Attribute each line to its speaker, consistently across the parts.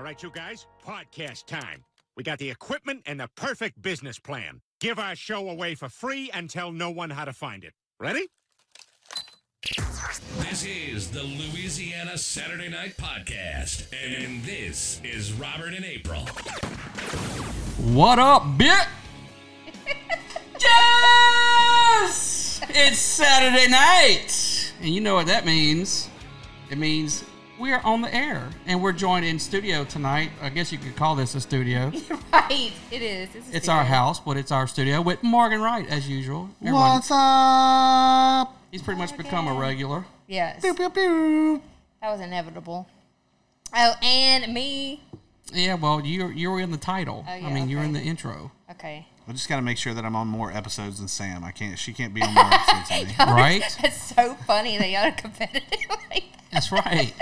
Speaker 1: right, you guys, podcast time. We got the equipment and the perfect business plan. Give our show away for free and tell no one how to find it. Ready?
Speaker 2: This is the Louisiana Saturday Night Podcast, and this is Robert and April.
Speaker 3: What up, bitch? yes! It's Saturday night! And you know what that means. It means we are on the air and we're joined in studio tonight. I guess you could call this a studio.
Speaker 4: right. It is. It's,
Speaker 3: It's our house, but it's our studio with Morgan Wright, as usual. Everyone-
Speaker 5: What's up?
Speaker 3: He's pretty much become a regular.
Speaker 4: Yes.
Speaker 5: Pew, pew, pew.
Speaker 4: That was inevitable. Oh, and me.
Speaker 3: Yeah, well, you're, you're in the title.
Speaker 4: Oh, yeah,
Speaker 3: I mean, you're in the
Speaker 4: okay.
Speaker 3: intro,
Speaker 4: Okay.
Speaker 5: I just got to make sure that I'm on more episodes than Sam. I can't. She can't be on more episodes than me.
Speaker 3: right?
Speaker 4: That's so funny that y'all are competitive like that.
Speaker 3: That's right.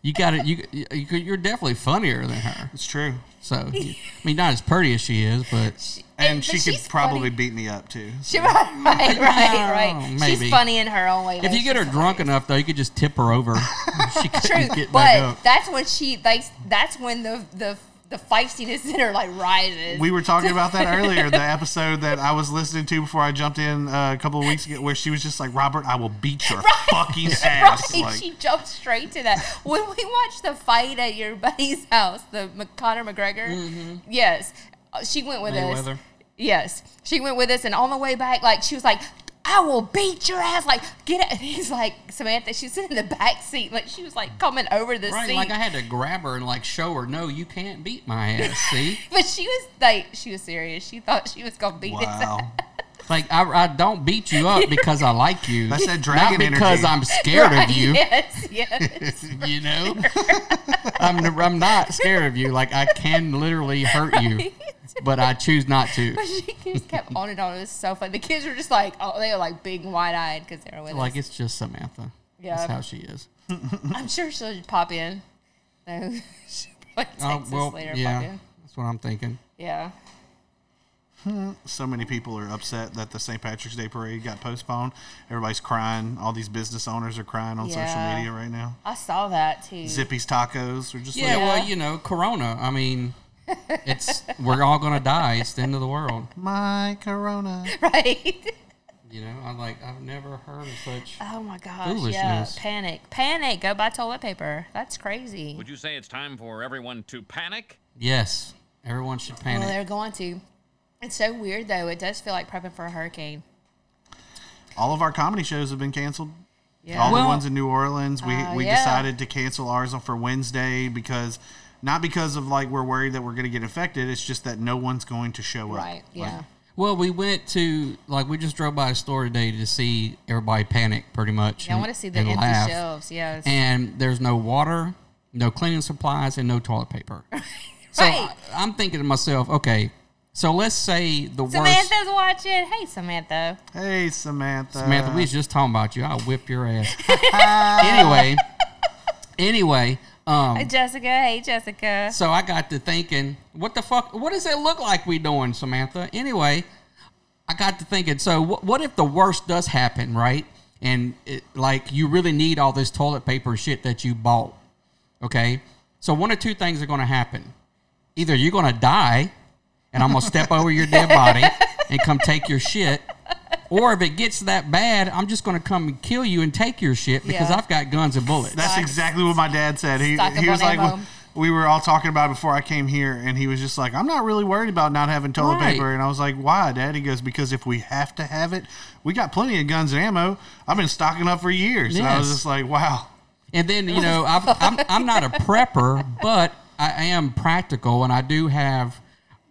Speaker 3: You got it. You, you, you're definitely funnier than her.
Speaker 5: It's true.
Speaker 3: So, I mean, not as pretty as she is, but
Speaker 5: And
Speaker 4: but
Speaker 5: she could
Speaker 4: she's
Speaker 5: probably
Speaker 4: funny.
Speaker 5: beat me up too.
Speaker 4: She, right, right, right,
Speaker 3: Oh,
Speaker 4: right.
Speaker 3: maybe.
Speaker 4: She's funny in her own way.
Speaker 3: if
Speaker 4: though.
Speaker 3: you get her
Speaker 4: She's
Speaker 3: drunk
Speaker 4: hilarious.
Speaker 3: enough, though, you could just tip her over. she
Speaker 4: True,
Speaker 3: couldn't get back
Speaker 4: but
Speaker 3: up.
Speaker 4: that's when she like. That's when the the the feistiness in her like rises.
Speaker 5: We were talking about that earlier. The episode that I was listening to before I jumped in uh, a couple of weeks ago, where she was just like, "Robert, I will beat your fucking ass."
Speaker 4: Right,
Speaker 5: Like,
Speaker 4: she jumped straight to that. When we watched the fight at your buddy's house, the Mc- Conor McGregor, yes, uh, she went with
Speaker 3: Mm-hmm. Mayweather.
Speaker 4: us. Yes, she went with us, and on the way back, like she was like, "I will beat your ass!" Like get it. And he's like Samantha. She's sitting in the back seat, like she was like coming over the
Speaker 3: Right,
Speaker 4: seat.
Speaker 3: like I had to grab her and like show her, no, you can't beat my ass. See,
Speaker 4: but she was like, she was serious. She thought she was gonna beat his ass.
Speaker 5: wow,
Speaker 3: like I, I don't beat you up because I like you.
Speaker 5: That's that dragon
Speaker 3: Not because
Speaker 5: energy.
Speaker 3: I'm scared
Speaker 4: Right,
Speaker 3: of you.
Speaker 4: Yes, yes.
Speaker 3: You know, I'm I'm not scared of you. Like I can literally hurt you, but I choose not to.
Speaker 4: But she just kept on and on. It was so fun. The kids were just like, oh, they were like big and wide eyed because they were with us.
Speaker 3: Like it's just Samantha.
Speaker 4: Yeah.
Speaker 3: That's how she is.
Speaker 4: I'm sure she'll just pop in. No, she'll probably text
Speaker 3: Oh well,
Speaker 4: us later. Pop
Speaker 3: yeah,
Speaker 4: in.
Speaker 3: that's what I'm thinking.
Speaker 4: Yeah.
Speaker 5: so many people are upset that the St. Patrick's Day parade got postponed. Everybody's crying. All these business owners are crying on
Speaker 4: Yeah.
Speaker 5: social media right now.
Speaker 4: I saw that too.
Speaker 5: Zippy's Tacos are just
Speaker 3: Yeah,
Speaker 5: like,
Speaker 3: well, you know, Corona. I mean, it's we're all gonna die. It's the end of the world.
Speaker 5: my Corona.
Speaker 4: Right?
Speaker 3: You know, I'm like, I've never heard of such.
Speaker 4: Oh my gosh. Yeah.
Speaker 3: Foolishness.
Speaker 4: Panic. Panic. Go buy toilet paper. That's crazy.
Speaker 6: Would you say it's time for everyone to panic?
Speaker 3: Yes, everyone should
Speaker 4: Well,
Speaker 3: panic.
Speaker 4: they're going to. It's so weird though. It does feel like prepping for a hurricane.
Speaker 5: all of our comedy shows have been canceled.
Speaker 4: Yeah.
Speaker 5: All
Speaker 3: Well-
Speaker 5: the ones in New Orleans, we
Speaker 4: Uh,
Speaker 5: we
Speaker 4: yeah.
Speaker 5: decided to cancel ours on for Wednesday because not because of like we're worried that we're going to get infected. It's just that no one's going to show up.
Speaker 4: Right. Yeah.
Speaker 3: Well, we went to like we just drove by a store today to see everybody panic pretty much.
Speaker 4: yeah I
Speaker 3: and-
Speaker 4: want to see the
Speaker 3: and
Speaker 4: empty
Speaker 3: laugh.
Speaker 4: shelves. Yeah. it's-
Speaker 3: And there's no water, no cleaning supplies, and no toilet paper. So
Speaker 4: Right.
Speaker 3: I, am thinking to myself, okay, so let's say the worst.
Speaker 4: Samantha's watching. Hey, Samantha.
Speaker 5: Hey Samantha.
Speaker 3: Samantha, we was just talking about you. I'll whip your ass. anyway, anyway,
Speaker 4: Hey,
Speaker 3: um,
Speaker 4: Jessica. Hey, Jessica.
Speaker 3: so I got to thinking, what the fuck? What does it look like we doing, Samantha? Anyway, I got to thinking. So wh- what if the worst does happen, right? And it, like you really need all this toilet paper and shit that you bought. Okay, so one of two things are going to happen. Either you're going to die, and I'm going to step over your dead body and come take your shit. Or if it gets that bad, I'm just going to come and kill you and take your shit because
Speaker 4: Yeah.
Speaker 3: I've got guns and bullets.
Speaker 5: That's exactly what my dad said. He,
Speaker 4: Stock up
Speaker 5: he was
Speaker 4: on
Speaker 5: like,
Speaker 4: ammo.
Speaker 5: we, we were all talking about it before I came here, and he was just like, I'm not really worried about not having toilet
Speaker 3: Right.
Speaker 5: paper. And I was like, why, dad? He goes, because if we have to have it, we got plenty of guns and ammo. I've been stocking up for years. And I was
Speaker 3: Yes.
Speaker 5: just like, wow.
Speaker 3: And then you know, I've, I'm I'm not a prepper, but I am practical, and I do have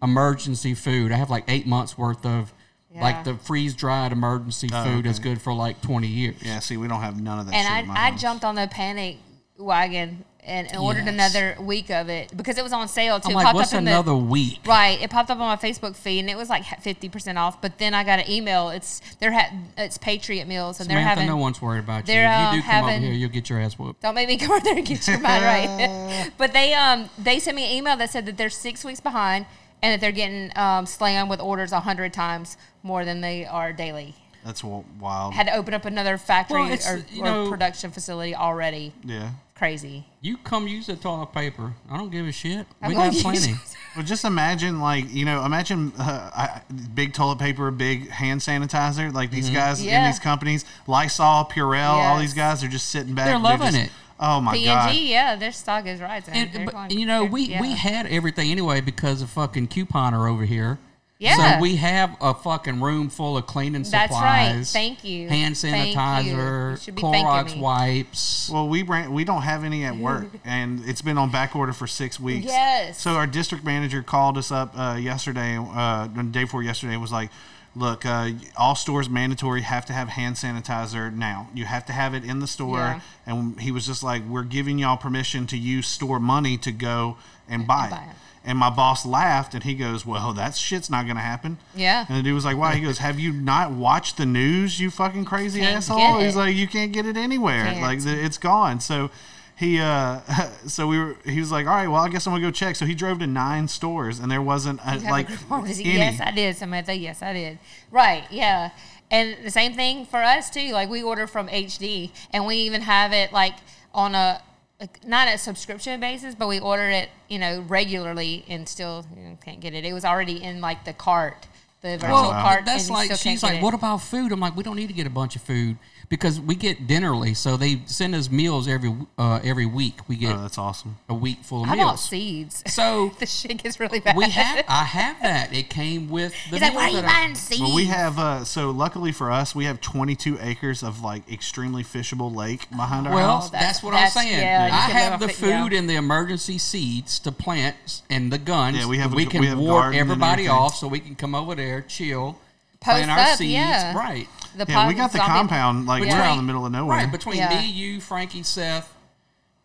Speaker 3: emergency food. I have like eight months worth of
Speaker 4: Yeah.
Speaker 3: like the freeze dried emergency food that's good for like 20 years.
Speaker 5: Yeah, see, we don't have none of that shit. in
Speaker 4: and
Speaker 5: my
Speaker 4: I, I
Speaker 5: house.
Speaker 4: jumped on the panic wagon and, and ordered
Speaker 3: Yes.
Speaker 4: another week of it because it was on sale too.
Speaker 3: I'm
Speaker 4: It
Speaker 3: like,
Speaker 4: popped
Speaker 3: what's
Speaker 4: up in
Speaker 3: another
Speaker 4: the,
Speaker 3: week?
Speaker 4: Right, it popped up on my Facebook feed and it was like fifty percent off. But then I got an email. It's they're ha- it's Patriot Meals and
Speaker 3: Samantha,
Speaker 4: they're having.
Speaker 3: no one's worried about you.
Speaker 4: they're, uh,
Speaker 3: You do come over
Speaker 4: having-
Speaker 3: here, you'll get your ass whooped.
Speaker 4: don't make me go over there and get your mind right. but they um they sent me an email that said that they're six weeks behind and that they're getting um, slammed with orders hundred times more than they are daily.
Speaker 5: That's wa- wild.
Speaker 4: Had to open up another factory
Speaker 3: Well, it's,
Speaker 4: or,
Speaker 3: you
Speaker 4: or
Speaker 3: know-
Speaker 4: production facility already.
Speaker 5: Yeah.
Speaker 4: crazy.
Speaker 3: You come use the toilet paper. I don't give a shit.
Speaker 4: I'm
Speaker 3: We
Speaker 4: gonna
Speaker 3: got
Speaker 4: use-
Speaker 3: plenty.
Speaker 5: Well, just imagine, like, you know, imagine uh, I, big toilet paper, big hand sanitizer. Like, these
Speaker 3: Mm-hmm.
Speaker 5: guys in
Speaker 4: Yeah.
Speaker 5: these companies, Lysol, Purell, all these
Speaker 4: Yes.
Speaker 5: guys are just sitting back.
Speaker 3: They're loving
Speaker 5: just-
Speaker 3: it.
Speaker 5: Oh, my God.
Speaker 4: P&G, yeah, their stock is rising. They're
Speaker 3: And, but,
Speaker 4: going-
Speaker 3: you know,
Speaker 4: they're-
Speaker 3: we, we
Speaker 4: yeah.
Speaker 3: had everything anyway because of fucking couponer over here.
Speaker 4: Yeah.
Speaker 3: So we have a fucking room full of cleaning supplies.
Speaker 4: That's right. Thank you.
Speaker 3: Hand
Speaker 4: Thank you. You
Speaker 3: sanitizer,
Speaker 4: should be thanking
Speaker 3: Clorox
Speaker 4: me.
Speaker 3: wipes.
Speaker 5: Well, we ran, we don't have any at work, and it's been on back order for six weeks.
Speaker 4: Yes.
Speaker 5: So our district manager called us up uh, yesterday, uh, the day before yesterday, and was like, "Look, uh, all stores mandatory have to have hand sanitizer now. You have to have it in the store."
Speaker 4: Yeah.
Speaker 5: And he was just like, "We're giving y'all permission to use store money to go and buy,
Speaker 4: buy
Speaker 5: it."
Speaker 4: it.
Speaker 5: And my boss laughed, and he goes, "Well, that shit's not gonna happen."
Speaker 4: Yeah.
Speaker 5: And the dude was like, "Why?" He goes, "Have you not watched the news? You fucking crazy
Speaker 4: Can't
Speaker 5: asshole!"
Speaker 4: get
Speaker 5: He's
Speaker 4: it.
Speaker 5: like, "You can't get it anywhere.
Speaker 4: Can't.
Speaker 5: Like the, it's gone." So he, uh, so we were. He was like, "All right, well, I guess I'm gonna go check." So he drove to nine stores, and there wasn't a,
Speaker 4: have a
Speaker 5: like
Speaker 4: group pharmacy.
Speaker 5: any.
Speaker 4: Yes, I did, Samantha. Yes, I did. Right. Yeah. And the same thing for us too. Like we order from HD, and we even have it like on a like, not a subscription basis, but we order it you know regularly, and still you know, can't get it. It was already in like the cart, the
Speaker 5: Oh,
Speaker 4: virtual
Speaker 3: Well,
Speaker 4: cart.
Speaker 3: that's
Speaker 4: and
Speaker 3: like
Speaker 4: still can't
Speaker 3: she's
Speaker 4: get
Speaker 3: like,
Speaker 4: it.
Speaker 3: what about food? I'm like, we don't need to get a bunch of food because we get dinnerly. So they send us meals every uh, every week. We get
Speaker 5: Oh, that's awesome.
Speaker 3: a week full of
Speaker 4: I bought
Speaker 3: meals.
Speaker 4: seeds.
Speaker 3: So
Speaker 4: the shit gets really bad.
Speaker 3: we have. I have that. It came with the.
Speaker 4: He's like,
Speaker 3: meals
Speaker 4: why are you
Speaker 3: that I-
Speaker 4: buying seeds?
Speaker 5: Well, we have uh, so luckily for us, we have 22 acres of like extremely fishable lake behind our
Speaker 3: Well,
Speaker 5: house.
Speaker 3: that's,
Speaker 4: Oh, that's-
Speaker 3: what
Speaker 4: that's-
Speaker 3: I'm saying.
Speaker 4: yeah, you
Speaker 3: I
Speaker 4: can live
Speaker 3: have
Speaker 4: off
Speaker 3: the
Speaker 4: it, yeah.
Speaker 3: food and the emergency seeds to plant and the guns.
Speaker 5: Yeah, we have a
Speaker 3: We
Speaker 5: g-
Speaker 3: can
Speaker 5: we have a
Speaker 3: ward
Speaker 5: garden and
Speaker 3: everybody
Speaker 5: everything.
Speaker 3: off so we can come over there, chill,
Speaker 4: Post
Speaker 3: plant our
Speaker 4: up,
Speaker 3: seeds.
Speaker 4: yeah.
Speaker 3: Right.
Speaker 4: the
Speaker 5: yeah, we
Speaker 4: pod-
Speaker 5: got the
Speaker 4: zombie-
Speaker 5: compound. Like we're
Speaker 4: Yeah.
Speaker 5: out in the middle of nowhere.
Speaker 3: Right. Between
Speaker 4: Yeah.
Speaker 3: me, you, Frankie, Seth,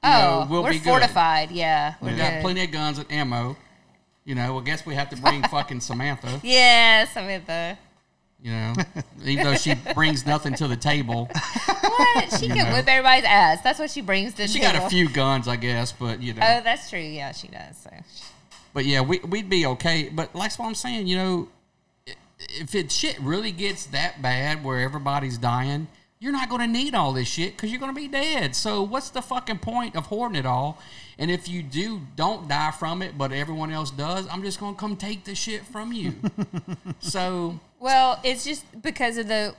Speaker 4: Oh,
Speaker 3: know, we'll
Speaker 4: we're
Speaker 3: be good.
Speaker 4: fortified. Yeah, we're
Speaker 3: we got
Speaker 4: good.
Speaker 3: plenty of guns and ammo. You know, I guess we have to bring fucking Samantha.
Speaker 4: Yeah, Samantha.
Speaker 3: You know, even though she brings nothing to the table,
Speaker 4: What? She can whip everybody's ass. That's what she brings to the
Speaker 3: she got a
Speaker 4: table.
Speaker 3: few guns, I guess. But you know,
Speaker 4: Oh, that's true. Yeah, she does. So.
Speaker 3: But yeah, we, we'd be okay. But like that's what I'm saying, you know, i- if it shit really gets that bad where everybody's dying, you're not going to need all this shit because you're going to be dead. So what's the fucking point of hoarding it all? And if you do, don't die from it, but everyone else does. I'm just going to come take the shit from you. so
Speaker 4: Well, it's just because of the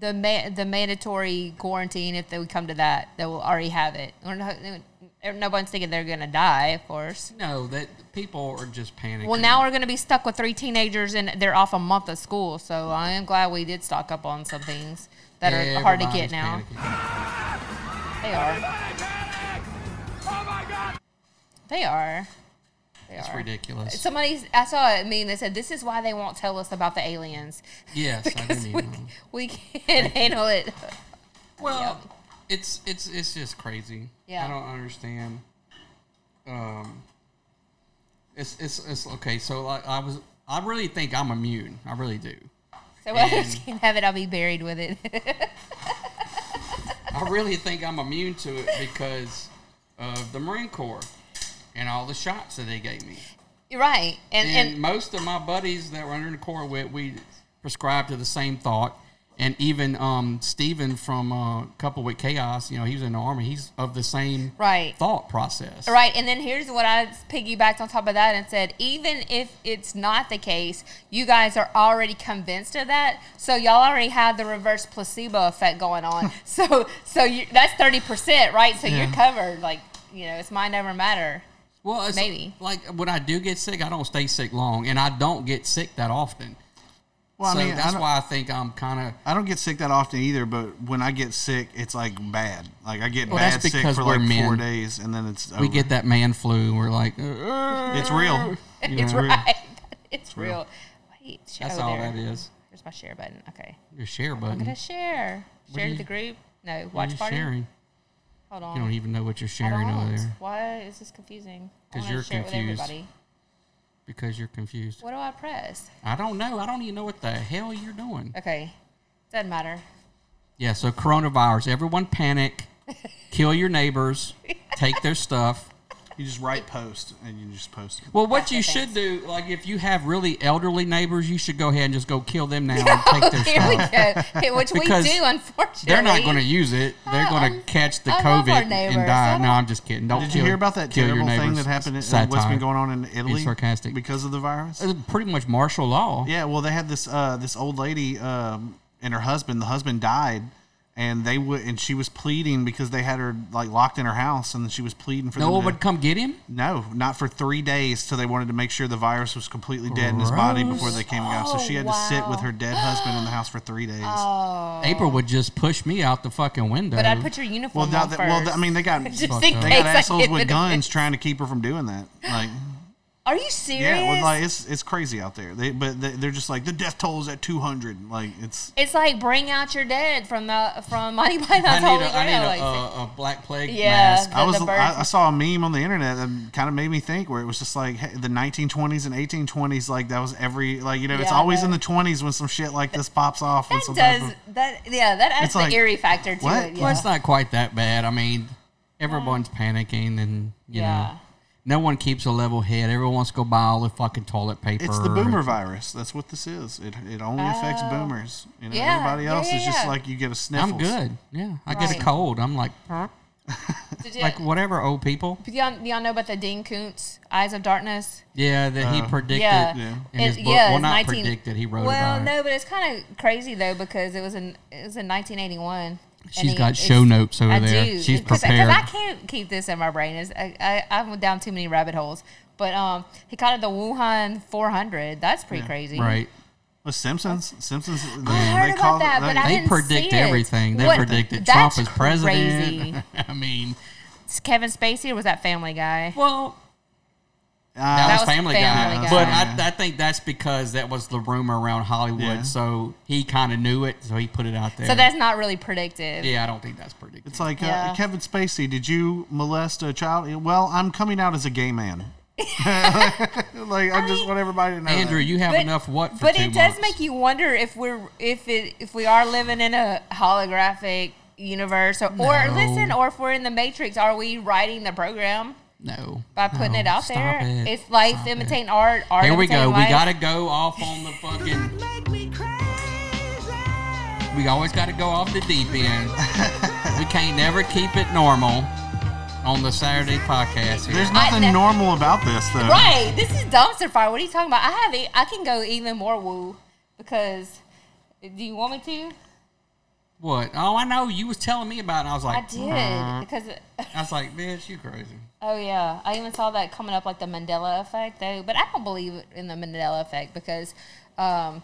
Speaker 4: the ma- the mandatory quarantine. If they would come to that, they will already have it. Or no, no one's thinking they're gonna die, of course.
Speaker 3: no, that people are just panicking.
Speaker 4: Well, now we're gonna be stuck with three teenagers, and they're off a month of school. So I am glad we did stock up on some things that are hard to get
Speaker 3: Everybody's
Speaker 4: now.
Speaker 3: panicking.
Speaker 4: They are.
Speaker 7: Oh
Speaker 4: They are. They
Speaker 3: It's
Speaker 4: are.
Speaker 3: ridiculous.
Speaker 4: Somebody, I saw a meme that said, "This is why they won't tell us about the aliens.
Speaker 3: yes, I do need
Speaker 4: we,
Speaker 3: one.
Speaker 4: we can't handle it."
Speaker 3: Well, it's it's it's just crazy.
Speaker 4: Yeah.
Speaker 3: I don't understand. Um, it's it's it's okay. So like I was, I really think I'm immune. I really do.
Speaker 4: So others can have it. I'll be buried with it.
Speaker 3: I really think I'm immune to it because of the Marine Corps and all the shots that they gave me.
Speaker 4: You're right, and
Speaker 3: And,
Speaker 4: and
Speaker 3: most of my buddies that were under the Corps with, we prescribed to the same thought. And even um, Steven from uh, Couple with Chaos, you know, he was in the Army. He's of the same
Speaker 4: Right.
Speaker 3: thought process.
Speaker 4: Right, and then here's what I piggybacked on top of that and said, even if it's not the case, you guys are already convinced of that, so y'all already have the reverse placebo effect going on. so, so you, that's thirty percent, right? So
Speaker 3: Yeah.
Speaker 4: you're covered. Like, you know, it's mind over matter.
Speaker 3: Well, it's
Speaker 4: Maybe.
Speaker 3: Like when I do get sick, I don't stay sick long, and I don't get sick that often.
Speaker 5: Well,
Speaker 3: so
Speaker 5: I mean, I
Speaker 3: that's
Speaker 5: don't-
Speaker 3: why I think I'm kind of.
Speaker 5: I don't get sick that often either, but when I get sick, it's like bad. Like I get
Speaker 3: Well,
Speaker 5: bad
Speaker 3: that's
Speaker 5: sick
Speaker 3: because
Speaker 5: for
Speaker 3: we're
Speaker 5: like four
Speaker 3: men.
Speaker 5: days, and then it's over.
Speaker 3: We get that man flu, and we're like, "Uh,
Speaker 5: It's real.
Speaker 3: you
Speaker 4: it's
Speaker 3: know,
Speaker 4: right. It's real.
Speaker 5: real.
Speaker 4: Wait, sh-
Speaker 3: That's
Speaker 4: oh,
Speaker 3: all
Speaker 4: there.
Speaker 3: that is.
Speaker 4: Here's my share button. Okay,
Speaker 3: Your share
Speaker 4: I'm
Speaker 3: button.
Speaker 4: gonna share.
Speaker 3: What
Speaker 4: Share
Speaker 3: are
Speaker 4: to
Speaker 3: you-
Speaker 4: the group. No,
Speaker 3: What are
Speaker 4: watch
Speaker 3: you
Speaker 4: party.
Speaker 3: sharing?
Speaker 4: Hold on.
Speaker 3: You don't even know what you're
Speaker 4: I
Speaker 3: sharing over
Speaker 4: don't.
Speaker 3: there
Speaker 4: Why is this confusing? I
Speaker 3: 'Cause
Speaker 4: wanna
Speaker 3: you're
Speaker 4: share it with
Speaker 3: confused.
Speaker 4: everybody.
Speaker 3: because you're confused.
Speaker 4: What do I press?
Speaker 3: I don't know. I don't even know what the hell you're doing.
Speaker 4: Okay, doesn't matter.
Speaker 3: Yeah. So coronavirus. Everyone panic. kill your neighbors. Take their stuff.
Speaker 5: You just write post and you just post it.
Speaker 3: Well, what
Speaker 4: That's
Speaker 3: you
Speaker 4: the
Speaker 3: should do, like if you have really elderly neighbors, you should go ahead and just go kill them now and take their
Speaker 4: Here we
Speaker 3: stuff.
Speaker 4: go. Which we
Speaker 3: Because
Speaker 4: do, unfortunately.
Speaker 3: They're not going to use it. They're
Speaker 4: Oh,
Speaker 3: going to
Speaker 4: I'm-
Speaker 3: catch the
Speaker 4: I love
Speaker 3: COVID
Speaker 4: our
Speaker 3: and
Speaker 4: neighbors.
Speaker 3: die.
Speaker 4: I
Speaker 3: No,
Speaker 4: don't-
Speaker 3: I'm just kidding. Don't
Speaker 5: Did
Speaker 3: kill-
Speaker 5: you hear about that
Speaker 3: kill your
Speaker 5: terrible thing
Speaker 3: neighbors.
Speaker 5: that happened? In,
Speaker 3: Satire.
Speaker 5: what's been going on in Italy?
Speaker 3: sarcastic.
Speaker 5: because of the virus.
Speaker 3: It's pretty much martial law.
Speaker 5: Yeah, well, they had this uh, this old lady um, and her husband. The husband died, and they would and she was pleading because they had her like locked in her house, and she was pleading for
Speaker 3: No
Speaker 5: them
Speaker 3: one
Speaker 5: to-
Speaker 3: would come get him.
Speaker 5: no, not for three days. So they wanted to make sure the virus was completely dead in his body before they came out. So
Speaker 4: Oh,
Speaker 5: she had to sit with
Speaker 4: wow. Oh,
Speaker 5: her dead husband in the house for three days.
Speaker 3: April would just push me out the fucking window.
Speaker 4: But I'd put your uniform
Speaker 5: well, now
Speaker 4: on
Speaker 5: that,
Speaker 4: first.
Speaker 5: well, I mean, they got
Speaker 4: just in
Speaker 5: they
Speaker 3: fucked
Speaker 4: case
Speaker 3: up.
Speaker 5: got
Speaker 4: I
Speaker 5: assholes
Speaker 4: get
Speaker 5: with
Speaker 4: benefit.
Speaker 5: guns trying to keep her from doing that. Like,
Speaker 4: Are you serious?
Speaker 5: yeah, well, like it's it's crazy out there. They but they, they're just like the death toll is at two hundred. Like it's
Speaker 4: it's like bring out your dead from the from Monty
Speaker 3: I
Speaker 4: Python's
Speaker 3: need,
Speaker 4: Holy
Speaker 3: a, I need
Speaker 4: Grail.
Speaker 3: a, uh,
Speaker 4: Like,
Speaker 3: a, a black plague
Speaker 4: Yeah.
Speaker 3: mask.
Speaker 5: I
Speaker 4: the-
Speaker 5: was
Speaker 4: the bird-
Speaker 5: I, I saw a meme on the internet that kind of made me think where it was just like hey, the 1920s and 1820s like that was every like you know it's
Speaker 4: Yeah, I
Speaker 5: always
Speaker 4: know.
Speaker 5: in the 20s when some shit like this pops off when
Speaker 4: that
Speaker 5: some type
Speaker 4: does
Speaker 5: of-
Speaker 4: that. Yeah, that adds
Speaker 5: It's
Speaker 4: the
Speaker 5: like,
Speaker 4: eerie factor to
Speaker 5: what?
Speaker 4: it.
Speaker 5: Well,
Speaker 4: Yeah.
Speaker 3: Well, it's not quite that bad. I mean, everyone's panicking and, you
Speaker 4: Yeah.
Speaker 3: know, no one keeps a level head. Everyone wants to go buy all the fucking toilet paper.
Speaker 5: it's the boomer virus that's what this is it, it only affects boomers you know
Speaker 4: Oh. Yeah,
Speaker 5: everybody
Speaker 4: yeah,
Speaker 5: else
Speaker 4: yeah,
Speaker 5: is just
Speaker 4: yeah.
Speaker 5: like you get a sniffle
Speaker 3: I'm good. Yeah. I get
Speaker 4: Right.
Speaker 3: a cold. I'm like, "Huh?"
Speaker 4: Did you-
Speaker 3: like whatever, old people.
Speaker 4: do y'all, do y'all know about the Dean Koontz Eyes of Darkness?
Speaker 3: Yeah, that he predicted
Speaker 4: Yeah.
Speaker 5: Uh, Yeah.
Speaker 3: in his
Speaker 4: It-
Speaker 3: book.
Speaker 4: yeah,
Speaker 3: well,
Speaker 4: it's
Speaker 3: not
Speaker 4: 19
Speaker 3: predicted. He wrote
Speaker 4: Well,
Speaker 3: about it.
Speaker 4: no, but it's kind of crazy though because it was in it was in 1981.
Speaker 3: She's
Speaker 4: he-
Speaker 3: got
Speaker 4: it's-
Speaker 3: show notes over
Speaker 4: I
Speaker 3: there.
Speaker 4: do.
Speaker 3: She's
Speaker 4: Because I
Speaker 3: prepared.
Speaker 4: can't keep this in my brain. It's, I, I, I'm down too many rabbit holes. But um, he called it the Wuhan 400. That's pretty crazy.
Speaker 3: Right.
Speaker 5: the simpsons simpsons they,
Speaker 4: I heard about that, but I
Speaker 3: They
Speaker 4: didn't
Speaker 3: predict
Speaker 4: see it.
Speaker 3: everything. They
Speaker 4: What-
Speaker 3: predicted
Speaker 4: that's
Speaker 3: Trump is president.
Speaker 4: crazy.
Speaker 3: I mean,
Speaker 4: It's Kevin Spacey or was that Family Guy?
Speaker 3: well,
Speaker 5: uh,
Speaker 3: that,
Speaker 4: That
Speaker 3: was,
Speaker 4: was
Speaker 3: Family, Guy.
Speaker 4: Family Guy.
Speaker 3: But
Speaker 5: Yeah.
Speaker 3: I, I think that's because that was the rumor around Hollywood.
Speaker 5: Yeah.
Speaker 3: So he kind of knew it, so he put it out there.
Speaker 4: So that's not really predictive.
Speaker 3: yeah, I don't think that's predicted.
Speaker 5: it's like uh,
Speaker 4: Yeah.
Speaker 5: kevin spacey did you molest a child well i'm coming out as a gay man like i just want everybody to know that.
Speaker 3: Andrew, you have
Speaker 4: But-
Speaker 3: enough what for
Speaker 4: But
Speaker 3: two
Speaker 4: it does
Speaker 3: months.
Speaker 4: make you wonder if we're if it if we are living in a holographic universe or, or
Speaker 3: No.
Speaker 4: listen or if we're in the Matrix, are we writing the program
Speaker 3: no
Speaker 4: by putting
Speaker 3: No,
Speaker 4: it out
Speaker 3: stop
Speaker 4: there?
Speaker 3: it.
Speaker 4: It's life
Speaker 3: Stop it.
Speaker 4: imitating art. Art
Speaker 3: Here we go.
Speaker 4: imitating
Speaker 3: We
Speaker 4: life.
Speaker 3: gotta go off on the fucking. We always got to go off the deep end. we can't never keep it normal on the Saturday podcast. Here.
Speaker 5: There's nothing
Speaker 4: ne-
Speaker 5: normal about this, though.
Speaker 4: Right. This is dumpster fire. What are you talking about? I have e- I can go even more woo because. Do you want me to?
Speaker 3: what? Oh, I know. You was telling me about it. And I was
Speaker 4: I
Speaker 3: like,
Speaker 4: did
Speaker 3: Mm.
Speaker 4: because
Speaker 3: I was like, bitch, you crazy.
Speaker 4: Oh yeah, I even saw that coming up like the Mandela effect though, but I don't believe in the Mandela effect because um,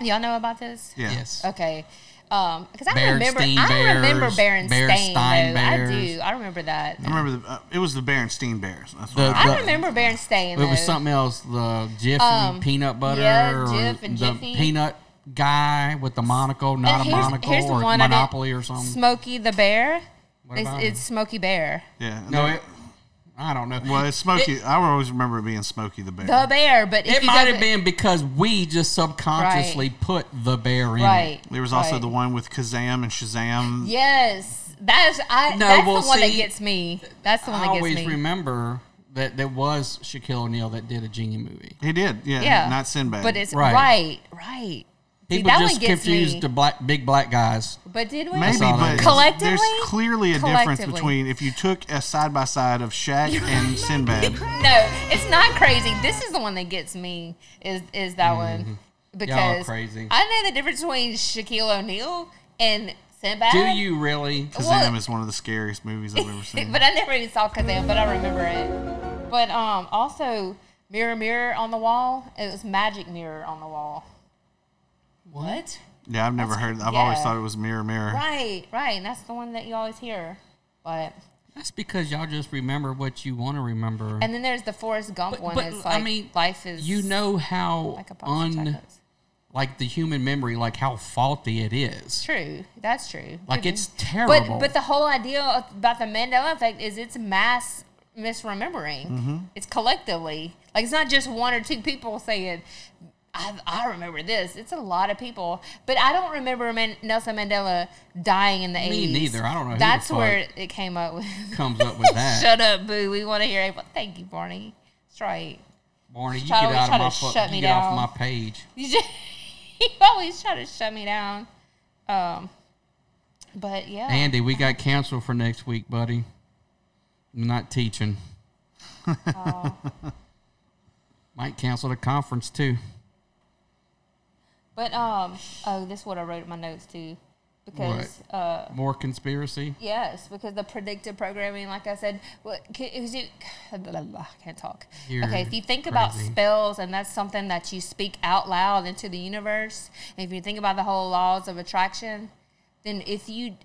Speaker 4: y'all know about this.
Speaker 5: Yeah.
Speaker 3: Yes.
Speaker 4: Okay, because I remember
Speaker 3: Berenstein
Speaker 4: I remember
Speaker 3: Bears,
Speaker 4: Berenstain
Speaker 3: Berenstein
Speaker 4: though. I
Speaker 3: Bears.
Speaker 4: do. I remember that.
Speaker 5: I remember the, uh, it was the Berenstein Bears. That's
Speaker 3: The-
Speaker 5: what I,
Speaker 4: I
Speaker 3: the-
Speaker 4: remember Berenstain.
Speaker 3: It
Speaker 4: though.
Speaker 3: was something else. The Jiffy
Speaker 4: Um,
Speaker 3: peanut butter.
Speaker 4: yeah,
Speaker 3: or
Speaker 4: Jif and
Speaker 3: the
Speaker 4: Jiffy.
Speaker 3: peanut guy with the monocle,
Speaker 4: And
Speaker 3: not a monocle,
Speaker 4: the
Speaker 3: or
Speaker 4: I didn't-
Speaker 3: Monopoly or something.
Speaker 4: Smokey the Bear.
Speaker 3: What
Speaker 4: it's,
Speaker 3: about
Speaker 4: it's Smokey Bear.
Speaker 5: yeah.
Speaker 3: no,
Speaker 5: there-
Speaker 3: it, I don't know.
Speaker 5: well, it's Smokey. I always remember it being Smokey the Bear.
Speaker 4: The Bear, but if
Speaker 3: It
Speaker 4: you
Speaker 3: might
Speaker 4: go
Speaker 3: have
Speaker 4: to-
Speaker 3: been because we just subconsciously put the bear in. it.
Speaker 4: right.
Speaker 5: there was also
Speaker 4: right.
Speaker 5: the one with Kazam and Shazam.
Speaker 4: Yes, that's I.
Speaker 3: No,
Speaker 4: that's
Speaker 3: well,
Speaker 4: the one
Speaker 3: see,
Speaker 4: that gets me. That's the one
Speaker 3: I
Speaker 4: that gets me.
Speaker 3: always remember that there was Shaquille O'Neal that did a genie movie.
Speaker 5: He did, yeah.
Speaker 4: Yeah.
Speaker 5: Not Sinbad.
Speaker 4: But it's
Speaker 3: Right.
Speaker 4: right, right. right. See,
Speaker 3: People
Speaker 4: that
Speaker 3: just
Speaker 4: one gets
Speaker 3: confused
Speaker 4: me.
Speaker 3: the black big black guys.
Speaker 4: but did we?
Speaker 5: Maybe,
Speaker 3: all that
Speaker 5: but
Speaker 3: is.
Speaker 4: Collectively?
Speaker 5: there's clearly a difference
Speaker 4: Collectively.
Speaker 5: between if you took a side by side of Shaq and Sinbad.
Speaker 4: No, it's not crazy. This is the one that gets me. Is is that one? Because
Speaker 3: Mm-hmm. crazy.
Speaker 4: I know the difference between Shaquille O'Neal and Sinbad.
Speaker 3: Do you really?
Speaker 5: Kazam is one of the scariest movies I've ever seen.
Speaker 4: But I never even saw Kazam, but I remember it. But um, also Mirror Mirror on the Wall. It was Magic Mirror on the Wall. What?
Speaker 5: yeah, I've never heard. I've
Speaker 4: yeah.
Speaker 5: always thought it was Mirror Mirror.
Speaker 4: Right, right. And that's the one that you always hear. But
Speaker 3: That's because y'all just remember what you want to remember.
Speaker 4: and then there's the Forrest Gump one. it's like life is
Speaker 3: you know how
Speaker 4: like a box of
Speaker 3: un
Speaker 4: chocolates.
Speaker 3: like the human memory, like how faulty it is.
Speaker 4: True, that's true.
Speaker 3: Like it's
Speaker 4: But
Speaker 3: terrible.
Speaker 4: but the whole idea of- about the Mandela effect is it's mass
Speaker 3: Mm-hmm.
Speaker 4: misremembering. It's collectively like it's not just one or two people saying I, I remember this. It's a lot of people, but I don't remember Man- Nelson Mandela dying in the
Speaker 3: Me
Speaker 4: 80s.
Speaker 3: neither. I don't know who the
Speaker 4: That's
Speaker 3: fuck-
Speaker 4: where it came up with.
Speaker 3: Comes up with that.
Speaker 4: Shut up, boo. We want to hear April. Thank you, Barney. That's right.
Speaker 3: Barney, you
Speaker 4: Try to-
Speaker 3: get out
Speaker 4: try
Speaker 3: of
Speaker 4: to
Speaker 3: my fuck,
Speaker 4: shut me
Speaker 3: you get off
Speaker 4: down.
Speaker 3: my page.
Speaker 4: You just you always try to shut me down. Um, but yeah,
Speaker 3: Andy, we got canceled for next week, buddy. I'm not teaching. Might cancel the conference too.
Speaker 4: but um, oh, this is what I wrote in my notes too, because uh.
Speaker 3: More conspiracy.
Speaker 4: Yes, because the predictive programming, like I said, what c- is it? Blah, blah, I can't talk.
Speaker 3: You're
Speaker 4: okay, if you think about
Speaker 3: crazy.
Speaker 4: spells, and that's something that you speak out loud into the universe. If you think about the whole laws of attraction, then if you,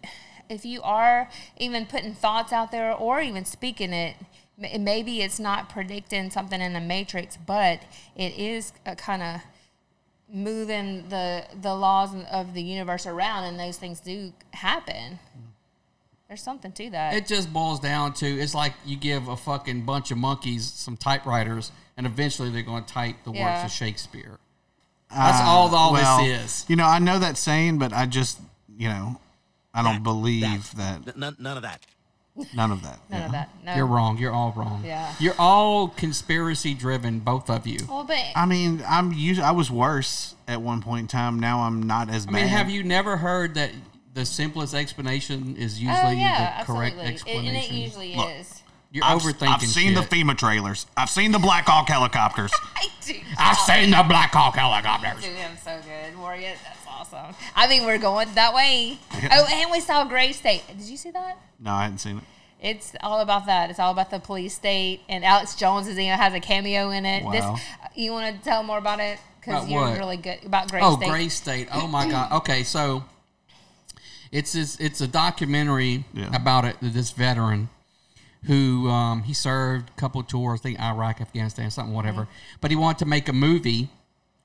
Speaker 4: if you are even putting thoughts out there or even speaking it, m- maybe it's not predicting something in the matrix, but it is a kind of moving the the laws of the universe around, and those things do happen. There's something to that.
Speaker 3: It just boils down to it's like you give a fucking bunch of monkeys some typewriters, and eventually they're going to type the
Speaker 4: Yeah.
Speaker 3: works of Shakespeare. That's all all
Speaker 5: Ah, Uh, Well,
Speaker 3: this is.
Speaker 5: You know, I know that saying, but I just, you know, I don't believe that,
Speaker 8: None, none of that.
Speaker 5: none of that.
Speaker 4: None
Speaker 5: yeah.
Speaker 4: of that. No.
Speaker 3: You're wrong. You're all wrong.
Speaker 4: Yeah.
Speaker 3: You're all conspiracy driven, both of you.
Speaker 4: Well, but oh,
Speaker 5: I mean, I'm used. I was worse at one point in time. Now I'm not as
Speaker 3: I
Speaker 5: bad.
Speaker 3: mean,
Speaker 4: Mm-hmm.
Speaker 3: have you never heard that the simplest explanation is usually
Speaker 4: oh yeah,
Speaker 3: the correct
Speaker 4: absolutely. It-
Speaker 3: explanation?
Speaker 4: and it usually
Speaker 5: Look.
Speaker 4: is.
Speaker 3: You're
Speaker 5: I've,
Speaker 3: overthinking.
Speaker 5: I've seen
Speaker 3: shit.
Speaker 5: the FEMA trailers. I've seen the Black Hawk helicopters.
Speaker 4: I do.
Speaker 3: I've
Speaker 4: Oh,
Speaker 3: seen the Black Hawk
Speaker 4: I
Speaker 3: helicopters.
Speaker 4: do him so good, Warrior. That's awesome. I mean, we're going that way. Oh, and we saw Gray State. Did you see that?
Speaker 5: no, I hadn't seen it.
Speaker 4: It's all about that. It's all about the police state, and Alex Jones is, you know, has a cameo in it.
Speaker 5: Wow.
Speaker 4: This, you want to tell more about it because
Speaker 3: About
Speaker 4: you're
Speaker 3: what?
Speaker 4: really good about Gray
Speaker 3: Oh,
Speaker 4: State. Mm-hmm.
Speaker 3: Gray State. Oh my God. Okay, so it's this, it's a documentary
Speaker 5: Yeah.
Speaker 3: about it. This veteran who um, he served a couple tours, I think Iraq, Afghanistan, something, whatever.
Speaker 4: Mm-hmm.
Speaker 3: But he wanted to make a movie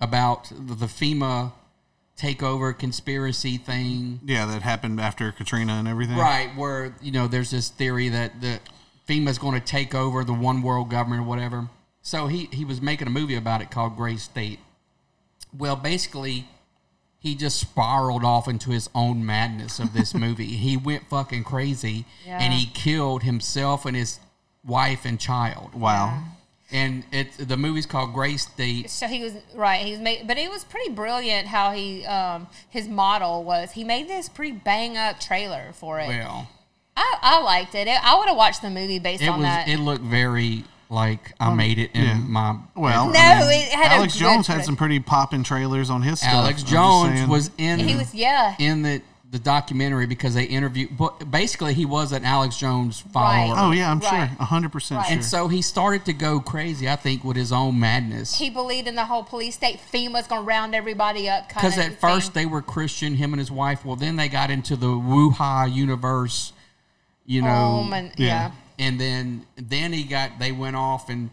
Speaker 3: about the, the FEMA takeover conspiracy thing.
Speaker 5: Yeah, that happened after Katrina and everything.
Speaker 3: Right, where you know there's this theory that the FEMA's going to take over the one world government or whatever. So he he was making a movie about it called Gray State. Well, basically, he just spiraled off into his own madness of this movie. he went fucking crazy and he killed himself and his wife and child.
Speaker 5: Wow.
Speaker 3: And it's the movie's called Gray State.
Speaker 4: So he was right. He was made, but it was pretty brilliant how he um his model was. He made this pretty bang up trailer for it.
Speaker 3: Well,
Speaker 4: I, I liked it. It- I would have watched the movie based
Speaker 3: it
Speaker 4: on
Speaker 3: was
Speaker 4: that.
Speaker 3: it looked very like I made it in
Speaker 5: yeah.
Speaker 3: my
Speaker 5: Well,
Speaker 4: no,
Speaker 5: I mean,
Speaker 4: it had
Speaker 5: Alex
Speaker 4: a good
Speaker 5: Jones
Speaker 4: pre-
Speaker 5: had some pretty popping trailers on his stuff.
Speaker 3: Alex
Speaker 5: I'm just
Speaker 3: Jones
Speaker 5: saying.
Speaker 3: was in
Speaker 4: He was yeah.
Speaker 3: in the the documentary because they interviewed but basically he was an Alex Jones follower.
Speaker 5: Oh yeah, I'm
Speaker 4: Right.
Speaker 5: sure, hundred percent
Speaker 4: Right.
Speaker 5: sure.
Speaker 3: And so he started to go crazy, I think, with his own madness.
Speaker 4: He believed in the whole police state. FEMA's gonna round everybody up. kind
Speaker 3: Because
Speaker 4: of
Speaker 3: at first
Speaker 4: thing.
Speaker 3: they were Christian, him and his wife. Well, then they got into the Wuha universe, you know,
Speaker 4: Um, and,
Speaker 5: yeah.
Speaker 4: yeah.
Speaker 3: and then then he got they went off and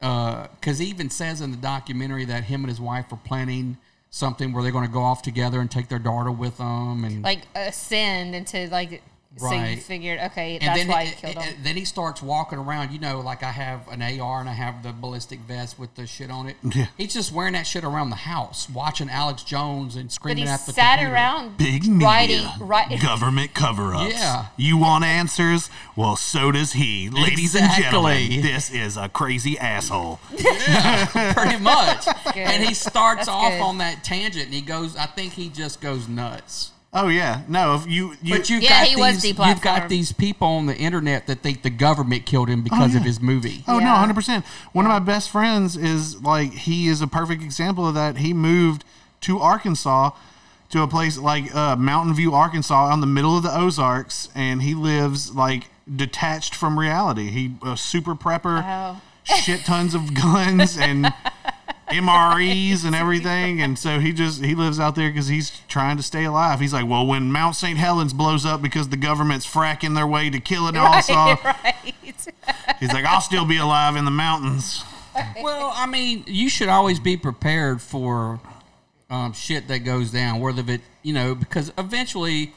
Speaker 3: because he even says in the documentary that him and his wife were planning something where they're going to go off together and take their daughter with them and
Speaker 4: like ascend into like. So you
Speaker 3: Right.
Speaker 4: figured okay, that's
Speaker 3: then,
Speaker 4: why he killed
Speaker 3: and-
Speaker 4: him.
Speaker 3: and then he starts walking around. You know, like I have an AR and I have the ballistic vest with the shit on it.
Speaker 5: Yeah.
Speaker 3: He's just wearing that shit around the house, watching Alex Jones and
Speaker 4: But
Speaker 3: screaming
Speaker 4: he
Speaker 3: at the
Speaker 4: sat
Speaker 3: computer.
Speaker 4: around
Speaker 5: Big media,
Speaker 4: writing, right,
Speaker 5: government cover-ups.
Speaker 3: Yeah.
Speaker 5: You want answers? Well, so does he. Ladies and
Speaker 3: Exactly.
Speaker 5: gentlemen, this is a crazy asshole.
Speaker 3: pretty much.
Speaker 4: good.
Speaker 3: and he starts
Speaker 4: That's
Speaker 3: off
Speaker 4: good.
Speaker 3: on that tangent, and he goes. I think he just goes nuts.
Speaker 5: Oh yeah, no, if you, you
Speaker 3: But you
Speaker 4: Yeah,
Speaker 3: got
Speaker 4: he was
Speaker 3: these, you've got
Speaker 4: deplatformed.
Speaker 3: these people on the internet that think the government killed him because of
Speaker 5: yeah.
Speaker 3: his movie.
Speaker 5: Oh no,
Speaker 4: Yeah.
Speaker 5: hundred percent. One of my best friends is like he is a perfect example of that. He moved to Arkansas to a place like uh, Mountain View, Arkansas, on the middle of the Ozarks, and he lives like detached from reality. He a super prepper,
Speaker 4: Wow.
Speaker 5: shit tons of guns and MREs and everything, and so he just he lives out there because he's trying to stay alive. He's like, well, when Mount St. Helens blows up because the government's fracking their way to killing Arkansas,
Speaker 4: right.
Speaker 5: he's like, I'll still be alive in the mountains.
Speaker 3: Well, I mean, you should always be prepared for um, shit that goes down, whether it, you know, because eventually,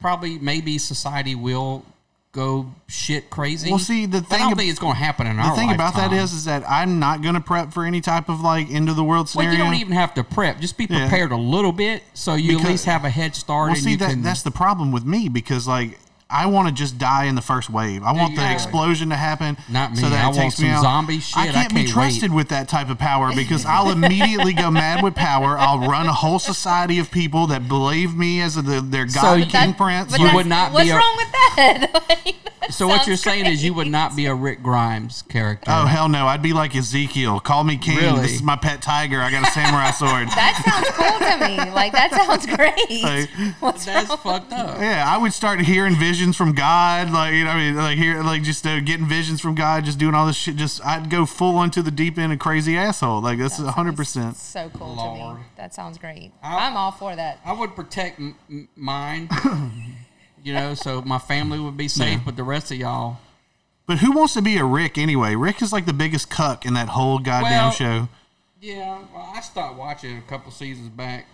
Speaker 3: probably, maybe society will go shit crazy.
Speaker 5: Well, see, the
Speaker 3: But I
Speaker 5: thing
Speaker 3: don't
Speaker 5: ab-
Speaker 3: think it's going to happen in our
Speaker 5: the thing about that
Speaker 3: lifetime.
Speaker 5: is, is that I'm not going to prep for any type of like end of the world
Speaker 3: Well,
Speaker 5: scenario.
Speaker 3: you don't even have to prep. Just be
Speaker 5: Yeah.
Speaker 3: prepared a little bit, so you at
Speaker 5: Because-
Speaker 3: least have a head start.
Speaker 5: well,
Speaker 3: and
Speaker 5: see
Speaker 3: you
Speaker 5: that
Speaker 3: can,
Speaker 5: that's the problem with me because like I want to just die in the first wave. I want the
Speaker 3: Yeah.
Speaker 5: explosion to happen.
Speaker 3: Not me.
Speaker 5: So
Speaker 3: I
Speaker 5: that it
Speaker 3: want
Speaker 5: takes me
Speaker 3: some
Speaker 5: out.
Speaker 3: zombie shit.
Speaker 5: I
Speaker 3: I
Speaker 5: can't, be
Speaker 3: can't wait.
Speaker 5: trusted with that type of power because I'll immediately go mad with power. I'll run a whole society of people that believe me as the, their god
Speaker 3: you
Speaker 5: king
Speaker 3: can't-
Speaker 5: prince.
Speaker 4: But
Speaker 3: You
Speaker 4: that's-
Speaker 3: would not be
Speaker 4: What's
Speaker 3: a-
Speaker 4: wrong with that? Like,
Speaker 3: so what you're
Speaker 4: sounds
Speaker 3: saying is you would not be a Rick Grimes character.
Speaker 5: Oh hell no! I'd be like Ezekiel. Call me king.
Speaker 3: Really?
Speaker 5: This is my pet tiger. I got a samurai sword.
Speaker 4: That sounds cool to me. Like that sounds great.
Speaker 5: Like,
Speaker 4: What's
Speaker 3: that's
Speaker 4: wrong?
Speaker 3: fucked up.
Speaker 5: Yeah, I would start hearing visions from God, like you know, what I mean, like here, like just uh, getting visions from God, just doing all this shit. Just I'd go full into the deep end, a crazy asshole. Like this is hundred percent.
Speaker 4: So cool to
Speaker 3: Lord.
Speaker 4: me. That sounds great.
Speaker 3: I-
Speaker 4: i am all for that.
Speaker 3: I would protect m- m- mine, you know, so my family would be safe, but the rest of y'all.
Speaker 5: But who wants to be a Rick anyway? Rick is like the biggest cuck in that whole goddamn
Speaker 3: Well-
Speaker 5: show.
Speaker 3: Yeah, well, I stopped watching a couple seasons back.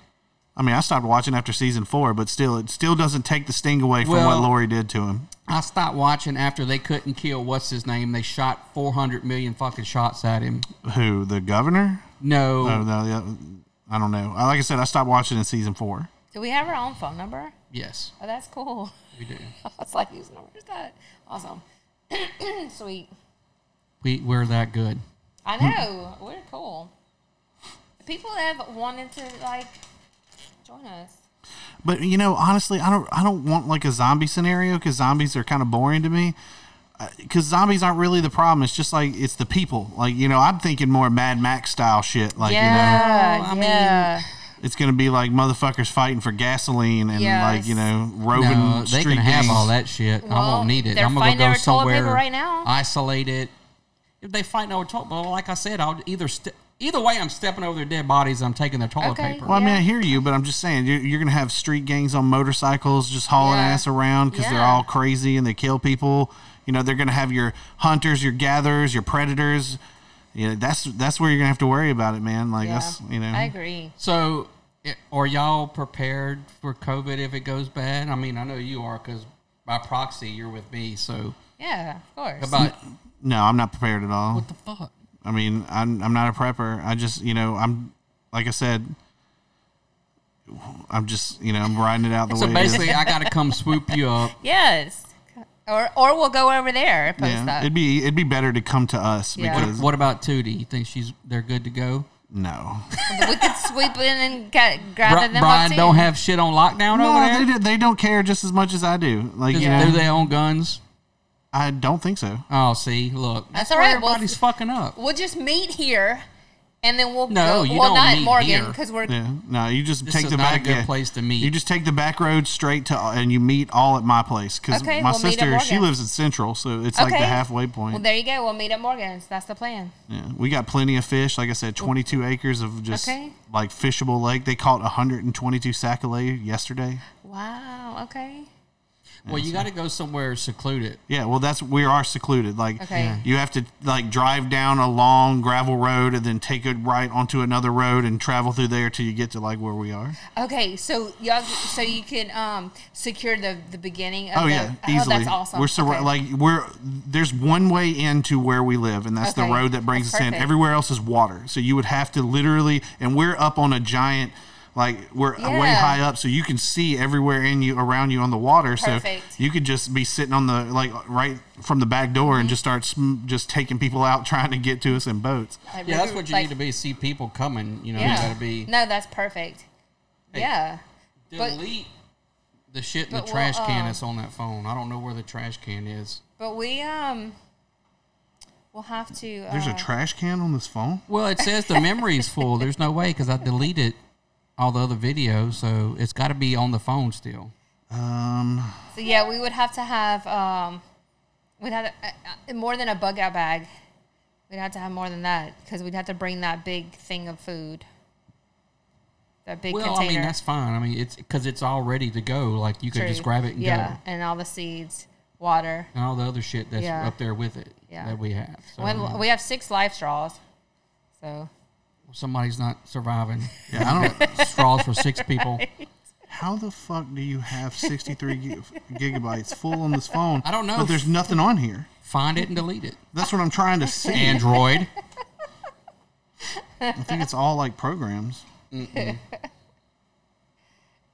Speaker 5: I mean, I stopped watching after season four, but still, it still doesn't take the sting away from
Speaker 3: Well-
Speaker 5: what Lori did to him.
Speaker 3: I stopped watching after they couldn't kill what's his name. They shot 400 million fucking shots at him.
Speaker 5: Who the governor?
Speaker 3: No.
Speaker 5: Oh, no, yeah, I don't know. I- Like I said, I stopped watching in season four.
Speaker 4: Do we have our own phone number?
Speaker 3: Yes,
Speaker 4: Oh, that's cool.
Speaker 3: we do.
Speaker 4: I was like, whose number is that? Awesome. Sweet.
Speaker 3: We, we're that good.
Speaker 4: I
Speaker 5: Hmm.
Speaker 4: know. We're cool. People have wanted to like join us.
Speaker 5: But you know, honestly, I don't I don't want like a zombie scenario because zombies are kind of boring to me. Because zombies aren't really the problem. It's just like it's the people. Like you know, I'm thinking more Mad Max style shit. Like you
Speaker 4: yeah.
Speaker 3: I mean,
Speaker 4: yeah.
Speaker 5: know, it's gonna be like motherfuckers fighting for gasoline and
Speaker 4: Yes.
Speaker 5: like you know roving
Speaker 3: No, they
Speaker 5: street
Speaker 3: can have
Speaker 5: gangs.
Speaker 3: all that shit. I
Speaker 4: Well,
Speaker 3: won't need it.
Speaker 4: they're
Speaker 3: I'm gonna
Speaker 4: fighting
Speaker 3: go
Speaker 4: over toilet paper
Speaker 3: somewhere
Speaker 4: right now.
Speaker 3: isolated. If they fight over toilet, but like I said, I'll either st- either way, I'm stepping over their dead bodies. I'm taking their toilet
Speaker 4: Okay.
Speaker 3: paper.
Speaker 5: Well, I mean,
Speaker 4: Yeah.
Speaker 5: I hear you, but I'm just saying you're, you're gonna have street gangs on motorcycles just hauling
Speaker 4: Yeah.
Speaker 5: ass around because they're
Speaker 4: Yeah.
Speaker 5: all crazy and they kill people. You know, they're gonna have your hunters, your gatherers, your predators. Yeah, that's that's where you're gonna have to worry about it, man. Like that's you know,
Speaker 4: I agree.
Speaker 3: So, i- are y'all prepared for COVID if it goes bad? I mean, I know you are because by proxy, you're with me. So,
Speaker 4: Yeah, of course.
Speaker 3: about
Speaker 5: no, I'm not prepared at all.
Speaker 3: what the fuck?
Speaker 5: I mean, I'm I'm not a prepper. I just you know I'm like I said, I'm just you know I'm riding it out the
Speaker 3: So
Speaker 5: way.
Speaker 3: basically,
Speaker 5: it is.
Speaker 3: I got to come swoop you up.
Speaker 4: Yes. Or or we'll go over there and post
Speaker 5: yeah,
Speaker 4: that.
Speaker 5: it'd be it'd be better to come to us
Speaker 4: Yeah.
Speaker 5: because
Speaker 3: What about Tootie? You think she's they're good to go?
Speaker 5: no.
Speaker 4: we could sweep in and get, grab
Speaker 3: Bri-
Speaker 4: them up
Speaker 3: Brian
Speaker 4: too.
Speaker 3: don't have shit on lockdown over
Speaker 5: No,
Speaker 3: there.
Speaker 5: they, do- they don't care just as much as I do. Like,
Speaker 3: Does-
Speaker 5: you know,
Speaker 3: Do they own guns?
Speaker 5: I don't think so.
Speaker 3: Oh, see, look,
Speaker 4: That's
Speaker 3: that's,
Speaker 4: all
Speaker 3: all right.
Speaker 4: right, well-
Speaker 3: Everybody's fucking up.
Speaker 4: We'll just meet here, and then we'll
Speaker 3: No,
Speaker 4: go.
Speaker 3: you
Speaker 4: well,
Speaker 3: don't
Speaker 4: not
Speaker 3: meet
Speaker 4: Morgan
Speaker 3: here.
Speaker 4: because we're
Speaker 5: Yeah, no, you just
Speaker 3: This
Speaker 5: take
Speaker 3: is
Speaker 5: the
Speaker 3: not a
Speaker 5: back
Speaker 3: good
Speaker 5: yeah.
Speaker 3: place to meet.
Speaker 5: You just take the back road straight to, and you meet all at my place because
Speaker 4: Okay,
Speaker 5: my
Speaker 4: we'll meet at
Speaker 5: sister she
Speaker 4: Morgan.
Speaker 5: lives in Central, so it's like
Speaker 4: Okay.
Speaker 5: the halfway point.
Speaker 4: Well, there you go. We'll meet at Morgan's. That's the plan.
Speaker 5: yeah. We got plenty of fish. Like I said, 22 acres of just
Speaker 4: Okay.
Speaker 5: like fishable lake. They caught 122 sackalay yesterday.
Speaker 4: Wow. Okay.
Speaker 3: Well, you got to go somewhere secluded.
Speaker 5: Yeah, well, that's we are secluded. Like
Speaker 4: Okay. Yeah.
Speaker 5: you have to like drive down a long gravel road and then take a right onto another road and travel through there till you get to like where we are.
Speaker 4: Okay. So y'all, so you can um secure the the beginning. Of
Speaker 5: Oh
Speaker 4: the,
Speaker 5: yeah, easily.
Speaker 4: Oh, that's awesome.
Speaker 5: We're surra-
Speaker 4: Okay.
Speaker 5: like we're there's one way into where we live, and that's
Speaker 4: Okay.
Speaker 5: the road that brings
Speaker 4: That's
Speaker 5: us in.
Speaker 4: perfect.
Speaker 5: Everywhere else is water, so you would have to literally, and we're up on a giant. Like we're way
Speaker 4: Yeah.
Speaker 5: high up, so you can see everywhere in you around you on the water.
Speaker 4: Perfect.
Speaker 5: So you could just be sitting on the like right from the back door
Speaker 4: Mm-hmm.
Speaker 5: and just start sm- just taking people out trying to get to us in boats.
Speaker 4: Like,
Speaker 3: Yeah,
Speaker 4: we-
Speaker 3: that's what you
Speaker 4: like-
Speaker 3: need to be. See people coming. You know,
Speaker 4: Yeah.
Speaker 3: you got to be
Speaker 4: No, that's perfect. Yeah. but-
Speaker 3: delete the shit in the
Speaker 4: but we'll,
Speaker 3: trash can
Speaker 4: um,
Speaker 3: that's on that phone. I don't know where the trash can is.
Speaker 4: But we um, we'll have to. Uh,
Speaker 5: There's a trash can on this phone.
Speaker 3: Well, it says the memory's full. There's no way because I deleted all the other videos, so it's got to be on the phone still.
Speaker 5: Um,
Speaker 4: So yeah, we would have to have um, we'd have uh, uh, more than a bug out bag. We'd have to have more than that because we'd have to bring that big thing of food. That big
Speaker 3: Well,
Speaker 4: container.
Speaker 3: I mean that's fine. I mean it's because it's all ready to go. Like you could just
Speaker 4: True.
Speaker 3: grab it and
Speaker 4: yeah,
Speaker 3: go,
Speaker 4: and all the seeds, water.
Speaker 3: and all the other shit that's
Speaker 4: Yeah.
Speaker 3: up there with it
Speaker 4: Yeah.
Speaker 3: that we have. So I
Speaker 4: One,
Speaker 3: mean,
Speaker 4: we have six life straws, so
Speaker 3: somebody's not surviving.
Speaker 5: yeah, I don't.
Speaker 3: Straws for six people.
Speaker 5: How the fuck do you have 63 gi- gigabytes full on this phone?
Speaker 3: I don't know.
Speaker 5: But there's nothing on here.
Speaker 3: Find it and delete it.
Speaker 5: That's what I'm trying to see.
Speaker 3: Android.
Speaker 5: I think it's all like programs.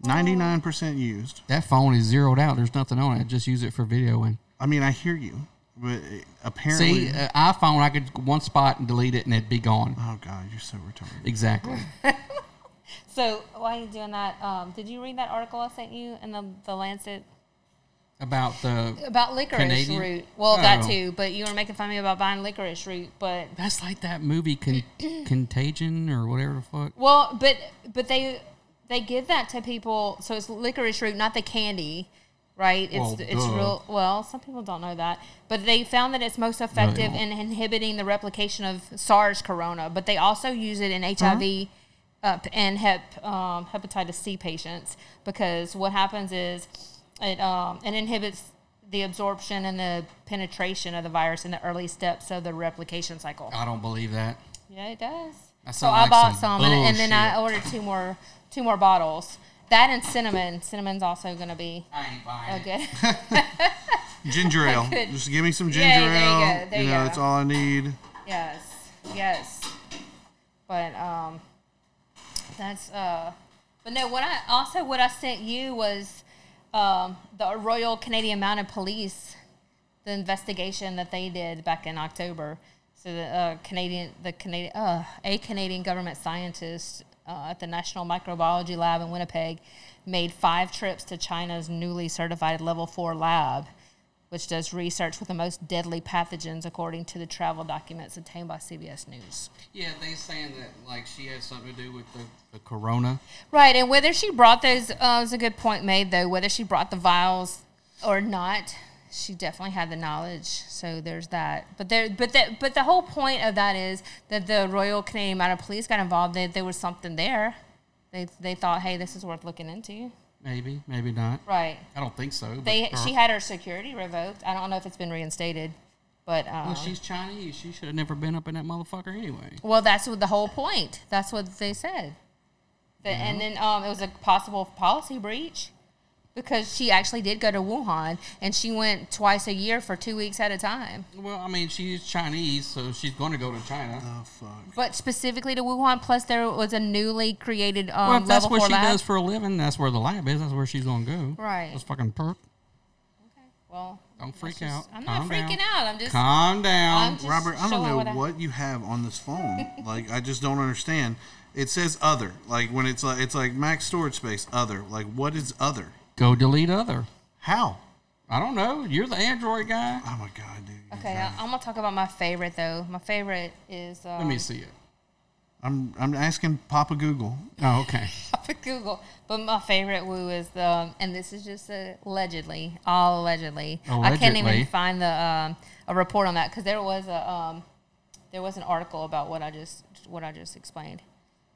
Speaker 5: 99% used.
Speaker 3: that phone is zeroed out. There's nothing on it. Just use it for videoing.
Speaker 5: I mean, I hear you, but it- apparently.
Speaker 3: See, uh, iPhone, I could one spot and delete it and it'd be gone.
Speaker 5: oh, God, you're so retarded.
Speaker 3: Exactly.
Speaker 4: So while you're doing that, um, did you read that article I sent you in the, the Lancet
Speaker 3: About the.
Speaker 4: about licorice
Speaker 3: Canadian?
Speaker 4: root? Well, that
Speaker 3: Oh.
Speaker 4: too. But you were making fun of me about buying licorice root. But
Speaker 3: That's like that movie Con- Contagion or whatever the fuck.
Speaker 4: well, but but they they give that to people. So it's licorice root, not the candy, right? It's
Speaker 3: Well,
Speaker 4: it's
Speaker 3: duh.
Speaker 4: real. Well, some people don't know that, but they found that it's most effective
Speaker 3: won't.
Speaker 4: in inhibiting the replication of SARS corona. But they also use it in HIV. uh, p- and hep, um, hepatitis C patients because what happens is it, um, it inhibits the absorption and the penetration of the virus in the early steps of the replication cycle.
Speaker 3: I don't believe that.
Speaker 4: Yeah, it does.
Speaker 3: That
Speaker 4: So
Speaker 3: sound
Speaker 4: I
Speaker 3: like
Speaker 4: bought
Speaker 3: some
Speaker 4: some, and, and then I
Speaker 3: bullshit.
Speaker 4: ordered two more two more bottles. That and cinnamon. Cinnamon's also going to be
Speaker 3: I ain't buying
Speaker 4: a good.
Speaker 5: Ginger ale.
Speaker 4: could-
Speaker 5: Just give me some ginger
Speaker 4: Yeah, there you
Speaker 5: ale.
Speaker 4: go, there you
Speaker 5: know,
Speaker 4: go.
Speaker 5: that's all I need.
Speaker 4: yes, yes. But um, that's uh, but no. What I also what I sent you was um the Royal Canadian Mounted Police, the investigation that they did back in October. So the uh, Canadian the Canadian uh, a Canadian government scientist uh, at the National Microbiology Lab in Winnipeg made five trips to China's newly certified level four lab which does research with the most deadly pathogens according to the travel documents obtained by CBS News.
Speaker 3: Yeah, they saying that like she has something to do with the, the corona.
Speaker 4: Right, and whether she brought those uh, was a good point made though. Whether she brought the vials or not, she definitely had the knowledge. So there's that. But there, but that, but the whole point of that is that the Royal Canadian Mounted Police got involved. That there was something there. They they thought, hey, this is worth looking into.
Speaker 3: Maybe, maybe not.
Speaker 4: Right.
Speaker 3: I don't think so. but-
Speaker 4: They
Speaker 3: or-
Speaker 4: she had her security revoked. I don't know if it's been reinstated, but um,
Speaker 3: Well, she's Chinese. She should have never been up in that motherfucker anyway.
Speaker 4: Well, that's what the whole point. That's what they said. The, And
Speaker 3: Mm-hmm.
Speaker 4: then um, it was a possible policy breach because she actually did go to Wuhan and she went twice a year for two weeks at a time,
Speaker 3: Well, I mean, she's Chinese, so she's going to go to China.
Speaker 4: Uh,
Speaker 5: Oh, fuck.
Speaker 4: but specifically to Wuhan. Plus, there was a newly created um,
Speaker 3: well, if that's
Speaker 4: level
Speaker 3: what
Speaker 4: four
Speaker 3: she
Speaker 4: lab.
Speaker 3: does for a living, that's where the lab is. That's where she's going to go.
Speaker 4: Right.
Speaker 3: Let's fucking perk.
Speaker 4: well,
Speaker 3: Don't freak
Speaker 4: that's
Speaker 3: out.
Speaker 4: just- I'm not
Speaker 3: Calm
Speaker 4: freaking
Speaker 3: down.
Speaker 4: out. I'm just.
Speaker 3: Calm down.
Speaker 4: I'm just
Speaker 5: Robert, I don't
Speaker 4: showing
Speaker 5: know
Speaker 4: what I-
Speaker 5: what, you have on this phone. like, I just don't understand. It says other. Like when it's like it's like max storage space. Other. Like what is other?
Speaker 3: go delete other.
Speaker 5: How?
Speaker 3: I don't know. You're the Android guy.
Speaker 5: Oh my god, dude. you're
Speaker 4: Okay,
Speaker 5: right.
Speaker 4: I, I'm gonna talk about my favorite though. My favorite is. Um,
Speaker 3: Let me see it.
Speaker 5: I'm I'm asking Papa Google.
Speaker 3: Oh, okay.
Speaker 4: for Google. But my favorite woo is the, um, and this is just uh allegedly, all allegedly. I can't
Speaker 3: Allegedly.
Speaker 4: even find the um, a report on that because there was a um, there was an article about what I just what I just explained,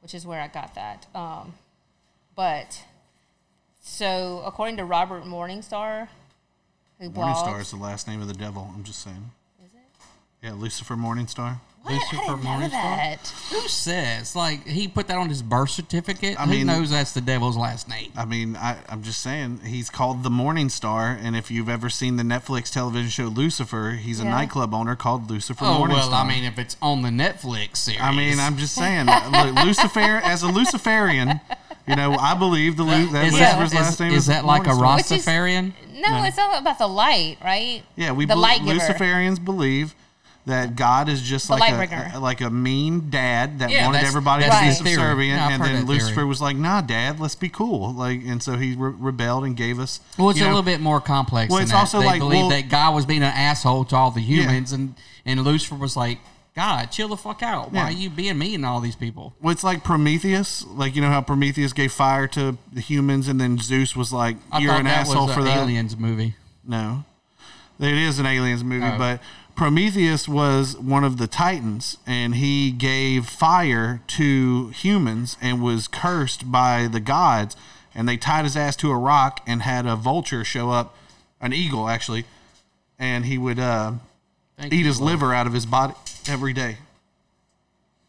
Speaker 4: which is where I got that. Um, but so according to Robert Morningstar, who blogs,
Speaker 5: Morningstar is the last name of the devil. I'm just saying. Is it? Yeah, Lucifer Morningstar.
Speaker 4: what? I
Speaker 3: Lucifer
Speaker 4: didn't know
Speaker 3: Morningstar?
Speaker 4: that.
Speaker 3: Who says? Like, he put that on his birth certificate?
Speaker 5: I
Speaker 3: Who
Speaker 5: mean-
Speaker 3: knows that's the devil's last name?
Speaker 5: I mean, I, I'm just saying he's called the Morning Star, and if you've ever seen the Netflix television show Lucifer, he's a
Speaker 4: Yeah.
Speaker 5: nightclub owner called Lucifer
Speaker 3: Oh,
Speaker 5: Morning
Speaker 3: well,
Speaker 5: Star.
Speaker 3: I mean, if it's on the Netflix series.
Speaker 5: I mean, I'm just saying, look, Lucifer as a Luciferian, you know, I believe the Lu- that
Speaker 3: is that,
Speaker 5: Lucifer's
Speaker 3: is,
Speaker 5: last name
Speaker 3: is
Speaker 5: is,
Speaker 3: that like a
Speaker 5: Morningstar.
Speaker 4: Which is-
Speaker 3: Rastafarian?
Speaker 4: No, it's all about the light, right?
Speaker 5: Yeah, we
Speaker 4: the
Speaker 5: bel-
Speaker 4: light giver.
Speaker 5: Luciferians believe that God is just
Speaker 4: The
Speaker 5: like
Speaker 4: light
Speaker 5: a,
Speaker 4: bringer.
Speaker 5: a- like a mean dad that
Speaker 3: Yeah,
Speaker 5: wanted
Speaker 3: that's-
Speaker 5: everybody to
Speaker 4: that's
Speaker 5: be
Speaker 4: his
Speaker 3: theory.
Speaker 5: subservient,
Speaker 3: No, I've
Speaker 5: and
Speaker 3: heard
Speaker 5: then
Speaker 3: that theory.
Speaker 5: Lucifer was like, "Nah, Dad, let's be cool." Like, and so he re- rebelled and gave us.
Speaker 3: Well, it's
Speaker 5: you
Speaker 3: a
Speaker 5: know,
Speaker 3: little bit more complex.
Speaker 5: Well,
Speaker 3: than
Speaker 5: it's
Speaker 3: that.
Speaker 5: also
Speaker 3: they
Speaker 5: like,
Speaker 3: believe
Speaker 5: well-
Speaker 3: that God was being an asshole to all the humans, and and Lucifer was like, God, chill the fuck out. Why
Speaker 5: Yeah.
Speaker 3: are you being mean to all these people?
Speaker 5: Well, it's like Prometheus, like you know how Prometheus gave fire to the humans, and then Zeus was like,
Speaker 3: I
Speaker 5: "You're
Speaker 3: thought
Speaker 5: an
Speaker 3: that
Speaker 5: asshole
Speaker 3: was
Speaker 5: for
Speaker 3: the
Speaker 5: that."
Speaker 3: aliens movie.
Speaker 5: No. It is an aliens movie,
Speaker 3: Oh.
Speaker 5: but Prometheus was one of the titans and he gave fire to humans and was cursed by the gods and they tied his ass to a rock and had a vulture show up, an eagle actually, and he would uh,
Speaker 3: Thank
Speaker 5: eat
Speaker 3: you,
Speaker 5: his
Speaker 3: Lord.
Speaker 5: liver out of his body every day.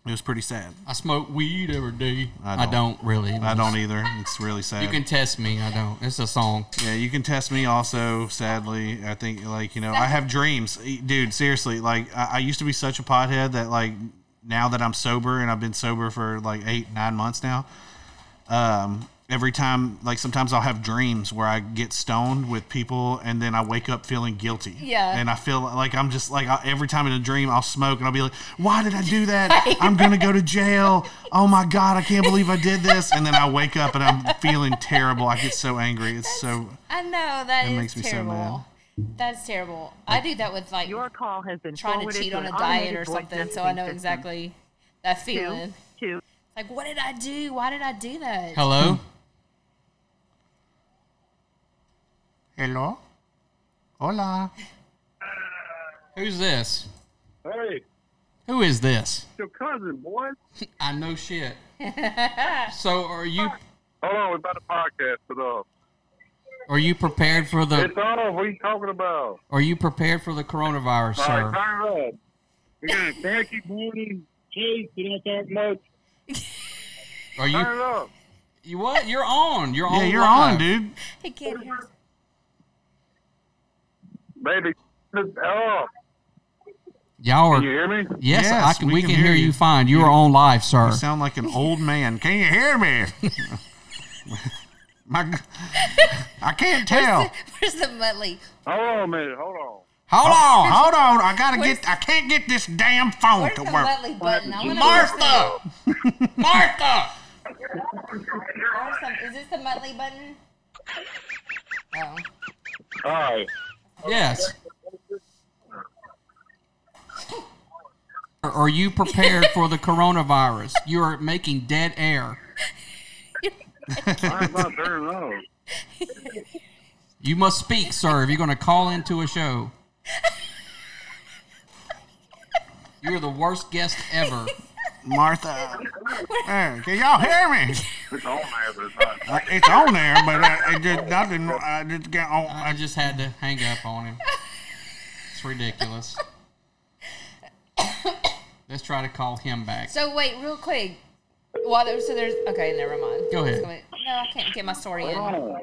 Speaker 5: It was pretty sad.
Speaker 3: I smoke weed every day. I
Speaker 5: I don't.
Speaker 3: don't, really.
Speaker 5: I don't either. It's really sad.
Speaker 3: You can test me. I don't. It's a song.
Speaker 5: Yeah, you can test me also, sadly. I think, like, you know, I have dreams. E, Dude, seriously, like, I, I used to be such a pothead that, like, now that I'm sober and I've been sober for, like, eight, nine months now, um, every time, like, sometimes I'll have dreams where I get stoned with people and then I wake up feeling guilty.
Speaker 4: Yeah.
Speaker 5: And I feel like I'm just, like, I, every time in a dream, I'll smoke and I'll be like, why did I do that? I'm going to go to jail. Oh my God, I can't believe I did this. And then I wake up and I'm feeling terrible. I get so angry. It's so.
Speaker 4: I know that
Speaker 5: That
Speaker 4: is
Speaker 5: makes me so
Speaker 4: terrible.
Speaker 5: mad.
Speaker 4: That's terrible. I do that with like
Speaker 8: Your call has been
Speaker 4: trying to
Speaker 8: forwarded
Speaker 4: cheat on
Speaker 8: an
Speaker 4: a diet
Speaker 8: automated
Speaker 4: or
Speaker 8: voice
Speaker 4: something, so I
Speaker 8: messaging
Speaker 4: know
Speaker 8: system.
Speaker 4: exactly that
Speaker 8: Two,
Speaker 4: feeling.
Speaker 8: two,
Speaker 4: Like, what did I do? Why did I do that?
Speaker 3: Hello.
Speaker 5: Hmm. Hello? Hola.
Speaker 3: Who's this?
Speaker 9: Hey,
Speaker 3: Who is this?
Speaker 9: your cousin, boy.
Speaker 3: I know shit. so are you
Speaker 9: Hold on, we're about to podcast it up.
Speaker 3: are you prepared for the
Speaker 9: It's on. What are you talking about?
Speaker 3: are you prepared for the coronavirus,
Speaker 9: All right,
Speaker 3: sir?
Speaker 9: turn it up. We got Becky, Brady, Chase. You don't talk much.
Speaker 3: Are
Speaker 9: Turn
Speaker 3: you
Speaker 9: it up.
Speaker 3: you what? You're on. You're
Speaker 4: Oh,
Speaker 3: on.
Speaker 5: Yeah, you're
Speaker 3: live.
Speaker 5: on, dude.
Speaker 4: He can't hear us.
Speaker 9: Baby, turn it up.
Speaker 3: Y'all
Speaker 9: Can
Speaker 3: are.
Speaker 9: you
Speaker 3: Yes,
Speaker 9: hear me?
Speaker 3: I can. We, can, hear you fine. You are on live, sir.
Speaker 5: You sound like an old man. Can you hear me? My, g- I can't tell.
Speaker 4: Where's the Muttley?
Speaker 9: Hold on a minute. Hold on.
Speaker 3: Hold on.
Speaker 5: Oh, Hold on, I gotta
Speaker 4: Where's-
Speaker 5: get. I can't get this damn phone
Speaker 4: Where's the
Speaker 5: to work.
Speaker 4: Muttley button? I want to
Speaker 3: Martha. Martha.
Speaker 4: Is this the Muttley button? Oh.
Speaker 9: All right.
Speaker 3: Yes. Are you prepared for the coronavirus? You are making dead air.
Speaker 9: I'm about to turn it up.
Speaker 3: You must speak, sir, if you're going to call into a show. You are the worst guest ever.
Speaker 5: Martha, Hey, can y'all hear me?
Speaker 9: It's on there, but it's not.
Speaker 5: Uh, It's on there, but uh, it just nothing. I just got on.
Speaker 3: I just had to hang up on him. It's ridiculous. Let's try to call him back.
Speaker 4: So wait, real quick. While there, so there's okay, never mind.
Speaker 3: Go ahead.
Speaker 4: No, I can't get my story in.
Speaker 9: Hold
Speaker 4: Well,
Speaker 9: on.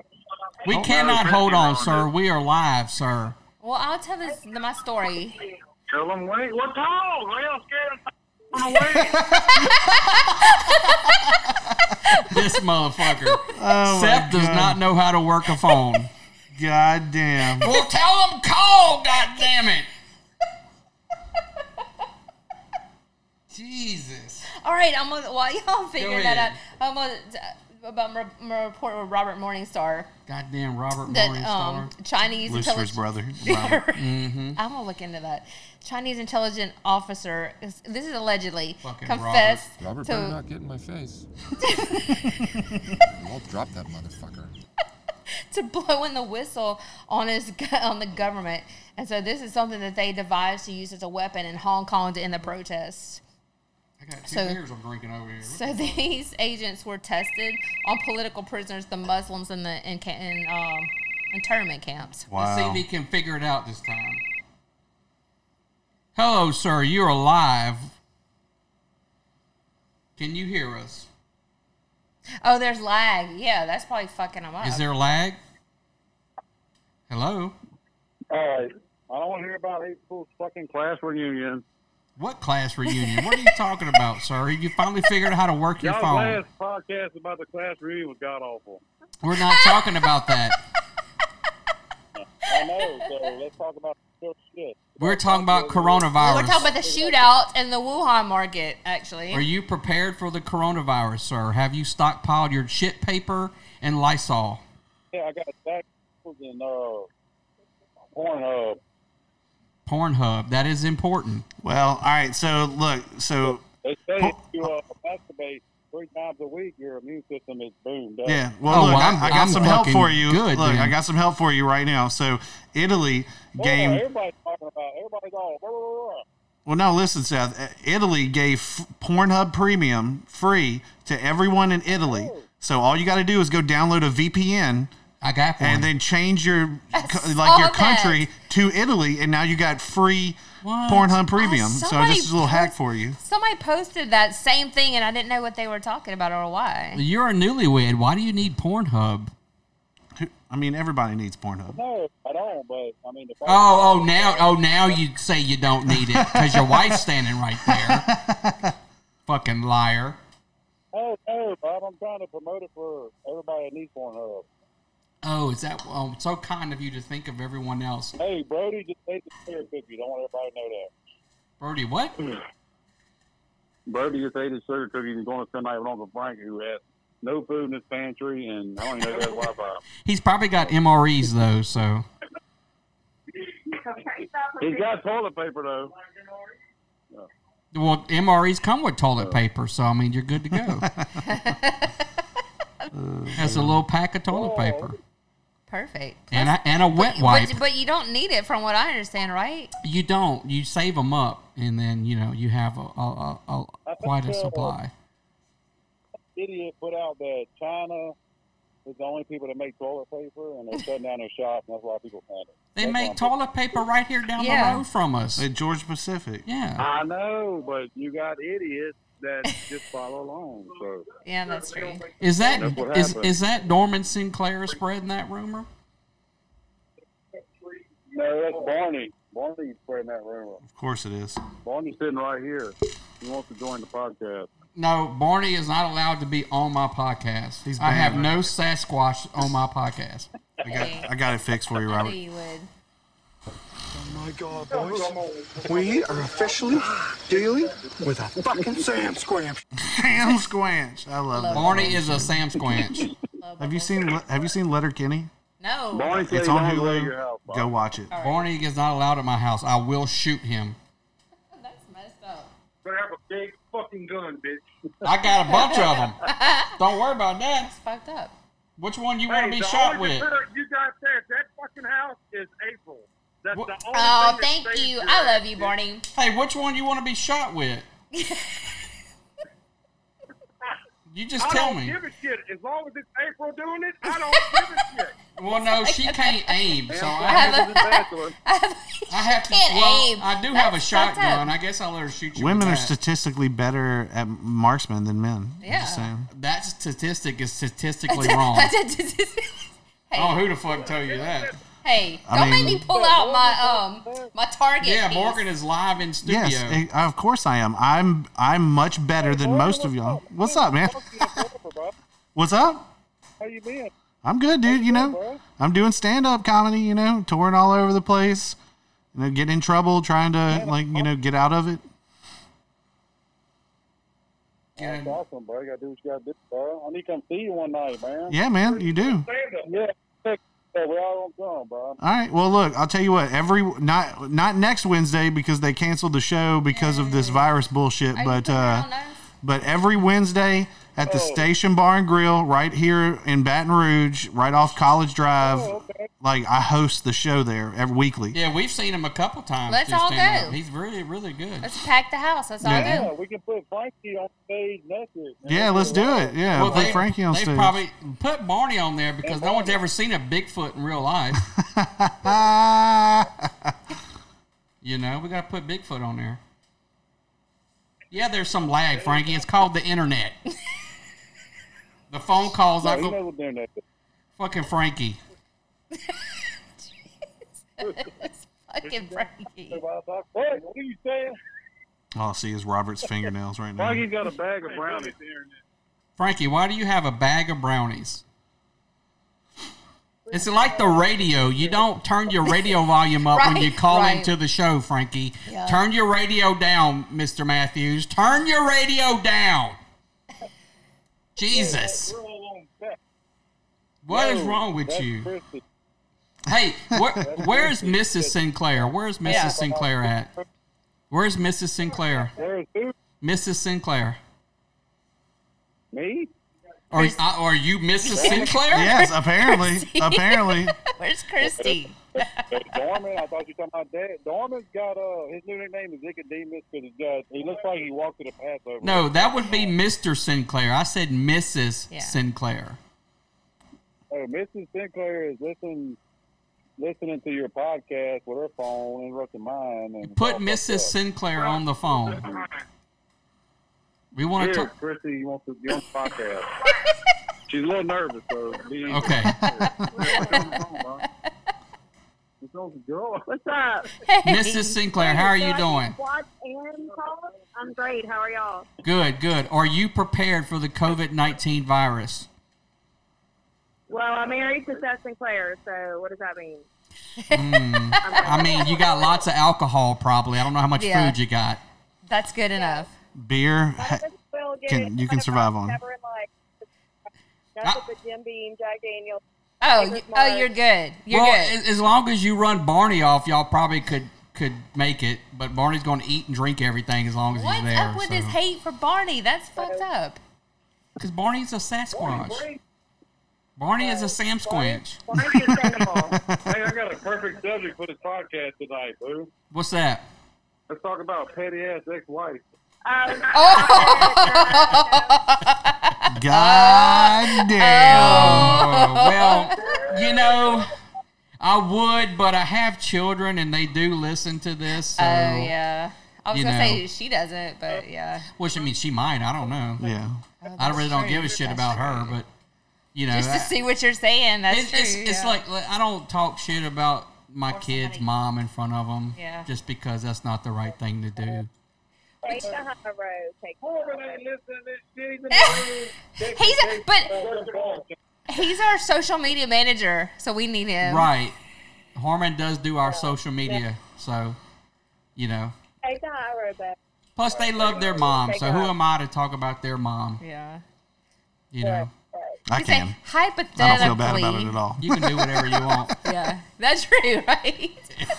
Speaker 3: We cannot hold on, sir. We are live, sir.
Speaker 4: I'll tell this my story.
Speaker 9: Tell them wait. What's on? Real scared. I'm away.
Speaker 3: This motherfucker.
Speaker 5: Oh
Speaker 3: Uh, Seth does not know how to work a phone.
Speaker 5: God damn.
Speaker 3: well, tell him call, goddammit. Jesus.
Speaker 4: All right, I'm gonna, while y'all figure that
Speaker 3: ahead.
Speaker 4: out, I'm gonna uh, about my, my report with Robert Morningstar
Speaker 3: Goddamn Robert
Speaker 4: that
Speaker 3: Morningstar.
Speaker 4: um Chinese
Speaker 5: Lucifer's
Speaker 4: intelligence.
Speaker 5: brother. Robert.
Speaker 4: I'm gonna look into that. Chinese intelligent officer. is- This is allegedly
Speaker 3: Fucking
Speaker 4: confessed
Speaker 10: Robert better
Speaker 4: to
Speaker 10: not get in my face. I'll drop that motherfucker.
Speaker 4: to blowing the whistle on his go- on the government, and so this is something that they devised to use as a weapon in Hong Kong to end the protests.
Speaker 3: I got two
Speaker 4: so-
Speaker 3: beers I'm drinking over here.
Speaker 4: So these agents were tested on political prisoners, the Muslims in the in, ca- in um, internment camps.
Speaker 3: Let's see
Speaker 5: Wow.
Speaker 3: if he can figure it out this time. Hello, sir. You're alive. Can you hear us?
Speaker 4: Oh, there's lag. Yeah, that's probably fucking them up.
Speaker 3: Is there lag? Hello?
Speaker 9: All right. I don't want to hear about April's fucking class reunion.
Speaker 3: What class reunion? What are you talking about, sir? You finally figured out how to work your
Speaker 9: Y'all's
Speaker 3: phone.
Speaker 9: last podcast about the class reunion was god awful.
Speaker 3: We're not talking about that.
Speaker 9: I know, so let's talk about some shit.
Speaker 3: We're talking about coronavirus.
Speaker 4: We're talking about the shootout in the Wuhan market, actually.
Speaker 3: Are you prepared for the coronavirus, sir? Have you stockpiled your shit paper and Lysol?
Speaker 9: Yeah, I got back in uh, Pornhub.
Speaker 3: Pornhub. That is important.
Speaker 5: Well, all right. So look. So
Speaker 9: They say if you uh, masturbate three times a week, your immune system is boomed up.
Speaker 5: yeah. Well,
Speaker 3: Oh,
Speaker 5: look.
Speaker 3: well,
Speaker 5: I-
Speaker 3: I'm-
Speaker 5: I, got
Speaker 3: I'm
Speaker 5: some help
Speaker 3: fucking
Speaker 5: for you.
Speaker 3: good,
Speaker 5: look,
Speaker 3: dude.
Speaker 5: I got some help for you right now. So Italy
Speaker 9: Boy,
Speaker 5: gave.
Speaker 9: everybody's talking about. it. Everybody's all. Blah, blah, blah, blah.
Speaker 5: Well, no. Listen, Seth. uh, Italy gave f- Pornhub
Speaker 4: Oh.
Speaker 5: Premium free to everyone in Italy. So all you got to do is go download a VPN.
Speaker 3: I got one.
Speaker 5: and then change your co- like
Speaker 4: saw
Speaker 5: your
Speaker 4: that.
Speaker 5: country to Italy, and now you got free
Speaker 3: What?
Speaker 5: Pornhub Premium. So
Speaker 4: somebody
Speaker 5: just a little hack
Speaker 4: post-
Speaker 5: for you.
Speaker 4: Somebody posted that same thing, and I didn't know what they were talking about or why.
Speaker 3: You're a newlywed. Why do you need Pornhub?
Speaker 5: Who- I mean, everybody needs Pornhub.
Speaker 9: No, I don't. But I mean, the
Speaker 3: Oh, oh, now, oh, now you say you don't need it because your wife's standing right there. Fucking liar.
Speaker 9: Oh, no, Bob. I'm trying to promote it for everybody that needs Pornhub.
Speaker 3: Oh, is that? Oh, it's so kind of you to think of everyone else.
Speaker 9: Hey, Brody, just ate the spear cookie. Don't want everybody to know that.
Speaker 3: Brody, what?
Speaker 9: Brody just ate his sugar cookie and going to send my Uncle Frank, who has no food in his pantry, and I don't even know if he has Wi-Fi.
Speaker 3: He's probably got MREs though. So
Speaker 9: He's got toilet paper though.
Speaker 3: well, MREs come with
Speaker 9: Uh.
Speaker 3: toilet paper. So I mean, you're good to go. That's a little pack of toilet paper
Speaker 4: Perfect.
Speaker 3: and a, and a wet wipe.
Speaker 4: But, but you don't need it, from what I understand, right?
Speaker 3: You don't. You save them up, and then you know you have a, a, a, a quite a supply.
Speaker 9: Idiot put out that China is the only people that make toilet paper, and they're shutting down their shop, and that's why people find it.
Speaker 3: They make toilet paper right here down
Speaker 4: Yeah.
Speaker 3: the road from us.
Speaker 5: At Georgia Pacific.
Speaker 3: yeah.
Speaker 9: I know, but you got idiots that just follow along. So
Speaker 4: Yeah, that's true.
Speaker 3: Is that
Speaker 9: That's what
Speaker 3: is,
Speaker 9: happened.
Speaker 3: is that Norman Sinclair spreading that rumor?
Speaker 9: no, that's Barney. Barney's spreading that rumor.
Speaker 5: Of course it is.
Speaker 9: Barney's sitting right here. He wants to join the podcast.
Speaker 3: No, Barney is not allowed to be on my podcast.
Speaker 5: He's
Speaker 3: I have
Speaker 5: banned.
Speaker 3: no Sasquatch on my podcast.
Speaker 5: I got, I got it fixed for you, Robert.
Speaker 4: You would.
Speaker 8: My God, boys. We are officially dealing with a fucking Sam Scram.
Speaker 5: Sam Squanch. I love that.
Speaker 3: Barney is a Sam Squanch.
Speaker 5: Have you seen Le- Have you seen Letter Kenny?
Speaker 4: No.
Speaker 9: Barney said
Speaker 5: It's
Speaker 9: he
Speaker 5: on
Speaker 9: wants to leave your
Speaker 5: Hulu.
Speaker 9: house, Bob.
Speaker 5: Go watch it.
Speaker 3: Barney is not allowed at my house. I will shoot him.
Speaker 4: That's messed up.
Speaker 9: Better have a big fucking gun, bitch.
Speaker 3: I got a bunch of them. Don't worry about that.
Speaker 4: It's fucked up.
Speaker 3: Which one you want to be shot with?
Speaker 9: you guys said that fucking house is April. That's
Speaker 3: What-
Speaker 9: the only
Speaker 4: Oh, thank you. I love you, Barney.
Speaker 3: Hey, which one you want to be shot with? You just tell me.
Speaker 9: a shit. As long as it's April doing it, I don't give a shit.
Speaker 3: Well, no, she can't aim, so I
Speaker 4: I
Speaker 3: have,
Speaker 4: have a-
Speaker 3: I have to.
Speaker 4: can't
Speaker 3: well,
Speaker 4: aim.
Speaker 3: I do have a
Speaker 4: That's fucked
Speaker 3: shotgun.
Speaker 4: up.
Speaker 3: I guess I'll let her shoot you. with
Speaker 5: Women are
Speaker 3: that.
Speaker 5: statistically better at marksmen than men. I'm just
Speaker 4: Yeah.
Speaker 5: saying.
Speaker 3: That statistic is statistically wrong. Oh, who the fuck told you that?
Speaker 4: hey,
Speaker 5: I
Speaker 4: don't make
Speaker 5: mean-
Speaker 4: me pull out my um my target.
Speaker 3: Yeah,
Speaker 4: piece.
Speaker 3: Morgan is live in studio.
Speaker 5: Yes, eh, of course I am. I'm I'm much better than most of y'all. What's up, man? What's up?
Speaker 9: How you been?
Speaker 5: I'm good, dude. You know,
Speaker 9: bro?
Speaker 5: I'm doing stand up comedy. You know, touring all over the place. You know, get in trouble trying to like you know get out of it.
Speaker 9: That's awesome, bro. You gotta do what you gotta do, bro. I need to come see you one night, man.
Speaker 5: Yeah, man, you do.
Speaker 9: Yeah. Yeah, we all gonna come, bro.
Speaker 5: All right. Well, look, I'll tell you what. Every not not next Wednesday because they canceled the show because of this virus bullshit.
Speaker 4: Are you
Speaker 5: But
Speaker 4: putting it
Speaker 5: uh,
Speaker 4: on us?
Speaker 5: but every Wednesday at the Station Bar and Grill right here in Baton Rouge, right off College Drive. Like I host the show there every weekly.
Speaker 3: Yeah, we've seen him a couple times.
Speaker 4: Let's
Speaker 3: do
Speaker 4: all
Speaker 3: stand-up.
Speaker 4: go.
Speaker 3: He's really, really good.
Speaker 4: let's pack the house. That's all
Speaker 5: Yeah.
Speaker 4: I
Speaker 9: Yeah, we can put Frankie on stage next year. man.
Speaker 5: Yeah, let's do it. Yeah,
Speaker 3: Well,
Speaker 5: put
Speaker 3: they-
Speaker 5: Frankie on
Speaker 3: they
Speaker 5: stage.
Speaker 3: probably put Barney on there because no one's ever seen a Bigfoot in real life.
Speaker 5: Ah.
Speaker 3: You know, we got to put Bigfoot on there. Yeah, there's some lag, Frankie. It's called the internet. the phone calls.
Speaker 9: No,
Speaker 3: I
Speaker 9: he
Speaker 3: go,
Speaker 9: knows we're doing that.
Speaker 3: fucking Frankie.
Speaker 4: do. Fucking Frankie.
Speaker 9: What? What are you saying?
Speaker 5: All I see is Robert's fingernails right now.
Speaker 9: Frankie's got a bag of brownies.
Speaker 3: Frankie, why do you have a bag of brownies? It's like the radio. You don't turn your radio volume up when you
Speaker 4: Right,
Speaker 3: call
Speaker 4: right.
Speaker 3: into the show, Frankie.
Speaker 4: Yeah.
Speaker 3: Turn your radio down, Mr. Matthews. Turn your radio down. Jesus. What is wrong with
Speaker 9: That's
Speaker 3: you?
Speaker 9: Christy.
Speaker 3: Hey, where, where is Mrs. Sinclair? Where is Mrs.
Speaker 4: Yeah.
Speaker 3: Sinclair at? Where is Mrs. Sinclair?
Speaker 9: There's who?
Speaker 3: Mrs. Sinclair.
Speaker 9: Me?
Speaker 3: Or, uh, or are you Mrs. Sinclair?
Speaker 5: Yes, apparently, apparently.
Speaker 4: Where's Christy?
Speaker 9: Dorman, I thought you were talking about Dad. Dorman's got uh, his new nickname is Nicodemus because he's got he looks like he walked to the Passover.
Speaker 3: No, that would be Mr. Sinclair. I said Mrs.
Speaker 4: Yeah.
Speaker 3: Sinclair.
Speaker 9: Oh, So Mrs. Sinclair is listening listening to your podcast with her phone interrupting mine. And
Speaker 3: Put Mrs. Sinclair on the phone. We want
Speaker 9: Here,
Speaker 3: to talk.
Speaker 9: Chrissy, you want to be on the podcast? She's a little nervous, so be
Speaker 3: Okay.
Speaker 9: It's on the girl.
Speaker 11: What's up?
Speaker 3: Mrs. Sinclair, how are you doing?
Speaker 11: Watch and call. I'm great. How are y'all?
Speaker 3: Good, good. Are you prepared for the COVID 19 virus?
Speaker 11: Well, I'm married to Seth Sinclair, so what does that mean?
Speaker 3: I mean, you got lots of alcohol probably. I don't know how much
Speaker 4: Yeah.
Speaker 3: food you got.
Speaker 4: That's good enough.
Speaker 5: Beer. ha-
Speaker 11: Well, get
Speaker 5: Can-
Speaker 11: it.
Speaker 5: you can
Speaker 11: I've
Speaker 5: survive on.
Speaker 11: Never in life. That's
Speaker 3: Ah.
Speaker 11: what the Jim Beam, Jack Daniels.
Speaker 4: Oh, y-
Speaker 11: Favorite
Speaker 4: oh,
Speaker 11: Mars.
Speaker 4: you're good. You're
Speaker 3: well,
Speaker 4: good.
Speaker 3: a- as long as you run Barney off, y'all probably could could make it. But Barney's going to eat and drink everything as long as
Speaker 4: What's
Speaker 3: he's there.
Speaker 4: up with his hate for Barney? That's fucked up.
Speaker 3: Because Barney's a Sasquatch. Barney is a Sam Squinch.
Speaker 11: Why is it sustainable?
Speaker 9: hey, I got a perfect subject for this podcast tonight, boo.
Speaker 3: What's that?
Speaker 9: Let's talk about petty ass ex wife.
Speaker 11: Um,
Speaker 4: Oh.
Speaker 5: God damn.
Speaker 3: Oh, well, you know, I would, but I have children and they do listen to this. So,
Speaker 4: Oh yeah. I was
Speaker 3: you
Speaker 4: gonna
Speaker 3: know.
Speaker 4: say she doesn't, but yeah.
Speaker 3: Which, I mean, she might. I don't know.
Speaker 5: Yeah.
Speaker 3: I really don't give a
Speaker 4: That's
Speaker 3: shit
Speaker 4: true.
Speaker 3: about her, but, you know.
Speaker 4: Just to
Speaker 3: I-
Speaker 4: see what you're saying, that's
Speaker 3: it's,
Speaker 4: true.
Speaker 3: it's, it's
Speaker 4: yeah.
Speaker 3: like, like, I don't talk shit about my kid's mom in front of them
Speaker 4: Yeah.
Speaker 3: just because that's not the right thing to do.
Speaker 11: take the high road. Take the
Speaker 9: Corbin
Speaker 11: high
Speaker 9: ain't
Speaker 11: road.
Speaker 9: listening to shit. He's in the room.
Speaker 4: He's a- but- he's our social media manager, so we need him.
Speaker 3: Right. Harmon does do our social media, so, you know.
Speaker 11: Take the high road, babe.
Speaker 3: Plus, they love their mom, so who am I to talk about their mom?
Speaker 4: Yeah.
Speaker 3: You know,
Speaker 5: I
Speaker 4: You say
Speaker 5: can.
Speaker 4: hypothetically.
Speaker 5: I don't feel bad about it at all.
Speaker 3: you can do whatever you want.
Speaker 4: Yeah, that's true, right?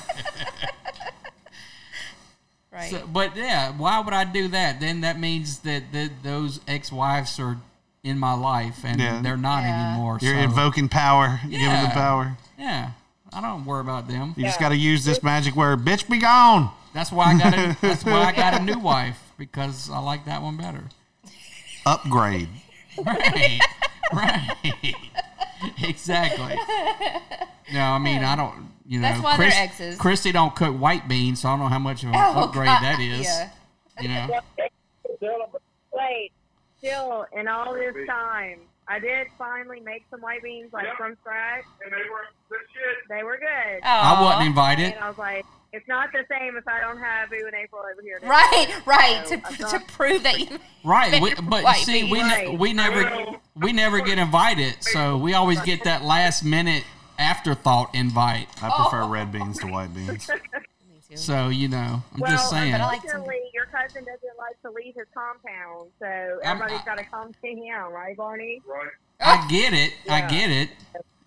Speaker 4: right.
Speaker 3: So, but yeah, why would I do that? Then that means that, that those ex-wives are in my life, and
Speaker 5: Yeah.
Speaker 3: they're not
Speaker 4: Yeah.
Speaker 3: anymore.
Speaker 5: You're
Speaker 3: so,
Speaker 5: invoking power. You're Giving
Speaker 3: Yeah.
Speaker 5: them power.
Speaker 3: Yeah, I don't worry about them.
Speaker 5: You just got to use this magic word. Bitch, be gone.
Speaker 3: That's why I got a, that's why I got a new wife because I like that one better.
Speaker 5: Upgrade.
Speaker 3: Right, right, exactly. No, I mean I don't. You know,
Speaker 4: That's why they're exes.
Speaker 3: Christy don't cook white beans, so I don't know how much of an
Speaker 4: Oh,
Speaker 3: upgrade
Speaker 4: God,
Speaker 3: that is.
Speaker 4: yeah.
Speaker 3: You know,
Speaker 11: Wait, still, in all this time, I did finally make some white beans like
Speaker 9: Yeah.
Speaker 11: from scratch.
Speaker 9: And they were the shit.
Speaker 11: They were good.
Speaker 4: Uh,
Speaker 3: I wasn't
Speaker 11: And
Speaker 3: invited.
Speaker 11: I was like, it's not the same if I don't have Boo and April over here.
Speaker 4: Right, right.
Speaker 11: So
Speaker 4: To,
Speaker 11: I
Speaker 4: to
Speaker 11: thought-
Speaker 4: prove that you.
Speaker 3: Right, we,
Speaker 4: Better
Speaker 3: but
Speaker 4: white
Speaker 3: see, we
Speaker 4: beans.
Speaker 3: ne- we never we never get invited, so we always get that last minute afterthought invite.
Speaker 5: I
Speaker 4: Oh.
Speaker 5: prefer red beans to white beans.
Speaker 3: So you know, I'm
Speaker 11: Well,
Speaker 3: just saying.
Speaker 4: but I like
Speaker 11: unfortunately, your cousin doesn't like to leave his compound, so
Speaker 3: I'm-
Speaker 11: everybody's
Speaker 3: I-
Speaker 11: got to come to him, right, Barney?
Speaker 9: Right.
Speaker 3: I get it, I get it.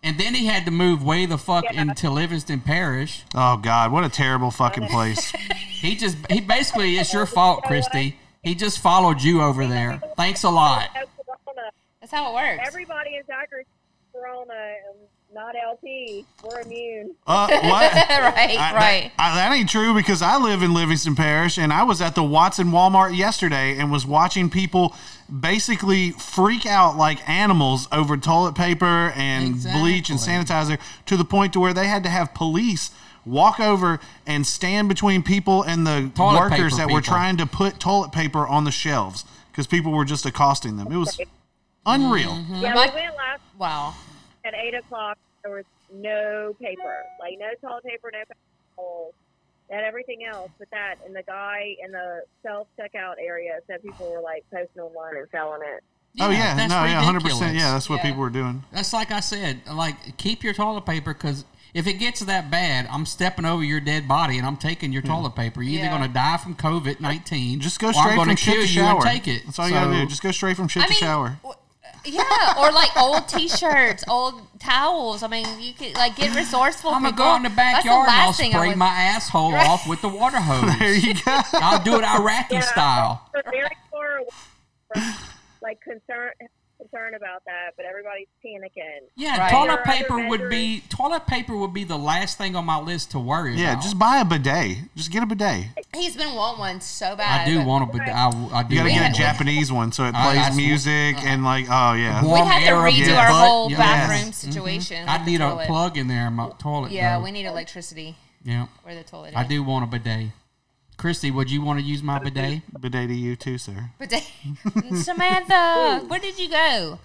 Speaker 3: And then he had to move way the fuck into Livingston Parish.
Speaker 5: Oh God, what a terrible fucking place.
Speaker 3: He just he basically it's your fault, Christy. He just followed you over there. Thanks a lot.
Speaker 11: Corona.
Speaker 4: That's how it works.
Speaker 11: Everybody in Zachary Corona and not LT. We're immune.
Speaker 5: Uh, what?
Speaker 4: right,
Speaker 5: I-
Speaker 4: right.
Speaker 5: That, I- that ain't true because I live in Livingston Parish and I was at the Watson Walmart yesterday and was watching people basically freak out like animals over toilet paper and bleach and
Speaker 3: Exactly.
Speaker 5: sanitizer to the point to where they had to have police walk over and stand between people and the
Speaker 3: Toilet
Speaker 5: workers
Speaker 3: paper
Speaker 5: that were
Speaker 3: people.
Speaker 5: trying to put toilet paper on the shelves because people were just accosting them. It was unreal.
Speaker 11: Yeah,
Speaker 4: Like-
Speaker 11: we went last
Speaker 4: Wow.
Speaker 11: at 8 o'clock. There was no paper, like no toilet paper, no paper towels, and everything else but that. And the guy in the self checkout area said people were like posting online and selling it.
Speaker 5: oh yeah,
Speaker 3: that's
Speaker 5: no, yeah, hundred
Speaker 3: ridiculous.
Speaker 5: percent. Yeah, that's what
Speaker 4: Yeah.
Speaker 5: people were doing.
Speaker 3: That's like I said, like keep your toilet paper because if it gets that bad, I'm stepping over your dead body and I'm taking your toilet paper. You're
Speaker 4: Yeah.
Speaker 3: either going to die from COVID nineteen,
Speaker 5: Hmm. Just go
Speaker 3: or
Speaker 5: straight
Speaker 3: I'm gonna
Speaker 5: from shit
Speaker 3: kill
Speaker 5: to
Speaker 3: you
Speaker 5: shower.
Speaker 3: and take it.
Speaker 5: That's all you
Speaker 3: So,
Speaker 5: gotta do. Just go straight from shit to shower.
Speaker 4: w- Yeah, or like old T-shirts, old towels. I mean, you could like get resourceful.
Speaker 3: I'm gonna
Speaker 4: people.
Speaker 3: go in the
Speaker 4: That's
Speaker 3: backyard and
Speaker 4: last
Speaker 3: I'll
Speaker 4: thing I
Speaker 3: spray
Speaker 4: would-
Speaker 3: my asshole off with the water
Speaker 5: There
Speaker 3: hose.
Speaker 5: you go.
Speaker 3: I'll do it Iraqi style.
Speaker 11: They're very far away from like concern concern about that, but everybody's panicking.
Speaker 3: Yeah,
Speaker 4: Right.
Speaker 11: There
Speaker 3: toilet
Speaker 11: are
Speaker 3: paper
Speaker 11: other
Speaker 3: would
Speaker 11: measures.
Speaker 3: be toilet paper would be the last thing on my list to worry
Speaker 5: Yeah,
Speaker 3: about.
Speaker 5: just buy a bidet. Just get a bidet.
Speaker 4: He's been wanting one so bad.
Speaker 3: I do
Speaker 4: but
Speaker 3: want to, but I, I do.
Speaker 5: You gotta get
Speaker 3: want
Speaker 5: a
Speaker 3: one.
Speaker 5: Japanese one so it
Speaker 3: I-
Speaker 5: plays
Speaker 3: I sw-
Speaker 5: music and like oh yeah.
Speaker 3: Warm
Speaker 4: We'd have to
Speaker 3: air up
Speaker 4: redo
Speaker 3: your
Speaker 4: our
Speaker 3: butt.
Speaker 4: whole
Speaker 3: Yeah.
Speaker 4: bathroom
Speaker 5: Yes.
Speaker 4: situation. with
Speaker 3: Mm-hmm. I
Speaker 4: the
Speaker 3: need a
Speaker 4: toilet.
Speaker 3: plug in there in my toilet.
Speaker 4: Yeah,
Speaker 3: though.
Speaker 4: we need electricity
Speaker 3: Yeah,
Speaker 4: where the toilet is.
Speaker 3: I do want a bidet. Christy, would you want to use my bidet?
Speaker 5: Bidet to you too, sir.
Speaker 4: But they- Samantha, where did you go?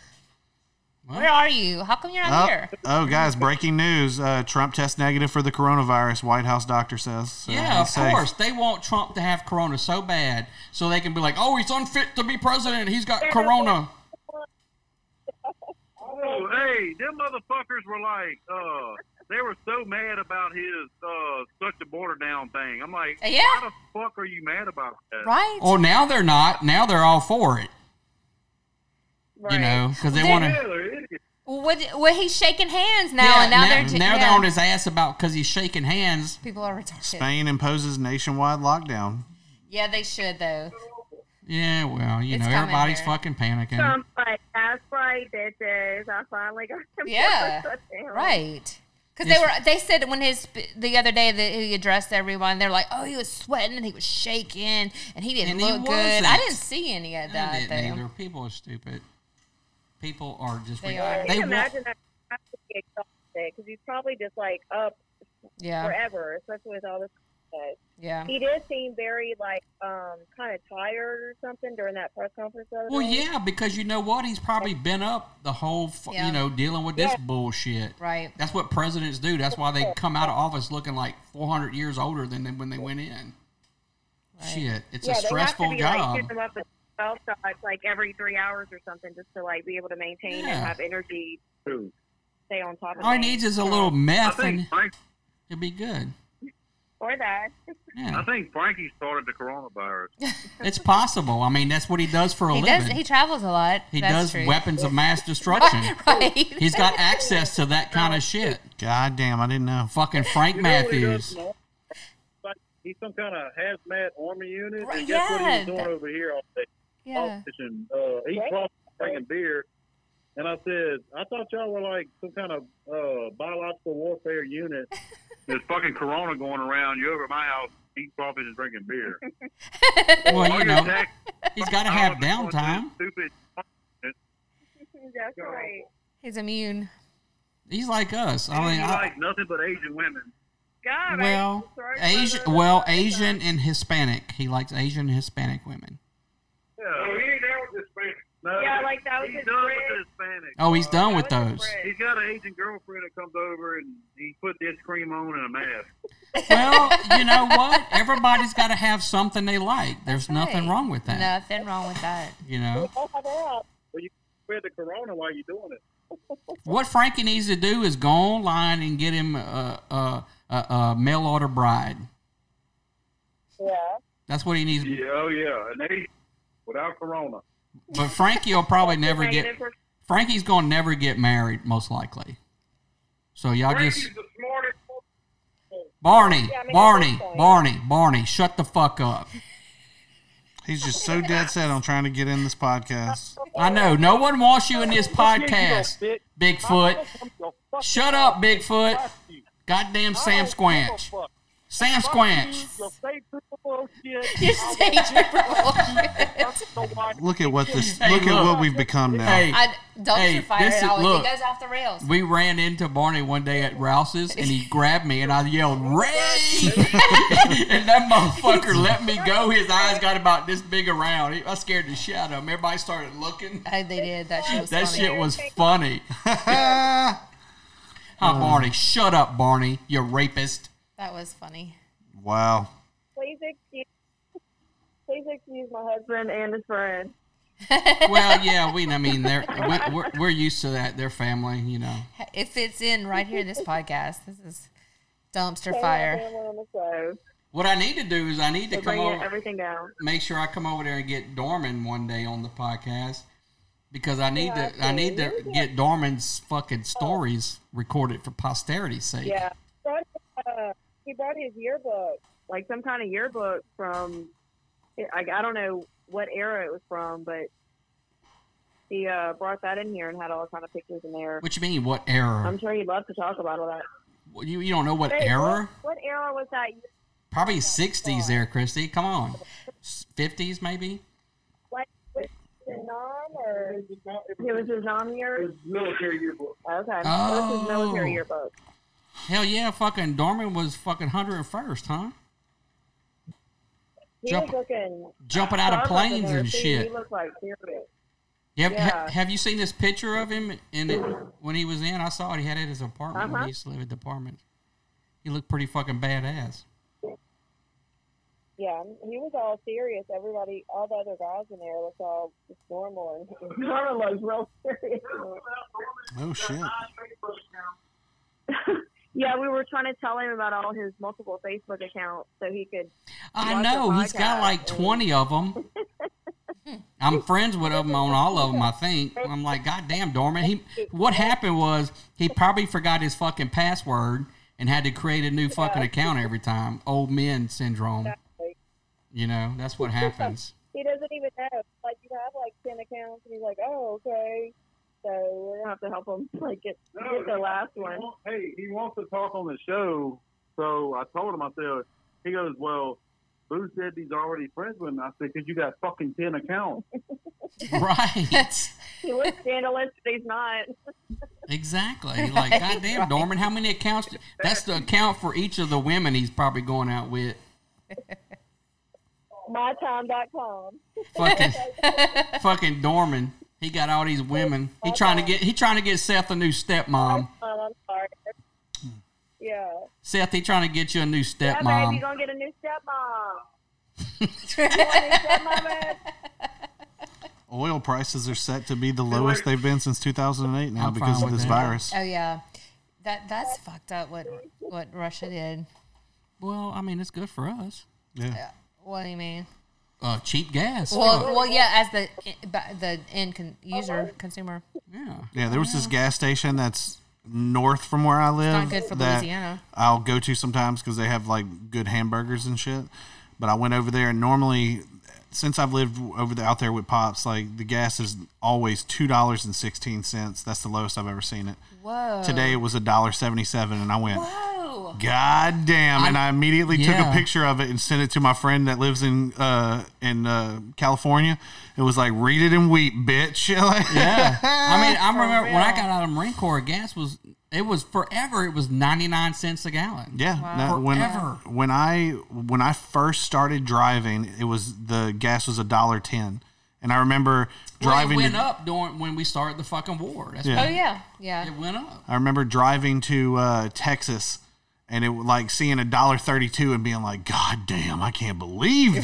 Speaker 4: Where are you? How come you're
Speaker 3: Uh,
Speaker 4: not
Speaker 5: Oh,
Speaker 4: here?
Speaker 5: oh, guys! Breaking news: uh, Trump tests negative for the coronavirus. White House doctor says. So
Speaker 3: yeah, of
Speaker 5: he's safe.
Speaker 3: course. They want Trump to have corona so bad, so they can be like, "Oh, he's unfit to be president. He's got corona."
Speaker 9: Oh, hey, them motherfuckers were like, uh, they were so mad about his uh, shut the border down thing. I'm like,
Speaker 4: Yeah.
Speaker 9: why the fuck are you mad about that?
Speaker 4: Right?
Speaker 3: Or Oh, now they're not. Now they're all for it.
Speaker 11: Right.
Speaker 3: You know, because they
Speaker 4: Well,
Speaker 3: want
Speaker 9: Yeah,
Speaker 3: to.
Speaker 9: they're idiots.
Speaker 4: What? Well, he's shaking hands now, and now, they're j-
Speaker 3: now
Speaker 4: yeah.
Speaker 3: they're on his ass about because he's shaking hands.
Speaker 4: People are retarded.
Speaker 5: Spain imposes nationwide lockdown.
Speaker 4: Yeah, they should though.
Speaker 3: Yeah, well, you
Speaker 4: It's
Speaker 3: know,
Speaker 4: coming
Speaker 3: everybody's
Speaker 4: there.
Speaker 3: fucking panicking.
Speaker 11: So I'm like, Um, that's right, bitches. I finally got some
Speaker 4: Yeah,
Speaker 11: shut down.
Speaker 4: Right. Because they
Speaker 3: Yes.
Speaker 4: were, they said when his the other day that he addressed everyone, they're like, "Oh, he was sweating and he was shaking and he didn't
Speaker 3: And he
Speaker 4: look good." I
Speaker 3: wasn't.
Speaker 4: didn't see any of
Speaker 3: I
Speaker 4: that
Speaker 3: didn't
Speaker 4: though.
Speaker 3: either. People are stupid. People are just.
Speaker 4: They
Speaker 3: re-
Speaker 4: are.
Speaker 11: I
Speaker 3: They
Speaker 11: can
Speaker 3: want,
Speaker 11: imagine that has to be exhausted because he's probably just like up
Speaker 4: Yeah,
Speaker 11: forever, especially with all this. stuff.
Speaker 4: yeah.
Speaker 11: He did seem very like um kind of tired or something during that press conference. the other
Speaker 3: well,
Speaker 11: day.
Speaker 3: yeah, because you know what? He's probably been up the whole, f
Speaker 4: Yeah.
Speaker 3: you know, dealing with this
Speaker 11: Yeah.
Speaker 3: bullshit.
Speaker 4: Right.
Speaker 3: That's what presidents do. That's why they come out of office looking like 400 years older than they, when they went in. Shit, it's
Speaker 11: yeah,
Speaker 3: a
Speaker 11: they
Speaker 3: stressful
Speaker 11: have to be,
Speaker 3: job.
Speaker 11: Like, hitting him up with twelve shots like every three hours or something, just to like be able to maintain
Speaker 3: Yeah.
Speaker 11: and have energy to stay on top of.
Speaker 3: All he
Speaker 11: things.
Speaker 3: needs is a little
Speaker 9: I
Speaker 3: meth, and
Speaker 9: think, Frank,
Speaker 3: it'll be good.
Speaker 11: or that.
Speaker 9: I
Speaker 3: Yeah,
Speaker 9: think Frankie started the coronavirus.
Speaker 3: it's possible. I mean, that's what he does for a
Speaker 4: He
Speaker 3: living.
Speaker 4: does. He travels a lot.
Speaker 3: He
Speaker 4: That's
Speaker 3: does
Speaker 4: true.
Speaker 3: weapons of mass destruction.
Speaker 4: right.
Speaker 3: He's got access to that kind of shit.
Speaker 5: God damn, I didn't know.
Speaker 3: Fucking Frank
Speaker 9: You know what he does
Speaker 3: Matthews.
Speaker 9: in the army? Like, He's some kind of hazmat army unit.
Speaker 4: Right,
Speaker 9: and guess what he
Speaker 4: yeah,
Speaker 9: was doing
Speaker 4: that-
Speaker 9: over here all day?
Speaker 4: yeah.
Speaker 9: politician. Uh, he
Speaker 11: Right.
Speaker 9: called me bringing beer, and I said, "I thought y'all were like some kind of uh, biological warfare unit." There's fucking corona going around. You over at my house, eat crawfish and drinking beer.
Speaker 3: Well,
Speaker 9: All your
Speaker 3: you know,
Speaker 9: tax-
Speaker 3: he's got to have downtime.
Speaker 9: Stupid.
Speaker 11: That's right.
Speaker 4: He's immune.
Speaker 3: He's like us. I mean,
Speaker 9: you
Speaker 3: I,
Speaker 9: like nothing but Asian women.
Speaker 11: God, I
Speaker 3: well,
Speaker 11: just throw
Speaker 3: Asian,
Speaker 11: another-
Speaker 3: well, Asian and Hispanic. He likes Asian and Hispanic women.
Speaker 9: Yeah. No, Oh, he ain't down with Hispanic. No,
Speaker 11: Yeah, like that was
Speaker 9: he's
Speaker 11: his
Speaker 9: done with
Speaker 11: friend.
Speaker 9: the Hispanic.
Speaker 3: Oh, he's done
Speaker 11: That
Speaker 3: with
Speaker 11: was his
Speaker 3: those.
Speaker 11: friend.
Speaker 9: He's got an Asian girlfriend that comes over and he put this cream on and a mask.
Speaker 3: Well, you know what? Everybody's got to have something they like. There's nothing
Speaker 4: Right.
Speaker 3: wrong with that.
Speaker 4: Nothing wrong with that.
Speaker 3: You know
Speaker 11: Oh, yeah.
Speaker 9: Well, you spread the corona while you're doing it.
Speaker 3: what Frankie needs to do is go online and get him a a, a, a mail order bride.
Speaker 11: Yeah.
Speaker 3: That's what he needs.
Speaker 9: Yeah, oh yeah, an Asian without corona.
Speaker 3: But Frankie will probably never
Speaker 11: Negative
Speaker 3: get.
Speaker 11: for-
Speaker 3: Frankie's gonna never get married, most likely. So y'all just
Speaker 9: the smartest.
Speaker 3: Barney,
Speaker 11: Yeah, I mean, at
Speaker 3: Barney,
Speaker 11: this point-
Speaker 3: Barney, Barney, shut the fuck up.
Speaker 5: He's just so dead set on trying to get in this podcast.
Speaker 3: I know no one wants you in this podcast, Bigfoot. Shut up, Bigfoot. Goddamn Sam Squanch. Sam Squanch.
Speaker 4: Your stage
Speaker 5: Look at what this.
Speaker 3: Hey,
Speaker 5: look, at
Speaker 3: look.
Speaker 5: what we've become now.
Speaker 3: Hey,
Speaker 4: I don't
Speaker 3: Hey,
Speaker 4: you fire
Speaker 3: this
Speaker 4: it
Speaker 3: is-
Speaker 4: always.
Speaker 3: look.
Speaker 4: It goes off the rails.
Speaker 3: we ran into Barney one day at Rouse's, and he grabbed me, and I yelled "Ray!" and that motherfucker let me go. His eyes got about this big around. I scared the shit out of him. Everybody started looking.
Speaker 4: Oh, they did. That shit was
Speaker 3: That
Speaker 4: funny.
Speaker 3: shit was funny. Hi, Barney. Shut up, Barney. You rapist.
Speaker 4: That was funny.
Speaker 5: Wow.
Speaker 11: Please excuse. Please excuse my husband and his friend.
Speaker 3: Well, yeah, we. I mean, they're we- we're, we're used to that. They're family, you know.
Speaker 4: It fits in right here, this podcast. This is dumpster
Speaker 11: They
Speaker 4: fire.
Speaker 11: have family on the show.
Speaker 3: What I need to do is I need to
Speaker 11: They're
Speaker 3: come
Speaker 11: bringing
Speaker 3: over,
Speaker 11: everything down.
Speaker 3: make sure I come over there and get Dorman one day on the podcast because I need to. I need to get Dorman's fucking stories recorded for posterity's sake.
Speaker 11: Oh. Yeah. Brought, uh, he brought his yearbook, like some kind of yearbook from, like, I don't know what era it was from, but He uh, brought that in here and had all kind of pictures in there.
Speaker 3: What you mean? What error?
Speaker 11: I'm sure he'd love to talk about all that.
Speaker 3: You, you don't know what
Speaker 11: Hey,
Speaker 3: error?
Speaker 11: What, Oh what error was that?
Speaker 3: Probably 60s there, Christy. Come on. S- 50s maybe?
Speaker 11: Like, was it his non or it was his non year?
Speaker 9: military yearbook.
Speaker 11: Okay. It was
Speaker 3: Oh.
Speaker 11: his military yearbook.
Speaker 3: Hell yeah, fucking Dorman was fucking 101st, huh?
Speaker 11: He
Speaker 3: Jump-
Speaker 11: was looking
Speaker 3: jumping out of
Speaker 11: I was looking
Speaker 3: planes
Speaker 11: there,
Speaker 3: and
Speaker 11: see, He
Speaker 3: shit.
Speaker 11: looked like serious.
Speaker 3: You have, ha-
Speaker 11: Yeah.
Speaker 3: have you seen this picture of him in it, when he was in? I saw it. He had it at his apartment when
Speaker 11: Uh-huh.
Speaker 3: he used to live at the apartment. He looked pretty fucking badass.
Speaker 11: Yeah, he was all serious. Everybody, all the other guys in there looked all just normal, and Norman looked real serious.
Speaker 5: Oh shit.
Speaker 11: yeah, we were trying to tell him about all his multiple Facebook accounts so he could.
Speaker 3: I
Speaker 11: watch the
Speaker 3: know he's got
Speaker 11: podcast
Speaker 3: like
Speaker 11: and-
Speaker 3: twenty of them. I'm friends with them on all of them. I think I'm like, God damn, Dorman. He, what happened was he probably forgot his fucking password and had to create a new fucking account every time. Old men syndrome. You know, that's what happens.
Speaker 11: He doesn't even know. Like you have like ten accounts, and he's like, "Oh, okay." So we're gonna have to help him like get, get the last one.
Speaker 9: Hey, he wants to talk on the show, so I told him. I said, he goes, well, Boo said he's already friends with me. I said, because you got fucking ten accounts.
Speaker 3: right.
Speaker 11: He looks scandalous, but he's not.
Speaker 3: Exactly. Like, God damn, Dorman, how many accounts? do- That's the account for each of the women he's probably going out with.
Speaker 11: Mytime.com.
Speaker 3: Fucking, fucking Dorman. He got all these women. He trying to get. He trying to get Seth a new stepmom.
Speaker 11: Um, I'm sorry. Yeah.
Speaker 3: Seth, he trying to get you a new
Speaker 11: Yeah, baby, you
Speaker 3: stepmom.
Speaker 11: gonna get a new stepmom. you want a new stepmom, babe?
Speaker 5: Oil prices are set to be the lowest they've been since 2008 now
Speaker 3: I'm
Speaker 5: because
Speaker 3: fine
Speaker 5: of
Speaker 3: with
Speaker 5: this
Speaker 3: that.
Speaker 5: virus.
Speaker 4: Oh yeah, that that's fucked up. What what Russia did?
Speaker 3: Well, I mean, it's good for us.
Speaker 4: uh,
Speaker 5: Yeah.
Speaker 4: What do you mean?
Speaker 3: Uh, cheap gas.
Speaker 4: Well,
Speaker 3: Fuck.
Speaker 4: well, yeah, as the but the end con- user consumer,
Speaker 3: yeah.
Speaker 5: Yeah, there was this gas station that's north from where I live.
Speaker 4: not good for
Speaker 5: that
Speaker 4: Louisiana.
Speaker 5: I'll go to sometimes because they have like good hamburgers and shit. But I went over there, and normally, since I've lived over there out there with pops, like the gas is always two dollars and sixteen cents. That's the lowest I've ever seen it.
Speaker 4: Whoa.
Speaker 5: Today it was a dollar seventy seven, and I went.
Speaker 4: Whoa.
Speaker 5: God damn! and I immediately took
Speaker 3: Yeah.
Speaker 5: a picture of it and sent it to my friend that lives in uh, in uh, California. It was like, "Read it and weep, bitch."
Speaker 3: Yeah. I mean, I remember when I
Speaker 4: real.
Speaker 3: got out of the Marine Corps, gas was it was forever. It was ninety nine cents a gallon.
Speaker 5: Yeah, no, when
Speaker 3: Forever.
Speaker 5: when I when I first started driving, it was the gas was a dollar ten, and I remember
Speaker 3: Well, it
Speaker 5: driving.
Speaker 3: went
Speaker 5: to,
Speaker 3: up during when we started the fucking war. That's
Speaker 5: Yeah.
Speaker 4: Oh yeah, yeah.
Speaker 3: why it went up.
Speaker 5: I remember driving to uh, Texas, and it like seeing a dollar thirty two and being like, "God damn, I can't believe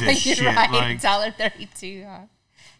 Speaker 5: this shit!" Like,
Speaker 4: Dollar thirty-two. Huh?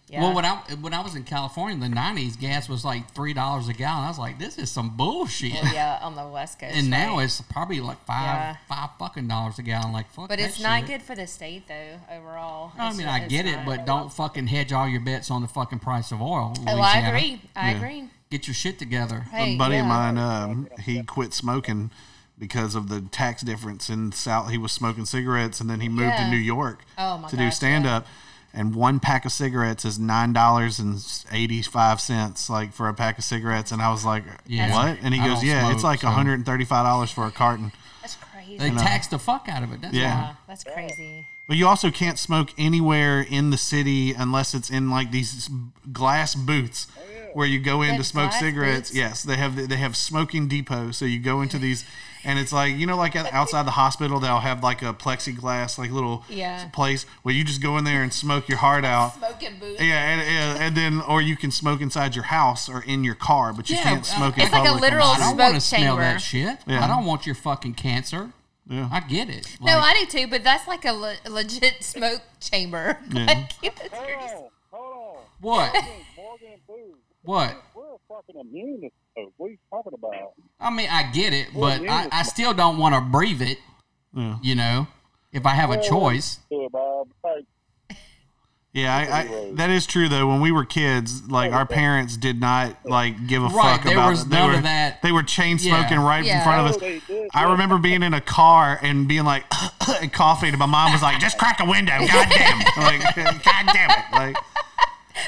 Speaker 4: Yeah.
Speaker 3: Well, when I when I was in California in the nineties, gas was like three dollars a gallon. I was like, this is some bullshit.
Speaker 4: Well, yeah, on the west coast.
Speaker 3: And now
Speaker 4: right.
Speaker 3: it's probably like five five fucking dollars a gallon. Like fuck.
Speaker 4: But
Speaker 3: that
Speaker 4: it's not
Speaker 3: shit.
Speaker 4: good for the state though. Overall,
Speaker 3: I
Speaker 4: It's
Speaker 3: mean,
Speaker 4: not-
Speaker 3: I
Speaker 4: it's
Speaker 3: get it,
Speaker 4: not-
Speaker 3: but don't fucking hedge all your bets on the fucking price of oil.
Speaker 4: Oh, I
Speaker 3: Louisiana.
Speaker 4: agree. I
Speaker 5: Yeah.
Speaker 4: agree.
Speaker 3: Get your shit together.
Speaker 4: Hey,
Speaker 5: a buddy
Speaker 4: yeah.
Speaker 5: of mine, um, he quit smoking because of the tax difference in South. He was smoking cigarettes, and then he moved
Speaker 4: Yeah.
Speaker 5: to New York
Speaker 4: Oh, my
Speaker 5: to
Speaker 4: gosh,
Speaker 5: do
Speaker 4: yeah.
Speaker 5: stand up. And one pack of cigarettes is nine dollars and eighty five cents, like for a pack of cigarettes. And I was like,
Speaker 3: Yeah.
Speaker 5: "What?" And he
Speaker 3: I
Speaker 5: goes,
Speaker 3: don't
Speaker 5: "Yeah, it's
Speaker 3: smoke,
Speaker 5: like
Speaker 3: so-
Speaker 5: one hundred and thirty five dollars for a carton."
Speaker 4: That's crazy.
Speaker 3: They tax the fuck out of it. That's
Speaker 5: uh, Yeah.
Speaker 3: why.
Speaker 4: Yeah, that's crazy.
Speaker 5: But you also can't smoke anywhere in the city unless it's in like these glass booths where you go
Speaker 4: They
Speaker 5: in to
Speaker 4: have
Speaker 5: smoke
Speaker 4: glass
Speaker 5: cigarettes.
Speaker 4: booths?
Speaker 5: Yes, they have they have smoking depots. So you go into these, and it's like you know, like at- outside the hospital, they'll have like a plexiglass like little
Speaker 4: Yeah.
Speaker 5: place where you just go in there and smoke your heart out.
Speaker 4: Smoking booth.
Speaker 5: Yeah, and, and, and then or you can smoke inside your house or in your car, but you
Speaker 3: Yeah,
Speaker 5: can't smoke. in
Speaker 4: uh, it's like a
Speaker 5: public on the
Speaker 4: literal
Speaker 3: I
Speaker 5: street.
Speaker 3: don't want to
Speaker 4: Smoke
Speaker 3: smell
Speaker 4: chamber.
Speaker 3: that shit.
Speaker 5: Yeah.
Speaker 3: I don't want your fucking cancer.
Speaker 5: Yeah.
Speaker 3: I get it.
Speaker 4: No,
Speaker 3: Like,
Speaker 4: I do too, but that's like a le- legit smoke chamber.
Speaker 5: Yeah.
Speaker 4: Like, it's- you're just-
Speaker 9: Hold on, hold on.
Speaker 3: what?
Speaker 9: Morgan and Boo,
Speaker 3: What?
Speaker 9: we're fucking immune to smoke. What are you talking about?
Speaker 3: I mean, I get it, but
Speaker 9: yeah.
Speaker 3: I, I still don't want to breathe it.
Speaker 5: Yeah.
Speaker 3: You know, if I have a choice.
Speaker 9: Yeah, Bob. Like,
Speaker 5: Yeah, I, I, that is true though. When we were kids, like our parents did not like give a
Speaker 3: Right,
Speaker 5: fuck
Speaker 3: there
Speaker 5: about
Speaker 3: was
Speaker 5: it.
Speaker 3: none
Speaker 5: were,
Speaker 3: of that.
Speaker 5: They were chain smoking
Speaker 3: Yeah.
Speaker 5: right
Speaker 4: Yeah.
Speaker 5: in front
Speaker 9: oh,
Speaker 5: of us.
Speaker 9: they did.
Speaker 5: I remember being in a car and being like and coughing, and my mom was like, "Just crack a window, goddamn!" like, goddamn it, like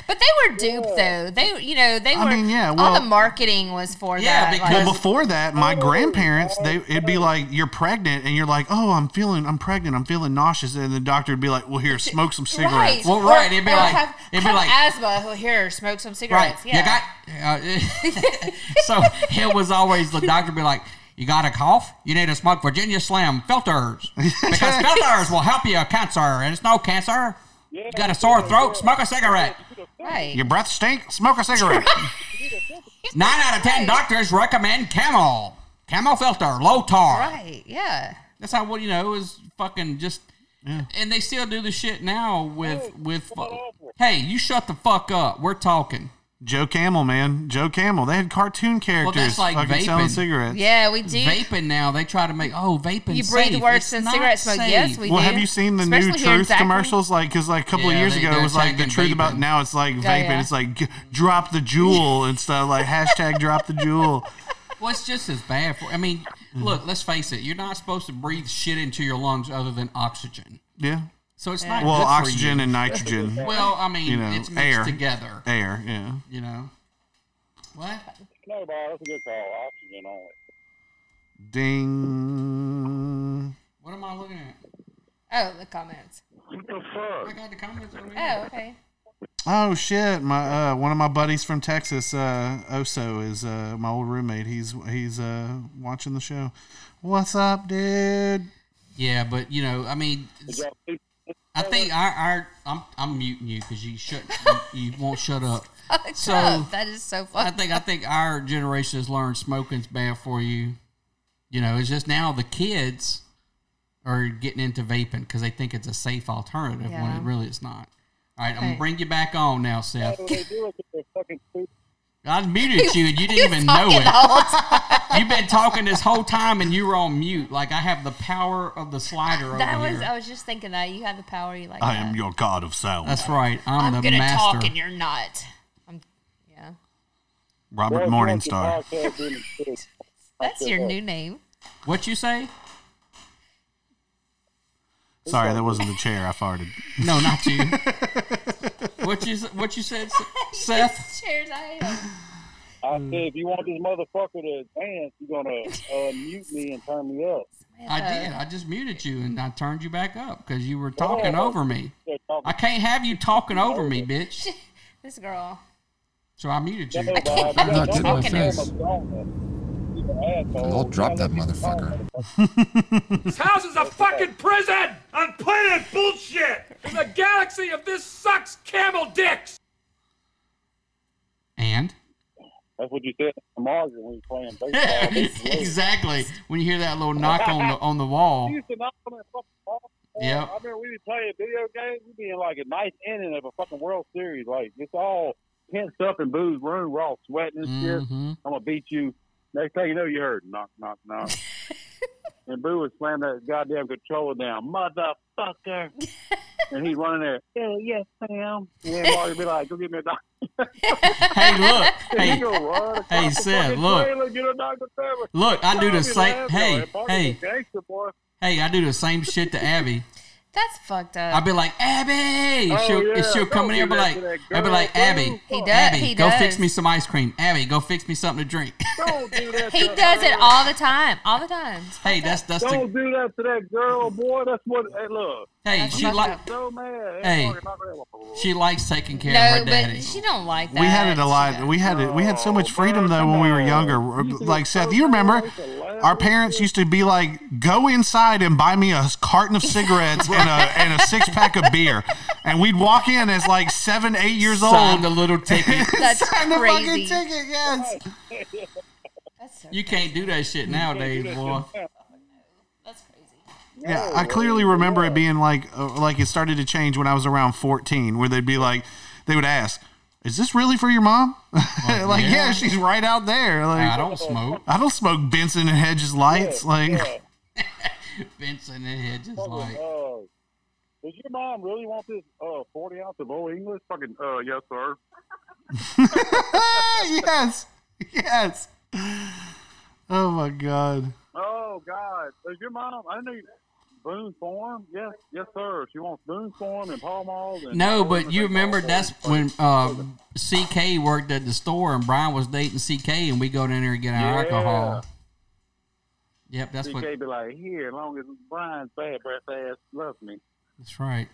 Speaker 4: But they were duped though. They you know they were.
Speaker 5: I mean, yeah,
Speaker 4: all
Speaker 5: well-
Speaker 4: the marketing was for
Speaker 3: Yeah,
Speaker 4: that.
Speaker 3: because-
Speaker 5: well, before that, my grandparents, they it'd be like, "You're pregnant," and you're like, "Oh, I'm feeling, I'm pregnant, I'm feeling nauseous," and the doctor would be like, "Well, here, smoke some cigarettes."
Speaker 3: Well,
Speaker 4: Or-
Speaker 3: right, it'd be
Speaker 4: or
Speaker 3: like-
Speaker 4: have,
Speaker 3: it'd be
Speaker 4: have
Speaker 3: like-
Speaker 4: asthma. Who here smoke some
Speaker 3: right.
Speaker 4: cigarettes?
Speaker 3: You
Speaker 4: Yeah,
Speaker 3: got. Uh, so it was always the doctor be like, "You got a cough? You need to smoke Virginia Slim filters because filters will help you with cancer, and it's no cancer. You got a sore throat? Smoke a cigarette.
Speaker 4: right.
Speaker 5: Your breath stink. Smoke a cigarette.
Speaker 3: Nine out of ten doctors recommend Camel, Camel filter, low tar.
Speaker 4: Right. Yeah.
Speaker 3: That's how well you know it was fucking just. And they still do the shit now with with. fu- Hey, you shut the fuck up. We're talking.
Speaker 5: Joe Camel, man, Joe Camel. They had cartoon characters
Speaker 3: like
Speaker 5: fucking selling
Speaker 3: vaping.
Speaker 5: cigarettes.
Speaker 4: Yeah, we do.
Speaker 3: Vaping now, they try to make oh vaping.
Speaker 4: You breathe
Speaker 3: safe.
Speaker 4: worse
Speaker 3: It's
Speaker 4: than
Speaker 3: not
Speaker 4: cigarette smoke.
Speaker 3: safe.
Speaker 4: Yes, we
Speaker 5: Well,
Speaker 4: do.
Speaker 5: have you seen the new
Speaker 4: Especially here in
Speaker 5: Truth
Speaker 4: Zachary.
Speaker 5: commercials? Like, because like a couple
Speaker 3: Yeah,
Speaker 5: of years
Speaker 3: they-
Speaker 5: ago,
Speaker 3: they're
Speaker 5: it was like the
Speaker 3: attacking
Speaker 5: truth about
Speaker 3: vaping.
Speaker 5: now. It's like vaping.
Speaker 4: Oh, yeah.
Speaker 5: It's like g- drop the jewel and stuff. Like hashtag drop the jewel.
Speaker 3: Well, it's just as bad. For I mean,
Speaker 5: Mm-hmm.
Speaker 3: look, let's face it. You're not supposed to breathe shit into your lungs other than oxygen.
Speaker 5: Yeah.
Speaker 3: So it's not
Speaker 5: Well,
Speaker 3: good for
Speaker 5: oxygen
Speaker 3: you.
Speaker 5: and nitrogen,
Speaker 3: well, I mean,
Speaker 5: you know,
Speaker 3: it's mixed
Speaker 5: air
Speaker 3: together.
Speaker 5: Air. Yeah.
Speaker 3: You know. What?
Speaker 9: No, bro, that's a good call. Oxygen only.
Speaker 5: Ding.
Speaker 3: What am I looking at?
Speaker 4: Oh, the comments.
Speaker 9: What the fuck?
Speaker 3: I got the comments over here.
Speaker 4: Oh, okay.
Speaker 5: Oh shit! My uh, one of my buddies from Texas, uh, Oso, is uh, my old roommate. He's he's uh, watching the show. What's up, dude?
Speaker 3: Yeah, but you know, I mean, I think our, our I'm I'm muting you because you shut you, you won't shut up. So-
Speaker 4: so Oh, that is so
Speaker 3: I
Speaker 4: funny.
Speaker 3: think I think our generation has learned smoking's bad for you. You know, it's just now the kids are getting into vaping because they think it's a safe alternative when
Speaker 4: Yeah.
Speaker 3: it really is not. All right, I'm gonna
Speaker 4: Okay.
Speaker 3: bring you back on now, Seth.
Speaker 9: they do is they're fucking stupid.
Speaker 3: I muted you and you didn't even know
Speaker 4: Talking
Speaker 3: it.
Speaker 4: the whole time.
Speaker 3: You've been talking this whole time and you were on mute. Like I have the power of the slider over
Speaker 4: That was.
Speaker 3: here.
Speaker 4: I was just thinking that you had the power. You like.
Speaker 5: I
Speaker 4: that.
Speaker 5: am your god of sound,
Speaker 3: That's right. I'm,
Speaker 4: I'm
Speaker 3: the
Speaker 4: gonna
Speaker 3: master.
Speaker 4: talk and you're not. I'm. Yeah.
Speaker 5: Robert Morningstar.
Speaker 4: That's your new name.
Speaker 3: What you say?
Speaker 5: Sorry, that wasn't the chair. I farted.
Speaker 3: No, not you. what you s- what you said, S- Seth?
Speaker 4: Cheers. I am.
Speaker 9: I
Speaker 10: Mm-hmm.
Speaker 9: said, if you want this motherfucker to dance, you're gonna uh, mute me and turn me up.
Speaker 3: I
Speaker 4: Uh,
Speaker 3: did. I just muted you and I turned you back up because you were talking over me.
Speaker 9: They're talking
Speaker 3: I can't have you talking over me, bitch.
Speaker 4: This girl.
Speaker 3: So I muted you.
Speaker 9: shit about
Speaker 4: can't
Speaker 9: it.
Speaker 4: have
Speaker 9: Don't
Speaker 10: you
Speaker 9: fucking
Speaker 10: talking
Speaker 9: tell
Speaker 10: to us.
Speaker 9: him I'm gone. You're an asshole.
Speaker 10: Lord, drop
Speaker 9: Don't
Speaker 10: that
Speaker 9: let me talk.
Speaker 10: motherfucker.
Speaker 7: This house is a fucking prison on planet bullshit. In the galaxy of this sucks camel dicks.
Speaker 3: And
Speaker 9: That's what you said to Margaret when you were playing baseball.
Speaker 3: exactly when you hear that little knock on the on the wall.
Speaker 9: We used to knock on that fucking ball.
Speaker 3: Yep.
Speaker 9: I remember we be playing video games. We'd be in like a nice inning of a fucking World Series. Like, it's all tensed up in Boo's room. We're all sweating and shit.
Speaker 10: Mm.
Speaker 3: Mhm.
Speaker 9: I'm gonna beat you. Next thing you know, you heard knock, knock, knock. and Boo would slam that goddamn controller down, motherfucker. and he's running there. Yeah, yes, ma'am. And then Marty would be like, "Go get me a doctor."
Speaker 3: Hey, look.
Speaker 9: Hey,
Speaker 3: Hey, hey, Seth, look.
Speaker 9: Get a doctor Trevor.
Speaker 3: look. I do
Speaker 9: Tommy
Speaker 3: the same.
Speaker 9: Lazo,
Speaker 3: Hey,
Speaker 9: and Marty's
Speaker 3: hey,
Speaker 9: a gangster boy.
Speaker 3: hey. I do the same shit to Abby.
Speaker 4: That's fucked up.
Speaker 3: I'll be like, Abby.
Speaker 9: Oh,
Speaker 3: she'll
Speaker 9: yeah,
Speaker 3: she'll come
Speaker 9: don't
Speaker 3: in here and
Speaker 9: do
Speaker 3: be
Speaker 9: that
Speaker 3: like,
Speaker 9: to that
Speaker 3: I'll be
Speaker 9: girl,
Speaker 3: like,
Speaker 9: bro.
Speaker 3: Abby,
Speaker 4: He does-
Speaker 3: Abby,
Speaker 4: he
Speaker 3: go fix
Speaker 4: does.
Speaker 3: me some ice cream. Abby, go fix me something to drink.
Speaker 9: Don't do that.
Speaker 4: he
Speaker 9: to
Speaker 4: does it
Speaker 9: her.
Speaker 4: all the time. All the time.
Speaker 3: hey, that's that's the,
Speaker 9: Don't do that to that girl, boy. That's what. Hey, look.
Speaker 3: hey.
Speaker 4: that's
Speaker 3: She
Speaker 4: fucked
Speaker 3: like
Speaker 4: up.
Speaker 9: So mad.
Speaker 3: Hey.
Speaker 9: Marty, my grandma.
Speaker 3: she likes taking care of
Speaker 4: No,
Speaker 3: her daddy.
Speaker 4: but she don't like that.
Speaker 5: We had it a
Speaker 4: She
Speaker 5: lot.
Speaker 4: don't.
Speaker 5: We had it. We had so much
Speaker 9: Oh,
Speaker 5: freedom though
Speaker 9: come
Speaker 5: when we were
Speaker 9: on.
Speaker 5: younger.
Speaker 9: You feel
Speaker 5: Like
Speaker 9: so
Speaker 5: Seth, you remember?
Speaker 9: good.
Speaker 5: Our parents used to be like, "Go inside and buy me a carton of cigarettes and a and a six pack of beer," and we'd walk in as like seven, eight years
Speaker 3: Signed a
Speaker 5: old.
Speaker 3: little ticket.
Speaker 4: That's
Speaker 5: Signed a fucking
Speaker 4: crazy.
Speaker 5: ticket, yes.
Speaker 4: That's, so,
Speaker 3: You can't do that shit nowadays, boy.
Speaker 4: that's crazy.
Speaker 5: Yeah, I clearly remember it being like uh, like it started to change when I was around 14 where they'd be like they would ask, "Is this really for your mom?" like,
Speaker 3: yeah.
Speaker 5: yeah. she's right out there. Like
Speaker 3: I don't smoke.
Speaker 5: I don't smoke Benson and Hedges lights like
Speaker 3: Benson and Hedges, like,
Speaker 9: Uh, does your mom really want this uh, 40 ounce of Old English? Fucking, uh, yes, sir.
Speaker 5: yes. Yes. Oh my god.
Speaker 9: Oh, God. Does your mom, I didn't know you, Boone Farm? Yes, yes, sir. She wants Boone Farm and Pall Mall. And
Speaker 3: No, but you remember that's when uh, CK worked at the store and Brian was dating CK and we go down there
Speaker 5: uh,
Speaker 3: and get our alcohol. Yep, that's
Speaker 9: CK
Speaker 3: what.
Speaker 9: be like, here, as long as Brian's bad breath ass loves me.
Speaker 3: That's right.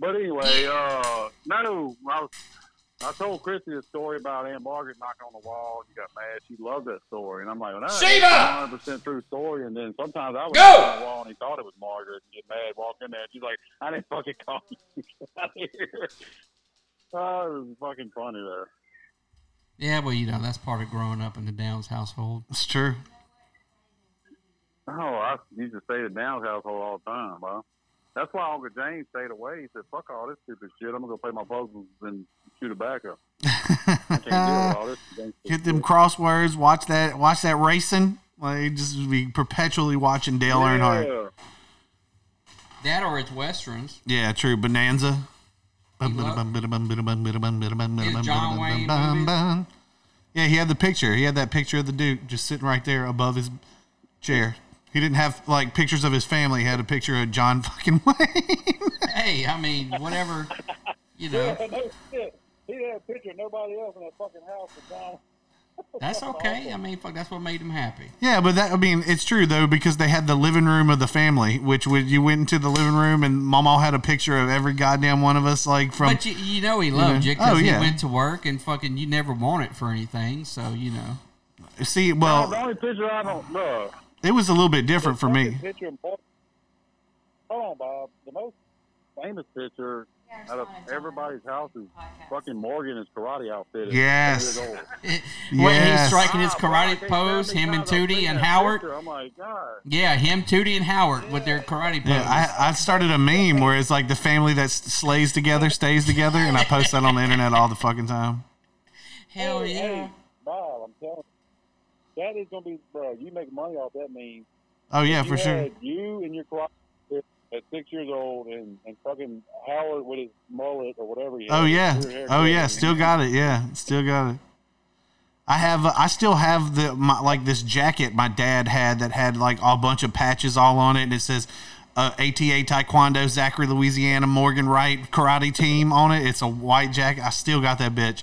Speaker 9: But anyway, uh, no, I was. I told Christy the story about Aunt Margaret knocking on the wall. and She got mad. She loved that story, and I'm like, well, that's
Speaker 7: Shiva!
Speaker 9: 100 percent true story. And then sometimes I would knock on the wall, and he thought it was Margaret, and get mad, walk in there. And she's like, I didn't fucking call you. Get out of here. Oh, it was fucking funny there.
Speaker 3: Yeah, well, you know that's part of growing up in the Downs household. It's true.
Speaker 9: Oh, I used to stay at Downs household all the time, huh? That's why Uncle James stayed away. He said, "Fuck all this stupid shit. I'm gonna go play my puzzles and shoot a backup." I can't deal with all this. gangster
Speaker 5: Get them crosswords. Watch that. Watch that racing. Like just be perpetually watching Dale Earnhardt.
Speaker 3: That or it's westerns.
Speaker 5: Yeah, true. Bonanza. Bum,
Speaker 3: He
Speaker 5: bum,
Speaker 3: lo-
Speaker 5: bum, bum, bum, bum, bum, bum, bum, bum, bum,
Speaker 3: His
Speaker 5: bum,
Speaker 3: John
Speaker 5: bum,
Speaker 3: Wayne
Speaker 5: bum, bum,
Speaker 3: movies.
Speaker 5: bum. Yeah, he had the picture. He had that picture of the Duke just sitting right there above his chair. He didn't have like pictures of his family. He had a picture of John fucking Wayne.
Speaker 3: Hey, I mean whatever, you know.
Speaker 9: Yeah, no Oh, shit. He had a picture of nobody else in that fucking house but John.
Speaker 3: That's okay. I mean, fuck, that's what made him happy.
Speaker 5: Yeah, but that I mean, it's true though because they had the living room of the family, which would you went into the living room and Mama had a picture of every goddamn one of us, like from.
Speaker 3: but you, you know he loved
Speaker 5: know.
Speaker 3: you because
Speaker 5: Oh,
Speaker 3: he
Speaker 5: yeah.
Speaker 3: went to work and fucking you never wanted for anything, so you know.
Speaker 5: See, well,
Speaker 9: the only picture I don't know.
Speaker 5: it was a little bit different for me.
Speaker 9: Picture of Bob. Hold on, Bob. The most famous picture out of everybody's house is fucking Morgan in his karate outfit. at
Speaker 5: Yes.
Speaker 9: ten years old.
Speaker 3: When he's
Speaker 5: Yes.
Speaker 3: striking his
Speaker 9: Ah, bro, I
Speaker 3: karate
Speaker 9: can't
Speaker 3: pose,
Speaker 9: stand
Speaker 3: him and
Speaker 9: these times I've
Speaker 3: Tootie
Speaker 9: seen
Speaker 3: and
Speaker 9: that
Speaker 3: Howard.
Speaker 9: picture. I'm like, God.
Speaker 3: Yeah, him, Tootie, and Howard with their karate pose.
Speaker 5: Yeah, I, I started a meme where it's like the family that s- slays together stays together, and I post that on the internet all the fucking time.
Speaker 3: Hell
Speaker 9: Hey,
Speaker 3: yeah.
Speaker 9: hey, Bob, I'm telling you. That is going to be, bro, you make money off that meme.
Speaker 5: Oh yeah,
Speaker 9: If
Speaker 5: for
Speaker 9: you
Speaker 5: sure.
Speaker 9: had You and your karate kid at six years old, and, and fucking Howard with his mullet or whatever. he
Speaker 5: Oh
Speaker 9: had,
Speaker 5: yeah,
Speaker 9: weird haircut.
Speaker 5: oh yeah, still got it. Yeah, still got it. I have, uh, I still have the my, like this jacket my dad had that had like a bunch of patches all on it, and it says uh, ATA Taekwondo Zachary Louisiana Morgan Wright Karate Team on it. It's a white jacket. I still got that bitch.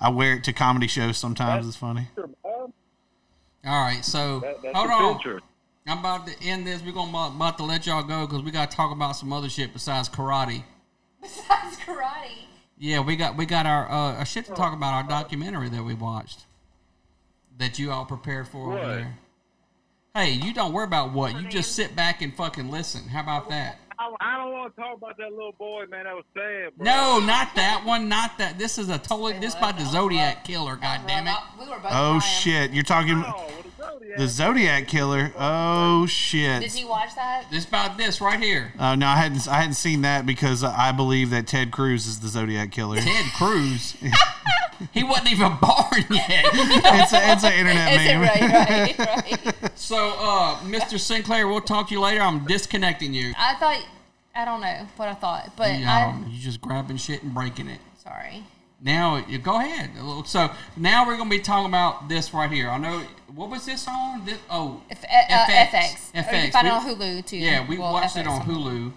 Speaker 5: I wear it to comedy shows sometimes. It's funny.
Speaker 3: All right, so
Speaker 9: that's
Speaker 3: hold
Speaker 9: a
Speaker 3: on.
Speaker 9: picture.
Speaker 3: I'm about to end this. We're gonna about, about to let y'all go because we got to talk about some other shit besides karate.
Speaker 4: Besides karate.
Speaker 3: Yeah, we got we got our uh, our shit to talk about our documentary that we watched that you all prepared for
Speaker 6: What?
Speaker 3: over there. Hey, you don't worry about what. You just sit back and fucking listen. How about that?
Speaker 9: I, I don't want to talk about that little boy, man. That was sad. Bro.
Speaker 3: No, not that one. Not that. This is a totally. This about the Zodiac killer. God damn it.
Speaker 4: We were both
Speaker 5: Oh
Speaker 4: crying.
Speaker 5: shit, you're
Speaker 9: Oh,
Speaker 5: talking the Zodiac killer. Oh shit.
Speaker 4: Did you watch that?
Speaker 3: It's about this right here.
Speaker 5: Uh, no, I hadn't. I hadn't seen that because I believe that Ted Cruz is the Zodiac killer.
Speaker 3: Ted Cruz. He wasn't even born yet.
Speaker 5: it's a it's an internet
Speaker 3: Is it
Speaker 5: meme.
Speaker 4: right, right, right.
Speaker 3: So, uh, Mr. Sinclair, we'll talk to you later. I'm disconnecting you.
Speaker 4: I thought, I don't know what I thought, but
Speaker 3: you,
Speaker 4: I,
Speaker 3: you just grabbing shit and breaking it.
Speaker 4: sorry.
Speaker 3: Now, you go ahead. So now we're gonna be talking about this right here. I know. What was this on? This, oh,
Speaker 4: F- uh, FX. Or you
Speaker 3: FX.
Speaker 4: can find it on Hulu, too.
Speaker 3: Yeah, we
Speaker 4: Well,
Speaker 3: watched it
Speaker 4: FX.
Speaker 3: on Hulu,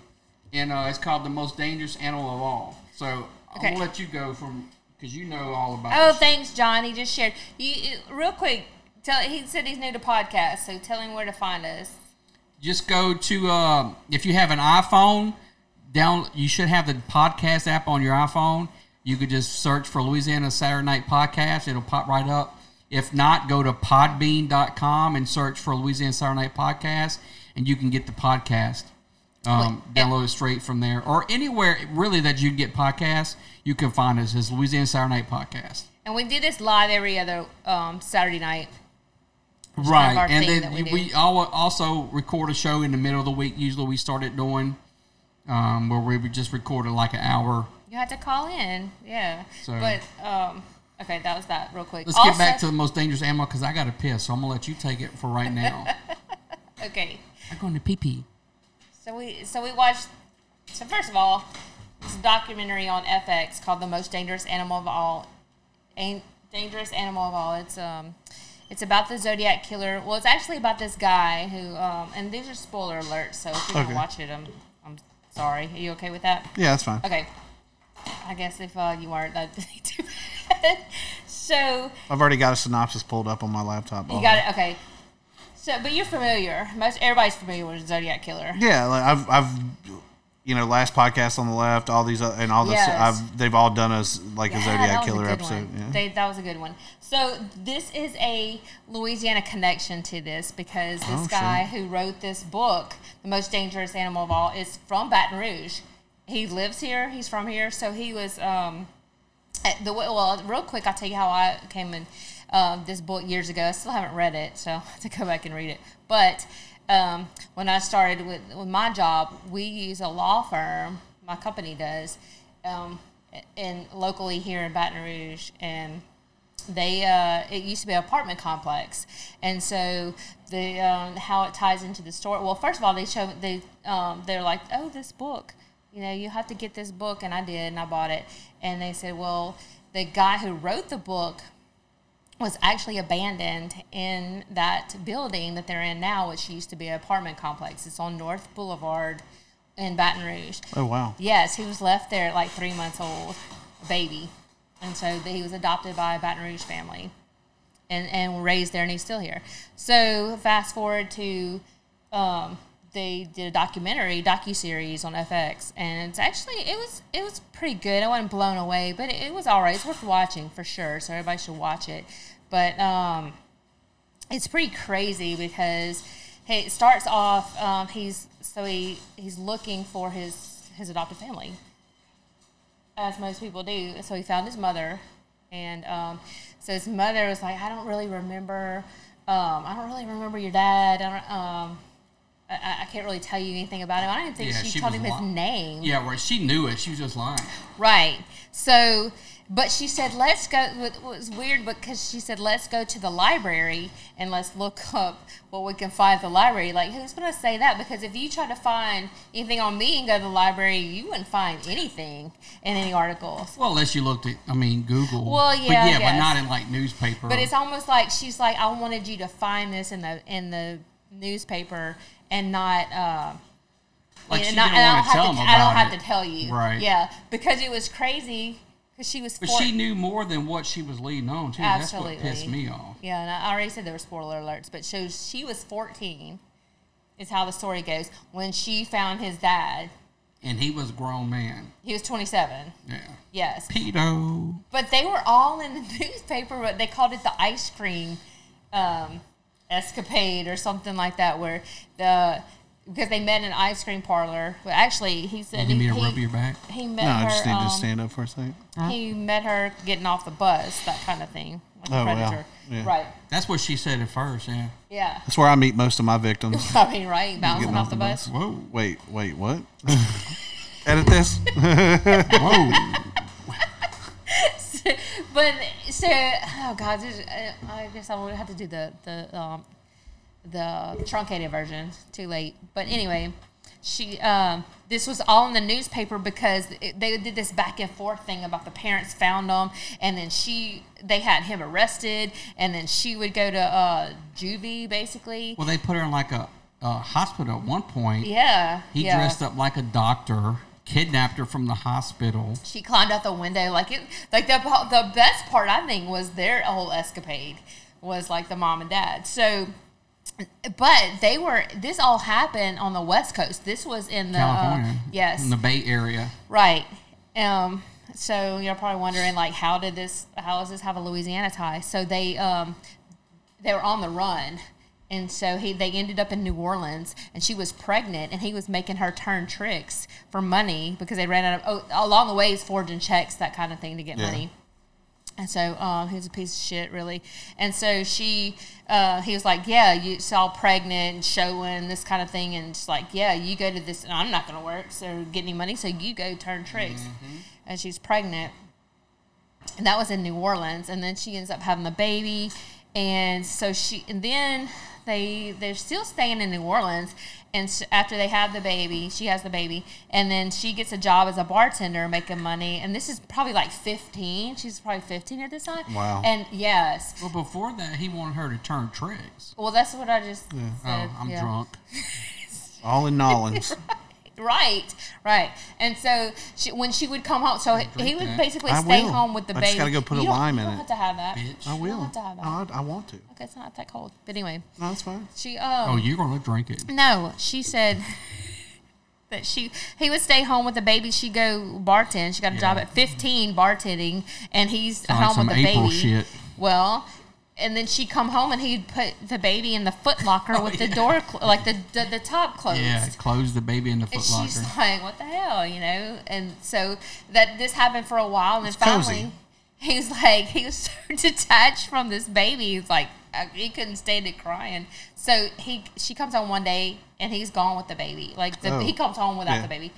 Speaker 3: and uh, it's called "The Most Dangerous Animal of All." So I'm
Speaker 4: Okay.
Speaker 3: gonna let you go from because you know all about.
Speaker 4: Oh,
Speaker 3: this shit.
Speaker 4: thanks, John. He just shared. You, you- real quick, tell he said he's new to podcasts, so tell him where to find us.
Speaker 3: just go to uh, if you have an iPhone, down you should have the podcast app on your iPhone. You could just search for Louisiana Saturday Night Podcast; it'll pop right up. If not, go to Podbean.com and search for Louisiana Saturday Night Podcast, and you can get the podcast. Um, download it straight from there, or anywhere really that you can get podcasts. You can find us as Louisiana Saturday Night Podcast.
Speaker 4: And we do this live every other um, Saturday night. It's kind of
Speaker 3: right
Speaker 4: our
Speaker 3: and
Speaker 4: thing
Speaker 3: then
Speaker 4: that we
Speaker 3: we,
Speaker 4: do.
Speaker 3: al- also record a show in the middle of the week usually we started doing um, where we would just recorded like an hour
Speaker 4: You had to call in, yeah.
Speaker 3: So-
Speaker 4: But um, okay, that was that. Real quick.
Speaker 3: let's get back to the most dangerous animal because i got to piss so i'm gonna let you take it for right now
Speaker 4: to. Okay,
Speaker 3: i'm going to pee pee
Speaker 4: so we so we watched. So first of all, it's a documentary on FX called "The Most Dangerous Animal of All." An- dangerous Animal of All. It's um, It's about the Zodiac killer. Well, it's actually about this guy who, um, and these are spoiler alerts. So if you don't
Speaker 5: Okay.
Speaker 4: watch it, I'm, I'm sorry. Are you okay with that?
Speaker 5: Yeah, that's fine.
Speaker 4: Okay. I guess if uh, you aren't, that'd be too bad. so
Speaker 5: I've already got a synopsis pulled up on my laptop.
Speaker 4: you got it. Okay. So, but you're familiar. Most everybody's familiar with Zodiac killer.
Speaker 5: Yeah, like I've, I've, you know, last podcast on the left, all these oth- and all this,
Speaker 4: Yes.
Speaker 5: I've they've all done us like a
Speaker 4: Yeah, that
Speaker 5: Zodiac
Speaker 4: was a
Speaker 5: killer
Speaker 4: good
Speaker 5: episode.
Speaker 4: one.
Speaker 5: Yeah.
Speaker 4: They, that was a good one. So this is a Louisiana connection to this because this
Speaker 5: Oh,
Speaker 4: guy
Speaker 5: shit.
Speaker 4: who wrote this book, The Most Dangerous Animal of All, is from Baton Rouge. He lives here. He's from here. So he was um, at the well. Real quick, I'll tell you how I came in um, this book years ago. I still haven't read it, so I have to go back and read it. But um, when I started with, with my job, we use a law firm. My company does, um, and locally here in Baton Rouge, and they uh, it used to be an apartment complex, and so the um, how it ties into the story. Well, first of all, they show they um, they're like, oh, this book, you know, you have to get this book, and I did, and I bought it, and they said, well, the guy who wrote the book was actually abandoned in that building that they're in now, which used to be an apartment complex. It's on North Boulevard in Baton Rouge.
Speaker 5: Oh wow.
Speaker 4: Yes, he was left there at like three months old, a baby, and so he was adopted by a Baton Rouge family, and and raised there, and he's still here. So fast forward to, um, they did a documentary docu series on FX, and it's actually it was it was pretty good. I wasn't blown away, but it, it was all right. It's worth watching for sure. So everybody should watch it, but um it's pretty crazy because he it starts off um, he's so he he's looking for his his adopted family as most people do so he found his mother and um, so his mother was like i don't really remember um, i don't really remember your dad I, don't, um, I- I, I can't really tell you anything about him i don't even think
Speaker 3: Yeah,
Speaker 4: she,
Speaker 3: she
Speaker 4: told
Speaker 3: was
Speaker 4: him his
Speaker 3: lying.
Speaker 4: name
Speaker 3: Yeah, where she knew it. She was just lying.
Speaker 4: Right. So, but she said, let's go. It was weird because she said, let's go to the library and let's look up what we can find at the library. Like, who's going to say that? Because if you try to find anything on me and go to the library, you wouldn't find anything in any articles.
Speaker 3: Well, unless you looked at, I mean, Google.
Speaker 4: Well,
Speaker 3: But
Speaker 4: yeah, I
Speaker 3: yeah, but
Speaker 4: guess.
Speaker 3: not in like newspaper.
Speaker 4: But it's almost like she's like, I wanted you to find this in the in the newspaper and not. Uh,
Speaker 3: Like,
Speaker 4: and
Speaker 3: she
Speaker 4: not-
Speaker 3: didn't
Speaker 4: and I
Speaker 3: wanna
Speaker 4: don't have
Speaker 3: tell
Speaker 4: to-
Speaker 3: him
Speaker 4: I don't
Speaker 3: about
Speaker 4: have
Speaker 3: it.
Speaker 4: to tell you.
Speaker 3: Right.
Speaker 4: Yeah, because it was crazy. Because she was.
Speaker 3: But
Speaker 4: four-
Speaker 3: she knew more than what she was leading on too.
Speaker 4: Absolutely.
Speaker 3: That's what pissed me off.
Speaker 4: Yeah, and I already said there were spoiler alerts, but so she was 14, is how the story goes, when she found his dad.
Speaker 3: And he was a grown man.
Speaker 4: He was 27.
Speaker 3: Yeah.
Speaker 4: Yes.
Speaker 3: Pedo.
Speaker 4: But they were all in the newspaper, but they called it the ice cream um, escapade or something like that, where the. Because they met in an ice cream parlor. Well, actually, he said
Speaker 5: Oh,
Speaker 3: Did you
Speaker 4: he,
Speaker 3: mean to
Speaker 4: he-
Speaker 3: rub your back?
Speaker 4: he
Speaker 5: No,
Speaker 4: met
Speaker 5: I
Speaker 4: her.
Speaker 5: just need
Speaker 4: um,
Speaker 5: to stand up for a second.
Speaker 4: He met her getting off the bus, that kind of thing, like
Speaker 5: Oh,
Speaker 4: a
Speaker 5: wow.
Speaker 4: predator,
Speaker 5: Yeah.
Speaker 4: right?
Speaker 3: That's what she said at first. Yeah.
Speaker 4: Yeah.
Speaker 5: That's where I meet most of my victims.
Speaker 4: I mean, right? Bouncing
Speaker 5: Getting
Speaker 4: off the bus.
Speaker 5: Whoa! Wait, wait, what? Edit this.
Speaker 3: Whoa!
Speaker 4: but so, oh god, there's, uh, I guess I would have to do the the um, the truncated version. Too late. But anyway, she um, this was all in the newspaper because it, they did this back and forth thing about the parents found them, and then she they had him arrested, and then she would go to uh, juvie basically.
Speaker 3: Well, they put her in like a, a hospital at one point.
Speaker 4: Yeah,
Speaker 3: He
Speaker 4: yeah.
Speaker 3: dressed up like a doctor, kidnapped her from the hospital.
Speaker 4: she climbed out the window like it like the the best part I think was their whole escapade was like the mom and dad. So but they were this all happened on the west coast. This was in the uh,
Speaker 3: California.
Speaker 4: yes.
Speaker 3: In the Bay Area.
Speaker 4: Right. Um, so you're probably wondering, like, how did this? How does this have a Louisiana tie? So they um, they were on the run, and so he they ended up in New Orleans, and she was pregnant, and he was making her turn tricks for money because they ran out of oh, along the way he's forging checks, that kind of thing to get
Speaker 12: Yeah.
Speaker 4: money. And so um, he was a piece of shit, really. And so she, uh, he was like, "Yeah, you saw pregnant, and showing this kind of thing, and just like, yeah, you go to this. And I'm not going to work, so get any money, so you go turn tricks." And she's pregnant, and that was in New Orleans. And then she ends up having the baby, and so she, and then they they're still staying in New Orleans, and sh- after they have the baby, she has the baby, and then she gets a job as a bartender, making money. And this is probably like fifteen. She's probably fifteen at this time.
Speaker 3: Wow.
Speaker 4: And yes,
Speaker 3: Well, before that, he wanted her to turn tricks.
Speaker 4: well, that's what I just
Speaker 3: Yeah.
Speaker 4: said.
Speaker 3: Oh, I'm
Speaker 4: yeah.
Speaker 3: drunk.
Speaker 5: All in Nollins.
Speaker 4: Right, right. And so she, when she would come home, so he
Speaker 5: drink
Speaker 4: would
Speaker 5: that.
Speaker 4: basically
Speaker 5: I
Speaker 4: stay
Speaker 5: will.
Speaker 4: home with the
Speaker 5: I
Speaker 4: baby.
Speaker 5: just gotta go put
Speaker 4: You
Speaker 5: a
Speaker 4: don't-
Speaker 5: lime in
Speaker 4: You
Speaker 5: it.
Speaker 4: don't have to have that.
Speaker 5: I
Speaker 4: You don't
Speaker 5: will.
Speaker 4: have to have that.
Speaker 5: I, I want to.
Speaker 4: Okay, it's not that cold. But anyway.
Speaker 5: No, it's fine.
Speaker 4: She um
Speaker 3: oh, you're gonna drink it.
Speaker 4: No, she said that she he would stay home with the baby. She go bartend. She got a job
Speaker 3: Yeah.
Speaker 4: at fifteen bartending, and he's
Speaker 3: Sounds
Speaker 4: home
Speaker 3: some
Speaker 4: with the
Speaker 3: April
Speaker 4: baby.
Speaker 3: shit.
Speaker 4: Well, and then she'd come home and he'd put the baby in the foot locker with the door cl- like the, the the top closed.
Speaker 3: Oh, Yeah, close the baby in the
Speaker 4: And
Speaker 3: footlocker.
Speaker 4: she's like, "What the hell?" You know, and so that this happened for a while, and then finally,
Speaker 3: cozy.
Speaker 4: he was like, he was so detached from this baby. He's like, uh, he couldn't stand it crying. So he, she comes home one day, and he's gone with the baby. Like the,
Speaker 12: Oh.
Speaker 4: he comes home without
Speaker 12: Yeah.
Speaker 4: the baby.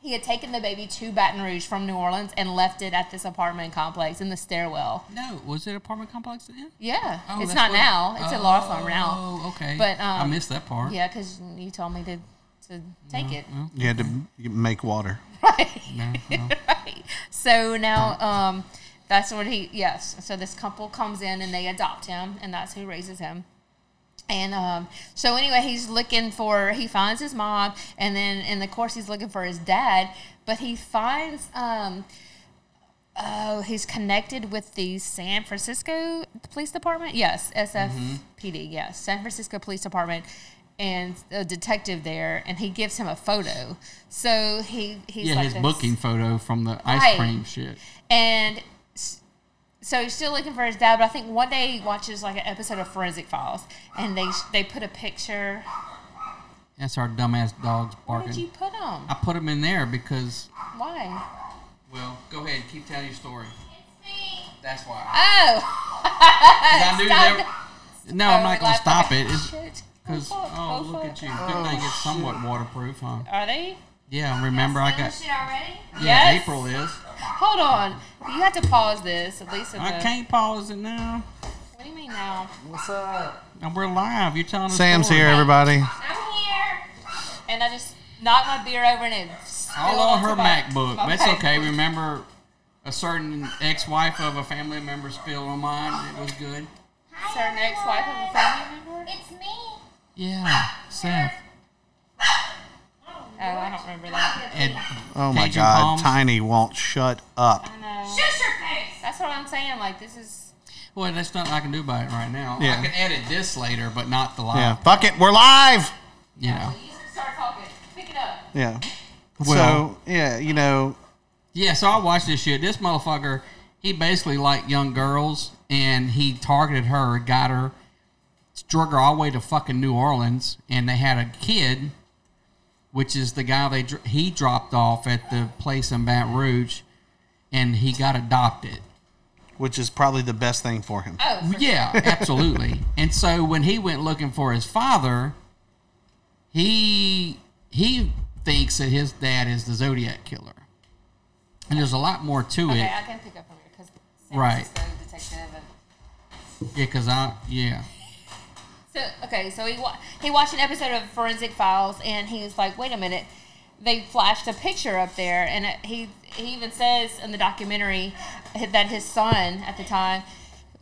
Speaker 4: He had taken the baby to Baton Rouge from New Orleans and left it at this apartment complex in the stairwell.
Speaker 3: No, was it apartment complex then?
Speaker 4: Yeah,
Speaker 3: Oh,
Speaker 4: it's
Speaker 3: that's
Speaker 4: not
Speaker 3: what-
Speaker 4: now. It's a law firm now.
Speaker 3: Oh, okay.
Speaker 4: But um,
Speaker 3: I missed that part.
Speaker 4: Yeah, because you told me to to
Speaker 3: Mm-hmm.
Speaker 4: take it.
Speaker 5: You had to make water.
Speaker 4: right. So now, um, that's what he. Yes. So this couple comes in and they adopt him, and that's who raises him. And um, so anyway, he's looking for. He finds his mom, and then in the course he's looking for his dad, but he finds. Um, Oh, he's connected with the San Francisco Police Department. Yes, SFPD.
Speaker 3: Mm-hmm.
Speaker 4: Yes, San Francisco Police Department, and a detective there, and he gives him a photo. So he he's
Speaker 3: yeah,
Speaker 4: like
Speaker 3: his
Speaker 4: this-
Speaker 3: booking photo from the ice
Speaker 4: Right.
Speaker 3: cream shit.
Speaker 4: and s- so he's still looking for his dad. But I think one day he watches like an episode of Forensic Files, and they they put a picture.
Speaker 3: That's our dumbass dogs
Speaker 4: Where
Speaker 3: barking.
Speaker 4: did you put him?
Speaker 3: I put them in there because.
Speaker 4: Why?
Speaker 3: Well, go ahead. Keep telling your story. That's why.
Speaker 4: Oh.
Speaker 3: I knew
Speaker 4: Stop
Speaker 3: there-
Speaker 4: that.
Speaker 3: No, I'm
Speaker 4: Oh,
Speaker 3: not gonna
Speaker 4: like-
Speaker 3: stop it. It's
Speaker 4: Shit.
Speaker 3: because
Speaker 4: Oh, fuck.
Speaker 3: oh,
Speaker 4: Oh,
Speaker 3: look
Speaker 4: fuck. Oh,
Speaker 3: at you. Good thing it's somewhat waterproof, huh?
Speaker 4: Are they?
Speaker 3: Yeah, remember I got.
Speaker 4: already?
Speaker 3: Yeah,
Speaker 4: Yes.
Speaker 3: April is.
Speaker 4: Hold on. You have to pause this at least.
Speaker 3: I can't pause it now.
Speaker 4: What do you mean now?
Speaker 3: What's up? And we're live. You're telling us.
Speaker 5: Sam's here, everybody.
Speaker 4: I'm here. And I just knocked my beer over and it
Speaker 3: All
Speaker 4: spilled
Speaker 3: on her
Speaker 4: onto my-
Speaker 3: MacBook.
Speaker 4: my
Speaker 3: That's okay.
Speaker 4: MacBook.
Speaker 3: Remember, a certain ex-wife of a family member spilled on mine. It was good.
Speaker 4: Sir, next wife of a family member? Oh, It's me.
Speaker 3: Yeah, Sam.
Speaker 4: Oh, I don't remember that.
Speaker 3: And
Speaker 5: Oh my
Speaker 3: Cajun
Speaker 5: God,
Speaker 3: palms.
Speaker 5: Tiny won't shut up.
Speaker 4: I know. Shush your face. That's what I'm saying. Like, this is.
Speaker 3: Well, that's nothing I can do about it right now.
Speaker 5: Yeah.
Speaker 3: I can edit this later, but not the live.
Speaker 5: Yeah, fuck it, we're live.
Speaker 3: You know.
Speaker 4: Start talking. Pick it up.
Speaker 5: Yeah.
Speaker 3: Well-
Speaker 5: so yeah, you know,
Speaker 3: Yeah, so I watched this shit. This motherfucker, he basically liked young girls, and he targeted her, got her, drug her all the way to fucking New Orleans, and they had a kid, which is the guy they dr- he dropped off at the place in Baton Rouge, and he got adopted.
Speaker 5: which is probably the best thing for him.
Speaker 4: Oh,
Speaker 3: yeah, absolutely. And so when he went looking for his father, he he thinks that his dad is the Zodiac killer, and there's a lot more to
Speaker 4: Okay,
Speaker 3: it.
Speaker 4: I can pick up from here because
Speaker 3: Right.
Speaker 4: detective and.
Speaker 3: Yeah, cause I yeah.
Speaker 4: So okay, so he wa- he watched an episode of Forensic Files, and he was like, "Wait a minute." They flashed a picture up there, and it, he he even says in the documentary that his son at the time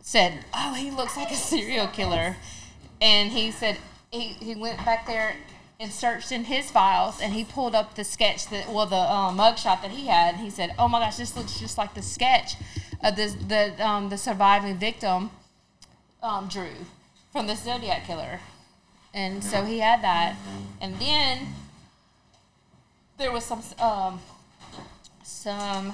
Speaker 4: said, "Oh, he looks like a serial killer," and he said he, he went back there and searched in his files, and he pulled up the sketch that well the um, mugshot that he had, and he said, "Oh my gosh, this looks just like the sketch of this the um, the surviving victim." um, Drew from the Zodiac Killer. And so he had that. And then there was some, um, some,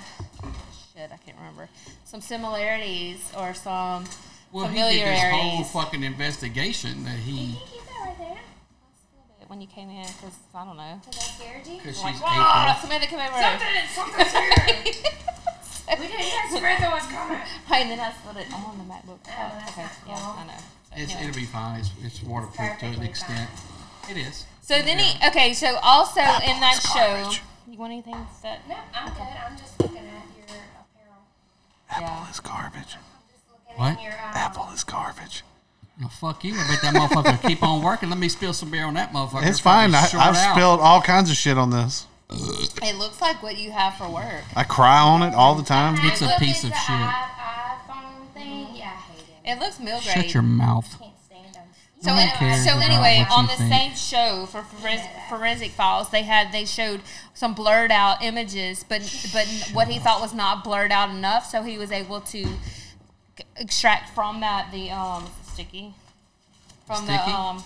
Speaker 4: shit, I can't remember, some similarities or some
Speaker 3: Well, he did this whole
Speaker 4: familiarities
Speaker 3: fucking investigation that he
Speaker 4: when you came in because I don't know. Because I scared you?
Speaker 3: Because
Speaker 4: like,
Speaker 3: she's
Speaker 4: "Whoa,
Speaker 3: April."
Speaker 4: somebody that came over.
Speaker 12: Something- something's here.
Speaker 4: we
Speaker 12: didn't even swear there was coming.
Speaker 4: Right, and then I spilled it on the MacBook. Oh,
Speaker 12: that's
Speaker 4: okay.
Speaker 12: not
Speaker 4: Yeah,
Speaker 12: cool.
Speaker 4: I know. So,
Speaker 3: it's,
Speaker 4: anyway.
Speaker 3: it'll be fine. It's, it's waterproof to an extent. It is.
Speaker 4: So then he okay. So also in that show, you want anything set?
Speaker 12: No, I'm good. I'm just looking at your apparel.
Speaker 4: Apple
Speaker 5: is garbage.
Speaker 12: Looking
Speaker 5: What?
Speaker 12: At your, um,
Speaker 5: Apple is garbage.
Speaker 3: Well, fuck you. I bet that motherfucker keep on working. Let me spill some beer on that motherfucker.
Speaker 5: It's fine. I,
Speaker 3: Fucking short
Speaker 5: I've
Speaker 3: out.
Speaker 5: spilled all kinds of shit on this.
Speaker 4: It looks like what you have for work.
Speaker 5: I cry on it all the time.
Speaker 3: It's a piece of shit.
Speaker 4: It looks mill grade.
Speaker 3: Shut your mouth.
Speaker 4: So,
Speaker 3: No one
Speaker 4: an-
Speaker 3: cares
Speaker 4: so
Speaker 3: about
Speaker 4: anyway,
Speaker 3: what you
Speaker 4: on the same
Speaker 3: think.
Speaker 4: show for forens- Forensic Files, they had they showed some blurred out images, but but what he thought was not blurred out enough, so he was able to c- extract from that the um is it sticky from
Speaker 3: Sticky?
Speaker 4: the um.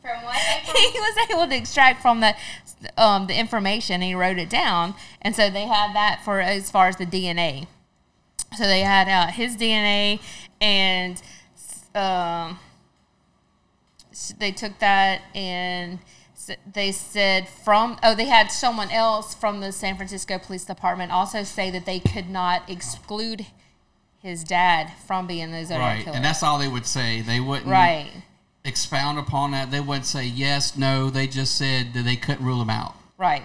Speaker 12: From what?
Speaker 4: he was able to extract from the um, the information. He wrote it down, and so they had that for as far as the DNA. So they had uh, his DNA, and um, s- they took that and s- they said from oh they had someone else from the San Francisco Police Department also say that they could not exclude his dad from being the Zodiac
Speaker 3: Right.
Speaker 4: killer.
Speaker 3: And that's all they would say. They wouldn't
Speaker 4: right.
Speaker 3: expound upon that. They wouldn't say yes, no. They just said that they couldn't rule him out.
Speaker 4: Right.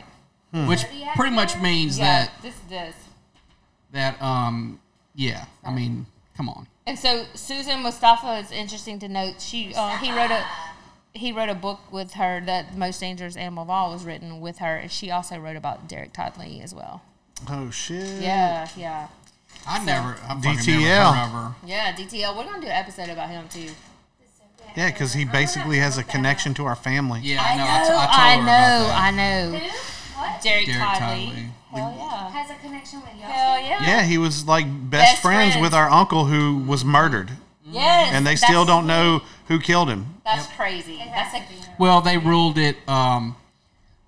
Speaker 3: Hmm. Which pretty much means
Speaker 4: Yeah,
Speaker 3: that-
Speaker 4: this this.
Speaker 3: That, um, yeah. I mean, come on.
Speaker 4: And so Susan Mustafa is interesting to note. She uh, he wrote a he wrote a book with her that most dangerous animal of all was written with her, and she also wrote about Derek Toddley as well.
Speaker 5: Oh shit.
Speaker 4: Yeah, yeah,
Speaker 3: I
Speaker 4: So-
Speaker 3: never. I fucking
Speaker 5: DTL.
Speaker 3: never heard of her.
Speaker 4: yeah. DTL, we're gonna do an episode about him too.
Speaker 5: Yeah, because he basically has a connection to our family.
Speaker 3: Yeah,
Speaker 4: I know, I, know, I know. Derek,
Speaker 5: Derek
Speaker 4: Toddley.
Speaker 5: Toddley.
Speaker 4: Hell yeah.
Speaker 12: Has a connection with y'all.
Speaker 4: Hell yeah.
Speaker 5: Yeah, he was like best,
Speaker 4: Best
Speaker 5: friends,
Speaker 4: friends.
Speaker 5: with our uncle who was murdered.
Speaker 4: Yes,
Speaker 5: And they still
Speaker 4: that's-
Speaker 5: don't know who killed him.
Speaker 4: That's crazy. That's a
Speaker 3: Well, they ruled it um,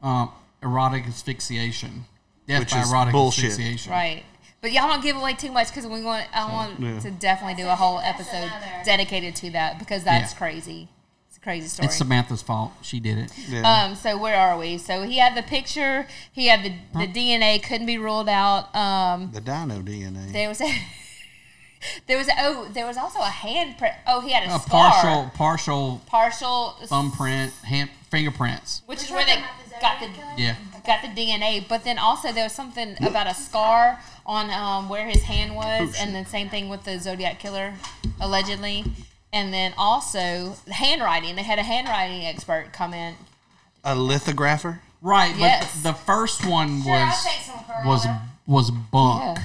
Speaker 3: um, erotic asphyxiation. Death
Speaker 5: Which
Speaker 3: by
Speaker 5: is
Speaker 3: erotic
Speaker 5: bullshit.
Speaker 3: asphyxiation.
Speaker 4: Right. But y'all don't give away too much because we want. I want
Speaker 3: yeah.
Speaker 4: to definitely do a whole episode dedicated to that because that's
Speaker 3: Yeah.
Speaker 4: crazy. It's a crazy story.
Speaker 3: It's Samantha's fault. She did it.
Speaker 4: Um, so where are we? So he had the picture. He had the, the DNA couldn't be ruled out. Um,
Speaker 5: The dino DNA.
Speaker 4: there was a, there was oh there was also a handprint. Oh, he had a,
Speaker 3: a
Speaker 4: scar.
Speaker 3: partial, partial
Speaker 4: partial
Speaker 3: thumbprint, hand, fingerprints.
Speaker 4: which is where they got the
Speaker 3: Yeah.
Speaker 4: got the DNA. But then also there was something about a scar on um, where his hand was, and then same thing with the Zodiac killer, allegedly. And then also handwriting. They had a handwriting expert come in.
Speaker 5: A lithographer.
Speaker 3: Right, but
Speaker 4: Yes.
Speaker 3: the first one
Speaker 4: I'll
Speaker 3: was
Speaker 4: take some Corona.
Speaker 3: was was bunk.
Speaker 4: Yeah.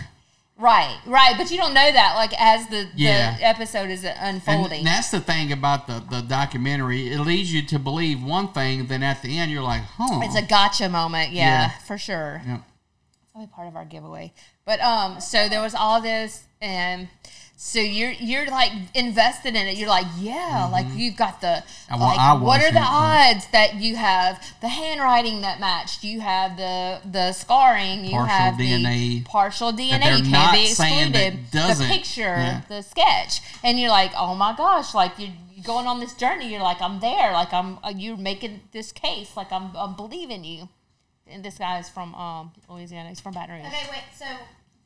Speaker 4: Right, right, but you don't know that. Like as the,
Speaker 3: Yeah.
Speaker 4: the episode is
Speaker 3: And
Speaker 4: unfolding,
Speaker 3: that's the thing about the, the documentary. It leads you to believe one thing, then at the end you're like, huh.
Speaker 4: it's a gotcha moment. Yeah,
Speaker 3: Yeah.
Speaker 4: for sure.
Speaker 3: Yeah.
Speaker 4: That'll be part of our giveaway. But um, so there was all this, and so you're you're like invested in it. You're like, yeah, like you've got the
Speaker 3: Mm-hmm. I wa-
Speaker 4: like,
Speaker 3: I
Speaker 4: what are the
Speaker 3: was in it, yeah.
Speaker 4: odds that you have the handwriting that matched? You have the the scarring. You
Speaker 3: Partial
Speaker 4: have the
Speaker 3: DNA
Speaker 4: partial DNA.
Speaker 3: they're
Speaker 4: You
Speaker 3: not
Speaker 4: can't be
Speaker 3: saying
Speaker 4: excluded.
Speaker 3: that
Speaker 4: the
Speaker 3: doesn't.
Speaker 4: picture,
Speaker 3: Yeah.
Speaker 4: the sketch, and you're like, oh my gosh, like you're you're going on this journey. You're like, I'm there. Like I'm uh, you're making this case. Like I'm I'm believing you. And this guy is from um, Louisiana. He's from Baton Rouge.
Speaker 12: Okay, wait. So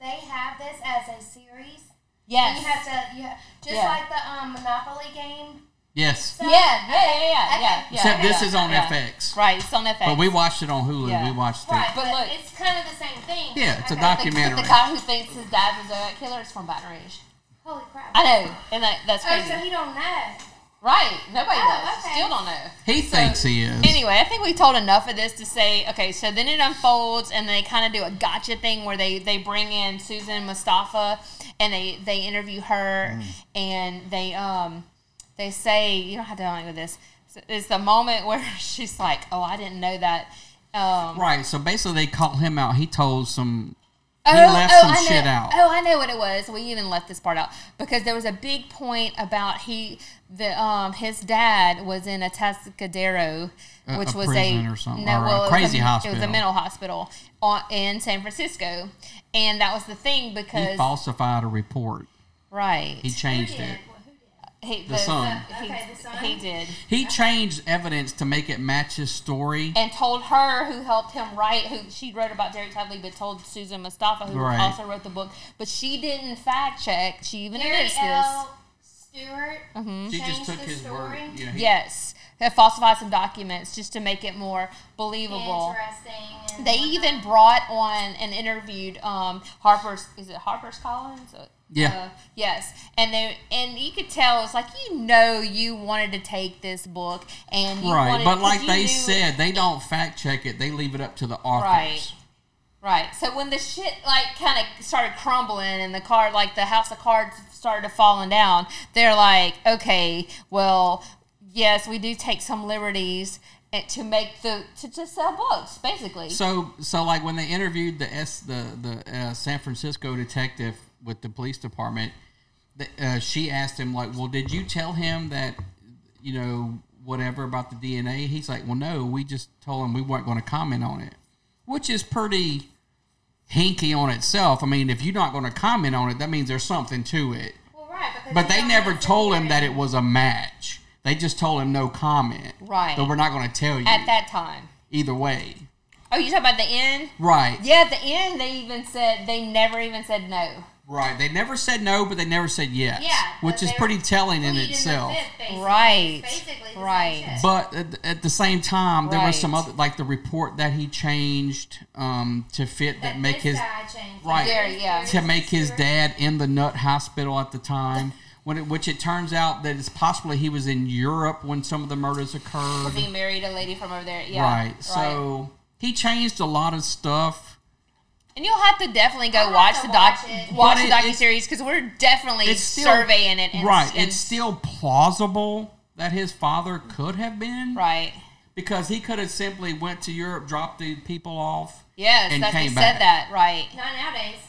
Speaker 12: they have this as a series.
Speaker 4: Yes.
Speaker 12: And you have to, you have, just
Speaker 4: Yeah.
Speaker 12: like the um, Monopoly game.
Speaker 3: yes.
Speaker 12: stuff.
Speaker 4: Yeah, yeah, yeah, yeah,
Speaker 12: Okay.
Speaker 4: yeah, yeah.
Speaker 3: Except this
Speaker 4: yeah,
Speaker 3: is on
Speaker 4: yeah.
Speaker 3: FX.
Speaker 4: Right, it's on FX.
Speaker 3: But we watched it on Hulu.
Speaker 4: Yeah.
Speaker 3: We watched
Speaker 12: Right,
Speaker 3: it.
Speaker 12: but,
Speaker 4: look-
Speaker 12: it's kind of the same thing.
Speaker 3: Yeah, it's
Speaker 12: Okay.
Speaker 3: a
Speaker 4: the,
Speaker 3: documentary.
Speaker 4: the guy who thinks his dad was a killer is from Baton Rouge.
Speaker 12: Holy crap!
Speaker 4: I know, and that, that's
Speaker 12: Oh,
Speaker 4: crazy.
Speaker 12: so he don't know.
Speaker 4: right, nobody
Speaker 12: Oh,
Speaker 4: knows.
Speaker 12: okay.
Speaker 4: Still don't know.
Speaker 3: He
Speaker 4: So-
Speaker 3: thinks he is.
Speaker 4: Anyway, I think we told enough of this to say, okay, so then it unfolds and they kind of do a gotcha thing where they, they bring in Susan Mustafa and they, they interview her and they um they say, you don't have to deal with this. So It's the moment where she's like, oh, I didn't know that. Um,
Speaker 3: Right, so basically they called him out. He told some
Speaker 4: Oh,
Speaker 3: he left
Speaker 4: oh,
Speaker 3: some
Speaker 4: I know,
Speaker 3: shit out.
Speaker 4: Oh, I know what it was. We even left this part out because there was a big point about he the um his dad was in a Tascadero,
Speaker 3: A-
Speaker 4: which
Speaker 3: a
Speaker 4: was
Speaker 3: prison
Speaker 4: a
Speaker 3: or something,
Speaker 4: no,
Speaker 3: or a
Speaker 4: well, it was
Speaker 3: crazy
Speaker 4: It was a
Speaker 3: hospital.
Speaker 4: mental hospital on, in San Francisco, and that was the thing
Speaker 3: He
Speaker 4: because
Speaker 3: falsified a report.
Speaker 4: right
Speaker 3: He changed it.
Speaker 4: He-
Speaker 3: the son.
Speaker 4: He, he did
Speaker 3: He changed evidence to make it match his story.
Speaker 4: and told her who helped him write who she wrote about Derek Toddley but told Susan Mustafa who
Speaker 3: Right.
Speaker 4: also wrote the book but she didn't fact check she even
Speaker 12: Gary
Speaker 4: admits this
Speaker 12: L. Stewart
Speaker 4: Mhm.
Speaker 3: She just
Speaker 12: changed
Speaker 3: took
Speaker 12: the
Speaker 3: his
Speaker 12: story.
Speaker 3: word. Yeah, he-
Speaker 4: Yes. have falsified some documents just to make it more believable.
Speaker 12: Interesting. and
Speaker 4: They
Speaker 12: whatnot.
Speaker 4: even brought on and interviewed um, Harper's. Is it Harper's Collins? Uh,
Speaker 3: Yeah.
Speaker 4: yes, and they and you could tell it's like you know you wanted to take this book and you
Speaker 3: Right,
Speaker 4: wanted-
Speaker 3: but
Speaker 4: 'cause
Speaker 3: like
Speaker 4: you
Speaker 3: they
Speaker 4: knew-
Speaker 3: said, they don't fact check it. They leave it up to the authors.
Speaker 4: Right. Right. So when the shit like kind of started crumbling and the card like the house of cards started falling down, they're like, okay, well, yes, we do take some liberties eh, to make the to, to sell books, basically.
Speaker 3: So, so like when they interviewed the S, the the uh, San Francisco detective with the police department, the, uh, she asked him like, "Well, did you tell him that, you know, whatever about the DNA?" He's like, "Well, no, we just told him we weren't going to comment on it," which is pretty hinky on itself. I mean, if you're not going to comment on it, that means there's something to it.
Speaker 4: well, right,
Speaker 3: But they never told him that it was a match. They just told him no comment.
Speaker 4: Right.
Speaker 3: So we're not going to tell you
Speaker 4: at that time.
Speaker 3: either way.
Speaker 4: Oh, you talking about the end?
Speaker 3: Right.
Speaker 4: Yeah, at the end they even said they never even said no.
Speaker 3: Right. They never said no, but they never said yes.
Speaker 4: Yeah,
Speaker 3: Which is pretty telling in itself.
Speaker 4: Right. right.
Speaker 3: But at, at the same time, there was some
Speaker 4: Right.
Speaker 3: other, like the report that he changed um, to fit that, make his right
Speaker 4: There, yeah.
Speaker 3: to make his dad in the nut hospital at the time. When it, which it turns out that it's possibly he was in Europe when some of the murders occurred.
Speaker 4: Because he married a lady from over there. Yeah.
Speaker 3: right. So he changed a lot of stuff.
Speaker 4: And you'll have to definitely go watch the doc, watch
Speaker 3: But
Speaker 4: the
Speaker 3: it-
Speaker 4: docu series because we're definitely
Speaker 3: It's still-
Speaker 4: surveying it. And,
Speaker 3: right.
Speaker 4: and-
Speaker 3: it's still plausible that his father could have been.
Speaker 4: right.
Speaker 3: because he could have simply went to Europe, dropped the people off.
Speaker 4: Yes,
Speaker 3: and
Speaker 4: that's
Speaker 3: came
Speaker 4: they
Speaker 3: back.
Speaker 4: said that. Right.
Speaker 12: Not nowadays.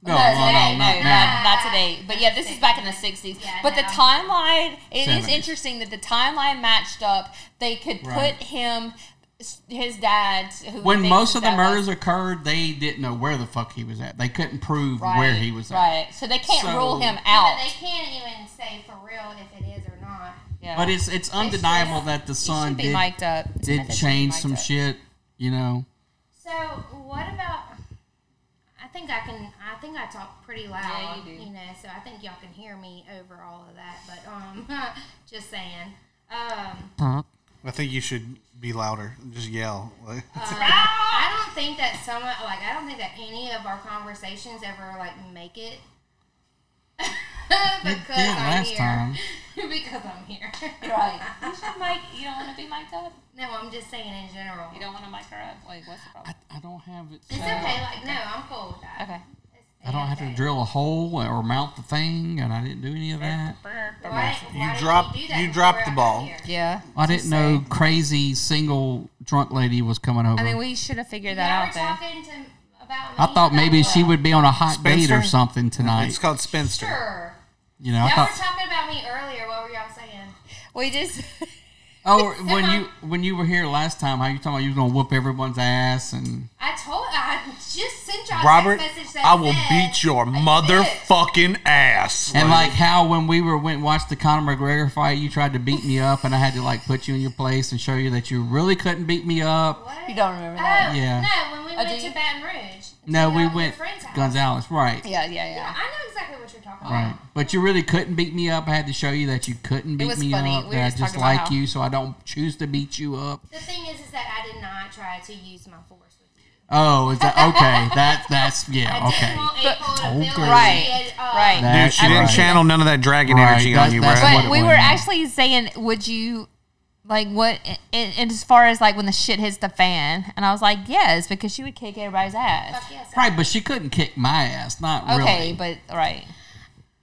Speaker 3: No, no, no,
Speaker 4: today,
Speaker 3: not
Speaker 4: no,
Speaker 3: now.
Speaker 4: not, not today. But yeah, this is back in the '60s. but the
Speaker 12: now.
Speaker 4: timeline, it is
Speaker 3: 70s.
Speaker 4: interesting that the timeline matched up. They could put
Speaker 3: Right.
Speaker 4: him, his dad, who
Speaker 3: When
Speaker 4: thinks
Speaker 3: most
Speaker 4: his
Speaker 3: of the
Speaker 4: dad was-
Speaker 3: murders occurred, they didn't know where the fuck he was at. They couldn't prove where he was at.
Speaker 4: Right. So they can't
Speaker 3: So-
Speaker 4: rule him
Speaker 12: But
Speaker 4: out.
Speaker 12: they can't even say for real if it is or not.
Speaker 4: Yeah.
Speaker 3: But it's it's undeniable that the son
Speaker 4: should be
Speaker 3: did
Speaker 4: mic'd up. It's
Speaker 3: did
Speaker 4: method should be
Speaker 3: change
Speaker 4: mic'd
Speaker 3: some
Speaker 4: up.
Speaker 3: shit. You know,
Speaker 12: So what about? I think I can. I think I talk pretty loud.
Speaker 4: Yeah, you do.
Speaker 12: know, so I think y'all can hear me over all of that. But um, just saying. Um,
Speaker 5: I think you should be louder. Just yell. Like,
Speaker 12: uh, I don't think that some of- like I don't think that any of our conversations ever like make it. because
Speaker 3: did
Speaker 12: I'm
Speaker 3: last
Speaker 12: here.
Speaker 3: time.
Speaker 12: because I'm here.
Speaker 4: Right. You should mic. You don't want to be mic'd up.
Speaker 12: No, I'm just saying in general.
Speaker 4: You don't want to mic her up. Like, what's the problem?
Speaker 3: I don't have it.
Speaker 12: It's okay. Like no, I'm cool with that.
Speaker 4: Okay.
Speaker 3: Uh, I don't have to drill a hole or mount the thing, and I didn't do any of that.
Speaker 12: Why, why did
Speaker 5: you
Speaker 12: we
Speaker 5: dropped
Speaker 12: do that
Speaker 5: you
Speaker 12: before
Speaker 5: dropped
Speaker 12: I
Speaker 5: the
Speaker 12: got
Speaker 5: ball.
Speaker 12: here?
Speaker 4: Yeah.
Speaker 3: I didn't know crazy single drunk lady was coming over.
Speaker 4: I mean, we should have figured
Speaker 12: Y'all
Speaker 4: that
Speaker 12: were
Speaker 4: out then.
Speaker 12: talking to m- about
Speaker 3: I
Speaker 12: me
Speaker 3: thought
Speaker 12: about
Speaker 3: maybe she
Speaker 12: what?
Speaker 3: would be on a hot date or
Speaker 5: Spencer?
Speaker 3: something tonight.
Speaker 5: It's called Spinster.
Speaker 12: Sure.
Speaker 3: You know,
Speaker 12: Y'all
Speaker 3: I
Speaker 12: were
Speaker 3: thought.
Speaker 12: talking about me earlier. What were y'all saying?
Speaker 4: We just.
Speaker 3: Oh, when you when you were here last time, how you talking about you was gonna whoop everyone's ass and
Speaker 12: I told. I just sent y'all
Speaker 5: Robert,
Speaker 12: a text message that
Speaker 5: I will
Speaker 12: said,
Speaker 5: beat your motherfucking ass.
Speaker 3: and like how when we were went and watched the Conor McGregor fight, you tried to beat me up and I had to like put you in your place and show you that you really couldn't beat me up.
Speaker 12: What?
Speaker 4: You don't remember
Speaker 12: Oh
Speaker 4: that?
Speaker 3: Yeah.
Speaker 12: no! When we went
Speaker 4: do you?
Speaker 12: to Baton Rouge. to
Speaker 3: No, we
Speaker 12: y'all- your
Speaker 3: went
Speaker 12: friend's house.
Speaker 3: Gonzalez, right?
Speaker 4: Yeah, yeah,
Speaker 12: Yeah,
Speaker 4: yeah.
Speaker 12: I know exactly what you're talking
Speaker 3: Right.
Speaker 12: about.
Speaker 3: But you really couldn't beat me up. I had to show you that you couldn't beat
Speaker 4: was
Speaker 3: me
Speaker 4: funny.
Speaker 3: up.
Speaker 4: We were
Speaker 3: that
Speaker 4: just
Speaker 3: I just
Speaker 4: talking about
Speaker 3: like
Speaker 4: how-
Speaker 3: you, so I don't choose to beat you up.
Speaker 12: The thing is, is that I did not try to use my force with you.
Speaker 3: Oh, is that okay? that that's yeah,
Speaker 12: I
Speaker 3: okay.
Speaker 12: didn't want April to feel
Speaker 3: Okay.
Speaker 12: like she
Speaker 4: Right,
Speaker 12: had, uh,
Speaker 4: right.
Speaker 3: That-
Speaker 5: Dude, she didn't
Speaker 3: Right.
Speaker 5: channel none of that dragon
Speaker 3: Right,
Speaker 5: energy
Speaker 3: that's-
Speaker 5: on you,
Speaker 3: that's
Speaker 5: bro.
Speaker 3: what it
Speaker 4: But we
Speaker 3: was.
Speaker 4: were actually saying, would you. Like what, and, and as far as like when the shit hits the fan, and I was like, yes, because she would kick everybody's ass.
Speaker 12: Fuck yes.
Speaker 3: Right, but she couldn't kick my ass, not really.
Speaker 4: Okay, but right,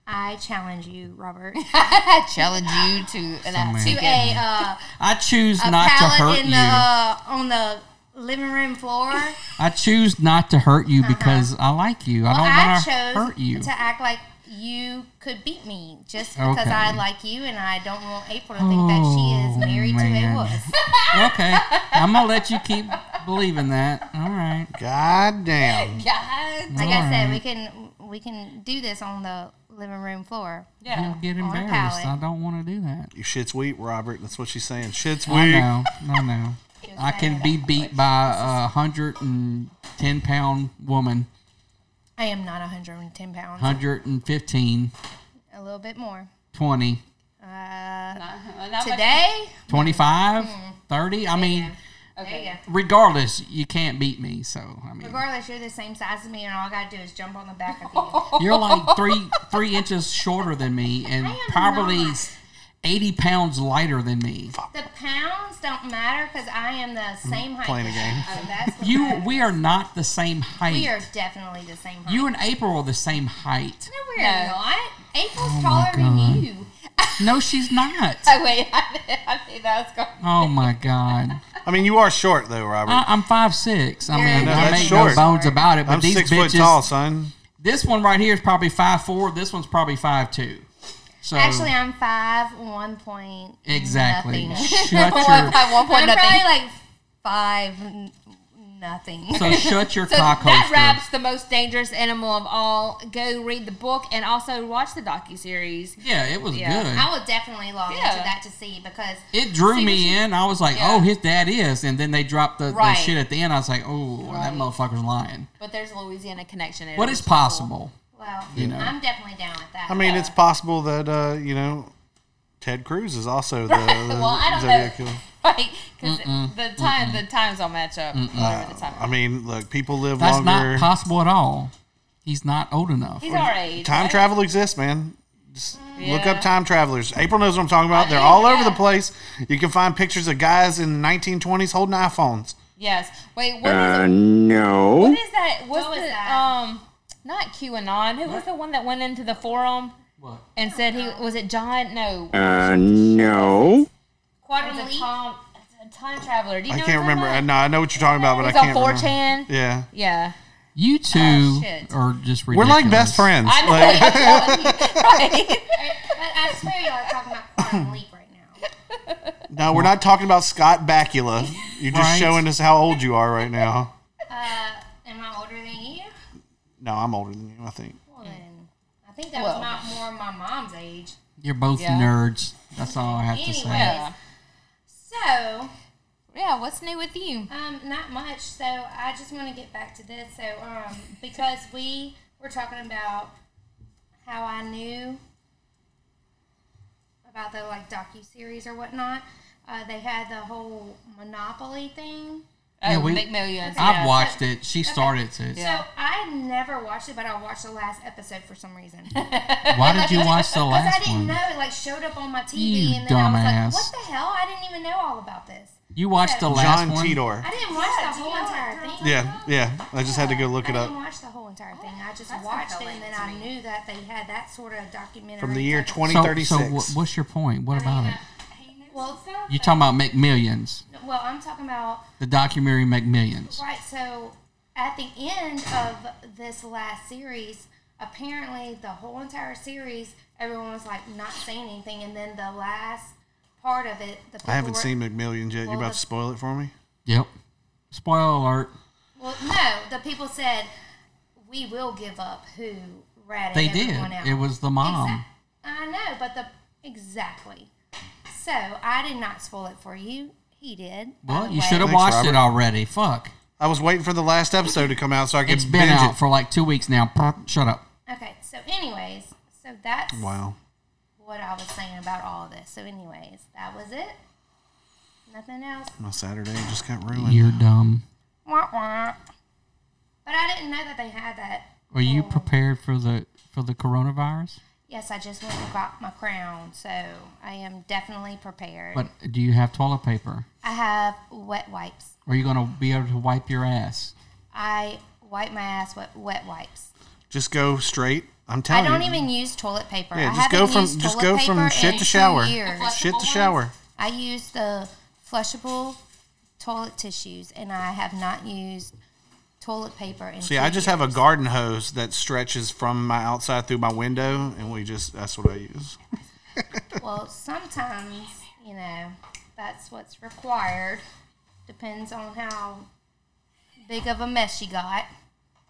Speaker 12: I challenge you, Robert, to
Speaker 4: I challenge you to an ass
Speaker 3: man.
Speaker 4: kicking.
Speaker 12: a uh,
Speaker 3: I choose
Speaker 12: a
Speaker 3: not to
Speaker 12: pallet
Speaker 3: hurt
Speaker 12: in
Speaker 3: you.
Speaker 12: the uh, on the living room floor.
Speaker 3: I choose not to hurt you because I like you.
Speaker 12: Uh-huh. Well,
Speaker 3: I
Speaker 12: I
Speaker 3: don't want to
Speaker 12: chose
Speaker 3: hurt you.
Speaker 12: to act like you could beat me just because
Speaker 3: Okay.
Speaker 12: I like you, and I don't want April to think that she is
Speaker 3: Oh,
Speaker 12: married
Speaker 3: man.
Speaker 12: to a wuss.
Speaker 3: okay, I'm gonna let you keep believing that. All right.
Speaker 5: God damn.
Speaker 4: God,
Speaker 12: Like I said, we can we can do this on the living room floor.
Speaker 3: You'll
Speaker 4: yeah,
Speaker 3: get
Speaker 12: On a
Speaker 3: embarrassed. I
Speaker 12: pallet.
Speaker 3: don't want to do that.
Speaker 5: Your shit's wheat, Robert. That's what she's saying. Shit's
Speaker 3: I
Speaker 5: wheat.
Speaker 3: know. I know. I can be beat by a hundred and ten pound woman,
Speaker 12: I am not 110 pounds.
Speaker 3: hundred and fifteen,
Speaker 12: A little bit more.
Speaker 3: twenty.
Speaker 12: Uh,
Speaker 4: much.
Speaker 12: today?
Speaker 3: 25, 30. I mean,
Speaker 12: Okay. There you Mm-hmm. go.
Speaker 3: regardless, you can't beat me. So, I mean,
Speaker 12: Regardless, you're the same size as me, and all I gotta do is jump on the back of you.
Speaker 3: you're like three three inches shorter than me and probably
Speaker 12: not.
Speaker 3: 80 pounds lighter than me.
Speaker 12: The pounds don't matter because I am the same height.
Speaker 3: playing a game.
Speaker 12: Oh, that's what
Speaker 3: You,
Speaker 12: matters.
Speaker 3: we are not the same height.
Speaker 12: We are definitely the same height.
Speaker 3: You and April are the same height.
Speaker 12: No, we're not. April's
Speaker 3: Oh, my
Speaker 12: taller than
Speaker 3: God.
Speaker 12: you.
Speaker 3: No, she's not.
Speaker 12: Oh wait, I, I think that's going.
Speaker 3: Oh my god!
Speaker 5: I mean, you are short though, Robert.
Speaker 3: I, I'm five six. I mean,
Speaker 5: I know,
Speaker 3: I
Speaker 5: that's
Speaker 3: make
Speaker 5: short.
Speaker 3: no bones about it. Uh, But
Speaker 5: I'm
Speaker 3: these
Speaker 5: six
Speaker 3: bitches,
Speaker 5: foot tall, son.
Speaker 3: This one right here is probably five four. This one's probably five two. So
Speaker 12: Actually, I'm five one point.
Speaker 3: exactly.
Speaker 12: nothing.
Speaker 4: One
Speaker 3: Shut your
Speaker 4: point- one point
Speaker 12: I'm
Speaker 4: nothing.
Speaker 12: probably like five n- nothing.
Speaker 3: So shut your
Speaker 4: So
Speaker 3: cock
Speaker 4: that
Speaker 3: holster.
Speaker 4: wraps the most dangerous animal of all. Go read the book and also watch the docu series.
Speaker 3: Yeah, it was good.
Speaker 12: I would definitely log into
Speaker 4: Yeah.
Speaker 12: that to see because
Speaker 3: it drew
Speaker 12: See, but
Speaker 3: me
Speaker 12: you-
Speaker 3: in. I was like,
Speaker 12: Yeah.
Speaker 3: "Oh, his dad is," and then they dropped the,
Speaker 4: Right.
Speaker 3: the shit at the end. I was like, "Oh, that
Speaker 4: Right.
Speaker 3: motherfucker's lying."
Speaker 4: But there's a Louisiana connection. in
Speaker 3: What
Speaker 4: it,
Speaker 3: is
Speaker 4: which cool.
Speaker 3: possible?
Speaker 12: Well,
Speaker 5: You know.
Speaker 12: I'm definitely down with that.
Speaker 5: I mean, it's possible that uh, you know Ted Cruz is also the,
Speaker 4: Right,
Speaker 5: the
Speaker 4: well, I don't
Speaker 5: Zodiac
Speaker 4: know.
Speaker 5: killer.
Speaker 4: Like, because
Speaker 5: Mm-mm,
Speaker 4: the time the times don't match up.
Speaker 3: Mm-mm.
Speaker 4: Whatever the time.
Speaker 5: I mean, look, people live
Speaker 3: That's
Speaker 5: longer.
Speaker 3: not possible at all. He's not old enough.
Speaker 4: He's our age.
Speaker 5: Time
Speaker 4: right?
Speaker 5: travel exists, man. Just look
Speaker 4: Yeah.
Speaker 5: up time travelers. April knows what I'm talking about. They're all over the place. You can find pictures of guys in the 1920s holding iPhones.
Speaker 4: Yes. Wait. What is
Speaker 5: Uh, no.
Speaker 4: What is that? What's the um? Not QAnon. Who was the one that went into the forum?
Speaker 3: What?
Speaker 4: And said he was it John? No.
Speaker 5: Uh, no.
Speaker 4: Quadrant Leap. Tom, time traveler. Do you
Speaker 5: I
Speaker 4: know
Speaker 5: can't
Speaker 4: what I'm
Speaker 5: remember.
Speaker 4: talking
Speaker 5: No, I know what you're talking about, but
Speaker 4: It's
Speaker 5: I
Speaker 4: on
Speaker 5: can't. remember.
Speaker 4: 4chan?
Speaker 5: Yeah.
Speaker 4: about? Yeah.
Speaker 3: You two
Speaker 4: Oh, shit.
Speaker 3: are just ridiculous.
Speaker 5: We're like best friends.
Speaker 4: I know.
Speaker 5: Like-
Speaker 4: I'm telling you. Right.
Speaker 12: But I swear y'all are talking about quantum leap right
Speaker 5: no, we're not talking about Scott Bakula. You're just
Speaker 3: Right.
Speaker 5: showing us how old you are right now.
Speaker 12: now. Uh, am I older than you?
Speaker 5: No, I'm older than you, I think.
Speaker 12: Well, then I think that
Speaker 4: Well.
Speaker 12: was my, more my mom's age.
Speaker 3: You're both
Speaker 12: Yeah.
Speaker 3: nerds. That's all I have to say.
Speaker 12: Anyways, So,
Speaker 4: yeah, what's new with you?
Speaker 12: Um, not much. So I just want to get back to this. So, um, because we were talking about how I knew about the like docu series or whatnot. Uh, they had the whole Monopoly thing.
Speaker 3: Yeah,
Speaker 4: Oh,
Speaker 3: we-
Speaker 4: Big Millions.
Speaker 3: I've
Speaker 4: yeah.
Speaker 3: watched it. She
Speaker 12: Okay.
Speaker 3: started it.
Speaker 12: So I never watched it, but I watched the last episode for some reason.
Speaker 3: Why did you watch the
Speaker 12: Because I
Speaker 3: last
Speaker 12: didn't
Speaker 3: one?
Speaker 12: know it like showed up on my TV,
Speaker 3: You
Speaker 12: and then I
Speaker 3: dumbass.
Speaker 12: was like, "What the hell? I didn't even know all about this."
Speaker 3: You watched the
Speaker 12: John
Speaker 3: last one.
Speaker 5: Titor.
Speaker 12: I didn't watch the whole entire thing.
Speaker 5: Yeah, yeah. I just had to go look
Speaker 12: I
Speaker 5: it
Speaker 12: didn't
Speaker 5: up.
Speaker 12: watch the whole entire thing. I just watched it, and then I knew that they had that sort of documentary.
Speaker 5: From the year
Speaker 12: type of-
Speaker 3: So- So, wha- what's your point? What about it?
Speaker 12: Well,
Speaker 3: You're talking about McMillions,
Speaker 12: well, I'm talking about
Speaker 3: the documentary McMillions.
Speaker 12: right. So at the end of this last series, apparently the whole entire series, everyone was like not saying anything, and then the last part of it, the people
Speaker 5: I haven't
Speaker 12: were-
Speaker 5: seen McMillions yet. You're
Speaker 12: Well,
Speaker 5: about
Speaker 12: the-
Speaker 5: to spoil it for me?
Speaker 3: Yep. Spoiler alert.
Speaker 12: Well, no, the people said we will give up who ratted
Speaker 3: They did.
Speaker 12: everyone out.
Speaker 3: It was the mom.
Speaker 12: I know, but the exactly. So I did not spoil it for you. He did.
Speaker 3: Well, you
Speaker 5: way.
Speaker 3: should have
Speaker 5: Thanks,
Speaker 3: watched it
Speaker 5: Robert.
Speaker 3: already. Fuck.
Speaker 5: I was waiting for the last episode to come out so I could
Speaker 3: It's been
Speaker 5: binge
Speaker 3: out
Speaker 5: it.
Speaker 3: for like two weeks now. Shut up.
Speaker 12: Okay. So, anyways, so that's
Speaker 5: Wow.
Speaker 12: what I was saying about all of this. So, anyways, that was it. Nothing else.
Speaker 5: My Saturday just got ruined.
Speaker 3: You're dumb.
Speaker 12: Wah, wah. But I didn't know that they had that.
Speaker 3: Are you
Speaker 12: Oh.
Speaker 3: prepared for the for the coronavirus?
Speaker 12: Yes, I just went and got my crown, so I am definitely prepared.
Speaker 3: But do you have toilet paper?
Speaker 12: I have wet wipes.
Speaker 3: Are you gonna be able to wipe your ass?
Speaker 12: I wipe my ass with wet wipes.
Speaker 5: Just go straight. I'm
Speaker 12: I
Speaker 5: telling you.
Speaker 12: don't even use toilet paper.
Speaker 5: Oh, Yeah,
Speaker 12: I
Speaker 5: just go
Speaker 12: haven't
Speaker 5: from-
Speaker 12: used
Speaker 5: just
Speaker 12: toilet
Speaker 5: go from
Speaker 12: paper
Speaker 5: shit
Speaker 12: in
Speaker 5: to
Speaker 12: two
Speaker 5: shower.
Speaker 12: years.
Speaker 5: The Shit to flushable shower. ones?
Speaker 12: I use the flushable toilet tissues, and I have not used toilet paper in.
Speaker 5: See,
Speaker 12: two
Speaker 5: I
Speaker 12: years.
Speaker 5: just have a garden hose that stretches from my outside through my window, and we just that's what I use.
Speaker 12: Well, sometimes you know that's what's required. Depends on how big of a mess you got,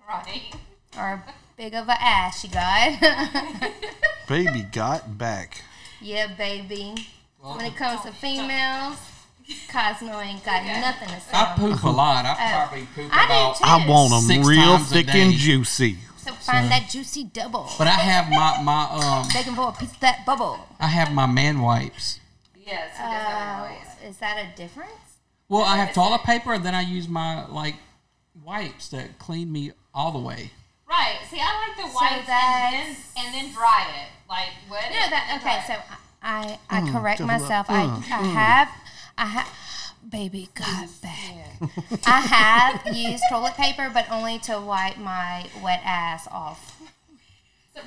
Speaker 4: Right.
Speaker 12: or big of a ass you got.
Speaker 5: Baby got back.
Speaker 12: Yeah, baby. when it comes to females, Cosmo ain't got nothing to say.
Speaker 3: I poop a lot. I
Speaker 12: Oh.
Speaker 3: probably poop
Speaker 12: I do
Speaker 3: about.
Speaker 12: too. I
Speaker 5: I want them
Speaker 3: Six
Speaker 5: real
Speaker 3: times a
Speaker 5: thick
Speaker 3: day.
Speaker 5: and juicy.
Speaker 12: So Find
Speaker 3: So-
Speaker 12: that juicy double.
Speaker 3: But I have my my um
Speaker 12: Begging for a piece of that bubble.
Speaker 3: I have my man wipes.
Speaker 12: Yes. Uh, is that a difference?
Speaker 3: Well, I have toilet paper and then I use my like wipes that clean me all the way.
Speaker 4: Right. See, I like the
Speaker 12: So
Speaker 4: white and then
Speaker 12: that's-
Speaker 4: and then dry it. Like what?
Speaker 12: No, that okay. So I I
Speaker 4: Mm,
Speaker 12: correct
Speaker 4: double up.
Speaker 12: myself. I
Speaker 4: Mm,
Speaker 12: I
Speaker 4: mm.
Speaker 12: have I have baby got back. I have used toilet paper, but only to wipe my wet ass off.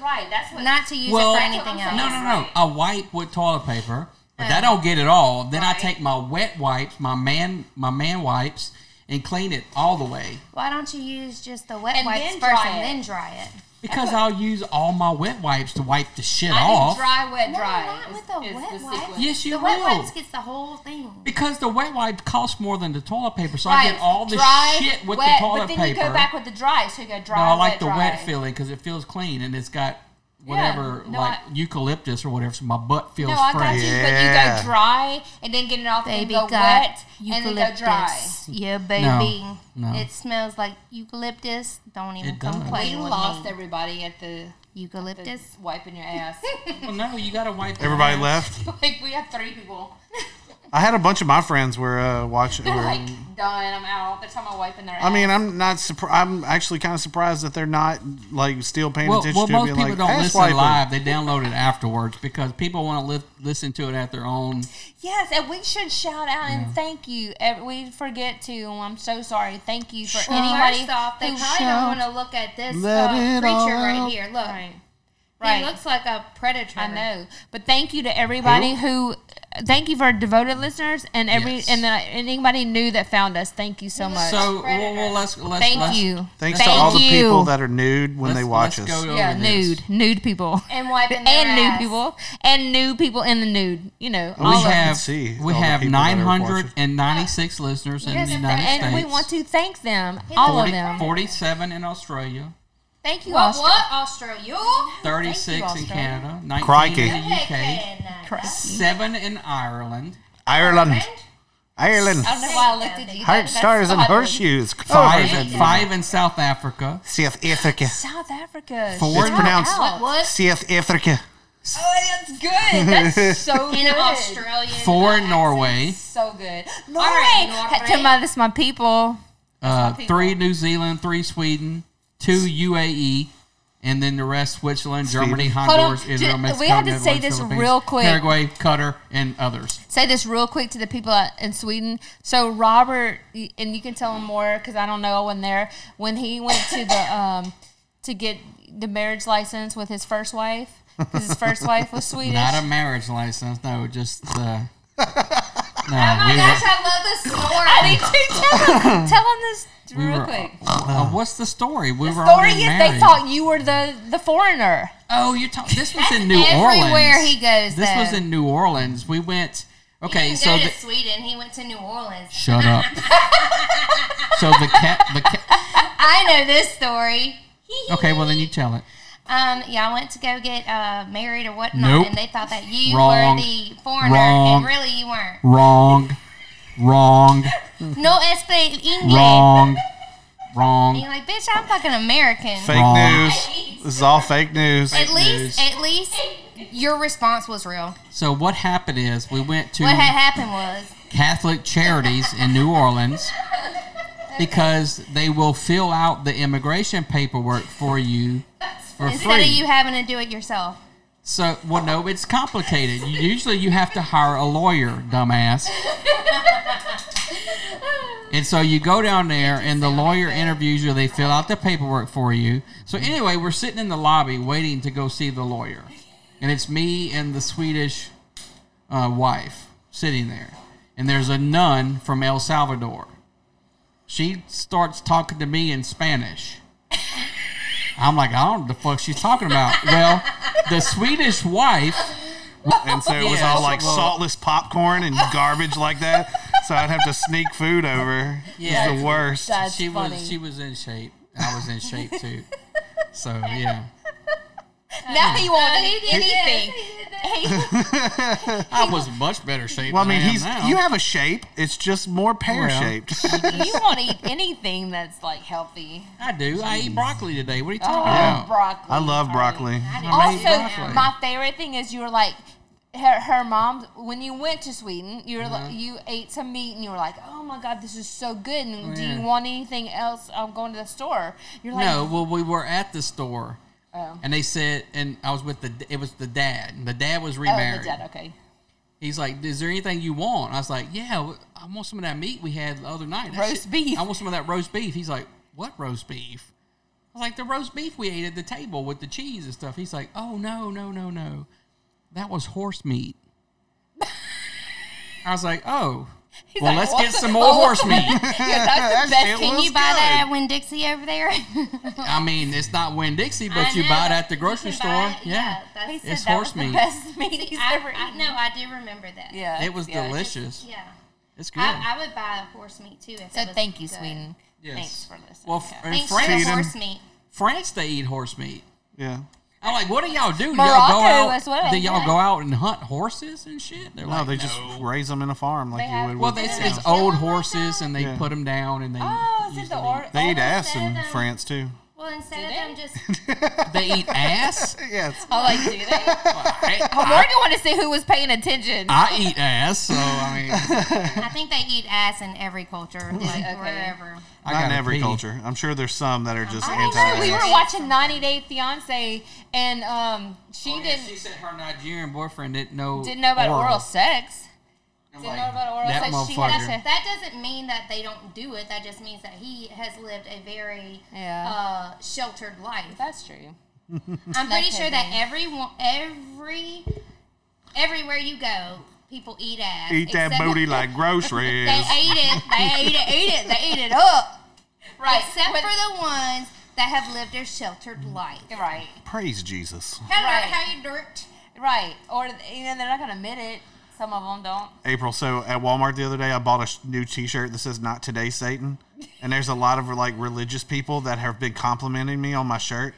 Speaker 4: right. That's what.
Speaker 12: Not to use
Speaker 3: well,
Speaker 12: it for anything else.
Speaker 3: No, no, no. I wipe with toilet paper, but that
Speaker 4: Oh.
Speaker 3: don't get it all. Then I take my wet wipes, my man my man wipes, and clean it all the way
Speaker 12: Why don't you use just the wet
Speaker 4: And
Speaker 12: wipes
Speaker 4: then
Speaker 12: first
Speaker 4: dry
Speaker 12: and
Speaker 4: it.
Speaker 12: then dry it?
Speaker 3: because I'll use all my wet wipes to wipe the shit
Speaker 4: I
Speaker 3: off.
Speaker 4: do dry, wet,
Speaker 12: No,
Speaker 4: dry.
Speaker 12: not
Speaker 4: is-
Speaker 12: with the
Speaker 4: is
Speaker 12: wet
Speaker 4: the
Speaker 12: wipes.
Speaker 4: sequence.
Speaker 3: Yes, you
Speaker 12: the wet
Speaker 3: will.
Speaker 12: wipes gets the whole thing.
Speaker 3: Because the wet wipe costs more than the toilet paper, so I
Speaker 4: Right.
Speaker 3: get all this
Speaker 4: Dry,
Speaker 3: shit with
Speaker 4: wet,
Speaker 3: the toilet
Speaker 4: but then
Speaker 3: paper.
Speaker 4: you go back with the dry, so you go dry.
Speaker 3: no, I like the
Speaker 4: dry.
Speaker 3: wet feeling because it feels clean and it's got whatever,
Speaker 4: no,
Speaker 3: like eucalyptus or whatever, so my butt feels
Speaker 4: no, I got
Speaker 3: fresh.
Speaker 4: you, but you go dry and then get it off and
Speaker 12: Baby
Speaker 4: then go
Speaker 12: got
Speaker 4: wet and then go dry.
Speaker 12: eucalyptus. Yeah, baby.
Speaker 3: no.
Speaker 12: It smells like eucalyptus. Don't even
Speaker 3: It does.
Speaker 12: complain
Speaker 4: We
Speaker 12: with
Speaker 4: lost
Speaker 12: me.
Speaker 4: everybody at the
Speaker 12: eucalyptus.
Speaker 4: the wiping your ass.
Speaker 3: well, no, you gotta wipe.
Speaker 5: Everybody left.
Speaker 4: like we have three people.
Speaker 5: I had a bunch of my friends were uh, watching.
Speaker 4: They're
Speaker 5: were-
Speaker 4: like done. I'm out. They're talking about wiping their ass.
Speaker 5: I mean, I'm not surprised. I'm actually kind of surprised that they're not like still paying
Speaker 3: Well,
Speaker 5: attention
Speaker 3: well
Speaker 5: to
Speaker 3: most
Speaker 5: it, being
Speaker 3: people
Speaker 5: like,
Speaker 3: don't
Speaker 5: "Ass
Speaker 3: listen
Speaker 5: wiper."
Speaker 3: live; they download it afterwards because people want to li- listen to it at their own.
Speaker 4: Yes, and we should shout out and thank you. Ev- We forget to. and I'm so sorry. Thank you for
Speaker 12: Well,
Speaker 4: anybody
Speaker 12: first off, they
Speaker 4: who
Speaker 12: probably
Speaker 4: showed-
Speaker 12: don't want to look at this
Speaker 4: Let
Speaker 12: uh,
Speaker 4: it
Speaker 12: creature
Speaker 4: all
Speaker 12: right
Speaker 4: out.
Speaker 12: here. Look,
Speaker 4: Right.
Speaker 12: he looks like a predator.
Speaker 4: I know, but thank you to everybody who. Thank you for devoted listeners and every
Speaker 3: Yes.
Speaker 4: and, the, and anybody new that found us. Thank you so much.
Speaker 3: So, well, well, let's let's.
Speaker 4: Thank
Speaker 3: let's-
Speaker 4: you.
Speaker 5: Thanks
Speaker 4: Thank
Speaker 5: to all
Speaker 4: you.
Speaker 5: the people that are nude when they watch
Speaker 3: let's
Speaker 5: us.
Speaker 3: go
Speaker 4: yeah, nude, nude people,
Speaker 12: and wiping their
Speaker 4: and
Speaker 12: ass.
Speaker 4: nude people, and nude people in the nude. You know,
Speaker 3: We
Speaker 4: all of
Speaker 3: have
Speaker 4: us.
Speaker 5: see all
Speaker 3: we
Speaker 5: the
Speaker 3: have
Speaker 5: people that are
Speaker 3: 996 listeners in
Speaker 4: Yes,
Speaker 3: the
Speaker 4: and
Speaker 3: United States.
Speaker 4: and we want to thank them, all of
Speaker 3: 40
Speaker 4: them.
Speaker 3: 47 in Australia,
Speaker 4: Thank you,
Speaker 12: What?
Speaker 4: Austin.
Speaker 12: What? Australia?
Speaker 3: 36 in
Speaker 4: Australia.
Speaker 3: Canada, 19
Speaker 5: Crikey.
Speaker 3: in the UK,
Speaker 12: Crikey.
Speaker 3: 7 in Ireland, Oh,
Speaker 5: Ireland, Ireland,
Speaker 4: I don't know why I looked at you.
Speaker 5: heart
Speaker 4: That-
Speaker 5: stars
Speaker 4: that's
Speaker 5: and
Speaker 4: odd.
Speaker 5: horseshoes,
Speaker 3: five,
Speaker 5: clovers and
Speaker 3: five in South Africa,
Speaker 5: South Africa.
Speaker 4: South Africa.
Speaker 5: Four. It's
Speaker 4: Shout
Speaker 5: pronounced-
Speaker 4: out.
Speaker 5: South Africa.
Speaker 4: Oh, that's good. That's so
Speaker 12: In
Speaker 4: good.
Speaker 12: Australia.
Speaker 3: four in Norway,
Speaker 4: So good. Norway.
Speaker 12: right, Norway.
Speaker 4: To my, this my people.
Speaker 3: uh, three New Zealand, three Sweden, two UAE, and then the rest Switzerland, Germany, Honduras,
Speaker 4: Ju-
Speaker 3: Israel, Mexico,
Speaker 4: we have to
Speaker 3: Netherlands,
Speaker 4: say this
Speaker 3: Philippines,
Speaker 4: real quick.
Speaker 3: Paraguay, Qatar, and others.
Speaker 4: Say this real quick to the people out in Sweden. So Robert, y- and you can tell him more because I don't know. I wasn't there when he went to the um to get the marriage license with his first wife. 'cause His first wife was Swedish.
Speaker 3: Not a marriage license, no, just. Uh,
Speaker 4: Oh
Speaker 3: no, we
Speaker 12: Gosh,
Speaker 3: were-
Speaker 12: I love this story.
Speaker 4: I need to tell him, tell him this
Speaker 3: we
Speaker 4: real
Speaker 3: were-
Speaker 4: quick.
Speaker 3: uh, what's the story? We were
Speaker 4: Story
Speaker 3: already
Speaker 4: is
Speaker 3: married.
Speaker 4: they thought you were the the foreigner.
Speaker 3: Oh, you're talking. This was in New Orleans.
Speaker 12: everywhere he goes,
Speaker 3: This was
Speaker 12: though.
Speaker 3: in New Orleans. We went. Okay,
Speaker 12: He didn't go
Speaker 3: so the,
Speaker 12: to Sweden. He went to New Orleans.
Speaker 3: shut up. so the cat. The cat.
Speaker 12: I know this story.
Speaker 3: Okay, well then you tell it.
Speaker 12: Um, yeah, I went to go get uh, married or whatnot,
Speaker 3: Nope.
Speaker 12: and they thought that you
Speaker 3: Wrong.
Speaker 12: were the foreigner,
Speaker 3: Wrong.
Speaker 12: and really you weren't.
Speaker 3: Wrong. Wrong.
Speaker 12: No explain English.
Speaker 3: Wrong.
Speaker 12: And
Speaker 3: Wrong.
Speaker 12: you're like, bitch, I'm fucking American.
Speaker 5: Fake
Speaker 3: Wrong.
Speaker 5: news. This is all fake news.
Speaker 12: At least, at least your response was real.
Speaker 3: So what happened is we went to
Speaker 12: What had happened was
Speaker 3: Catholic Charities in New Orleans because they will fill out the immigration paperwork for you for
Speaker 12: instead
Speaker 3: free.
Speaker 12: of you having to do it yourself.
Speaker 3: So, well, no, it's complicated. You- Usually, you have to hire a lawyer, dumbass. And so you go down there, and the lawyer interviews you. They fill out the paperwork for you. So anyway, we're sitting in the lobby waiting to go see the lawyer, and it's me and the Swedish uh, wife sitting there. And there's a nun from El Salvador. She starts talking to me in Spanish. I'm like, I don't know what the fuck she's talking about. Well, the Swedish wife.
Speaker 5: And so it was all like saltless popcorn and garbage like that. So I'd have to sneak food over. It was the worst.
Speaker 4: That's
Speaker 3: she
Speaker 4: funny.
Speaker 3: was she was in shape. I was in shape too. So yeah.
Speaker 4: Now he won't
Speaker 12: Oh,
Speaker 4: eat
Speaker 12: he did this,
Speaker 4: anything.
Speaker 12: he did
Speaker 4: He,
Speaker 3: I was much better shape.
Speaker 5: Well, I
Speaker 3: than
Speaker 5: mean,
Speaker 3: am
Speaker 5: he's
Speaker 3: now.
Speaker 5: you have a shape. It's just more pear
Speaker 3: Well.
Speaker 5: shaped.
Speaker 4: you want to eat anything that's like healthy.
Speaker 3: I do. I eat broccoli today. What are you talking
Speaker 4: Oh,
Speaker 3: about?
Speaker 4: broccoli.
Speaker 5: I love broccoli.
Speaker 3: I
Speaker 4: Also,
Speaker 3: made broccoli.
Speaker 4: my favorite thing is you were like, her, her mom, when you went to Sweden, you were like,
Speaker 3: Uh-huh.
Speaker 4: you ate some meat and you were like, oh my God, this is so good. And do you
Speaker 3: Yeah.
Speaker 4: want anything else? I'm going to the store. You're like,
Speaker 3: no, well, we were at the store,
Speaker 4: Oh.
Speaker 3: and they said, and I was with the. It was the dad. And the dad was
Speaker 4: oh,
Speaker 3: remarried.
Speaker 4: the dad, okay.
Speaker 3: He's like, "Is there anything you want?" I was like, "Yeah, I want some of that meat we had the other night. That
Speaker 4: Roast
Speaker 3: shit-
Speaker 4: beef.
Speaker 3: I want some of that roast beef." He's like, "What roast beef?" I was like, "The roast beef we ate at the table with the cheese and stuff." He's like, "Oh no, no, no, no, that was horse meat." I was like, "Oh,
Speaker 12: He's
Speaker 3: well,
Speaker 12: like,
Speaker 3: let's
Speaker 12: "What
Speaker 3: get
Speaker 12: the-
Speaker 3: some more
Speaker 12: oh,
Speaker 3: horse meat."
Speaker 12: Yeah, that's the
Speaker 3: That
Speaker 12: best.
Speaker 3: shit
Speaker 12: Can
Speaker 3: was
Speaker 12: you buy
Speaker 3: good.
Speaker 12: that Win Dixie over there?
Speaker 3: I mean, it's not Winn Dixie,
Speaker 12: I
Speaker 3: but you
Speaker 12: know.
Speaker 3: buy it at the
Speaker 12: You
Speaker 3: grocery
Speaker 12: can
Speaker 3: store.
Speaker 12: buy it.
Speaker 3: yeah,
Speaker 12: that's- He said
Speaker 3: it's
Speaker 12: that
Speaker 3: horse
Speaker 12: was the
Speaker 3: meat.
Speaker 4: best meat he's
Speaker 12: I,
Speaker 4: ever
Speaker 12: I,
Speaker 4: eaten.
Speaker 12: no, I do remember that.
Speaker 4: Yeah.
Speaker 3: It was
Speaker 4: yeah.
Speaker 3: delicious.
Speaker 12: Yeah.
Speaker 3: It's good.
Speaker 12: I, I would buy horse meat too. If
Speaker 4: So
Speaker 12: it was
Speaker 4: thank you,
Speaker 12: good.
Speaker 4: Sweden.
Speaker 3: Yes.
Speaker 4: Thanks for listening.
Speaker 3: Well, f- in
Speaker 12: Thanks
Speaker 3: France,
Speaker 12: for the horse meat.
Speaker 3: France, they eat horse meat.
Speaker 5: Yeah.
Speaker 3: I'm like, what do y'all do? y'all
Speaker 4: Morocco
Speaker 3: go out?
Speaker 4: as well,
Speaker 3: do y'all
Speaker 4: yeah.
Speaker 3: go out and hunt horses and shit? They're
Speaker 5: no,
Speaker 3: like,
Speaker 5: they just raise them in a farm like
Speaker 4: They
Speaker 5: you
Speaker 4: have-
Speaker 5: would.
Speaker 3: well,
Speaker 5: with-
Speaker 3: they,
Speaker 5: yeah.
Speaker 3: it's old horses and they put 'em put them down and they
Speaker 4: Oh, is it the or-
Speaker 5: They eat
Speaker 4: oh,
Speaker 5: ass in
Speaker 12: them-
Speaker 5: France too.
Speaker 12: Well, instead of them just
Speaker 3: they eat ass.
Speaker 5: yes.
Speaker 4: I like, do Oh, they?
Speaker 3: I,
Speaker 4: Morgan wanted to see who was paying attention.
Speaker 3: I eat ass, so I mean,
Speaker 12: I think they eat ass in every culture, like
Speaker 4: okay.
Speaker 12: wherever.
Speaker 3: I
Speaker 5: Not in
Speaker 3: gotta
Speaker 5: every
Speaker 3: pee.
Speaker 5: culture. I'm sure there's some that are just
Speaker 4: I don't
Speaker 5: anti.
Speaker 4: know. We
Speaker 5: ass.
Speaker 4: were watching 90 Day Fiance, and um, she
Speaker 3: Oh, yeah,
Speaker 4: didn't
Speaker 3: she said her Nigerian boyfriend didn't know
Speaker 4: didn't know about oral, sex.
Speaker 3: I'm
Speaker 4: Didn't
Speaker 3: like,
Speaker 4: know about oral
Speaker 3: that
Speaker 4: sex. She
Speaker 3: motherfucker.
Speaker 4: had to.
Speaker 12: That doesn't mean that they don't do it. That just means that he has lived a very
Speaker 4: Yeah.
Speaker 12: uh, sheltered life.
Speaker 4: That's true.
Speaker 12: I'm pretty
Speaker 4: That
Speaker 12: sure
Speaker 4: could
Speaker 12: that
Speaker 4: be.
Speaker 12: everyone, every, everywhere you go, people eat ass.
Speaker 5: Eat that
Speaker 12: except-
Speaker 5: booty like groceries.
Speaker 12: They ate it. They ate it. Eat it. They ate it up. Right. Except for the ones that have lived their sheltered life.
Speaker 4: Right.
Speaker 5: Praise Jesus.
Speaker 12: Hello,
Speaker 4: Right.
Speaker 12: how you dirt?
Speaker 4: Right. Or you know they're not gonna admit it. Some of them don't.
Speaker 5: April. So at Walmart the other day, I bought a sh- new T-shirt that says "Not Today, Satan," and there's a lot of like religious people that have been complimenting me on my shirt.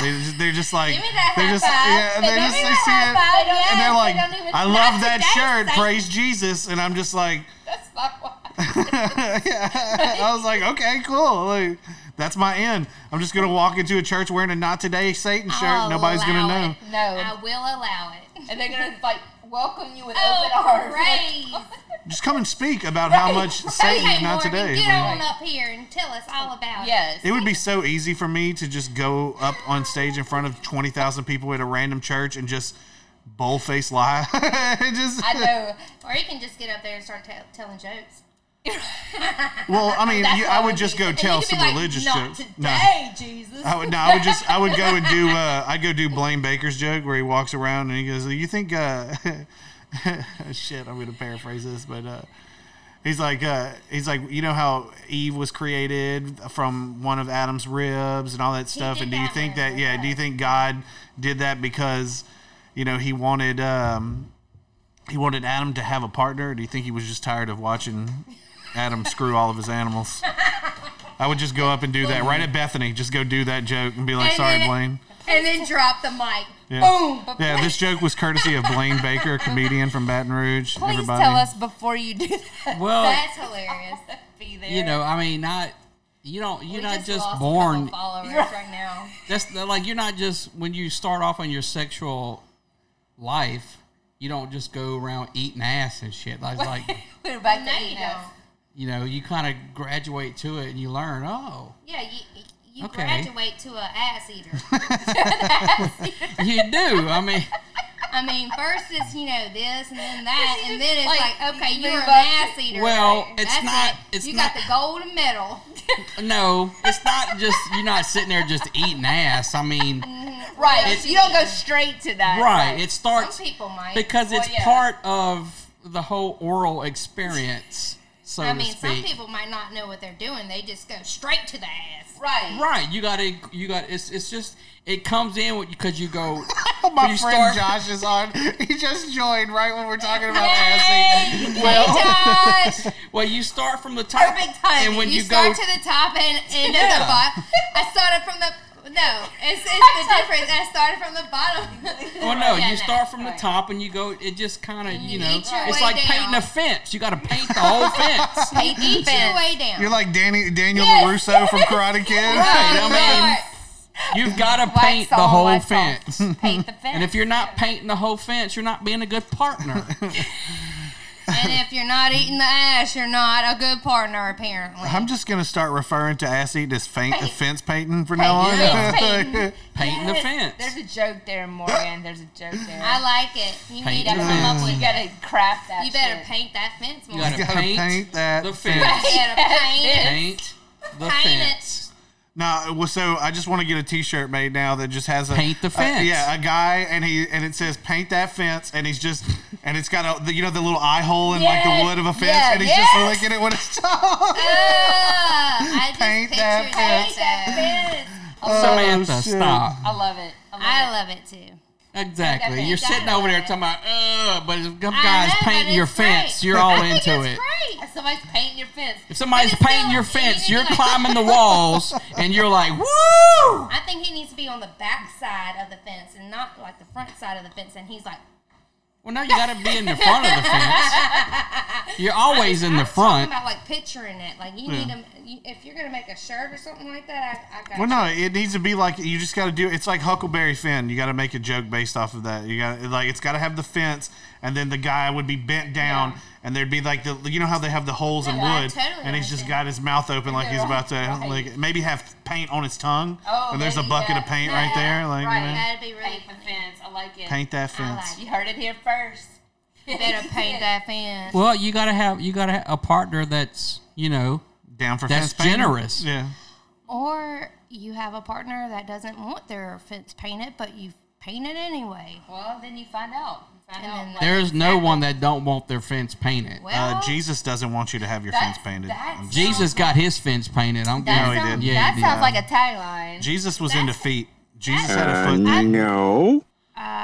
Speaker 5: They just, they're just like,
Speaker 12: Give me that
Speaker 5: they're
Speaker 12: high
Speaker 5: just,
Speaker 12: five.
Speaker 5: yeah, and
Speaker 12: Give
Speaker 5: they're
Speaker 12: me
Speaker 5: just, they
Speaker 12: that
Speaker 5: see
Speaker 12: high
Speaker 5: it,
Speaker 12: five. They don't-
Speaker 5: and they're
Speaker 12: they
Speaker 5: like,
Speaker 12: don't even-
Speaker 5: I
Speaker 12: Not
Speaker 5: love that
Speaker 12: today,
Speaker 5: shirt,
Speaker 12: Satan.
Speaker 5: praise Jesus, and I'm just like,
Speaker 4: That's not why.
Speaker 5: I was like, okay, cool, like, that's my end. I'm just gonna walk into a church wearing a "Not Today, Satan" shirt.
Speaker 4: Oh,
Speaker 12: I'll
Speaker 5: Nobody's gonna
Speaker 12: allow
Speaker 5: know.
Speaker 12: it.
Speaker 4: No.
Speaker 12: I will allow it.
Speaker 4: And they're gonna like welcome you with open
Speaker 12: Oh,
Speaker 4: arms.
Speaker 12: praise.
Speaker 5: Just come and speak about how much Satan
Speaker 12: Okay,
Speaker 5: not
Speaker 12: Morgan,
Speaker 5: today.
Speaker 12: get on
Speaker 5: Like,
Speaker 12: up here and tell us all about
Speaker 4: Yes.
Speaker 5: It would be so easy for me to just go up on stage in front of 20,000 people at a random church and just boldface lie. just,
Speaker 4: I know.
Speaker 12: it. Or you can just get up there and start tell telling jokes.
Speaker 5: Well, I mean,
Speaker 4: That's
Speaker 5: you,
Speaker 4: what
Speaker 5: I
Speaker 4: would
Speaker 5: would just
Speaker 4: be-
Speaker 5: go
Speaker 4: and you
Speaker 5: tell
Speaker 4: could be
Speaker 5: some
Speaker 4: like,
Speaker 5: religious
Speaker 4: "Not
Speaker 5: jokes. Oh. No.
Speaker 4: Hey, Jesus.
Speaker 5: I would, no, I would just, I would go and do, uh, I'd go do Blaine Baker's joke where he walks around and he goes, you think, uh, shit, I'm going to paraphrase this, but, uh, He's like, uh, he's like, you know how Eve was created from one of Adam's ribs and all that stuff,
Speaker 12: did
Speaker 5: and do you
Speaker 12: that
Speaker 5: think
Speaker 12: one,
Speaker 5: that, yeah, do you think God did that because, you know, he wanted, um, he wanted Adam to have a partner? Or do you think he was just tired of watching Adam screw all of his animals? I would just go up and do that right at Bethany. Just go do that joke and be like,
Speaker 12: And
Speaker 5: sorry,
Speaker 12: then-
Speaker 5: Blaine.
Speaker 12: And then drop the mic.
Speaker 5: Yeah.
Speaker 12: Boom.
Speaker 5: Yeah, this joke was courtesy of Blaine Baker, comedian from Baton Rouge.
Speaker 4: Please
Speaker 5: Everybody.
Speaker 4: tell us before you do that.
Speaker 3: well,
Speaker 12: That's hilarious.
Speaker 4: Be there.
Speaker 3: Oh. you know, I mean, not you don't you're
Speaker 12: We
Speaker 3: not just,
Speaker 12: lost a couple
Speaker 3: born.
Speaker 12: followers right now.
Speaker 3: That's the- like you're not just when you start off on your sexual life. You don't just go around eating ass and shit. Like, like
Speaker 4: We're back
Speaker 12: No,
Speaker 4: to
Speaker 12: you
Speaker 4: eating ass.
Speaker 12: don't.
Speaker 3: you know, you kind of graduate to it and you learn. Oh,
Speaker 12: Yeah, you, you
Speaker 3: Okay.
Speaker 12: graduate to an ass eater.
Speaker 3: you do. I mean,
Speaker 12: I mean, first it's you know this, and then that, and then it's
Speaker 4: Like,
Speaker 12: like, okay,
Speaker 4: you
Speaker 12: you're an
Speaker 4: move up
Speaker 12: ass eater.
Speaker 3: Well,
Speaker 12: Like,
Speaker 3: it's
Speaker 12: that's
Speaker 3: not-
Speaker 12: it.
Speaker 3: it's
Speaker 12: you
Speaker 3: not-
Speaker 12: got the gold medal.
Speaker 3: no, it's not just you're not sitting there just eating ass. I mean,
Speaker 4: Right.
Speaker 12: It's-
Speaker 4: you don't go straight to that.
Speaker 3: right? It starts
Speaker 12: Some people might.
Speaker 3: because it's
Speaker 4: Well, yeah.
Speaker 3: part of the whole oral experience, so
Speaker 12: I
Speaker 3: to
Speaker 12: mean,
Speaker 3: speak.
Speaker 12: some people might not know what they're doing. They just go straight to the ass.
Speaker 4: Right.
Speaker 3: Right, you got to, you got. It's, it's just, it comes in because you go.
Speaker 5: My
Speaker 3: you
Speaker 5: friend
Speaker 3: start-
Speaker 5: Josh is on. He just joined right when we're talking about ass eating.
Speaker 12: Hey, hey, Josh.
Speaker 3: Well, you start from the top,
Speaker 12: Perfect timing.
Speaker 3: and when
Speaker 12: you,
Speaker 3: you, go,
Speaker 12: start to the top and end
Speaker 3: Yeah.
Speaker 12: of the bottom. I started from the No, it's, it's the difference. I started from the bottom.
Speaker 3: Well, Oh, no,
Speaker 12: Oh, Yeah,
Speaker 3: you start from the top and you go. It just kind of, you know,
Speaker 12: eat your
Speaker 3: it's
Speaker 12: way
Speaker 3: like painting
Speaker 12: down.
Speaker 3: a fence. You got to paint the whole fence.
Speaker 12: Eat your way down.
Speaker 5: You're like Danny, Daniel LaRusso from Karate Kid.
Speaker 3: Right, I mean, you've got to paint the
Speaker 5: on,
Speaker 3: whole
Speaker 5: wax
Speaker 3: fence. Paint the fence. And if you're not painting the whole fence, you're not being a good partner.
Speaker 12: and if you're not eating the ash, you're not a good partner, apparently.
Speaker 5: I'm just gonna start referring to ass eating as faint, fence painting from now on.
Speaker 12: Paint. Yeah. Painting.
Speaker 5: painting
Speaker 12: the
Speaker 4: fence. There's a joke there, Morgan. There's a joke there.
Speaker 12: I like it. You
Speaker 5: Paint
Speaker 12: need to
Speaker 5: the
Speaker 12: come up
Speaker 5: fence.
Speaker 12: with
Speaker 4: You gotta craft that.
Speaker 12: You better
Speaker 4: shit.
Speaker 12: paint that fence more.
Speaker 5: You gotta, paint, that the
Speaker 12: You gotta paint it.
Speaker 3: Paint the
Speaker 12: Paint
Speaker 3: fence.
Speaker 5: No, well, so I just want to get a T-shirt made now that just has a
Speaker 3: Paint the
Speaker 5: a-
Speaker 3: fence.
Speaker 5: yeah, a guy and he and it says paint that fence, and he's just and it's got a the- you know the little eye hole in like
Speaker 12: Yes,
Speaker 5: the wood of a fence,
Speaker 12: yeah,
Speaker 5: and he's
Speaker 12: yes.
Speaker 5: just licking it when it's Oh,
Speaker 12: I just
Speaker 5: Paint
Speaker 12: pictured
Speaker 5: that fence.
Speaker 12: that.
Speaker 5: Oh,
Speaker 3: Samantha,
Speaker 5: shit.
Speaker 3: stop.
Speaker 4: I love it. I love
Speaker 12: I love it too.
Speaker 3: Exactly.
Speaker 12: Paint
Speaker 3: You're
Speaker 12: that
Speaker 3: sitting
Speaker 12: fence.
Speaker 3: over there talking about, uh, but if some
Speaker 12: I
Speaker 3: guy's
Speaker 12: know, but
Speaker 3: painting your
Speaker 12: it's great.
Speaker 3: fence, you're all
Speaker 12: I think
Speaker 3: into
Speaker 12: it's
Speaker 3: it.
Speaker 12: Great. Somebody's painting your fence.
Speaker 3: If somebody's painting your fence, you're climbing the walls and you're like, woo!
Speaker 12: I think he needs to be on the back side of the fence and not like the front side of the fence. And he's like,
Speaker 3: Well, no, you got to be in the front of the fence. You're always in the
Speaker 12: talking
Speaker 3: front.
Speaker 12: about like picturing it. Like you
Speaker 5: Yeah.
Speaker 12: need to, you, if you're gonna make a shirt or something like that, I, I got.
Speaker 5: Well, no,
Speaker 12: you.
Speaker 5: it needs to be like you just got to do. It's like Huckleberry Finn. You got to make a joke based off of that. You got like it's got to have the fence, and then the guy would be bent down, and there'd be like the you know how they have the holes in
Speaker 12: No, I
Speaker 5: wood,
Speaker 12: totally
Speaker 5: and he's just got his mouth open like he's about to like maybe have paint on his tongue,
Speaker 4: Oh,
Speaker 5: and there's a
Speaker 4: maybe,
Speaker 5: bucket
Speaker 4: yeah.
Speaker 5: of paint right there, like
Speaker 4: right.
Speaker 5: you know.
Speaker 12: That'd be really
Speaker 4: paint the fence. I like it.
Speaker 5: Paint that I like fence.
Speaker 4: you heard it here first.
Speaker 12: You better paint that fence.
Speaker 3: Well, you got to have you got to have a partner that's you know
Speaker 5: down for
Speaker 3: that's
Speaker 5: fence painting?
Speaker 3: generous.
Speaker 5: Yeah.
Speaker 12: Or you have a partner that doesn't want their fence painted, but you paint it anyway.
Speaker 4: Well, then you find out. You Find out. what-
Speaker 3: There's no one that don't want their fence painted.
Speaker 5: uh, Jesus doesn't want you to have your fence painted. I'm just-
Speaker 3: Jesus got his fence painted. I'm
Speaker 5: That
Speaker 3: good.
Speaker 5: No, he sounds- didn't.
Speaker 3: Yeah,
Speaker 4: that
Speaker 3: he
Speaker 4: sounds
Speaker 3: did.
Speaker 4: like a tagline.
Speaker 5: Jesus was into feet. Jesus had a
Speaker 8: Uh,
Speaker 5: foot. Uh,
Speaker 8: no.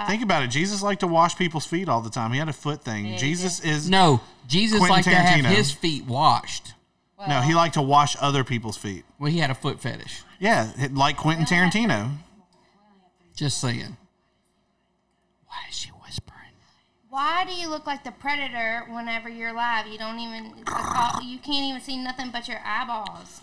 Speaker 5: Think about it. Jesus liked to wash people's feet all the time. He had a foot thing. Jesus is
Speaker 3: no. Jesus
Speaker 5: Quentin
Speaker 3: liked to have
Speaker 5: Tarantino.
Speaker 3: his feet washed.
Speaker 5: no. He liked to wash other people's feet.
Speaker 3: Well, he had a foot fetish.
Speaker 5: Yeah, it- like Quentin Tarantino.
Speaker 3: Just saying. Why is she whispering?
Speaker 12: Why do you look like the predator whenever you're live? You don't even it's like all, you can't even see nothing but your eyeballs.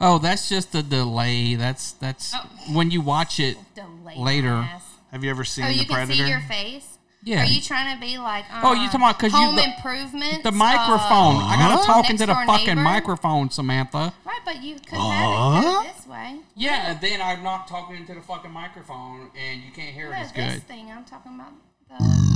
Speaker 3: Oh, that's just the delay. That's that's when you watch it
Speaker 12: Delay
Speaker 3: later.
Speaker 5: Have you ever seen
Speaker 12: oh, you can see your face.
Speaker 3: Yeah.
Speaker 12: Are you trying to be like? Um,
Speaker 3: Oh, you talking about 'cause you
Speaker 12: home Uh,
Speaker 3: the-
Speaker 12: improvement?
Speaker 3: The microphone. I gotta talk into the fucking
Speaker 12: microphone.
Speaker 3: microphone, Samantha.
Speaker 12: Right, but you could have it go this way.
Speaker 3: Yeah, and then I'm not talking into the fucking microphone, and you can't hear
Speaker 12: No,
Speaker 3: it
Speaker 12: this
Speaker 3: as good. Mm.
Speaker 12: thing I'm talking about. The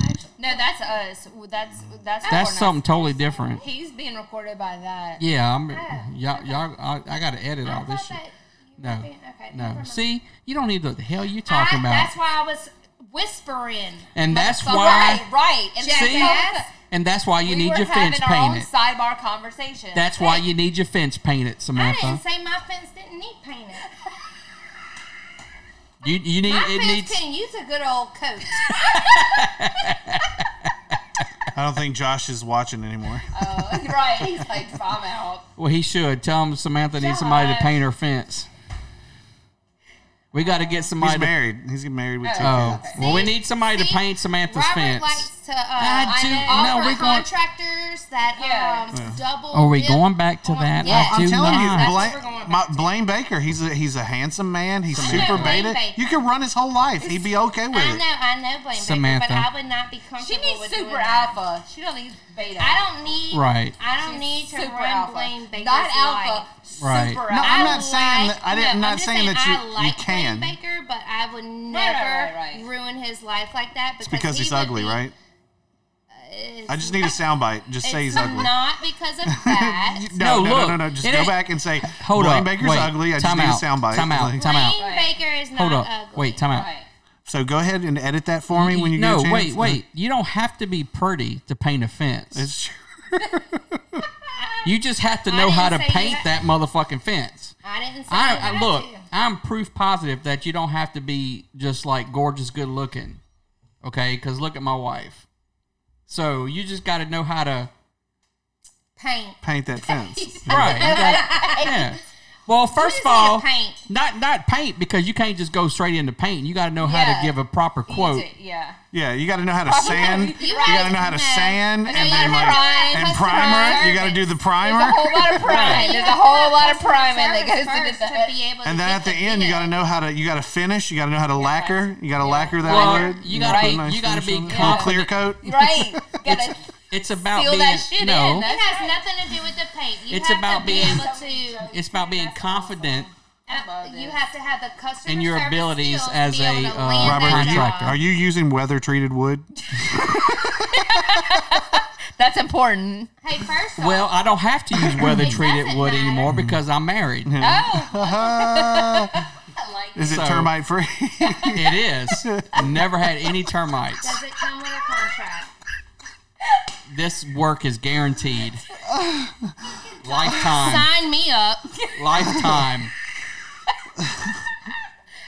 Speaker 12: actual,
Speaker 4: No, that's us. That's that's.
Speaker 3: That's
Speaker 4: recording
Speaker 3: something
Speaker 4: us.
Speaker 3: totally different.
Speaker 4: He's being recorded by that.
Speaker 3: Yeah, I'm. Y'all, y'all I, I gotta edit all this shit. No,
Speaker 12: okay,
Speaker 3: no. See, you don't need to- the hell
Speaker 4: Ah,
Speaker 3: you talking
Speaker 12: I-
Speaker 3: about.
Speaker 12: That's why I was whispering.
Speaker 3: and that's
Speaker 4: But
Speaker 3: why.
Speaker 4: Right, right. And that's
Speaker 3: See?
Speaker 4: how it's-
Speaker 3: And that's why you
Speaker 4: we
Speaker 3: need
Speaker 4: were
Speaker 3: your
Speaker 4: having
Speaker 3: fence
Speaker 4: our own
Speaker 3: painted.
Speaker 4: Sidebar conversation.
Speaker 3: That's why you need your fence painted,
Speaker 12: I
Speaker 3: Samantha.
Speaker 12: didn't say my fence didn't need painted.
Speaker 3: you you need
Speaker 12: my
Speaker 3: it
Speaker 12: fence
Speaker 3: needs.
Speaker 12: can use a good old coat.
Speaker 5: I don't think Josh is watching anymore.
Speaker 4: Oh, right. He's like, I'm out.
Speaker 3: Well, he should tell him Samantha needs somebody to
Speaker 4: Josh.
Speaker 3: paint her fence. We got to get somebody.
Speaker 5: He's
Speaker 3: to-
Speaker 5: married. He's married with two
Speaker 3: Oh,
Speaker 5: kids.
Speaker 3: well, we need somebody to paint Samantha's
Speaker 12: Robert
Speaker 3: fence.
Speaker 12: likes to uh,
Speaker 3: I do-
Speaker 12: I
Speaker 3: no,
Speaker 12: offer
Speaker 3: we're going-
Speaker 12: contractors that um, double.
Speaker 3: Are we
Speaker 12: dip
Speaker 3: going back to that?
Speaker 12: yeah.
Speaker 3: I
Speaker 5: I'm
Speaker 3: do
Speaker 5: telling
Speaker 3: not.
Speaker 5: you, Blaine, my, Blaine Baker. He's a he's a handsome man. He's
Speaker 12: I know
Speaker 5: super
Speaker 12: Blaine
Speaker 5: beta.
Speaker 12: Baker.
Speaker 5: You could run his whole life. He'd be okay with
Speaker 12: I
Speaker 5: it.
Speaker 12: know, I know, Blaine
Speaker 5: Samantha.
Speaker 12: Baker, but I would not be comfortable.
Speaker 4: She needs
Speaker 12: with
Speaker 4: super
Speaker 12: doing that.
Speaker 4: alpha. She don't need beta.
Speaker 12: I don't need.
Speaker 5: Right.
Speaker 12: I don't need to
Speaker 4: super
Speaker 12: run
Speaker 4: alpha.
Speaker 12: Blaine Baker's
Speaker 4: Not alpha,
Speaker 12: life.
Speaker 5: Right. No,
Speaker 12: Super alpha.
Speaker 5: I'm
Speaker 12: I
Speaker 5: not saying that. I
Speaker 12: no,
Speaker 5: didn't, am
Speaker 12: I'm
Speaker 5: not
Speaker 12: just
Speaker 5: saying that
Speaker 12: I
Speaker 5: you
Speaker 12: like
Speaker 5: you can.
Speaker 12: Blaine Baker, but I would never
Speaker 4: right,
Speaker 12: ruin his life like that because,
Speaker 5: It's because
Speaker 12: he
Speaker 5: he's
Speaker 12: would
Speaker 5: ugly,
Speaker 12: be-
Speaker 5: right?
Speaker 12: It's
Speaker 5: I just need a soundbite. Just say he's
Speaker 12: it's
Speaker 5: ugly.
Speaker 12: Not because of that.
Speaker 5: No, no,
Speaker 3: No,
Speaker 5: no,
Speaker 3: look,
Speaker 5: no, no. Just
Speaker 3: it
Speaker 5: go
Speaker 3: ain't-
Speaker 5: back and say
Speaker 3: Hold
Speaker 5: Blaine
Speaker 3: up.
Speaker 5: Baker's
Speaker 3: Wait.
Speaker 5: ugly. I just
Speaker 3: Time
Speaker 5: need
Speaker 3: out.
Speaker 5: a soundbite.
Speaker 3: Time out.
Speaker 5: Like-
Speaker 3: Time out.
Speaker 12: Blaine Baker is not
Speaker 3: Hold up.
Speaker 12: ugly.
Speaker 3: Wait, time out.
Speaker 5: So go ahead and edit that for me when you
Speaker 3: no,
Speaker 5: get a
Speaker 3: wait,
Speaker 5: chance.
Speaker 3: wait. You don't have to be pretty to paint a fence.
Speaker 5: It's true.
Speaker 3: you just have to
Speaker 12: I
Speaker 3: know how to
Speaker 12: didn't say
Speaker 3: paint
Speaker 12: that.
Speaker 3: that motherfucking fence.
Speaker 12: I didn't say
Speaker 3: I,
Speaker 12: that.
Speaker 3: I look. I'm proof positive that you don't have to be just like gorgeous, good looking. Okay, because look at my wife. So you just got to know how to
Speaker 12: Paint.
Speaker 5: Paint that fence.
Speaker 3: right. you got- yeah. Well, first of
Speaker 12: Usually a
Speaker 3: all,
Speaker 12: paint.
Speaker 3: not not paint because you can't just go straight into paint. You got to know how
Speaker 4: Yeah.
Speaker 3: to give a proper quote.
Speaker 4: Yeah.
Speaker 5: Yeah, you got to know how to
Speaker 4: Probably.
Speaker 5: sand.
Speaker 4: You
Speaker 5: You
Speaker 4: right.
Speaker 5: got to know how to
Speaker 4: No.
Speaker 5: sand
Speaker 4: Okay,
Speaker 5: and
Speaker 4: you
Speaker 5: then
Speaker 4: gotta
Speaker 5: like
Speaker 4: prime,
Speaker 5: and
Speaker 4: customer
Speaker 5: primer. You got to do the
Speaker 4: There's a
Speaker 5: primer.
Speaker 4: whole lot of prime. There's a whole lot of prime in that goes into that.
Speaker 5: And then at the end, you got to know how to you got to finish. You got to know how to lacquer. You got to lacquer that
Speaker 3: Well,
Speaker 5: word.
Speaker 3: you gotta-
Speaker 5: put a
Speaker 3: you gotta
Speaker 5: finish
Speaker 3: be
Speaker 5: on it. Little clear
Speaker 3: confident.
Speaker 5: coat.
Speaker 4: Right. Gotta
Speaker 3: It's about
Speaker 4: Seal
Speaker 3: being
Speaker 4: that shit in.
Speaker 3: no.
Speaker 12: it has nothing to do with the paint. You
Speaker 3: It's
Speaker 12: have
Speaker 3: about
Speaker 12: to be
Speaker 3: being-
Speaker 12: able to.
Speaker 3: It's about being confident
Speaker 12: uh, you have to have the customer
Speaker 3: in your
Speaker 12: service
Speaker 3: abilities
Speaker 12: skills to
Speaker 3: as
Speaker 12: be
Speaker 3: a
Speaker 12: able to land
Speaker 3: uh,
Speaker 12: that
Speaker 5: Robert, are you,
Speaker 3: contractor.
Speaker 5: are you using weather treated wood?
Speaker 4: That's important.
Speaker 12: Hey, first
Speaker 3: Well, I don't have to use weather treated
Speaker 12: doesn't
Speaker 3: wood anymore because I'm married.
Speaker 5: Is it
Speaker 3: So-
Speaker 5: termite free?
Speaker 3: it is. Never had any termites.
Speaker 12: does it come with a contract?
Speaker 3: This work is guaranteed. Lifetime.
Speaker 12: Sign me up.
Speaker 3: Lifetime.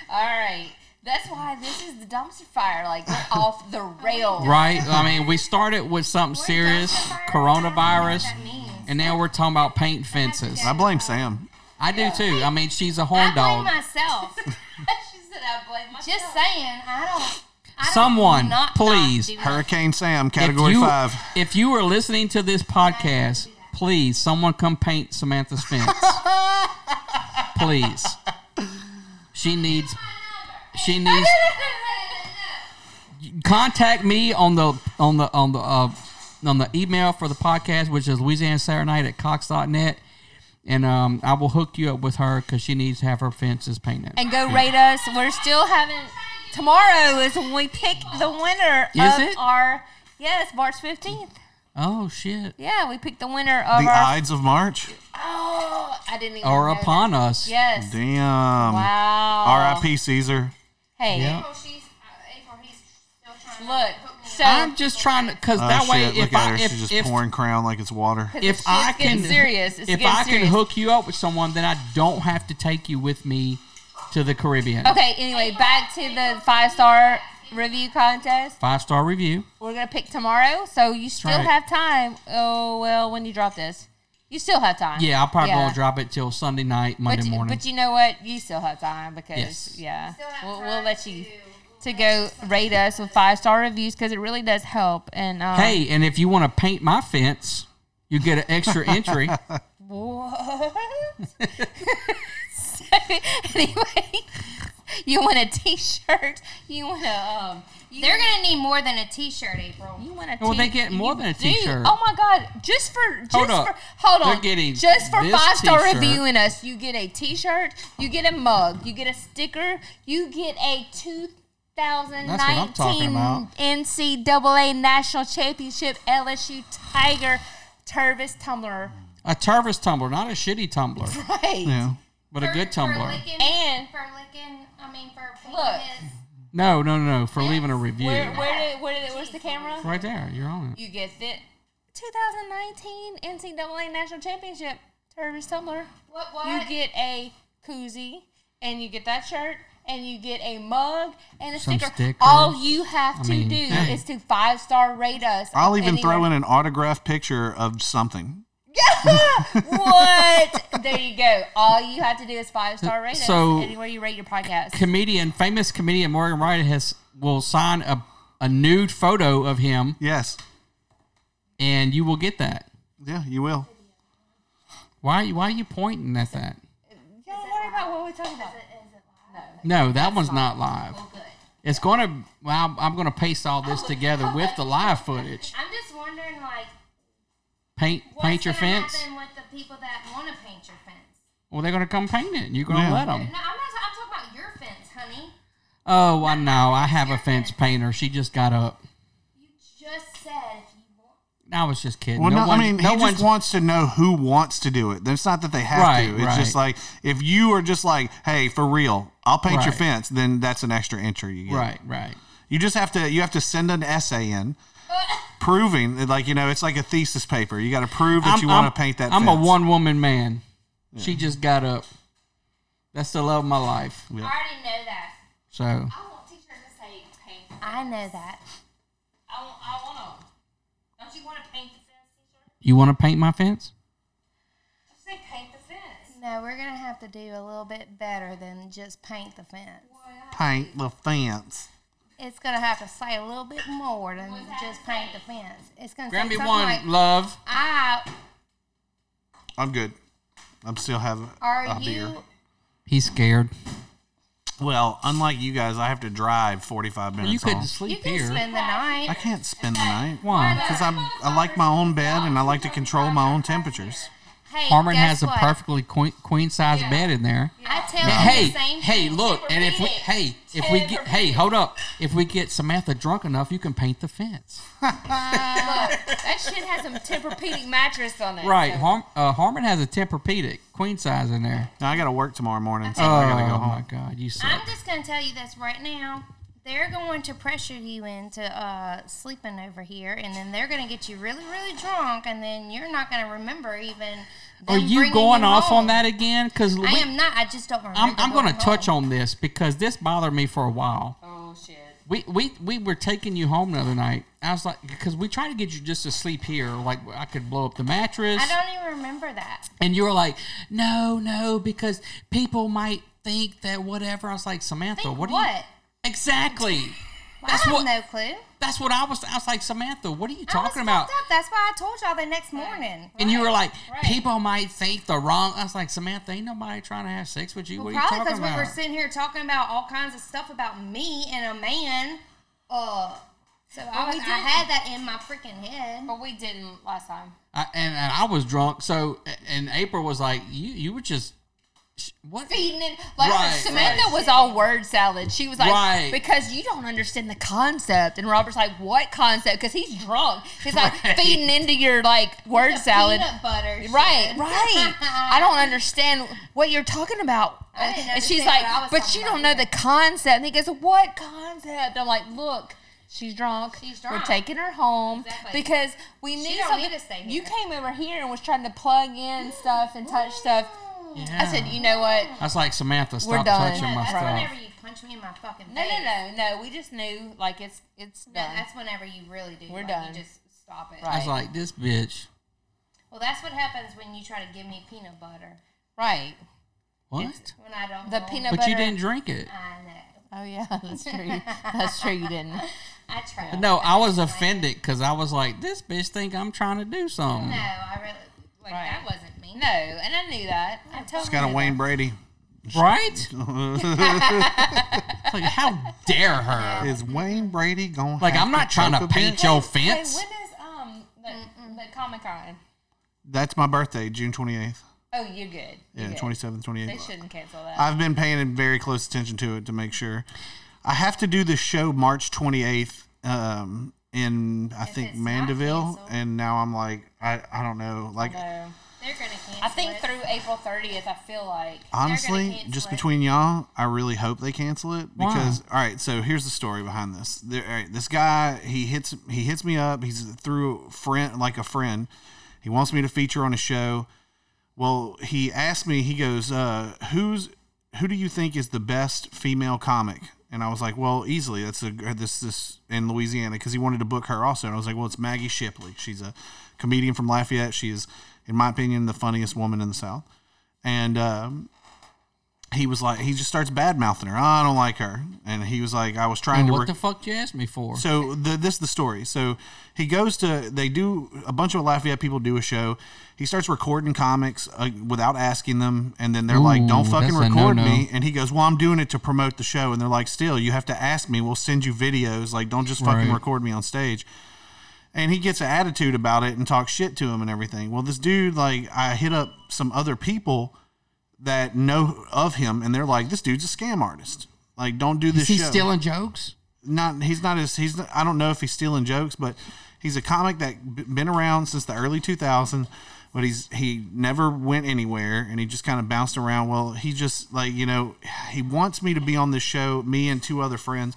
Speaker 4: All right. That's why this is the dumpster fire. Like we're off the rails.
Speaker 3: Right? I mean, we started with something serious, coronavirus, and now we're talking about paint fences. I
Speaker 5: blame Sam.
Speaker 3: I do too. I mean, she's a
Speaker 12: I blame
Speaker 3: horn dog.
Speaker 12: myself. she said I blame myself. Just saying, I don't. I don't
Speaker 3: Someone,
Speaker 12: not-
Speaker 3: please.
Speaker 12: not do
Speaker 5: Hurricane Sam, category
Speaker 3: if you,
Speaker 5: five.
Speaker 3: If you are listening to this podcast, please, someone come paint Samantha's fence. please. She needs. She needs. Contact me on the on the on the uh, on the email for the podcast, which is Louisiana Saturday Night at Cox.net. And um, I will hook you up with her because she needs to have her fences painted.
Speaker 4: And go rate us. We're still having. Tomorrow is when we pick the winner
Speaker 3: Is
Speaker 4: of
Speaker 3: it?
Speaker 4: our. Yes, March fifteenth.
Speaker 3: Oh shit!
Speaker 4: Yeah, we picked the winner
Speaker 5: The
Speaker 4: of our.
Speaker 5: Ides of March
Speaker 4: Oh, I didn't even.
Speaker 5: are
Speaker 4: know that.
Speaker 5: upon us.
Speaker 4: Yes.
Speaker 5: Damn.
Speaker 4: Wow.
Speaker 5: R.I.P. Caesar.
Speaker 4: Hey.
Speaker 5: Yeah.
Speaker 4: Look. So
Speaker 3: I'm just trying to because
Speaker 5: Oh,
Speaker 3: that way,
Speaker 5: shit,
Speaker 3: if
Speaker 5: look at
Speaker 3: I
Speaker 5: her. She's
Speaker 3: if,
Speaker 5: just
Speaker 3: if
Speaker 5: pouring crown like it's water.
Speaker 4: 'Cause
Speaker 3: if
Speaker 4: it's
Speaker 3: I
Speaker 4: getting
Speaker 3: can
Speaker 4: serious. It's
Speaker 3: if
Speaker 4: getting
Speaker 3: I
Speaker 4: serious.
Speaker 3: can hook you up with someone, then I don't have to take you with me to the Caribbean.
Speaker 4: Okay. Anyway, back to the five star review contest.
Speaker 3: Five star review.
Speaker 4: We're gonna pick tomorrow, so you still
Speaker 3: right.
Speaker 4: have time. Oh well, when you drop this, you still have time.
Speaker 3: Yeah, I probably
Speaker 4: Yeah.
Speaker 3: won't drop it till Sunday night, Monday
Speaker 4: but, you-
Speaker 3: morning.
Speaker 4: But you know what? You still have time because
Speaker 3: Yes.
Speaker 4: yeah, we'll, we'll let you to go rate us with five star reviews because it really does help. And um,
Speaker 3: hey, and if you want to paint my fence, you get an extra entry.
Speaker 4: what? so, anyway, you want a t shirt? You want a um? You
Speaker 12: They're gonna need more than a T-shirt, April. You
Speaker 4: want a
Speaker 3: Well, they get more than a
Speaker 4: Dude,
Speaker 3: T-shirt.
Speaker 4: oh my god! Just for just
Speaker 3: Hold up.
Speaker 4: for hold
Speaker 3: They're
Speaker 4: on,
Speaker 3: getting
Speaker 4: just for
Speaker 3: this
Speaker 4: five star
Speaker 3: T-shirt.
Speaker 4: reviewing us, you get a T-shirt, you get a mug, you get a sticker, you get a two thousand
Speaker 3: That's what I'm talking
Speaker 4: nineteen
Speaker 3: about.
Speaker 4: NCAA National Championship LSU Tiger Turvis tumbler.
Speaker 3: a Tervis tumbler, not a shitty tumbler.
Speaker 4: Right.
Speaker 3: Yeah. But a good
Speaker 12: For
Speaker 3: tumbler.
Speaker 12: licking,
Speaker 4: And-
Speaker 12: for licking, I mean for painting
Speaker 4: Look.
Speaker 12: his-
Speaker 3: No, no, no, no. For leaving a review.
Speaker 4: Where where did, where did where's the camera?
Speaker 3: right there. You're on it.
Speaker 4: You get it. 2019 NCAA National Championship Turvis tumbler.
Speaker 12: What? What?
Speaker 4: You get a koozie, and you get that shirt, and you get a mug and a
Speaker 5: Some
Speaker 4: sticker.
Speaker 5: stickers.
Speaker 4: All you have
Speaker 5: I
Speaker 4: to
Speaker 5: mean,
Speaker 4: do
Speaker 5: hey.
Speaker 4: is to five star rate us.
Speaker 5: I'll even
Speaker 4: anywhere.
Speaker 5: throw in an autographed picture of something.
Speaker 4: what? there you go. All you have to do is five star rate
Speaker 3: So-
Speaker 4: us anywhere you rate your podcast.
Speaker 3: Comedian, famous comedian Morgan Wright has will sign a, a nude photo of him.
Speaker 5: Yes.
Speaker 3: And you will get that.
Speaker 5: Yeah, you will.
Speaker 3: Why why are you pointing at that?
Speaker 4: Don't worry about what we're talking about.
Speaker 3: No, that one's not live. It's going to. Well, I'm, I'm going to paste all this together with the live footage.
Speaker 12: I'm just wondering, like,
Speaker 3: Paint,
Speaker 12: what's
Speaker 3: paint your
Speaker 12: gonna
Speaker 3: fence.
Speaker 12: happen with the people that want to paint your fence?
Speaker 3: Well, they're going to come paint it. You're going to
Speaker 5: Yeah.
Speaker 3: let 'em. let
Speaker 12: No, I'm
Speaker 3: them.
Speaker 12: not. I'm talking about your fence, honey.
Speaker 3: Oh, I know. I have a fence painter. She just got up.
Speaker 12: Just said if you want.
Speaker 3: I was just kidding.
Speaker 5: Well, no,
Speaker 3: one-
Speaker 5: I mean,
Speaker 3: no
Speaker 5: he
Speaker 3: one's-
Speaker 5: just wants to know who wants to do it. It's not that they have
Speaker 3: Right,
Speaker 5: to. It's
Speaker 3: right.
Speaker 5: just like if you are just like, hey, for real, I'll paint your
Speaker 3: Right.
Speaker 5: fence. Then that's an extra entry you get.
Speaker 3: Right, right.
Speaker 5: You just have to. You have to send an essay in, proving that, like you know, it's like a thesis paper. You got to prove that
Speaker 3: I'm-
Speaker 5: you want
Speaker 3: I'm-
Speaker 5: to paint that.
Speaker 3: I'm
Speaker 5: fence.
Speaker 3: a one woman man. She just got up. That's the love of my life.
Speaker 12: I already know that.
Speaker 3: So
Speaker 12: I want teachers to say paint. I know that. I want. I want them. Don't you want to paint the fence?
Speaker 3: you want to paint my fence?
Speaker 12: Just say paint the fence. No, we're gonna have to do a little bit better than just paint the fence.
Speaker 5: Paint the fence.
Speaker 12: It's gonna have to say a little bit more than just paint the fence. It's gonna
Speaker 3: Grab
Speaker 12: say
Speaker 3: me
Speaker 12: something
Speaker 3: one,
Speaker 12: like, "Ah,
Speaker 3: love.
Speaker 12: I
Speaker 5: I'm good. I'm still having
Speaker 12: are
Speaker 5: a
Speaker 12: you
Speaker 5: beer.
Speaker 3: He's scared.
Speaker 5: Well, unlike you guys, I have to drive 45 minutes.
Speaker 3: you couldn't
Speaker 5: home.
Speaker 3: sleep
Speaker 12: you
Speaker 3: here.
Speaker 12: can spend the night.
Speaker 5: I can't spend the night.
Speaker 3: Why?
Speaker 5: Because I I like my own bed and I like to control my own temperatures.
Speaker 12: Hey,
Speaker 3: Harmon
Speaker 12: guess
Speaker 3: has a
Speaker 12: what?
Speaker 3: perfectly queen, queen size bed in there.
Speaker 12: I tell
Speaker 3: Now,
Speaker 12: you
Speaker 3: hey,
Speaker 12: the same
Speaker 3: hey,
Speaker 12: thing.
Speaker 3: look, and if we, hey, if we get, hey, hold up, if we get Samantha drunk enough, you can paint the fence.
Speaker 4: Look, that shit has a Tempur-Pedic mattress on it.
Speaker 3: Right, Harm, uh, Harmon has a Tempur-Pedic queen size in there.
Speaker 5: Now I got to work tomorrow morning, so
Speaker 3: Oh
Speaker 5: I got to go home.
Speaker 3: my god, you
Speaker 12: I'm
Speaker 3: suck.
Speaker 12: just gonna tell you this right now. They're going to pressure you into uh, sleeping over here, and then they're going to get you really, really drunk, and then you're not going to remember even.
Speaker 3: Are
Speaker 12: them
Speaker 3: you
Speaker 12: bringing
Speaker 3: going off
Speaker 12: home.
Speaker 3: on that again? Because
Speaker 12: I am not. I just don't remember.
Speaker 3: I'm, I'm going
Speaker 12: going
Speaker 3: to touch on this because this bothered me for a while.
Speaker 4: Oh shit.
Speaker 3: We, we, we were taking you home the other night. I was like, because we tried to get you just to sleep here. Like, I could blow up the mattress.
Speaker 12: I don't even remember that.
Speaker 3: And you were like, no, no, because people might think that whatever. I was like, Samantha,
Speaker 12: Think
Speaker 3: what do you.
Speaker 12: what?
Speaker 3: Exactly.
Speaker 12: Well, I
Speaker 3: That's
Speaker 12: have
Speaker 3: what-
Speaker 12: no clue.
Speaker 3: That's what I was. I was like, Samantha, what are you
Speaker 12: I was
Speaker 3: talking about?
Speaker 12: fucked Up. That's why I told y'all the next morning.
Speaker 3: And you were like,
Speaker 12: Right.
Speaker 3: people might think the wrong. I was like, Samantha, ain't nobody trying to have sex with you.
Speaker 12: Well,
Speaker 3: what are you
Speaker 12: probably
Speaker 3: talking
Speaker 12: because we
Speaker 3: about?
Speaker 12: were sitting here talking about all kinds of stuff about me and a man. Uh, so I,
Speaker 4: Well,
Speaker 12: was,
Speaker 4: we
Speaker 12: I
Speaker 4: didn't.
Speaker 12: had that in my freaking head.
Speaker 4: But we didn't last time.
Speaker 3: I, and, and I was drunk. So and April was like, you you were just what?
Speaker 4: Feeding it. Like
Speaker 3: Right,
Speaker 4: Samantha
Speaker 3: right.
Speaker 4: was all word salad. She was like,
Speaker 3: Right.
Speaker 4: because you don't understand the concept. And Robert's like, what concept? Because he's drunk. He's like feeding into your like word salad.
Speaker 12: Peanut butter. shit.
Speaker 4: Right, right. I don't understand what you're talking about.
Speaker 12: I didn't
Speaker 4: And she's
Speaker 12: understand
Speaker 4: like,
Speaker 12: what I was
Speaker 4: but
Speaker 12: talking
Speaker 4: you don't know
Speaker 12: about
Speaker 4: the concept. And he goes, what concept? I'm like, look, she's drunk. She's
Speaker 12: drunk.
Speaker 4: We're taking her home
Speaker 12: Exactly.
Speaker 4: because we knew
Speaker 12: don't
Speaker 4: something.
Speaker 12: need to stay
Speaker 4: You
Speaker 12: here.
Speaker 4: came over here and was trying to plug in stuff and touch stuff.
Speaker 3: Yeah.
Speaker 4: I said, you know what?
Speaker 3: I was like, Samantha,
Speaker 4: We're
Speaker 3: stop
Speaker 4: done.
Speaker 3: touching my
Speaker 12: That's
Speaker 3: stuff.
Speaker 12: whenever you punch me in my fucking face.
Speaker 4: No, no, no, no. We just knew like it's it's
Speaker 12: No,
Speaker 4: done.
Speaker 12: that's whenever you really do.
Speaker 4: We're
Speaker 12: like,
Speaker 4: done.
Speaker 12: You just stop it.
Speaker 3: I was like, this bitch.
Speaker 12: Well, that's what happens when you try to give me peanut butter
Speaker 4: right.
Speaker 3: What?
Speaker 12: when I don't.
Speaker 4: The
Speaker 12: want
Speaker 4: peanut
Speaker 12: it.
Speaker 3: But you
Speaker 4: butter-
Speaker 3: didn't drink it.
Speaker 12: I know.
Speaker 4: Oh yeah, that's true. that's true. You didn't.
Speaker 12: I tried.
Speaker 4: Oh,
Speaker 3: No, I was offended because I was like, this bitch think I'm trying to do something.
Speaker 12: No, I really like
Speaker 4: Right.
Speaker 12: that wasn't me.
Speaker 4: No, and I knew that. I told.
Speaker 5: It's got a Wayne Brady.
Speaker 3: Right? It's like, how dare her?
Speaker 5: Is Wayne Brady going?
Speaker 3: Like, I'm not trying to paint your fence.
Speaker 4: Wait, when is um the, the Comic Con?
Speaker 5: That's my birthday, June 28th.
Speaker 4: Oh, you're good. You're
Speaker 5: Yeah,
Speaker 4: good.
Speaker 5: 27th,
Speaker 4: They
Speaker 5: 28th.
Speaker 4: shouldn't cancel that.
Speaker 5: I've been paying very close attention to it to make sure. I have to do this show March 28th um, in I think
Speaker 12: it's not
Speaker 5: Mandeville,
Speaker 12: canceled.
Speaker 5: and now I'm like I, I don't know. Like
Speaker 4: no.
Speaker 12: They're gonna cancel.
Speaker 4: I think
Speaker 12: it.
Speaker 4: through April 30th, I feel like.
Speaker 5: honestly,
Speaker 12: cancel
Speaker 5: just
Speaker 12: it.
Speaker 5: between y'all, I really hope they cancel it because all right. So here's the story behind this. There, all right, this guy he hits he hits me up. He's through a friend like a friend. He wants me to feature on a show. Well, he asked me. He goes, uh, "Who's who do you think is the best female comic?" And I was like, "Well, easily that's a this this in Louisiana because he wanted to book her also." And I was like, "Well, it's Maggie Shipley. She's a comedian from Lafayette. She is, in my opinion, the funniest woman in the South." And um, he was like, he just starts bad mouthing her. "Oh, I don't like her. And he was like, I was trying
Speaker 3: And
Speaker 5: to.
Speaker 3: Oh, what the
Speaker 5: rec-
Speaker 3: fuck you asked me for?
Speaker 5: so the, this is the story. So he goes to they do a bunch of Lafayette people do a show. He starts recording comics uh, without asking them, and then they're like,
Speaker 3: Ooh,
Speaker 5: "Don't fucking
Speaker 3: that's a
Speaker 5: record
Speaker 3: no-no.
Speaker 5: me." And he goes, "Well, I'm doing it to promote the show." And they're like, "Still, you have to ask me. We'll send you videos. Like, don't just fucking
Speaker 3: Right.
Speaker 5: record me on stage." and he gets an attitude about it and talks shit to him and everything. Well, this dude, like, I hit up some other people that know of him, and they're like, "This dude's a scam artist. Like, don't do this."
Speaker 3: Is he
Speaker 5: show.
Speaker 3: stealing jokes?
Speaker 5: Not he's not as he's. I don't know if he's stealing jokes, but he's a comic that b- been around since the early 2000s. But he's he never went anywhere, and he just kind of bounced around. Well, he just like you know he wants me to be on this show, me and two other friends.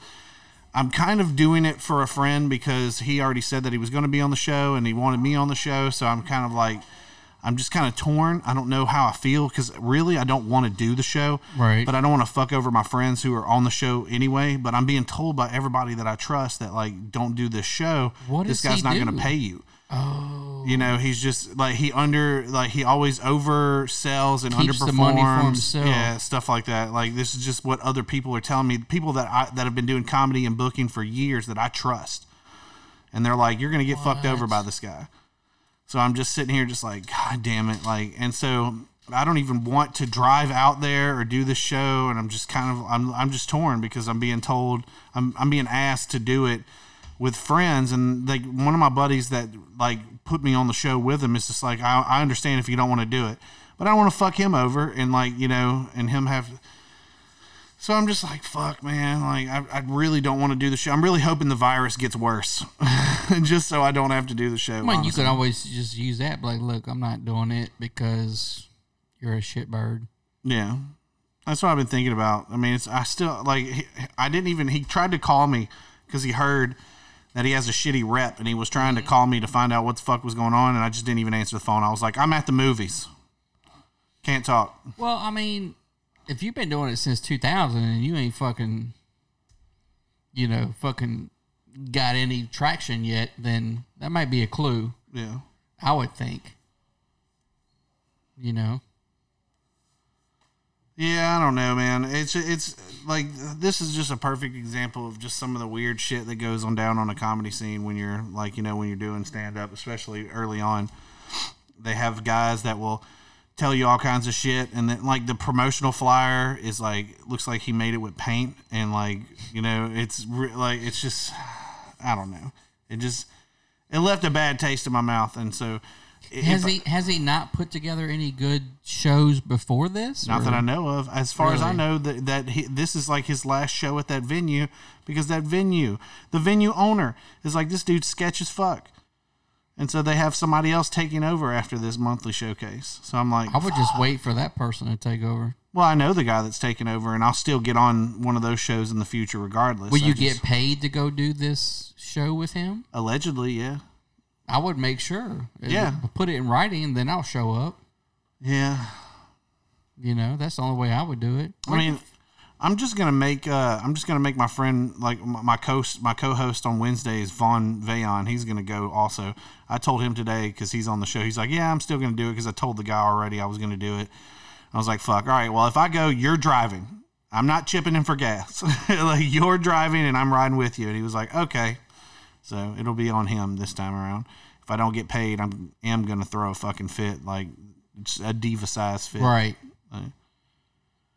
Speaker 5: I'm kind of doing it for a friend because he already said that he was going to be on the show and he wanted me on the show. So I'm kind of like, I'm just kind of torn. I don't know how I feel because really I don't want to do the show.
Speaker 3: Right.
Speaker 5: But I don't want to fuck over my friends who are on the show anyway. But I'm being told by everybody that I trust that, like, don't do this show.
Speaker 3: What
Speaker 5: this
Speaker 3: does
Speaker 5: guy's
Speaker 3: he
Speaker 5: not
Speaker 3: do?
Speaker 5: going to pay you. Oh. You know, he's just like he under like he always oversells and
Speaker 3: Keeps
Speaker 5: underperforms.
Speaker 3: the money for himself.
Speaker 5: Yeah, stuff like that. Like this is just what other people are telling me. People that I that have been doing comedy and booking for years that I trust, and they're like, "You're gonna get fucked over by this guy." So I'm just sitting here, just like, God damn it, like, and so I don't even want to drive out there or do this show, and I'm just kind of, I'm, I'm just torn because I'm being told, I'm, I'm being asked to do it with friends, and like one of my buddies that like put me on the show with him is just like, I, I understand if you don't want to do it, but I don't want to fuck him over and like, you know, and him have. So I'm just like, fuck, man. Like, I, I really don't want to do the show. I'm really hoping the virus gets worse, just so I don't have to do the show.
Speaker 3: I mean, you
Speaker 5: honestly.
Speaker 3: could always just use that. But like, look, I'm not doing it because you're a shitbird.
Speaker 5: Yeah, that's what I've been thinking about. I mean, it's I still like he, I didn't even he tried to call me because he heard that he has a shitty rep and he was trying to call me to find out what the fuck was going on and I just didn't even answer the phone. I was like, I'm at the movies, can't talk.
Speaker 3: Well, I mean, if you've been doing it since 2000 and you ain't fucking, you know, fucking got any traction yet, then that might be a clue.
Speaker 5: Yeah.
Speaker 3: I would think. You know?
Speaker 5: Yeah, I don't know, man. It's it's like this is just a perfect example of just some of the weird shit that goes on down on a comedy scene when you're like, you know, when you're doing stand up, especially early on. They have guys that will tell you all kinds of shit and then like the promotional flyer is like looks like he made it with paint and like, you know, it's re- like it's just I don't know. It just it left a bad taste in my mouth and so if
Speaker 3: Has
Speaker 5: I-
Speaker 3: he has he not put together any good shows before this?
Speaker 5: Not that
Speaker 3: or-
Speaker 5: I know of. As far as I
Speaker 3: Really?
Speaker 5: know, that that he, this is like his last show at that venue because that venue, the venue owner, is like this dude's sketch as fuck, and so they have somebody else taking over after this monthly showcase. So I'm like,
Speaker 3: I would just wait for that person to take over.
Speaker 5: well, I know the guy that's taking over, and I'll still get on one of those shows in the future, regardless.
Speaker 3: Will
Speaker 5: I
Speaker 3: you get
Speaker 5: just-
Speaker 3: paid to go do this show with him?
Speaker 5: allegedly? Yeah,
Speaker 3: I would make sure.
Speaker 5: Yeah.
Speaker 3: Put it in writing, then I'll show up.
Speaker 5: yeah.
Speaker 3: You know, that's the only way I would do it.
Speaker 5: I mean, I'm just gonna make uh, I'm just gonna make my friend like m- my co my co-host on Wednesday is Von Veyon. He's gonna go also. I told him today because he's on the show. He's like, yeah, I'm still gonna do it because I told the guy already I was gonna do it. I was like, fuck. All right, well if I go, you're driving. I'm not chipping in for gas. like you're driving and I'm riding with you. And he was like, okay. So it'll be on him this time around. If I don't get paid, I'm am gonna throw a fucking fit like it's a diva size fit.
Speaker 3: Right.
Speaker 5: Like-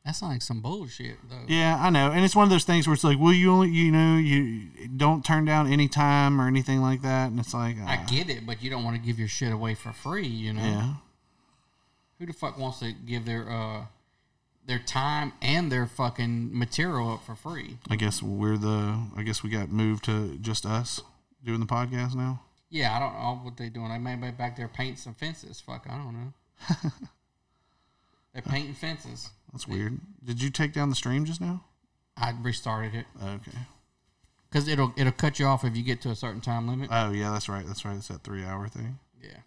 Speaker 3: That's like some bullshit, though.
Speaker 5: yeah, I know, and it's one of those things where it's like, well, you only, you know, you don't turn down any time or anything like that, and it's like,
Speaker 3: I
Speaker 5: uh,
Speaker 3: get it, but you don't want to give your shit away for free, you know.
Speaker 5: yeah,
Speaker 3: Who the fuck wants to give their uh their time and their fucking material up for free?
Speaker 5: I guess we're the, I guess we got moved to just us doing the podcast now.
Speaker 3: Yeah, I don't know what they doing. They may be back there painting some fences. Fuck, I don't know. They're painting fences.
Speaker 5: That's weird. Did you take down the stream just now?
Speaker 3: I restarted it
Speaker 5: Okay.
Speaker 3: because it'll it'll cut you off if you get to a certain time limit.
Speaker 5: Oh yeah, that's right. That's right. It's that three hour thing.
Speaker 3: yeah.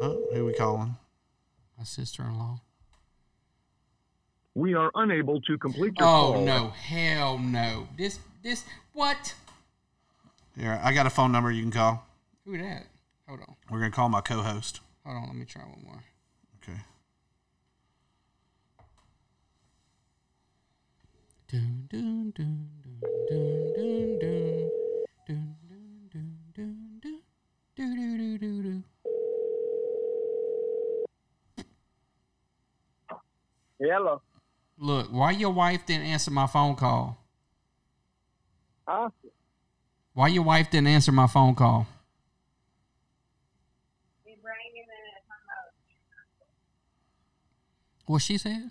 Speaker 5: Oh, who we calling?
Speaker 3: My sister-in-law.
Speaker 13: We are unable to complete your
Speaker 3: Oh
Speaker 13: call.
Speaker 3: no! Hell no! This this what?
Speaker 5: Here, I got a phone number you can call.
Speaker 3: Who that? Hold on.
Speaker 5: We're gonna call my co-host.
Speaker 3: Hold on. Let me try one more.
Speaker 5: Okay.
Speaker 3: Dun, dun, dun, dun, dun, dun, dun. Dun, dun, dun, dun, dun. Do, do, do, do, do.
Speaker 14: Hello.
Speaker 3: Look, why your wife didn't answer my phone call?
Speaker 14: Huh?
Speaker 3: Why your wife didn't answer my phone call? What she said?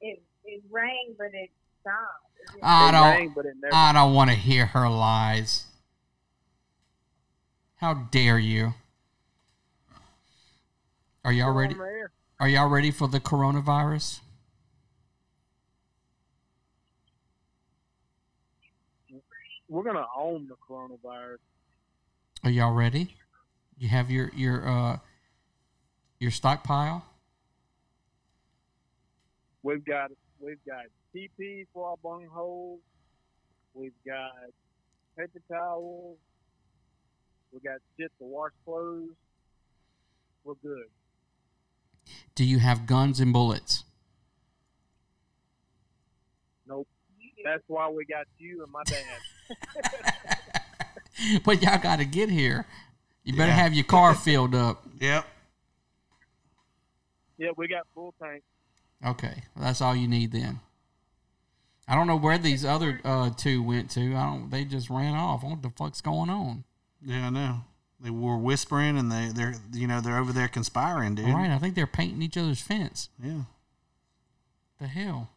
Speaker 11: It, it rang, but it stopped.
Speaker 3: I don't.
Speaker 14: rang, but it never-
Speaker 3: I don't want to hear her lies. How dare you? Are y'all ready? Are y'all ready for the coronavirus?
Speaker 14: We're gonna own the coronavirus.
Speaker 3: Are y'all ready? You have your your uh your stockpile.
Speaker 14: We've got we've got TP for our bungholes. We've got paper towels. We got shit to wash clothes. We're good.
Speaker 3: Do you have guns and bullets?
Speaker 14: Nope. That's why we got you and my dad.
Speaker 3: But y'all got to get here. You better
Speaker 5: Yeah.
Speaker 3: have your car filled up.
Speaker 5: Yep.
Speaker 14: yeah, we got full tanks.
Speaker 3: Okay, well, that's all you need then. I don't know where these other uh, two went to. I don't. They just ran off. What the fuck's going on?
Speaker 5: Yeah, I know. They were whispering and they they're you know they're over there conspiring, dude.
Speaker 3: All right, I think they're painting each other's fence.
Speaker 5: Yeah.
Speaker 3: The hell.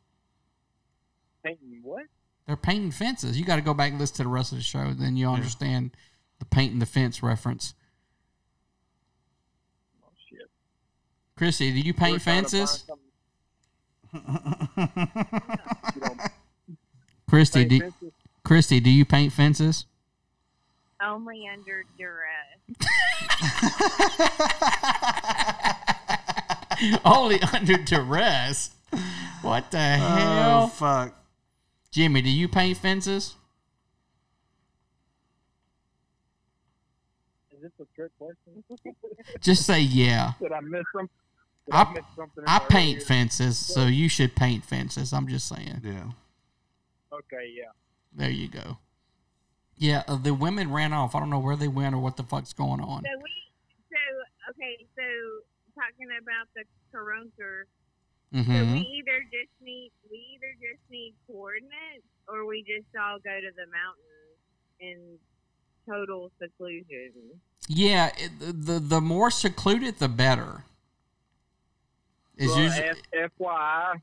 Speaker 14: Painting what?
Speaker 3: They're painting fences. You got to go back and listen to the rest of the show, then you'll
Speaker 14: Yeah.
Speaker 3: understand the painting the fence reference.
Speaker 14: Oh shit.
Speaker 3: Chrissy, do you
Speaker 14: We're
Speaker 3: paint
Speaker 14: trying to find
Speaker 3: fences?
Speaker 14: something-
Speaker 5: you
Speaker 14: know,
Speaker 3: Christy,
Speaker 14: Paint
Speaker 3: do,
Speaker 14: fences?
Speaker 3: Christy, do you paint fences?
Speaker 11: Only under duress.
Speaker 3: Only under duress. What the
Speaker 5: Uh,
Speaker 3: hell?
Speaker 5: Oh, fuck.
Speaker 3: Jimmy, do you paint fences?
Speaker 14: Is this a trick question?
Speaker 3: Just say yeah.
Speaker 14: Did I miss some? Did I,
Speaker 3: I,
Speaker 14: miss something? in
Speaker 3: I
Speaker 14: my
Speaker 3: paint
Speaker 14: earlier-
Speaker 3: fences, so you should paint fences. I'm just saying.
Speaker 5: Yeah.
Speaker 14: Okay, yeah.
Speaker 3: There you go. Yeah, uh, the women ran off. I don't know where they went or what the fuck's going on.
Speaker 11: So we, so okay, so talking about the carunker, so
Speaker 3: Mhm.
Speaker 11: we either just need we either just need coordinates or we just all go to the mountains in total seclusion.
Speaker 3: Yeah, it, the, the the more secluded, the better. Is
Speaker 14: well,
Speaker 3: usually
Speaker 14: F- FYI,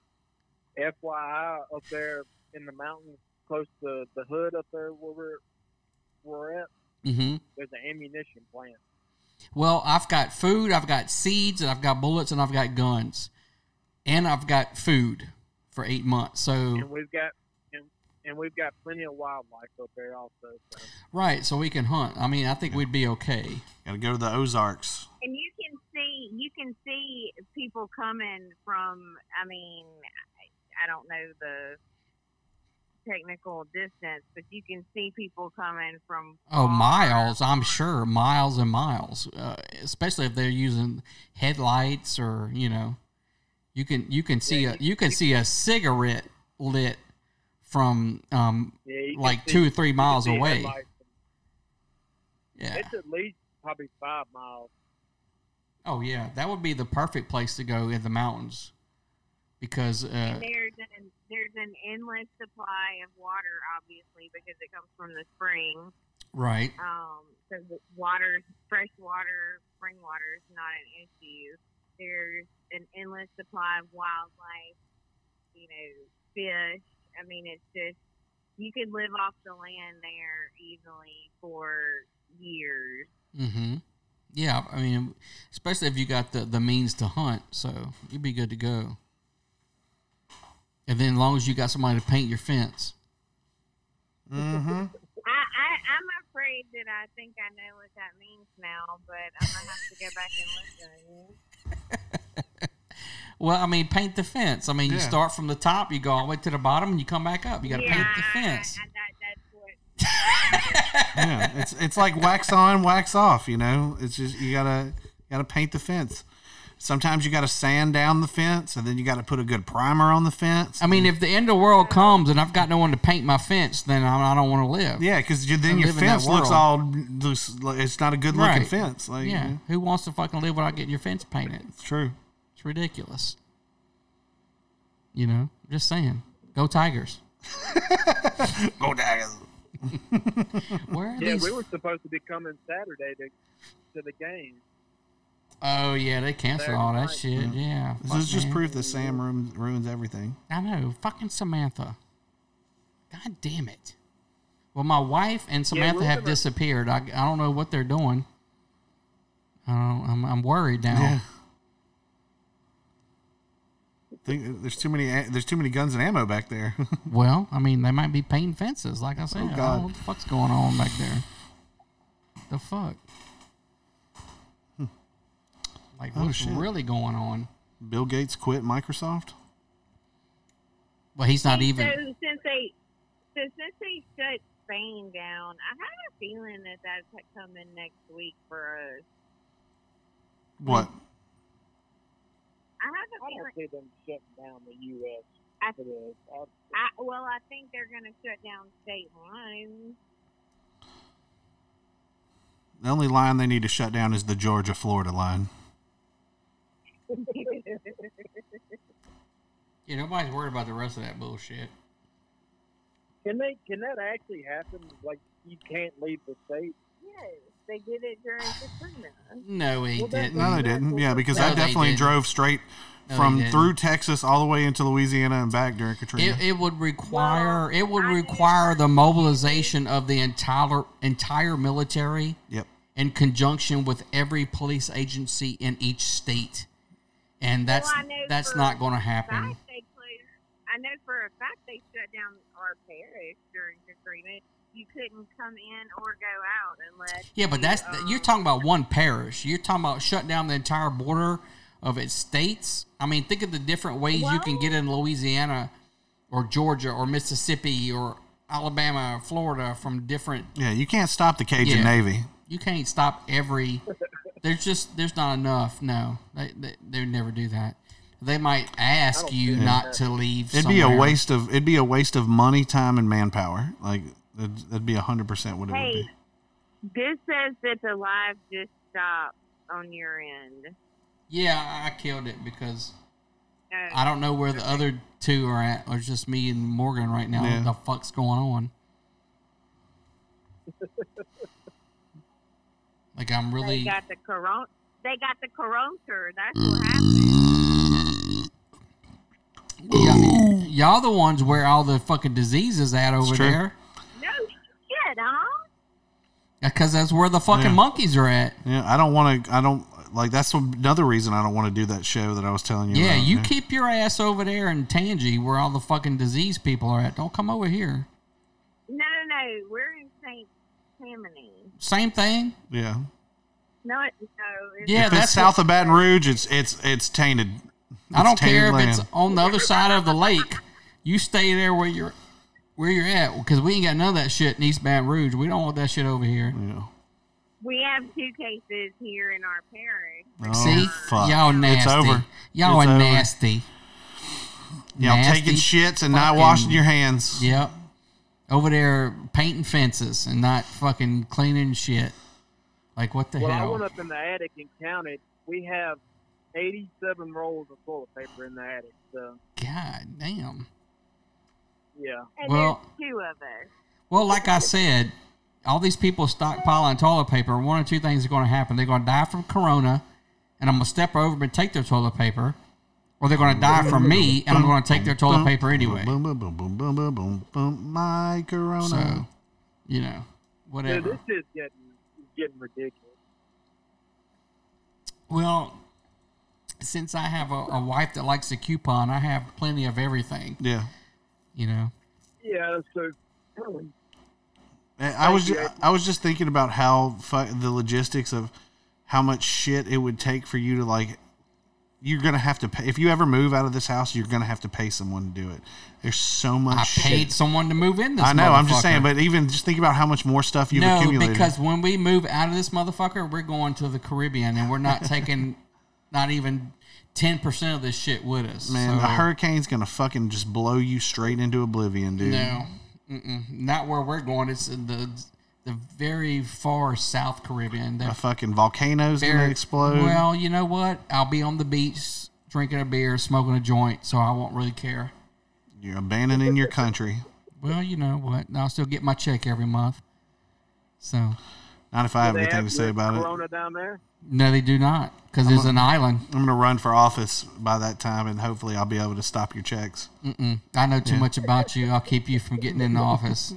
Speaker 14: FYI, up there in the mountains, close to the hood up there where we're, we're at,
Speaker 3: hmm
Speaker 14: there's an ammunition plant.
Speaker 3: well. I've got food, I've got seeds, and I've got bullets, and I've got guns, and I've got food for eight months. So
Speaker 14: And we've got and, and we've got plenty of wildlife up there also. So.
Speaker 3: right, so we can hunt. I mean, I think we'd be okay.
Speaker 5: Gotta go to the Ozarks.
Speaker 11: And you can see you can see people coming from. I mean, I, I don't know the technical distance, but you can see people coming from.
Speaker 3: Oh, miles! I'm sure miles and miles, uh, especially if they're using headlights or you know, you can you can see a you can see a cigarette lit from um
Speaker 14: Yeah, you can
Speaker 3: like
Speaker 14: see-
Speaker 3: two or
Speaker 14: you
Speaker 3: three
Speaker 14: can
Speaker 3: miles
Speaker 14: see
Speaker 3: away.
Speaker 14: headlights.
Speaker 3: Yeah.
Speaker 14: It's at least probably five miles.
Speaker 3: Oh yeah, that would be the perfect place to go in the mountains because uh,
Speaker 11: And there's an there's an endless supply of water, obviously, because it comes from the spring.
Speaker 3: right.
Speaker 11: Um, so the water, fresh water, spring water is not an issue. There's an endless supply of wildlife, you know, fish. I mean, it's just you could live off the land there easily for years.
Speaker 3: Mm-hmm. Yeah, I mean, especially if you got the the means to hunt, so you'd be good to go. And then, as long as you got somebody to paint your fence. Mm-hmm.
Speaker 11: I, I I'm afraid that I think I know what that means now, but I'm gonna have to go back and listen.
Speaker 3: Well, I mean, paint the fence. I mean, you
Speaker 11: Yeah.
Speaker 3: start from the top, you go all the way to the bottom, and you come back up. You got to paint the fence.
Speaker 11: I, I, that, that's what.
Speaker 5: yeah, it's it's like wax on, wax off. You know, it's just you gotta gotta paint the fence. Sometimes you gotta sand down the fence, and then you gotta put a good primer on the fence.
Speaker 3: I mean, if the end of the world comes and I've got no one to paint my fence, then I, I don't want to live.
Speaker 5: yeah, because then
Speaker 3: I
Speaker 5: your
Speaker 3: live in that
Speaker 5: fence looks
Speaker 3: world.
Speaker 5: all loose. like, It's not a good looking
Speaker 3: Right.
Speaker 5: fence. Like,
Speaker 3: yeah. Who wants to fucking live without getting your fence painted? It's
Speaker 5: true.
Speaker 3: It's ridiculous. You know, just saying. Go Tigers.
Speaker 5: Go Tigers.
Speaker 3: Where are
Speaker 14: yeah,
Speaker 3: these?
Speaker 14: we were supposed to be coming Saturday to, to the game.
Speaker 3: oh yeah, they canceled all that shit.
Speaker 14: Mm-hmm.
Speaker 3: Yeah.
Speaker 5: This
Speaker 3: fuck,
Speaker 5: is just
Speaker 3: man.
Speaker 5: proof that Sam ruins, ruins everything.
Speaker 3: I know. Fucking Samantha. God damn it. Well, my wife and Samantha
Speaker 5: we're
Speaker 3: have
Speaker 5: gonna-
Speaker 3: disappeared. I, I don't know what they're doing. I don't, I'm, I'm worried now.
Speaker 5: Yeah. Think, there's too many. There's too many guns and ammo back there.
Speaker 3: Well, I mean, they might be painting fences, like I said.
Speaker 5: Oh,
Speaker 3: I
Speaker 5: God.
Speaker 3: don't know what the fuck's going on back there. The fuck? Like,
Speaker 5: Hmm. Oh,
Speaker 3: what's
Speaker 5: shit.
Speaker 3: really going on?
Speaker 5: Bill Gates quit Microsoft.
Speaker 3: Well, he's
Speaker 11: So since they Since this thing shut Spain down, I have a feeling that that's coming next week for us.
Speaker 5: What?
Speaker 11: I have a
Speaker 14: I don't
Speaker 11: feeling.
Speaker 14: see them shutting down the U.S.
Speaker 11: I,
Speaker 14: for this. I,
Speaker 11: I, well, I think they're going to shut down state lines.
Speaker 5: The only line they need to shut down is the Georgia Florida line.
Speaker 3: Yeah, nobody's worried about the rest of that bullshit.
Speaker 14: can they? Can that actually happen? Like you can't leave the state.
Speaker 11: yes, they did it during Katrina.
Speaker 3: No, he didn't.
Speaker 5: No, they didn't. Yeah, because I
Speaker 3: No, they
Speaker 5: definitely
Speaker 3: didn't.
Speaker 5: drove straight
Speaker 3: No, they
Speaker 5: from
Speaker 3: didn't.
Speaker 5: through Texas all the way into Louisiana and back during Katrina.
Speaker 3: It, it would require it would require the mobilization of the entire entire military.
Speaker 5: Yep.
Speaker 3: In conjunction with every police agency in each state, and that's
Speaker 11: Well, I know
Speaker 3: that's
Speaker 11: for
Speaker 3: not going to
Speaker 11: a
Speaker 3: happen.
Speaker 11: fact they closed- I know for a fact they shut down our parish during Katrina. You couldn't come in or go out unless.
Speaker 3: Yeah, but
Speaker 11: you,
Speaker 3: that's
Speaker 11: um,
Speaker 3: you're talking about one parish. You're talking about shutting down the entire border of its states. I mean, think of the different ways you can get in Louisiana, or Georgia, or Mississippi, or Alabama, or Florida from different
Speaker 5: Yeah, you can't stop the Cajun
Speaker 3: Yeah.
Speaker 5: Navy.
Speaker 3: You can't stop every. There's just there's not enough. No, they they, they would never do that. They might ask you not to leave.
Speaker 5: It'd be a
Speaker 3: somewhere.
Speaker 5: waste of it'd be a waste of money, time, and manpower. Like that'd, that'd be hundred percent what it would
Speaker 11: Hey,
Speaker 5: be.
Speaker 11: this says that the live just stopped on your end.
Speaker 3: Yeah, I- I killed it because
Speaker 11: Uh,
Speaker 3: I don't know where the other two are at, or just me and Morgan right now. What
Speaker 5: Yeah.
Speaker 3: the fuck's going on? Like I'm
Speaker 11: They
Speaker 3: really.
Speaker 11: got the coron. They got the coronter. That's
Speaker 3: Mm.
Speaker 11: what happened.
Speaker 3: Y'all, y'all the ones where all the fucking disease is at over
Speaker 5: true.
Speaker 3: there,
Speaker 11: No shit, huh?
Speaker 3: because that's where the fucking
Speaker 5: Yeah.
Speaker 3: monkeys are at.
Speaker 5: Yeah, I don't want to. I don't like. That's another reason I don't want to do that show that I was telling you.
Speaker 3: Yeah,
Speaker 5: about,
Speaker 3: you keep your ass over there in Tangy where all the fucking disease people are at. Don't come over here.
Speaker 11: No, no, no. We're in Saint Tammany.
Speaker 3: Same thing.
Speaker 5: Yeah.
Speaker 11: No, it- no. it's-
Speaker 3: Yeah,
Speaker 5: if
Speaker 3: that's
Speaker 5: it's south
Speaker 3: what-
Speaker 5: of Baton Rouge, it's it's it's tainted.
Speaker 3: I
Speaker 5: It's
Speaker 3: don't care if
Speaker 5: tainted
Speaker 3: it's
Speaker 5: land.
Speaker 3: on the other side of the lake. You stay there where you're where you're at because we ain't got none of that shit in East Baton Rouge. We don't want that shit over here.
Speaker 11: We have two cases here in our parish.
Speaker 5: Oh,
Speaker 3: See,
Speaker 5: fuck.
Speaker 3: y'all nasty.
Speaker 5: It's over.
Speaker 3: Y'all
Speaker 5: It's
Speaker 3: are
Speaker 5: over.
Speaker 3: nasty.
Speaker 5: Y'all taking shits and not washing your hands.
Speaker 3: Yep. Over there painting fences and not fucking cleaning shit. Like what the
Speaker 14: well,
Speaker 3: hell?
Speaker 14: I went up in the attic and counted. We have 87 rolls of toilet paper in the attic. So
Speaker 3: God damn.
Speaker 14: yeah.
Speaker 11: And
Speaker 3: Well-
Speaker 11: there's two of us.
Speaker 3: Well, like I said, all these people stockpiling toilet paper. One or two things are going to happen. They're going to die from corona, and I'm going to step over 'em and take their toilet paper, or they're going to die from me, and I'm going to take their toilet paper anyway.
Speaker 5: Boom, boom, boom, boom, boom, boom, boom, boom. My corona.
Speaker 3: So, you know, whatever.
Speaker 14: Dude, this is getting getting ridiculous.
Speaker 3: Well, since I have a, a wife that likes to coupon, I have plenty of everything.
Speaker 5: Yeah.
Speaker 3: You know.
Speaker 14: Yeah, so
Speaker 5: I I was just, I was just thinking about how fu- the logistics of how much shit it would take for you to like. You're gonna have to pay if you ever move out of this house. You're gonna have to pay someone to do it. There's so much.
Speaker 3: I
Speaker 5: shit.
Speaker 3: paid someone to move in this
Speaker 5: I know. I'm just
Speaker 3: motherfucker.
Speaker 5: saying, but even just think about how much more stuff you've
Speaker 3: no,
Speaker 5: accumulated.
Speaker 3: because when we move out of this motherfucker, we're going to the Caribbean and we're not taking not even ten percent of this shit with us.
Speaker 5: man,
Speaker 3: so,
Speaker 5: a hurricane's gonna fucking just blow you straight into oblivion, dude.
Speaker 3: No, mm-mm, not where we're going. It's in the the very far South Caribbean.
Speaker 5: A
Speaker 3: The
Speaker 5: fucking volcano's gonna
Speaker 3: very-
Speaker 5: explode.
Speaker 3: Well, you know what? I'll be on the beach drinking a beer, smoking a joint, so I won't really care.
Speaker 5: you're abandoning your country.
Speaker 3: Well, you know what? I'll still get my check every month. So
Speaker 5: Not if I have anything to say about it.
Speaker 14: Corona down there.
Speaker 3: no, they do not because it's an island.
Speaker 5: I'm gonna run for office by that time, and hopefully, I'll be able to stop your checks.
Speaker 3: Mm-mm. I know too
Speaker 5: Yeah.
Speaker 3: much about you. I'll keep you from getting in the office.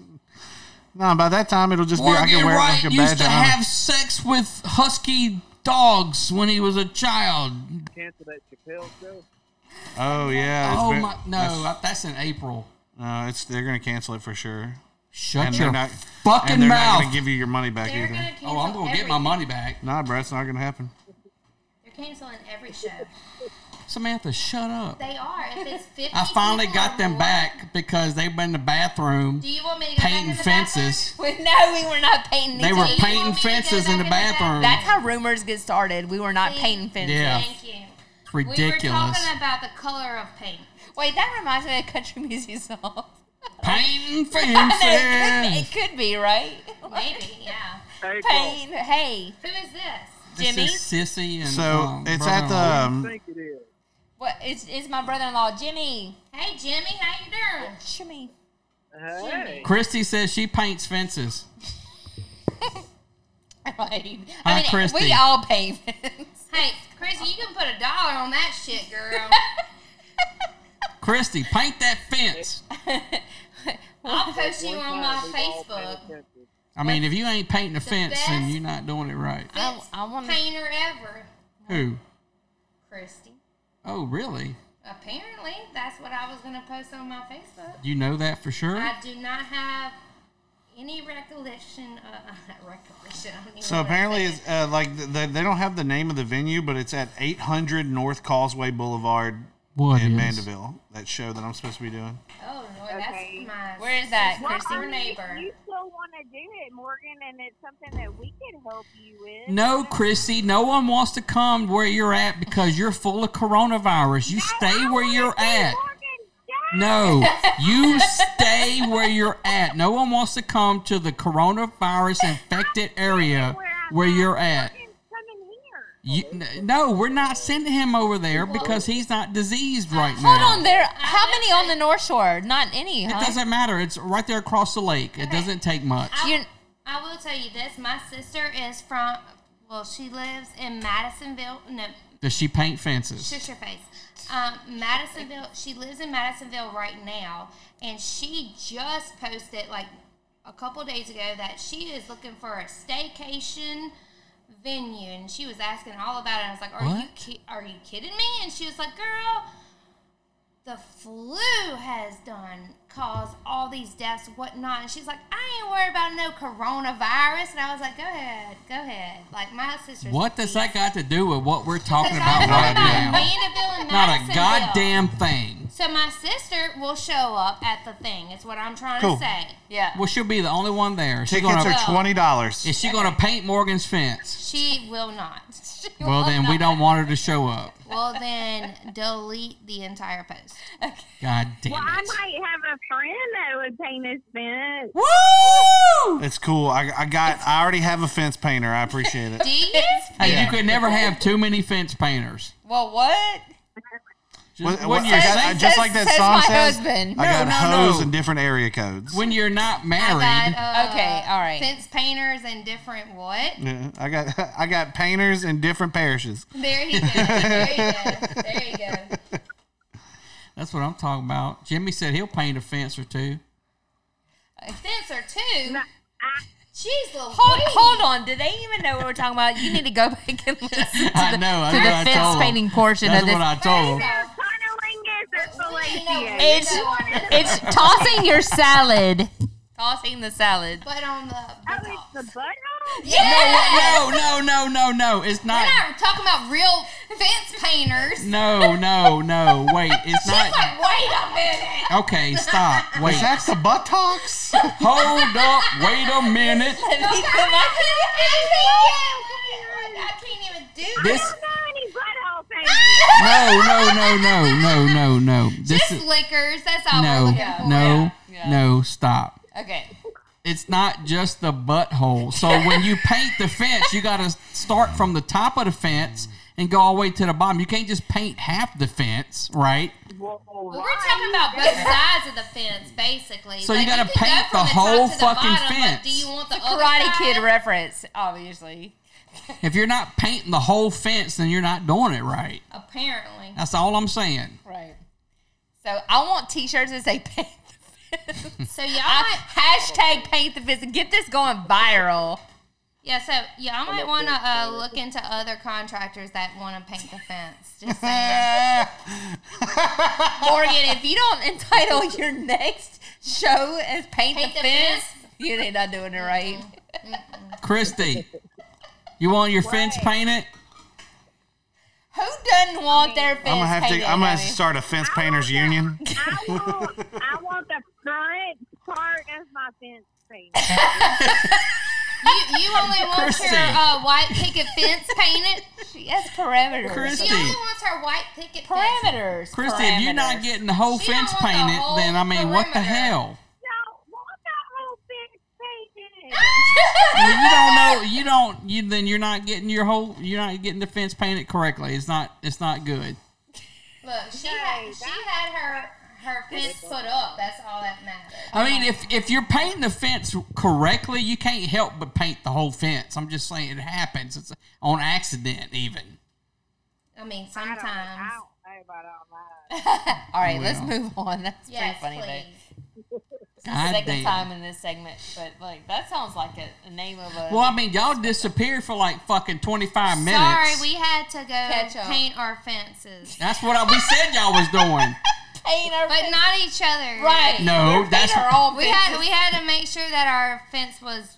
Speaker 5: No, by that time it'll just be I
Speaker 3: Morgan
Speaker 5: can wear
Speaker 3: Wright
Speaker 5: it like a
Speaker 3: used
Speaker 5: badge
Speaker 3: to
Speaker 5: of honor.
Speaker 3: have sex with husky dogs when he was a child.
Speaker 14: Cancel that Chappelle show.
Speaker 5: oh yeah. it's
Speaker 3: oh
Speaker 5: ve-
Speaker 3: my! No,
Speaker 5: that's-
Speaker 3: that's, in April.
Speaker 5: No, it's they're gonna cancel it for sure.
Speaker 3: Shut
Speaker 5: and
Speaker 3: your
Speaker 5: they're not,
Speaker 3: fucking
Speaker 5: and they're not
Speaker 3: mouth.
Speaker 5: gonna give you your money back
Speaker 12: They're
Speaker 5: either.
Speaker 12: gonna
Speaker 3: Oh, I'm gonna get my money back.
Speaker 5: Nah, bro, it's not gonna happen.
Speaker 12: They're canceling every show.
Speaker 3: Samantha, shut up.
Speaker 12: They are. If it's 50
Speaker 3: I finally
Speaker 12: people or
Speaker 3: got them
Speaker 12: more-
Speaker 3: back because they were in the bathroom
Speaker 12: Do you want me to go back
Speaker 3: painting
Speaker 12: in the
Speaker 3: fences.
Speaker 4: We, no, we were not painting.
Speaker 3: They
Speaker 4: these
Speaker 3: were
Speaker 4: things.
Speaker 3: painting fences in the bathroom.
Speaker 4: That's how rumors get started. We were not painting fences.
Speaker 3: Yeah.
Speaker 12: Thank you.
Speaker 3: It's
Speaker 12: We were
Speaker 3: ridiculous.
Speaker 12: talking about the color of paint.
Speaker 4: Wait, that reminds me of a country music song.
Speaker 3: Painting
Speaker 4: I know,
Speaker 3: fences.
Speaker 4: it, could be, it could be, right?
Speaker 12: Maybe, yeah.
Speaker 4: Pain. Hey,
Speaker 12: Who is this?
Speaker 3: This
Speaker 4: Jimmy.
Speaker 3: is Sissy and
Speaker 5: So,
Speaker 3: um,
Speaker 5: it's at the, um,
Speaker 3: brother-in-law.
Speaker 12: Thank
Speaker 14: you.
Speaker 4: What? It's, it's my brother-in-law, Jimmy.
Speaker 12: Hey, Jimmy, how you doing?
Speaker 4: Jimmy.
Speaker 12: Hey.
Speaker 3: Christy says she paints fences.
Speaker 4: Right.
Speaker 3: Hi,
Speaker 4: I mean,
Speaker 3: Christy.
Speaker 4: we all paint fences.
Speaker 12: Hey, Chrissy, you can put a dollar on that shit, girl.
Speaker 3: Christy, paint that fence.
Speaker 12: I'll post you on my Facebook.
Speaker 3: I mean, if you ain't painting a fence, then
Speaker 12: best-
Speaker 3: you're not doing it right.
Speaker 4: I, I want
Speaker 12: Painter ever,
Speaker 3: Who?
Speaker 12: Christy.
Speaker 3: Oh, really?
Speaker 12: Apparently, that's what I was gonna post on my Facebook.
Speaker 3: You know that for sure?
Speaker 12: I do not have any recollection. Uh, recollection. I don't even
Speaker 5: So
Speaker 12: know what I'm
Speaker 5: apparently,
Speaker 12: saying.
Speaker 5: it's uh, like th th- they don't have the name of the venue, but it's at 800 North Causeway Boulevard
Speaker 3: What
Speaker 5: in
Speaker 3: is?
Speaker 5: Mandeville. That show that I'm supposed to be doing.
Speaker 12: Oh Lord, that's my.
Speaker 4: Where is that,
Speaker 12: sister's
Speaker 4: Christy?
Speaker 12: Our neighbor.
Speaker 11: You still want to do it, Morgan, and it's something that we can help you with.
Speaker 3: No, Chrissy, no one wants to come where you're at because you're full of coronavirus. You stay where you're at. No, you stay where you're at. No one wants to come to the coronavirus infected area where you're at. You, n- no, we're not sending him over there because he's not diseased right now.
Speaker 4: Hold on, there. How many on the North Shore? Not any, huh?
Speaker 3: It doesn't matter. It's right there across the lake. It doesn't take much.
Speaker 4: You're-
Speaker 12: I will tell you this. My sister is from. Well, she lives in Madisonville. No,
Speaker 3: Does she paint fences?
Speaker 12: Shush your face. Um, Madisonville. She lives in Madisonville right now, and she just posted like a couple days ago that she is looking for a staycation venue, and she was asking all about it. I was like, "Are you
Speaker 3: What?
Speaker 12: ki- are you kidding me?" And she was like, "Girl, the flu has done caused all these deaths, whatnot." And she's like, "I ain't worried about no coronavirus." And I was like, "Go ahead, go ahead." Like my sister's
Speaker 3: What does that got to do with what we're talking
Speaker 12: Because I was
Speaker 3: about right
Speaker 12: talking about
Speaker 3: now?
Speaker 12: Mandeville and
Speaker 3: Not a
Speaker 12: Madisonville.
Speaker 3: goddamn thing.
Speaker 12: So my sister will show up at the thing. Is what I'm trying
Speaker 3: Cool.
Speaker 12: to say.
Speaker 4: Yeah.
Speaker 3: Well, she'll be the only one there. She's
Speaker 5: Tickets
Speaker 3: gonna-
Speaker 5: are twenty dollars.
Speaker 3: Is she going to paint Morgan's fence?
Speaker 12: She will not. She
Speaker 3: Well,
Speaker 12: will
Speaker 3: then
Speaker 12: not.
Speaker 3: we don't want her to show up.
Speaker 12: Well, then delete the entire post. Okay.
Speaker 3: God
Speaker 11: Well,
Speaker 3: damn.
Speaker 11: I might have a friend that would paint his fence.
Speaker 3: Woo!
Speaker 5: It's cool. I, I got. I already have a fence painter. I appreciate it.
Speaker 12: Do you?
Speaker 3: Hey, you
Speaker 5: Yeah.
Speaker 3: could never have too many fence painters.
Speaker 4: Well, what?
Speaker 3: Just,
Speaker 5: Well,
Speaker 3: when
Speaker 5: well,
Speaker 3: you're
Speaker 5: I got-
Speaker 3: safe-
Speaker 5: just like that
Speaker 4: says
Speaker 5: song
Speaker 4: my
Speaker 5: says,
Speaker 4: husband.
Speaker 5: I
Speaker 3: No,
Speaker 5: got
Speaker 3: no,
Speaker 5: hoes
Speaker 3: no.
Speaker 5: in different area codes.
Speaker 3: when you're not
Speaker 12: I
Speaker 3: married,
Speaker 12: got, uh,
Speaker 4: Okay, all right.
Speaker 12: Fence painters and different what?
Speaker 5: Yeah, I got. I got painters in different parishes.
Speaker 12: There you go. There you go. There you go.
Speaker 3: that's what I'm talking about. Jimmy said he'll paint a fence or two.
Speaker 12: Fence or two. Jeez, Louise.
Speaker 4: Hold, hold on. Do they even know what we're talking about? You need to go back and listen to
Speaker 3: I
Speaker 4: the,
Speaker 3: know. That's
Speaker 4: to
Speaker 3: what
Speaker 4: the
Speaker 3: I
Speaker 4: fence
Speaker 3: told him.
Speaker 4: painting portion
Speaker 3: That's
Speaker 4: of this.
Speaker 3: what I told him.
Speaker 4: It's it's tossing your salad. Tossing the salad.
Speaker 12: But on the. Oh, it's the butthole?
Speaker 3: No, no, no, no, no. It's
Speaker 12: We're
Speaker 3: not.
Speaker 12: not talking about real fence painters.
Speaker 3: No, no, no. Wait, it's
Speaker 12: She's
Speaker 3: not.
Speaker 12: like, wait a minute.
Speaker 3: Okay, stop. Wait.
Speaker 5: Was that the buttocks?
Speaker 3: Hold up. Wait a minute.
Speaker 12: I can't, I can't even do
Speaker 3: This-
Speaker 12: I don't know any butthole painters.
Speaker 3: No, no, no, no, no, no, no. This
Speaker 12: Just
Speaker 3: is
Speaker 12: liquors. That's all we're
Speaker 3: no,
Speaker 12: looking for.
Speaker 3: no, no. Stop.
Speaker 4: Okay.
Speaker 3: It's not just the butthole. So when you paint the fence, you got to start from the top of the fence and go all the way to the bottom. You can't just paint half the fence, right?
Speaker 12: Well, we're talking about both sides of the fence, basically.
Speaker 3: So you
Speaker 12: Like,
Speaker 3: gotta
Speaker 12: can go
Speaker 3: paint
Speaker 12: from
Speaker 3: the
Speaker 12: top
Speaker 3: whole
Speaker 12: to the
Speaker 3: fucking
Speaker 12: bottom, but
Speaker 3: fence.
Speaker 12: Do you want the other
Speaker 4: Karate
Speaker 12: side?
Speaker 4: Kid reference, obviously.
Speaker 3: If you're not painting the whole fence, then you're not doing it right.
Speaker 12: Apparently.
Speaker 3: That's all I'm saying.
Speaker 4: Right. So I want T-shirts that say paint the fence.
Speaker 12: So y'all
Speaker 4: I-
Speaker 12: might,
Speaker 4: hashtag paint the fence. Get this going viral.
Speaker 12: yeah. So y'all might want to uh, look into other contractors that want to paint the fence. Just saying.
Speaker 4: Morgan, if you don't entitle your next show as paint,
Speaker 12: Paint
Speaker 4: the,
Speaker 12: the
Speaker 4: fence, you ain't not doing it right.
Speaker 3: Christy, you want your fence painted?
Speaker 4: Who doesn't want their fence
Speaker 5: I'm gonna have to.
Speaker 4: painted,
Speaker 5: I'm gonna have
Speaker 4: honey?
Speaker 5: to start a fence painters union.
Speaker 11: I want the front part of my fence painted.
Speaker 12: You, you only want
Speaker 5: Christy.
Speaker 12: your uh, white picket fence painted.
Speaker 4: She has parameters.
Speaker 12: She
Speaker 3: Christy.
Speaker 12: only wants her white picket
Speaker 4: parameters.
Speaker 3: Christy, if you're not getting the whole fence painted, then I mean, what the hell? Well, you don't know. You don't. You then you're not getting your whole. You're not getting the fence painted correctly. It's not. It's not good.
Speaker 12: Look, she had she had her her fence put up. That's all that matters.
Speaker 3: I mean, if if you're painting the fence correctly, you can't help but paint the whole fence. I'm just saying it happens. It's on accident, even.
Speaker 12: I mean, sometimes.
Speaker 4: All right, let's
Speaker 3: Well.
Speaker 4: move on. That's
Speaker 12: Yes,
Speaker 4: pretty funny. Though. It's the
Speaker 3: God
Speaker 4: second
Speaker 3: damn.
Speaker 4: time in this segment, but like that sounds like a, a name of a.
Speaker 3: Well, I mean, y'all disappeared for like fucking 25 minutes.
Speaker 12: Sorry, we had to go
Speaker 4: up.
Speaker 12: paint our fences.
Speaker 3: That's what I, we said y'all was doing.
Speaker 4: Paint our
Speaker 12: but not each other.
Speaker 4: Right.
Speaker 3: No, We're that's- painting our own
Speaker 12: we had
Speaker 4: fences.
Speaker 12: we had to make sure that our fence was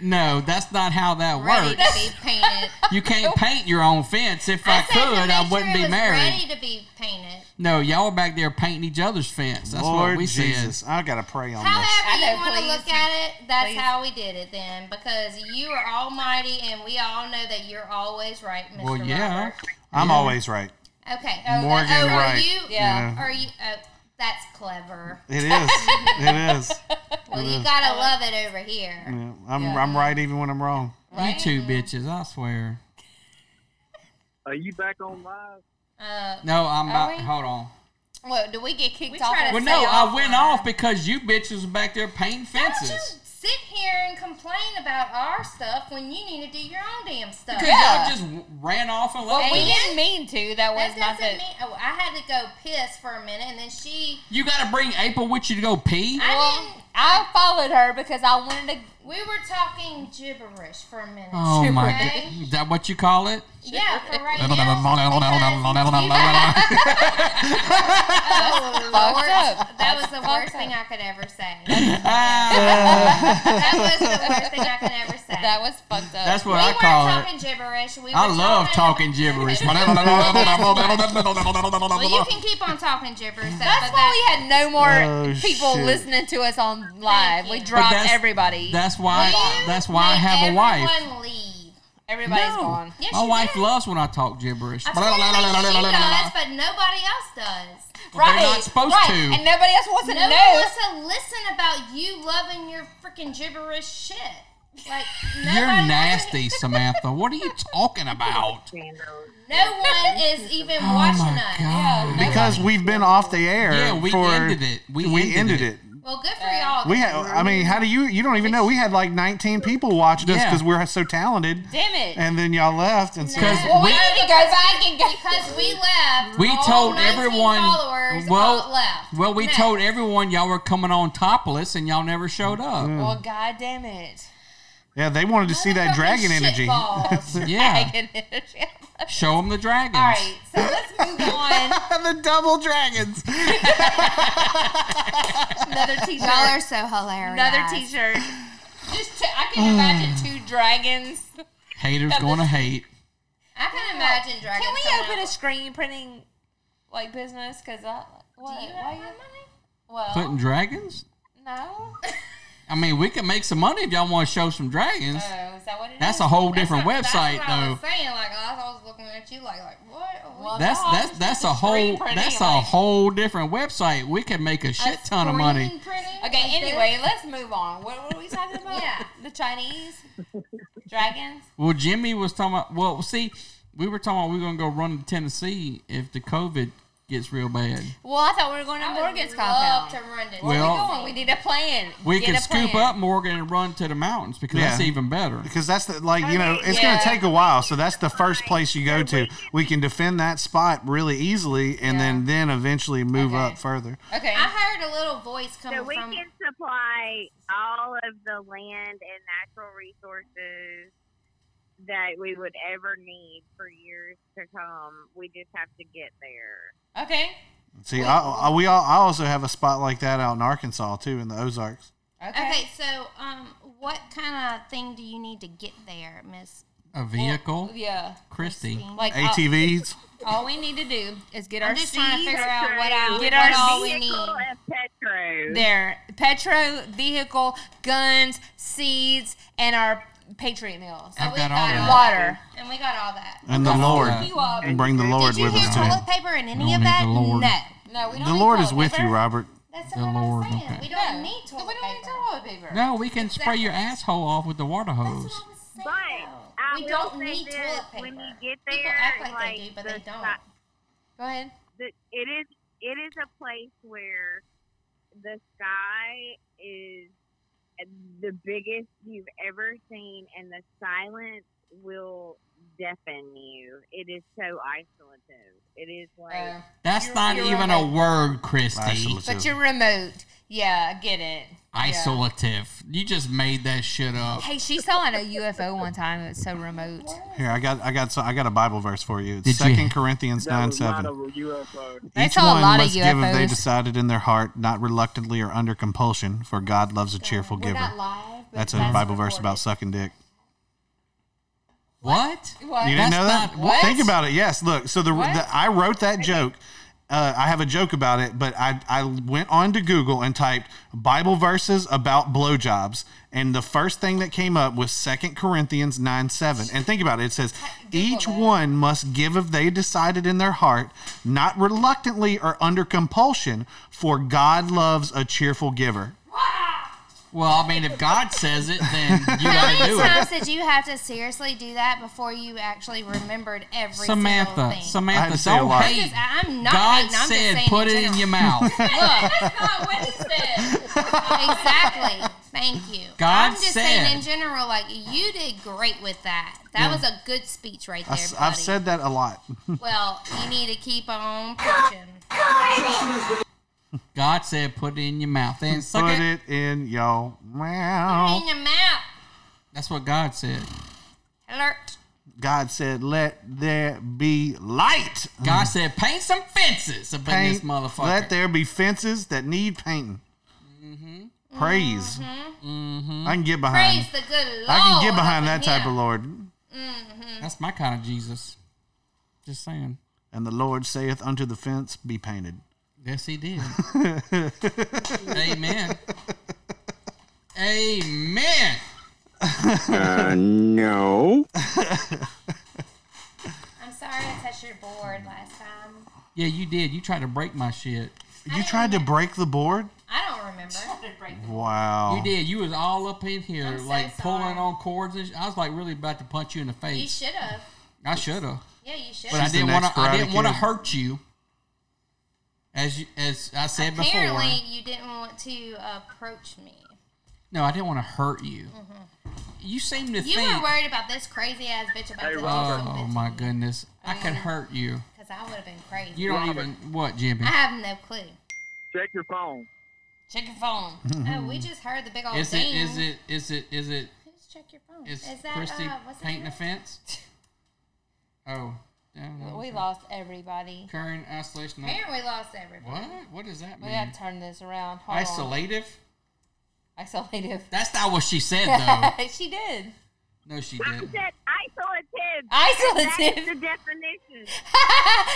Speaker 3: No, that's not how that
Speaker 12: ready
Speaker 3: works.
Speaker 12: to be painted.
Speaker 3: You can't paint your own fence. If I, could, I wouldn't
Speaker 12: It
Speaker 3: be
Speaker 12: was
Speaker 3: married.
Speaker 12: ready to be painted.
Speaker 3: No, y'all were back there painting each other's fence. That's
Speaker 5: Lord
Speaker 3: what we
Speaker 5: Jesus,
Speaker 3: said.
Speaker 5: I gotta pray on
Speaker 12: However
Speaker 5: this.
Speaker 4: I know,
Speaker 12: you want to
Speaker 4: please.
Speaker 12: look at it, that's
Speaker 4: Please.
Speaker 12: how we did it then, because you are almighty, and we all know that you're always right, Mr.
Speaker 5: Well, yeah,
Speaker 12: Robert.
Speaker 5: I'm
Speaker 12: Yeah.
Speaker 5: always right.
Speaker 12: Okay. Oh,
Speaker 5: Morgan
Speaker 12: that, oh, are
Speaker 5: Wright,
Speaker 12: you?
Speaker 5: Yeah. you know.
Speaker 12: Are you? Oh, that's clever.
Speaker 5: It is. it is.
Speaker 12: Well,
Speaker 5: It
Speaker 12: you
Speaker 5: is.
Speaker 12: gotta love it over here.
Speaker 5: Yeah, I'm I'm right even when I'm wrong.
Speaker 3: You two bitches, I swear.
Speaker 14: Are you back on live?
Speaker 12: Uh,
Speaker 3: No, I'm
Speaker 12: Are
Speaker 3: about.
Speaker 12: we?
Speaker 3: Hold on.
Speaker 4: Well, do we get kicked
Speaker 12: We
Speaker 4: off?
Speaker 12: try to
Speaker 4: of-
Speaker 3: Well, no, I went off because you bitches was back there painting
Speaker 12: Don't you
Speaker 3: fences.
Speaker 12: sit here and complain about our stuff when you need to do your own damn stuff.
Speaker 3: Because y'all just w- ran off and
Speaker 4: Well,
Speaker 3: left.
Speaker 4: we
Speaker 3: us.
Speaker 4: didn't mean to. That was
Speaker 12: That
Speaker 4: not
Speaker 12: doesn't
Speaker 4: the.
Speaker 12: mean. Oh, I had to go piss for a minute, and then she.
Speaker 3: You got to bring April with you to go pee.
Speaker 12: I didn't.
Speaker 4: I followed her because I wanted to.
Speaker 12: We were talking gibberish for a minute.
Speaker 3: Oh my
Speaker 12: okay?
Speaker 3: god, is that what you call it?
Speaker 12: Yeah, for right now.
Speaker 3: That's
Speaker 12: That was, the
Speaker 4: Fucked
Speaker 12: worst,
Speaker 4: up.
Speaker 12: that was the
Speaker 4: Fucked
Speaker 12: worst
Speaker 4: up.
Speaker 12: thing I could ever say.
Speaker 3: That
Speaker 12: That was the worst thing I could ever say.
Speaker 4: That was fucked up.
Speaker 3: That's what
Speaker 12: we
Speaker 3: I
Speaker 12: weren't
Speaker 3: call it.
Speaker 12: talking gibberish. We
Speaker 3: I
Speaker 12: were
Speaker 3: love talking gibberish.
Speaker 12: Well, you can keep on talking gibberish. though,
Speaker 4: That's
Speaker 12: but
Speaker 4: why we had no more
Speaker 3: Oh,
Speaker 4: people
Speaker 3: shit.
Speaker 4: listening to us on live. We dropped
Speaker 3: that's-
Speaker 4: everybody.
Speaker 3: That's why.
Speaker 12: You
Speaker 3: That's why I
Speaker 12: made
Speaker 3: have a wife.
Speaker 12: Everyone leave.
Speaker 4: Everybody's gone.
Speaker 12: Yes,
Speaker 3: My
Speaker 12: you
Speaker 3: wife
Speaker 12: did.
Speaker 3: loves when I talk gibberish.
Speaker 12: I swear to God, she does, but nobody else does.
Speaker 3: Well, they're not supposed
Speaker 4: right.
Speaker 3: to.
Speaker 4: And nobody else wants to
Speaker 12: No one
Speaker 4: know.
Speaker 12: wants to listen about you loving your freaking gibberish shit. Like nobody
Speaker 3: You're nasty, Samantha. What are you talking about?
Speaker 12: No one is even
Speaker 3: Oh
Speaker 12: watching
Speaker 3: my
Speaker 12: us.
Speaker 3: god!
Speaker 5: Because we've been off the air.
Speaker 3: Yeah, we
Speaker 5: for,
Speaker 3: ended it. We ended
Speaker 5: ended
Speaker 3: it.
Speaker 5: it.
Speaker 12: Well, good for y'all.
Speaker 5: We had. I mean, how do you? You don't even know. We had like 19 people watching us
Speaker 3: Yeah.
Speaker 5: because we're so talented.
Speaker 4: Damn it.
Speaker 5: And then y'all left, and so
Speaker 4: well,
Speaker 12: No,
Speaker 4: we, need to go
Speaker 12: because
Speaker 4: back and go.
Speaker 12: Because we left.
Speaker 3: We
Speaker 12: all
Speaker 3: told
Speaker 12: 19
Speaker 3: everyone.
Speaker 12: Followers all
Speaker 3: Well,
Speaker 12: left.
Speaker 3: well, we
Speaker 12: No.
Speaker 3: told everyone y'all were coming on topless, and y'all never showed up.
Speaker 4: Well, god damn it.
Speaker 5: yeah, they wanted to see that dragon energy.
Speaker 12: Balls.
Speaker 3: Yeah,
Speaker 4: Dragon energy.
Speaker 3: show them the dragons.
Speaker 4: All right, so let's move on.
Speaker 5: the double dragons.
Speaker 4: Another
Speaker 12: Y'all
Speaker 4: t-shirt.
Speaker 12: are so hilarious.
Speaker 4: Another t-shirt. Just t- I can
Speaker 3: Mm.
Speaker 4: imagine two dragons.
Speaker 3: Haters going to hate.
Speaker 12: I can imagine dragons.
Speaker 4: Can we
Speaker 12: coming
Speaker 4: open
Speaker 12: out.
Speaker 4: a screen printing like business? Cause I what,
Speaker 12: Do you
Speaker 4: why
Speaker 12: have my money?
Speaker 4: Well,
Speaker 3: Putting dragons?
Speaker 4: no.
Speaker 3: I mean, we can make some money if y'all want to show some dragons.
Speaker 12: Uh,
Speaker 4: Oh, is that what it is?
Speaker 3: That's a whole different
Speaker 12: That's what-
Speaker 3: website,
Speaker 12: that's what I was
Speaker 3: though.
Speaker 12: saying like I was looking at you like like what?
Speaker 4: Well,
Speaker 3: That's
Speaker 4: no, I
Speaker 3: that's
Speaker 4: was
Speaker 3: that's a
Speaker 4: just screen
Speaker 3: whole
Speaker 4: printing,
Speaker 3: that's a
Speaker 4: like-
Speaker 3: whole different website. We can make a shit ton of money.
Speaker 4: Okay, anyway, let's move on. What what were we talking about?
Speaker 12: Yeah.
Speaker 4: The Chinese dragons?
Speaker 3: Well, Jimmy was talking about. Well, see, we were talking about we are gonna go run to Tennessee if the COVID gets real bad.
Speaker 4: Well, I thought we were going to
Speaker 12: I would
Speaker 4: Morgan's
Speaker 12: love
Speaker 4: compound.
Speaker 12: to run to
Speaker 4: Where
Speaker 3: Well-
Speaker 4: are we going? We need a plan.
Speaker 3: We
Speaker 4: Get
Speaker 3: can
Speaker 4: a
Speaker 3: scoop
Speaker 4: plan.
Speaker 3: up Morgan and run to the mountains because
Speaker 5: Yeah.
Speaker 3: that's even better.
Speaker 5: Because that's the like you know it's
Speaker 4: Yeah.
Speaker 5: going to take a while, so that's the first place you go to. We can defend that spot really easily, and then then eventually move up further.
Speaker 4: Okay.
Speaker 12: I heard a little voice coming
Speaker 11: So we
Speaker 12: from
Speaker 11: can supply all of the land and natural resources that we would ever need for years to come. We just have to get there.
Speaker 4: Okay.
Speaker 5: See, I, I, we all I also have a spot like that out in Arkansas too, in the Ozarks.
Speaker 4: Okay.
Speaker 12: Okay, so um what kind of thing do you need to get there, Miss
Speaker 3: A vehicle?
Speaker 4: yeah.
Speaker 3: Christy.
Speaker 4: Like uh,
Speaker 5: ATVs.
Speaker 4: All we need to do is get our
Speaker 12: I'm just trying to
Speaker 4: Cs,
Speaker 12: figure out what I-
Speaker 4: get
Speaker 12: what
Speaker 4: our
Speaker 12: all
Speaker 4: Cs-
Speaker 12: we need.
Speaker 11: Petro.
Speaker 4: There, petro, vehicle, guns, seeds, and our Patriot meals.
Speaker 5: I've got all that.
Speaker 4: water.
Speaker 12: And we got all that.
Speaker 5: And the Lord. And bring the Lord
Speaker 12: Did you
Speaker 5: with
Speaker 12: hear
Speaker 5: us
Speaker 12: toilet
Speaker 5: too.
Speaker 12: paper in
Speaker 5: We
Speaker 12: any
Speaker 5: don't
Speaker 12: of
Speaker 5: need
Speaker 12: that?
Speaker 5: the Lord.
Speaker 12: No.
Speaker 4: No, we don't
Speaker 5: The
Speaker 4: need
Speaker 5: Lord is
Speaker 4: toilet
Speaker 5: with
Speaker 4: paper.
Speaker 5: you, Robert.
Speaker 12: That's
Speaker 5: the Lord.
Speaker 12: We don't need toilet paper. We don't need toilet paper.
Speaker 3: No, we can spray your asshole off with the water hose.
Speaker 11: But I
Speaker 12: We
Speaker 11: will
Speaker 12: don't
Speaker 11: say
Speaker 12: need
Speaker 11: this,
Speaker 12: toilet
Speaker 11: When
Speaker 12: paper.
Speaker 11: you get there,
Speaker 12: People act like they do, but they
Speaker 11: the
Speaker 12: don't.
Speaker 11: si-
Speaker 4: Go ahead.
Speaker 11: the, it is it is a place where the sky is the biggest you've ever seen, and the silence will deafen you. It is so isolative. It is like
Speaker 3: That's
Speaker 11: you're-
Speaker 3: not
Speaker 11: you're
Speaker 3: even
Speaker 11: like-
Speaker 3: a word, Christy.
Speaker 4: Oh. But you're remote. Yeah, I get it. Yeah.
Speaker 3: Isolative. You just made that shit up.
Speaker 4: Hey, she saw in a UFO one time. It was so remote.
Speaker 5: Here, I got, I got, so I got a Bible verse for you.
Speaker 3: Did you-
Speaker 5: It's Second Corinthians nine seven.
Speaker 4: They
Speaker 5: Each
Speaker 4: saw a
Speaker 5: one
Speaker 4: lot of
Speaker 5: must give if they
Speaker 4: UFOs.
Speaker 5: decided in their heart, not reluctantly or under compulsion, for God loves a cheerful giver. That's a Bible verse about sucking dick.
Speaker 3: What?
Speaker 5: You didn't know that?
Speaker 3: what?
Speaker 5: Think about it. Yes. Look, so the,
Speaker 3: What?
Speaker 5: the I wrote that joke. Uh, I have a joke about it, but I, I went on to Google and typed Bible verses about blowjobs. And the first thing that came up was 2 Corinthians 9 7. And think about it. It says, Each one must give if they decided in their heart, not reluctantly or under compulsion, for God loves a cheerful giver.
Speaker 3: Well, I mean, if God says it, then you
Speaker 12: How
Speaker 3: gotta
Speaker 12: many
Speaker 3: do
Speaker 12: times
Speaker 3: it.
Speaker 12: did you have to seriously do that before you actually remembered every single
Speaker 3: Samantha,
Speaker 12: thing?
Speaker 5: I had to
Speaker 3: Samantha,
Speaker 5: say a
Speaker 3: don't
Speaker 5: lot.
Speaker 12: I'm
Speaker 3: hate.
Speaker 12: just- I'm not
Speaker 3: God
Speaker 12: hating, I'm just
Speaker 3: said,
Speaker 12: saying
Speaker 3: put it in
Speaker 12: general.
Speaker 3: your mouth.
Speaker 12: Look, that's not what he said. exactly. Thank you.
Speaker 3: God
Speaker 12: I'm just
Speaker 3: said.
Speaker 12: saying in general, like you did great with that. That was a good speech right
Speaker 5: I,
Speaker 12: there,
Speaker 5: s-
Speaker 12: buddy.
Speaker 5: I've said that a lot.
Speaker 12: well, you need to keep on preaching.
Speaker 3: God said, put it in your mouth. Then suck
Speaker 5: Put
Speaker 3: it.
Speaker 5: it in your
Speaker 12: In
Speaker 5: mouth.
Speaker 12: your mouth.
Speaker 3: That's what God said.
Speaker 12: Alert.
Speaker 5: God said, Let there be light.
Speaker 3: God said, paint some fences up in this
Speaker 5: Paint.
Speaker 3: motherfucker.
Speaker 5: Let there be fences that need painting. Praise. I can get behind.
Speaker 12: Praise the good Lord.
Speaker 5: I can get behind
Speaker 12: up in
Speaker 5: that type
Speaker 12: here.
Speaker 5: of Lord.
Speaker 12: Mhm.
Speaker 3: That's my kind of Jesus. Just saying.
Speaker 5: And the Lord saith unto the fence, Be painted.
Speaker 3: Yes, he did. Amen. Amen.
Speaker 8: Uh, no.
Speaker 12: I'm sorry I touched your board last time.
Speaker 3: Yeah, you did. You tried to break my shit.
Speaker 5: You tried to break the board?
Speaker 12: I don't remember.
Speaker 5: Wow.
Speaker 3: You did. You was all up in here,
Speaker 12: I'm so
Speaker 3: like
Speaker 12: sorry.
Speaker 3: pulling on cords and sh- I was like really about to punch you in the
Speaker 12: You
Speaker 3: face.
Speaker 12: should have.
Speaker 3: I should have,
Speaker 12: Yeah, you should
Speaker 3: but I
Speaker 12: have.
Speaker 5: She's the
Speaker 3: didn't want
Speaker 5: next
Speaker 3: to. I
Speaker 5: Karate
Speaker 3: didn't want to
Speaker 5: Kid.
Speaker 3: hurt you. As you, as I said
Speaker 12: Apparently,
Speaker 3: before,
Speaker 12: you didn't want to approach me.
Speaker 3: no, I didn't want to hurt you. You seem to
Speaker 12: Mm-hmm. You
Speaker 3: think.
Speaker 12: were worried about this crazy ass bitch about to
Speaker 3: oh my goodness, I could
Speaker 12: mean-
Speaker 3: hurt you.
Speaker 12: Because I would have been crazy.
Speaker 3: You don't even what, Jimmy?
Speaker 12: I have no clue.
Speaker 14: Check your phone.
Speaker 12: Check your phone.
Speaker 3: Mhm.
Speaker 12: Oh, we just heard the big old
Speaker 3: Is it?
Speaker 12: ding.
Speaker 3: Is it? Is it? Is it?
Speaker 12: Who's check your phone?
Speaker 3: Is,
Speaker 12: Is that,
Speaker 3: Christy
Speaker 12: uh, what's his
Speaker 3: painting a
Speaker 12: name?
Speaker 3: fence? Oh, yeah, no,
Speaker 4: We
Speaker 3: okay.
Speaker 4: lost everybody.
Speaker 3: current isolation.
Speaker 12: Apparently, we lost everybody.
Speaker 3: What? What does that
Speaker 4: We
Speaker 3: mean?
Speaker 4: gotta turn this around. Hold on.
Speaker 3: Isolative?
Speaker 4: Isolative.
Speaker 3: That's not what she said though.
Speaker 4: she did.
Speaker 3: no, she
Speaker 11: I
Speaker 3: didn't.
Speaker 11: said isolative.
Speaker 4: Isolative.
Speaker 11: That is the definition.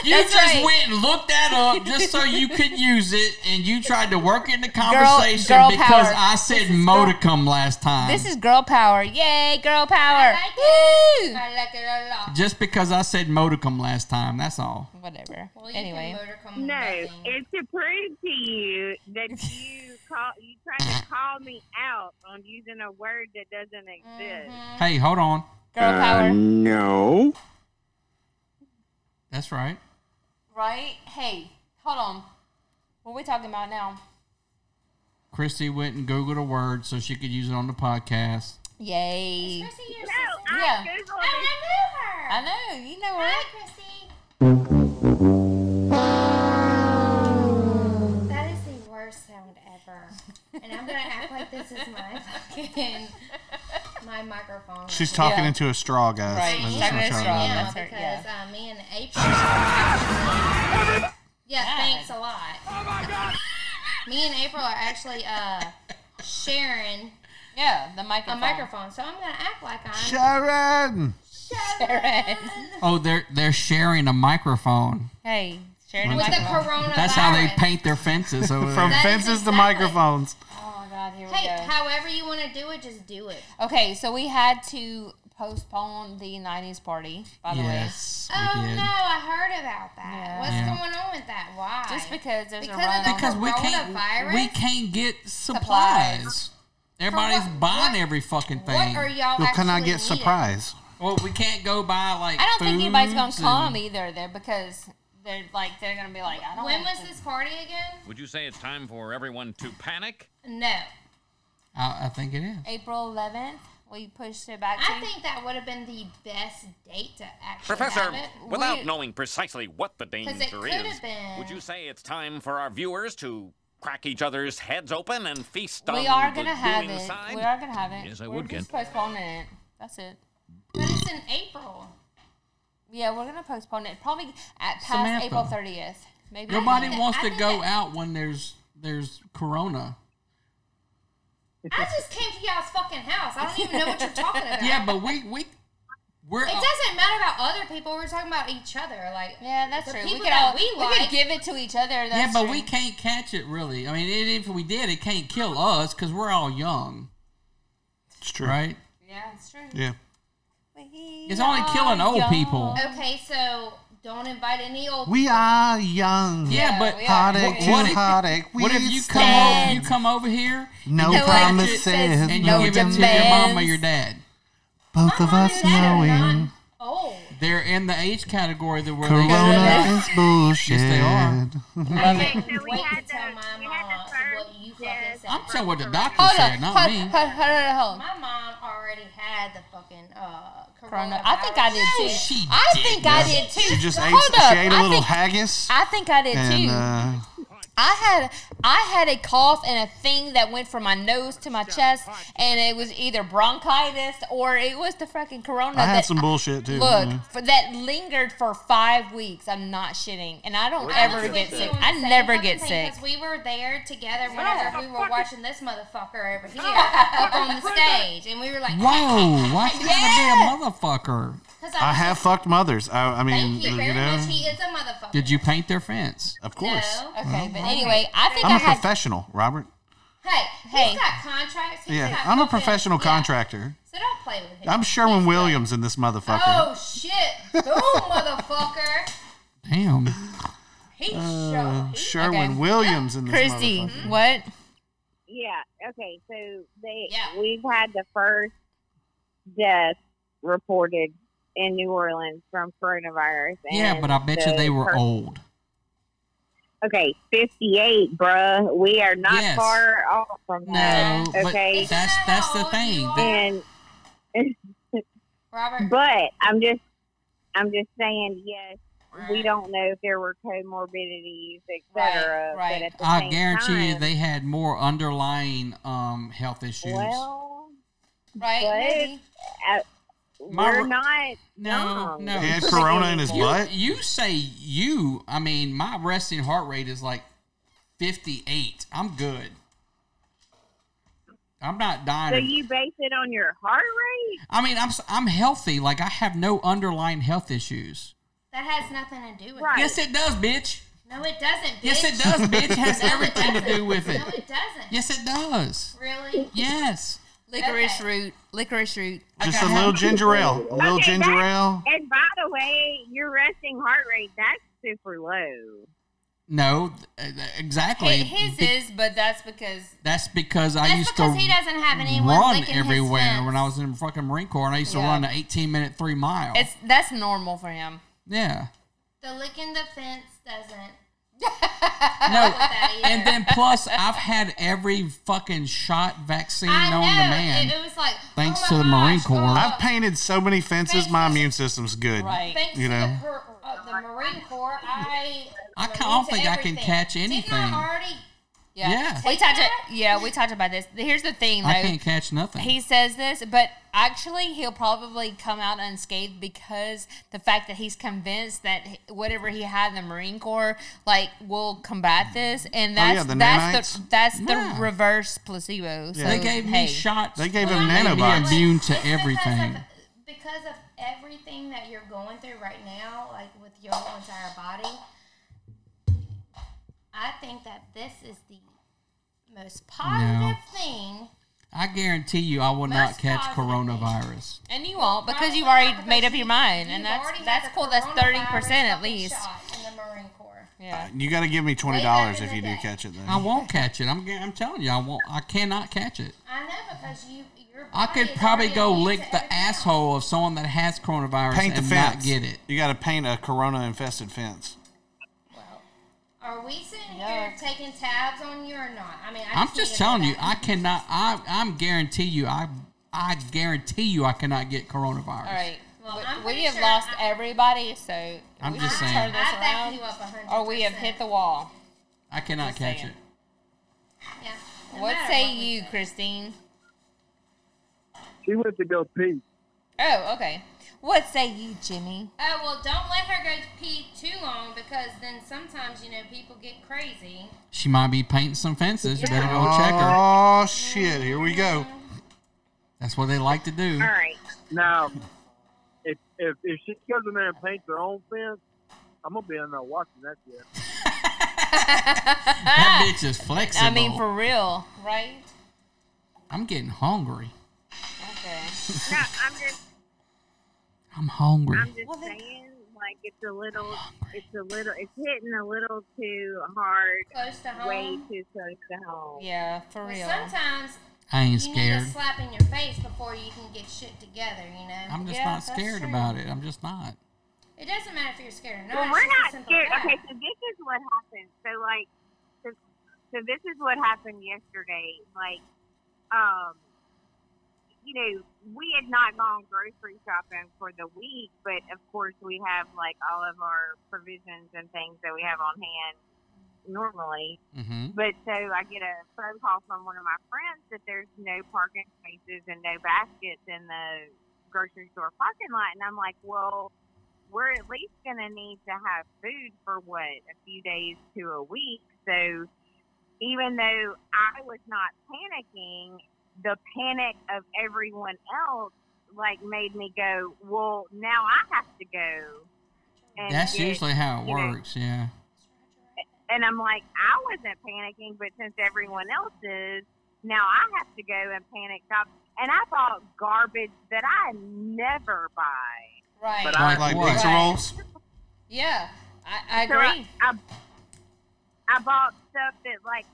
Speaker 3: You
Speaker 4: That's
Speaker 3: just
Speaker 4: right.
Speaker 3: went and looked that up just so you could use it, and you tried to work it in the conversation
Speaker 4: girl
Speaker 3: because
Speaker 4: power.
Speaker 3: I said modicum last time.
Speaker 4: This is girl power. Yay, girl power.
Speaker 12: I like
Speaker 4: Woo!
Speaker 12: it. I like it a lot.
Speaker 3: just because I said modicum last time. That's all.
Speaker 4: Whatever.
Speaker 12: Well, you
Speaker 4: anyway.
Speaker 12: can motor come
Speaker 11: No,
Speaker 12: back in.
Speaker 11: it's to prove to you that you call you tried to call me out on using a word that doesn't exist.
Speaker 3: Hey, hold on.
Speaker 4: Girl power.
Speaker 8: no.
Speaker 3: That's right.
Speaker 4: Right? Hey, hold on. What we talking about now?
Speaker 3: Christy went and googled a word so she could use it on the podcast.
Speaker 4: Yay.
Speaker 12: Chrissy, your
Speaker 11: No,
Speaker 12: sister.
Speaker 11: I
Speaker 4: Yeah.
Speaker 11: googled
Speaker 12: Oh, I
Speaker 11: it.
Speaker 12: knew her.
Speaker 4: I know.
Speaker 12: Hi,
Speaker 4: You know what?
Speaker 12: Chrissy. That is the worst sound ever. And I'm gonna act like this is my fucking my microphone. right
Speaker 5: She's
Speaker 12: now.
Speaker 5: talking into a straw, guys.
Speaker 4: Right,
Speaker 5: I'm just
Speaker 4: talking
Speaker 5: gonna
Speaker 4: into a
Speaker 5: try
Speaker 4: straw.
Speaker 5: to-
Speaker 12: Yeah,
Speaker 4: That's her,
Speaker 12: because Uh, me and April. Yeah,
Speaker 4: God.
Speaker 12: thanks a lot. Oh my god. me and April are actually uh sharing
Speaker 4: Yeah, the microphone.
Speaker 12: a microphone, so I'm gonna act like I'm
Speaker 5: Sharon!
Speaker 4: Sharon.
Speaker 3: Oh, they're they're sharing a microphone.
Speaker 4: Hey, Sharon.
Speaker 12: With the coronavirus.
Speaker 3: That's how they paint their fences over
Speaker 5: From
Speaker 3: there.
Speaker 5: fences to microphones.
Speaker 4: Oh my God, here we
Speaker 12: Hey,
Speaker 4: go.
Speaker 12: however you want to do it, just do it.
Speaker 4: Okay, so we had to postpone the '90s party. By the
Speaker 3: Yes,
Speaker 4: way,
Speaker 3: we
Speaker 12: Oh
Speaker 3: did.
Speaker 12: no, I heard about that.
Speaker 4: Yeah.
Speaker 12: What's
Speaker 3: Yeah.
Speaker 12: going on with that? Why?
Speaker 4: Just because there's a
Speaker 12: because
Speaker 4: run
Speaker 12: of the
Speaker 4: on-
Speaker 3: Because we can't
Speaker 12: coronavirus?
Speaker 3: we can't get supplies. Everybody's
Speaker 12: what-
Speaker 3: buying
Speaker 12: what-
Speaker 3: every fucking thing.
Speaker 12: What are y'all
Speaker 5: You cannot
Speaker 12: actually
Speaker 5: get
Speaker 12: needing?
Speaker 5: surprise.
Speaker 3: Well, we can't go buy like.
Speaker 4: I don't think anybody's gonna
Speaker 3: foods and-
Speaker 4: come either there because they're like they're gonna be like I don't.
Speaker 12: When
Speaker 4: want
Speaker 12: was
Speaker 4: to-
Speaker 12: this party again?
Speaker 6: Would you say it's time for everyone to panic?
Speaker 12: No,
Speaker 3: I, I think it is.
Speaker 4: April 11th? We pushed it back.
Speaker 12: I
Speaker 4: to-
Speaker 12: think that would have been the best date to actually
Speaker 6: Professor,
Speaker 12: have it.
Speaker 6: without knowing precisely what the
Speaker 12: 'Cause it
Speaker 6: danger
Speaker 12: could've
Speaker 6: is,
Speaker 12: been.
Speaker 6: would you say it's time for our viewers to crack each other's heads open and feast on
Speaker 4: we are
Speaker 6: the
Speaker 4: gonna have
Speaker 6: doing
Speaker 4: it.
Speaker 6: side?
Speaker 4: We are gonna have it.
Speaker 6: Yes, I
Speaker 4: We're
Speaker 6: would,
Speaker 4: just
Speaker 6: Ken.
Speaker 4: postponing it. That's it.
Speaker 12: But it's in April.
Speaker 4: Yeah, we're gonna postpone it. Probably at past
Speaker 3: Samantha.
Speaker 4: April 30th. Maybe
Speaker 3: Nobody
Speaker 4: I-
Speaker 3: wants
Speaker 4: I
Speaker 3: to
Speaker 4: think
Speaker 3: go
Speaker 4: that-
Speaker 3: out when there's there's corona.
Speaker 12: I just came to y'all's fucking house. I don't even know what you're talking about.
Speaker 3: Yeah, but we we we're
Speaker 12: It doesn't matter about other people. We're talking about each other. Like
Speaker 4: Yeah, that's
Speaker 12: the
Speaker 4: true. We
Speaker 12: people
Speaker 4: could
Speaker 12: that
Speaker 4: all
Speaker 12: we
Speaker 4: we,
Speaker 12: like.
Speaker 4: could give it to each other. That's
Speaker 3: yeah, but
Speaker 4: true.
Speaker 3: we can't catch it really. I mean, it, if we did, it can't kill us because we're all young.
Speaker 5: It's true,
Speaker 3: right?
Speaker 12: yeah, it's true.
Speaker 5: Yeah.
Speaker 3: It's only killing old people.
Speaker 12: Okay, so don't invite any old.
Speaker 5: We are young.
Speaker 3: Yeah, but
Speaker 5: heartache
Speaker 3: what,
Speaker 5: is
Speaker 3: what if,
Speaker 5: heartache.
Speaker 3: what if
Speaker 5: We
Speaker 3: you come
Speaker 5: stand.
Speaker 3: over, you come over here?
Speaker 5: No
Speaker 3: you catch it,
Speaker 5: promises,
Speaker 3: and you
Speaker 5: no
Speaker 3: give it to your mom or
Speaker 5: demands.
Speaker 3: your dad.
Speaker 5: Both of us knowing
Speaker 12: Oh,
Speaker 3: They're in the age category that we're
Speaker 5: Corona is bullshit.
Speaker 3: Yes, they are.
Speaker 12: Okay, so we had to tell my mom what you fucking said.
Speaker 3: I'm saying what the doctor
Speaker 4: Hold
Speaker 3: said,
Speaker 4: on,
Speaker 3: not
Speaker 4: hold,
Speaker 3: me.
Speaker 4: hold, hold, hold, hold.
Speaker 12: My mom already had the fucking uh,
Speaker 4: Corona.
Speaker 12: corona.
Speaker 4: I think I did too.
Speaker 3: She
Speaker 4: I think I did too.
Speaker 5: She just ate,
Speaker 4: Hold up.
Speaker 5: she ate a
Speaker 4: I
Speaker 5: little
Speaker 4: think,
Speaker 5: haggis.
Speaker 4: I think I did
Speaker 5: and,
Speaker 4: too.
Speaker 5: uh,
Speaker 4: I had I had a cough and a thing that went from my nose to my chest, and it was either bronchitis or it was the fucking corona.
Speaker 5: I had
Speaker 4: that
Speaker 5: some bullshit too.
Speaker 4: Look,
Speaker 5: yeah.
Speaker 4: for that lingered for five weeks. I'm not shitting, and I don't
Speaker 12: I was
Speaker 4: ever
Speaker 12: with
Speaker 4: get
Speaker 12: you
Speaker 4: sick.
Speaker 12: on the
Speaker 4: I
Speaker 12: same
Speaker 4: never
Speaker 12: fucking
Speaker 4: get
Speaker 12: thing
Speaker 4: sick.
Speaker 12: 'cause We were there together
Speaker 4: Yeah.
Speaker 12: whenever we were watching this motherfucker over here up on the stage, and we were like,
Speaker 3: Whoa, why you gotta be a motherfucker?
Speaker 12: Because
Speaker 5: I have fucked mothers. I, I mean,
Speaker 12: Thank you
Speaker 5: you,
Speaker 12: very
Speaker 5: know,
Speaker 12: much. He is a motherfucker.
Speaker 3: Did you paint their fence?
Speaker 5: of course.
Speaker 4: Okay, but anyway, I think i
Speaker 5: Mm-hmm. I'm a
Speaker 4: had.
Speaker 5: professional, Robert.
Speaker 12: Hey,
Speaker 4: Hey.
Speaker 12: he's got contracts. He's
Speaker 5: Yeah,
Speaker 12: got
Speaker 5: I'm a
Speaker 12: fucking-
Speaker 5: professional
Speaker 12: "Oh, yeah.
Speaker 5: contractor.
Speaker 12: So don't play with him.
Speaker 5: I'm Sherwin Williams in this motherfucker.
Speaker 12: Oh shit! Boom, motherfucker.
Speaker 3: Damn.
Speaker 12: He
Speaker 5: Uh,
Speaker 12: sure.
Speaker 5: Sherwin
Speaker 4: Okay.
Speaker 5: Williams in this
Speaker 4: Christy,
Speaker 5: motherfucker.
Speaker 4: what?
Speaker 11: Yeah. Okay. So they
Speaker 12: Yeah.
Speaker 11: we've had the first death reported in New Orleans from coronavirus.
Speaker 3: Yeah,
Speaker 11: and
Speaker 3: but I bet you
Speaker 11: the
Speaker 3: they were
Speaker 11: per-
Speaker 3: old.
Speaker 11: Okay, fifty-eight, bruh. We are not
Speaker 3: Yes.
Speaker 11: far off from
Speaker 3: No,
Speaker 11: that.
Speaker 3: but
Speaker 11: Okay,
Speaker 3: that's that's the thing. That-
Speaker 11: and
Speaker 12: Robert.
Speaker 11: but I'm just, I'm just saying yes. We don't know if there were comorbidities, etc.
Speaker 4: Right, right.
Speaker 11: But at the
Speaker 3: I
Speaker 11: same
Speaker 3: guarantee you,
Speaker 11: time-
Speaker 3: they had more underlying um, health issues.
Speaker 11: Well,
Speaker 4: Right?
Speaker 11: What?
Speaker 4: maybe.
Speaker 11: uh,
Speaker 3: My
Speaker 11: we're
Speaker 3: re-
Speaker 11: not.
Speaker 3: No,
Speaker 11: young.
Speaker 3: no.
Speaker 5: He had corona in his
Speaker 3: You,
Speaker 5: butt.
Speaker 3: you say you. I mean, my resting heart rate is like 58. I'm good. I'm not dying.
Speaker 11: So
Speaker 3: of-
Speaker 11: you base it on your heart rate?
Speaker 3: I mean, I'm s- I'm healthy. Like I have no underlying health issues.
Speaker 12: That has nothing to do with
Speaker 11: Right.
Speaker 12: it.
Speaker 3: Yes, it does, bitch.
Speaker 12: No, it doesn't. Bitch.
Speaker 3: Yes, it does, bitch. It Has
Speaker 12: No, it
Speaker 3: everything to do
Speaker 12: doesn't.
Speaker 3: with it.
Speaker 12: No, it doesn't.
Speaker 3: Yes, it does.
Speaker 12: Really?
Speaker 3: Yes.
Speaker 4: Licorice
Speaker 12: Okay.
Speaker 4: root. Licorice root.
Speaker 5: Just
Speaker 3: I
Speaker 5: a
Speaker 3: have-
Speaker 5: little ginger ale. A little
Speaker 11: Okay,
Speaker 5: ginger
Speaker 11: that-
Speaker 5: ale.
Speaker 11: And by the way, your resting heart rate that's super low.
Speaker 3: No, th- th- exactly.
Speaker 4: Hi- His
Speaker 3: Be-
Speaker 4: is, but that's because
Speaker 3: That's because I
Speaker 12: That's
Speaker 3: used
Speaker 12: because
Speaker 3: to
Speaker 12: he doesn't have anyone
Speaker 3: run
Speaker 12: licking his
Speaker 3: everywhere
Speaker 12: fence.
Speaker 3: when I was in the fucking Marine Corps, and I used to
Speaker 4: Yeah.
Speaker 3: run an 18 minute three mile.
Speaker 4: it's that's normal for him.
Speaker 3: yeah.
Speaker 12: The licking the fence doesn't. Oh,
Speaker 3: No.
Speaker 12: that either.
Speaker 3: and then plus, I've had every fucking shot vaccine
Speaker 12: I
Speaker 3: known to
Speaker 12: know.
Speaker 3: man.
Speaker 12: It, it was like
Speaker 3: Thanks
Speaker 12: oh my
Speaker 3: to the Marine
Speaker 12: gosh,
Speaker 3: Corps.
Speaker 12: uh,
Speaker 5: I've painted so many fences. My immune system's good.
Speaker 4: Right.
Speaker 12: Thanks
Speaker 5: you
Speaker 12: to
Speaker 5: know.
Speaker 12: the, per, uh, the Marine Corps, I.
Speaker 3: I
Speaker 12: went
Speaker 3: ca- I don't
Speaker 12: into
Speaker 3: think I can
Speaker 12: everything.
Speaker 3: catch
Speaker 12: Didn't
Speaker 3: anything.
Speaker 12: I already?
Speaker 4: Yeah.
Speaker 3: Yeah.
Speaker 4: We
Speaker 12: Take
Speaker 4: talked.
Speaker 12: that?
Speaker 4: Yeah, we talked about this. Here's the thing, though.
Speaker 3: I can't catch nothing.
Speaker 4: He says this, but actually, he'll probably come out unscathed because the fact that he's convinced that h- whatever he had in the Marine Corps, like, will combat this, and
Speaker 5: Oh, yeah,
Speaker 4: that's
Speaker 5: the
Speaker 4: that's the
Speaker 5: nanites.
Speaker 4: that's the
Speaker 3: Yeah.
Speaker 4: reverse placebo. So
Speaker 3: they gave
Speaker 4: hey.
Speaker 3: me shots.
Speaker 5: They gave
Speaker 3: that
Speaker 5: him
Speaker 3: made me
Speaker 5: nanobots.
Speaker 3: immune
Speaker 12: It's
Speaker 3: to
Speaker 12: because
Speaker 3: everything.
Speaker 12: of- Because of everything that you're going through right now, like with your whole entire body, I think that this is the most positive thing.
Speaker 3: I guarantee you, I will not catch coronavirus.
Speaker 4: And you won't because you've already made up your mind, and that's that's cool. That's thirty percent at least. Yeah.
Speaker 5: You got to give me twenty dollars if you do catch it. Then
Speaker 3: I won't catch it. I'm gu- I'm telling you, I won't. I cannot catch it.
Speaker 12: I know because you, your
Speaker 3: I
Speaker 12: body
Speaker 3: could
Speaker 12: is
Speaker 3: probably
Speaker 12: already
Speaker 3: go
Speaker 12: used
Speaker 3: lick
Speaker 12: to
Speaker 3: the asshole of someone that has coronavirus
Speaker 5: paint the
Speaker 3: and
Speaker 5: fence.
Speaker 3: not get it.
Speaker 5: You got to paint a corona infested fence.
Speaker 12: Are we sitting here taking tabs on you or not? I mean, I
Speaker 3: I'm
Speaker 12: just
Speaker 3: just
Speaker 12: need to
Speaker 3: telling
Speaker 12: know
Speaker 3: you, I
Speaker 12: that.
Speaker 3: cannot. I I'm guarantee you, I I guarantee you, I cannot get coronavirus.
Speaker 4: All right. We-
Speaker 12: I'm
Speaker 4: we
Speaker 12: pretty
Speaker 4: have
Speaker 12: sure
Speaker 4: lost everybody, so
Speaker 3: I'm
Speaker 4: we
Speaker 3: just
Speaker 4: should
Speaker 3: saying.
Speaker 4: turn this
Speaker 12: I back
Speaker 4: around,
Speaker 12: you up 100%.
Speaker 4: or we have hit the wall.
Speaker 3: I cannot
Speaker 4: saying.
Speaker 3: catch it.
Speaker 12: Yeah. No
Speaker 4: what
Speaker 12: matter
Speaker 4: say
Speaker 12: what we
Speaker 4: you, Christine?
Speaker 14: She went to go pee.
Speaker 4: Oh, okay. What say you, Jimmy?
Speaker 12: Oh well, don't let her go pee too long because then sometimes you know people get crazy.
Speaker 3: She might be painting some fences. You better go
Speaker 5: Yeah.
Speaker 3: check her.
Speaker 5: Oh shit! Here we go.
Speaker 3: That's what they like to do.
Speaker 11: right.
Speaker 14: Now, if, if if she goes in there and paints her own fence, I'm gonna be in there watching that shit.
Speaker 3: That bitch is flexible.
Speaker 4: I mean, for real, right?
Speaker 3: I'm getting hungry.
Speaker 4: Okay.
Speaker 11: No, I'm just,
Speaker 3: I'm hungry.
Speaker 11: I'm just saying, like it's a little, it's a little, it's hitting a little too hard,
Speaker 12: Close to
Speaker 11: way
Speaker 12: home.
Speaker 11: too close to home.
Speaker 4: Yeah, for
Speaker 12: Well,
Speaker 4: real.
Speaker 12: sometimes
Speaker 3: I ain't
Speaker 12: you
Speaker 3: scared.
Speaker 12: need a slap in your face before you can get shit together. You know.
Speaker 3: I'm just
Speaker 12: Yeah,
Speaker 3: not
Speaker 12: that's
Speaker 3: scared
Speaker 12: true.
Speaker 3: about it. I'm just not.
Speaker 12: It doesn't matter if you're scared or
Speaker 11: Well,
Speaker 12: not. it's
Speaker 11: we're
Speaker 12: just a
Speaker 11: not
Speaker 12: simple
Speaker 11: scared.
Speaker 12: fact.
Speaker 11: Okay, so this is what happened. So like, so, so this is what happened yesterday. Like, um, you know, we had not gone grocery shopping for the week, but of course we have like all of our provisions and things that we have on hand normally.
Speaker 3: Mm-hmm.
Speaker 11: But so I get a phone call from one of my friends that there's no parking spaces and no baskets in the grocery store parking lot. And I'm like, well, we're at least going to need to have food for what, a few days to a week. So even though I was not panicking, the panic of everyone else like made me go, well, now I have to go. And
Speaker 3: That's
Speaker 11: get,
Speaker 3: usually how it
Speaker 11: you know,
Speaker 3: works. Yeah.
Speaker 11: and I'm like, I wasn't panicking, but since everyone else is, now I have to go and panic shop. And I bought garbage that I never buy.
Speaker 4: Right.
Speaker 5: But I like pizza rolls.
Speaker 4: Yeah, I, I
Speaker 11: So
Speaker 4: agree.
Speaker 11: I, I, I bought stuff that like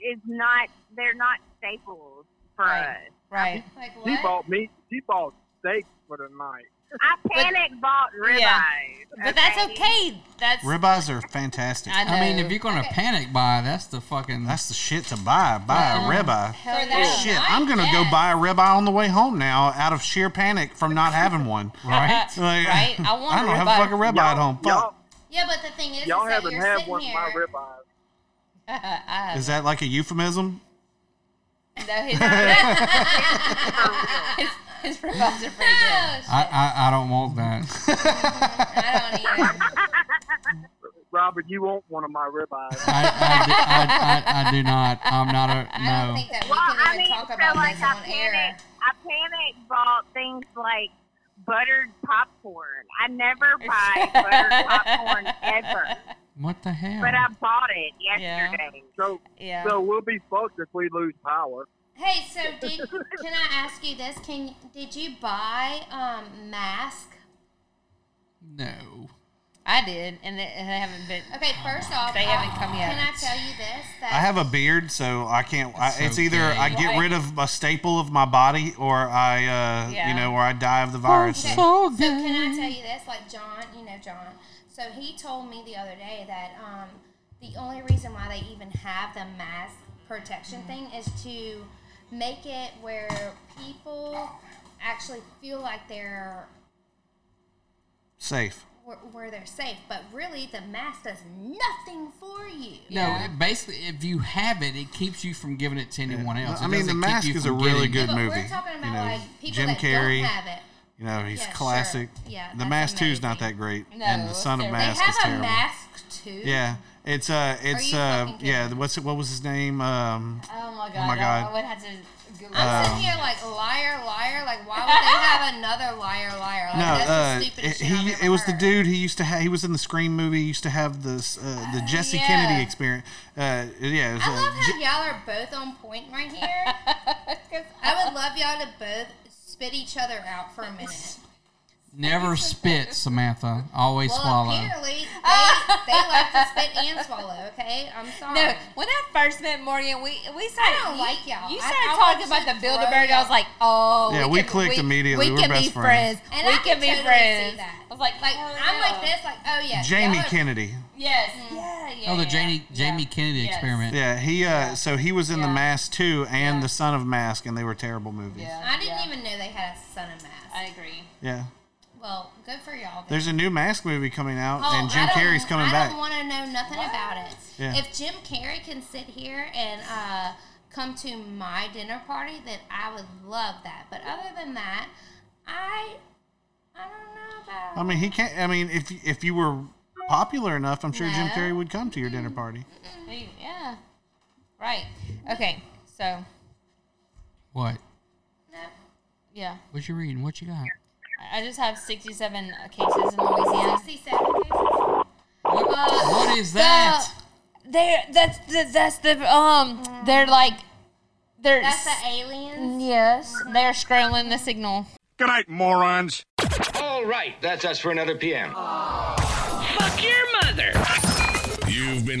Speaker 11: is not they're not staples for us.
Speaker 4: Right.
Speaker 12: Like
Speaker 14: She bought me. She bought steaks for the night.
Speaker 11: I panic bought ribeyes.
Speaker 4: But that's okay. That's
Speaker 5: Ribeyes are fantastic.
Speaker 4: I
Speaker 3: I mean, if
Speaker 4: know.
Speaker 3: you're gonna panic buy, that's the fucking.
Speaker 5: That's the shit to buy. Buy a ribeye.
Speaker 4: hell yeah.
Speaker 5: Shit, I'm gonna go buy a ribeye on the way home now, out of sheer panic from not having one.
Speaker 3: Right.
Speaker 5: Like,
Speaker 4: Right, I want
Speaker 5: don't
Speaker 4: a
Speaker 5: have
Speaker 4: ribeye.
Speaker 5: a fucking ribeye at home. Fuck.
Speaker 12: Yeah, but the thing is,
Speaker 14: Y'all
Speaker 12: is that
Speaker 14: haven't
Speaker 12: you're
Speaker 14: had
Speaker 12: sitting
Speaker 14: one of
Speaker 12: here.
Speaker 14: my ribeyes.
Speaker 4: I
Speaker 5: Is that like a euphemism?
Speaker 4: no, his, his, his ribeyes are pretty good.
Speaker 3: I, I I don't want that.
Speaker 14: Robert, you want one of my ribeyes?
Speaker 3: I, I, do, I, I, I do not. I'm not a
Speaker 12: I don't
Speaker 3: no.
Speaker 12: think that we
Speaker 11: Well,
Speaker 12: can
Speaker 11: I
Speaker 12: even
Speaker 11: mean,
Speaker 12: talk
Speaker 11: so,
Speaker 12: about
Speaker 11: like,
Speaker 12: this
Speaker 11: I
Speaker 12: on air.
Speaker 11: panic- I panic bought things like buttered popcorn. I never buy buttered popcorn ever,
Speaker 3: What the hell?
Speaker 11: but I bought it yesterday.
Speaker 14: So,
Speaker 4: Yeah.
Speaker 14: so we'll be fucked if we lose power.
Speaker 12: Hey, so did can I ask you this? Can did you buy um mask?
Speaker 3: no.
Speaker 4: I did, and they, and they haven't been.
Speaker 12: Okay, first off,
Speaker 4: They haven't come yet.
Speaker 12: Can I tell you this? That
Speaker 5: I have a beard, so I can't. I, it's either
Speaker 3: okay.
Speaker 5: I get rid of a staple of my body, or I, uh,
Speaker 4: Yeah.
Speaker 5: you know, or I die of the virus.
Speaker 12: Okay.
Speaker 3: So
Speaker 12: So can I tell you this? Like John, you know John. So he told me the other day that um, the only reason why they even have the mask protection thing
Speaker 4: Mm-hmm.
Speaker 12: is to make it where people actually feel like they're
Speaker 5: Safe.
Speaker 12: where, where they're safe, but really the mask does nothing for you.
Speaker 3: No, it basically, if you have it, it keeps you from giving it to anyone else.
Speaker 5: I
Speaker 3: It
Speaker 5: mean, The
Speaker 3: doesn't keep
Speaker 5: Mask
Speaker 3: you
Speaker 5: is a
Speaker 3: from
Speaker 5: really
Speaker 3: getting
Speaker 5: good
Speaker 3: it.
Speaker 12: But
Speaker 5: movie.
Speaker 12: we're talking about
Speaker 5: you know,
Speaker 12: like people
Speaker 5: Jim
Speaker 12: that
Speaker 5: Carrey.
Speaker 12: don't have it.
Speaker 5: You know, he's
Speaker 12: Yeah, sure.
Speaker 5: classic.
Speaker 12: Yeah,
Speaker 5: the
Speaker 12: that's
Speaker 5: Mask Two is not that great, and the
Speaker 4: it's
Speaker 5: Son of
Speaker 4: terrible.
Speaker 5: Mask
Speaker 12: they have
Speaker 5: is
Speaker 12: a
Speaker 5: terrible.
Speaker 12: mask too.
Speaker 5: Yeah, it's uh, it's
Speaker 12: you
Speaker 5: uh,
Speaker 12: fucking kidding
Speaker 5: yeah. What's it? What was his name? Um,
Speaker 12: Oh my my god.
Speaker 5: Oh my God. Uh,
Speaker 12: I would have to.
Speaker 5: Google
Speaker 12: I'm
Speaker 5: it.
Speaker 12: sitting here like liar, liar. Like why would they have another liar, liar? Like,
Speaker 5: No,
Speaker 12: Oh, that's
Speaker 5: uh,
Speaker 12: the
Speaker 5: it,
Speaker 12: stupidest shit I've
Speaker 5: he
Speaker 12: ever
Speaker 5: it was
Speaker 12: heard.
Speaker 5: the dude he used to have. He was in the Scream movie. He used to have this uh, the Jesse
Speaker 12: yeah.
Speaker 5: Kennedy experience. Uh, yeah, it was,
Speaker 12: I
Speaker 5: uh,
Speaker 12: love
Speaker 5: J-
Speaker 12: how y'all are both on point right here. 'Cause I would love y'all to both spit each other out for a minute.
Speaker 3: Never spit, Samantha. Always
Speaker 12: well,
Speaker 3: swallow.
Speaker 12: apparently they, they like to spit and swallow. Okay, I'm sorry.
Speaker 4: No, when I first met Morgan, we we started.
Speaker 12: don't
Speaker 4: you-
Speaker 12: like y'all.
Speaker 4: You
Speaker 12: I-
Speaker 4: started
Speaker 12: I
Speaker 4: talking
Speaker 12: watched
Speaker 4: about
Speaker 12: you
Speaker 4: the Bilderberg. I was like, oh,
Speaker 5: Yeah, we clicked immediately.
Speaker 4: We
Speaker 5: We're
Speaker 4: can
Speaker 5: best
Speaker 4: be
Speaker 5: friends.
Speaker 4: friends.
Speaker 12: And
Speaker 4: we
Speaker 12: I
Speaker 4: can,
Speaker 12: can
Speaker 4: be
Speaker 12: totally see
Speaker 4: friends.
Speaker 12: that.
Speaker 4: I was like,
Speaker 12: Like I'm like this, like oh yeah,
Speaker 5: Jamie
Speaker 12: y'all are-
Speaker 5: Kennedy.
Speaker 4: Yes. Yeah. Yeah.
Speaker 3: Oh, the Jamie Jamie Kennedy
Speaker 12: Yes.
Speaker 3: experiment.
Speaker 5: Yeah, he. Uh, So he was in the Mask too, and the Son of Mask, and they were terrible movies. Yeah.
Speaker 12: I didn't even know they had a son of mask. I agree. Well, good for y'all. then.
Speaker 5: There's a new Mask movie coming out,
Speaker 12: Oh,
Speaker 5: and Jim
Speaker 12: I don't-
Speaker 5: Carrey's coming
Speaker 12: I
Speaker 5: back.
Speaker 12: don't want to know nothing about it.
Speaker 5: Yeah.
Speaker 12: If Jim Carrey can sit here and uh, come to my dinner party, then I would love that. But other than that, I I don't know about.
Speaker 5: I mean, he can't. I mean, if if you were popular enough, I'm sure Jim
Speaker 4: No.
Speaker 5: Carrey would come to your
Speaker 12: Mm-hmm.
Speaker 5: dinner party.
Speaker 4: Hey, Yeah. Right. Okay. So
Speaker 3: What?
Speaker 4: yeah,
Speaker 3: What you reading? What you got?
Speaker 4: I I just have sixty-seven cases in Louisiana.
Speaker 12: Sixty-seven
Speaker 4: What,
Speaker 3: what is that?
Speaker 4: They're that's the, that's the um they're like they're
Speaker 12: That's the aliens.
Speaker 4: Yes, they're scrambling the signal.
Speaker 1: Good night, morons.
Speaker 15: All right, that's us for another PM.
Speaker 2: Fuck your mother. You've been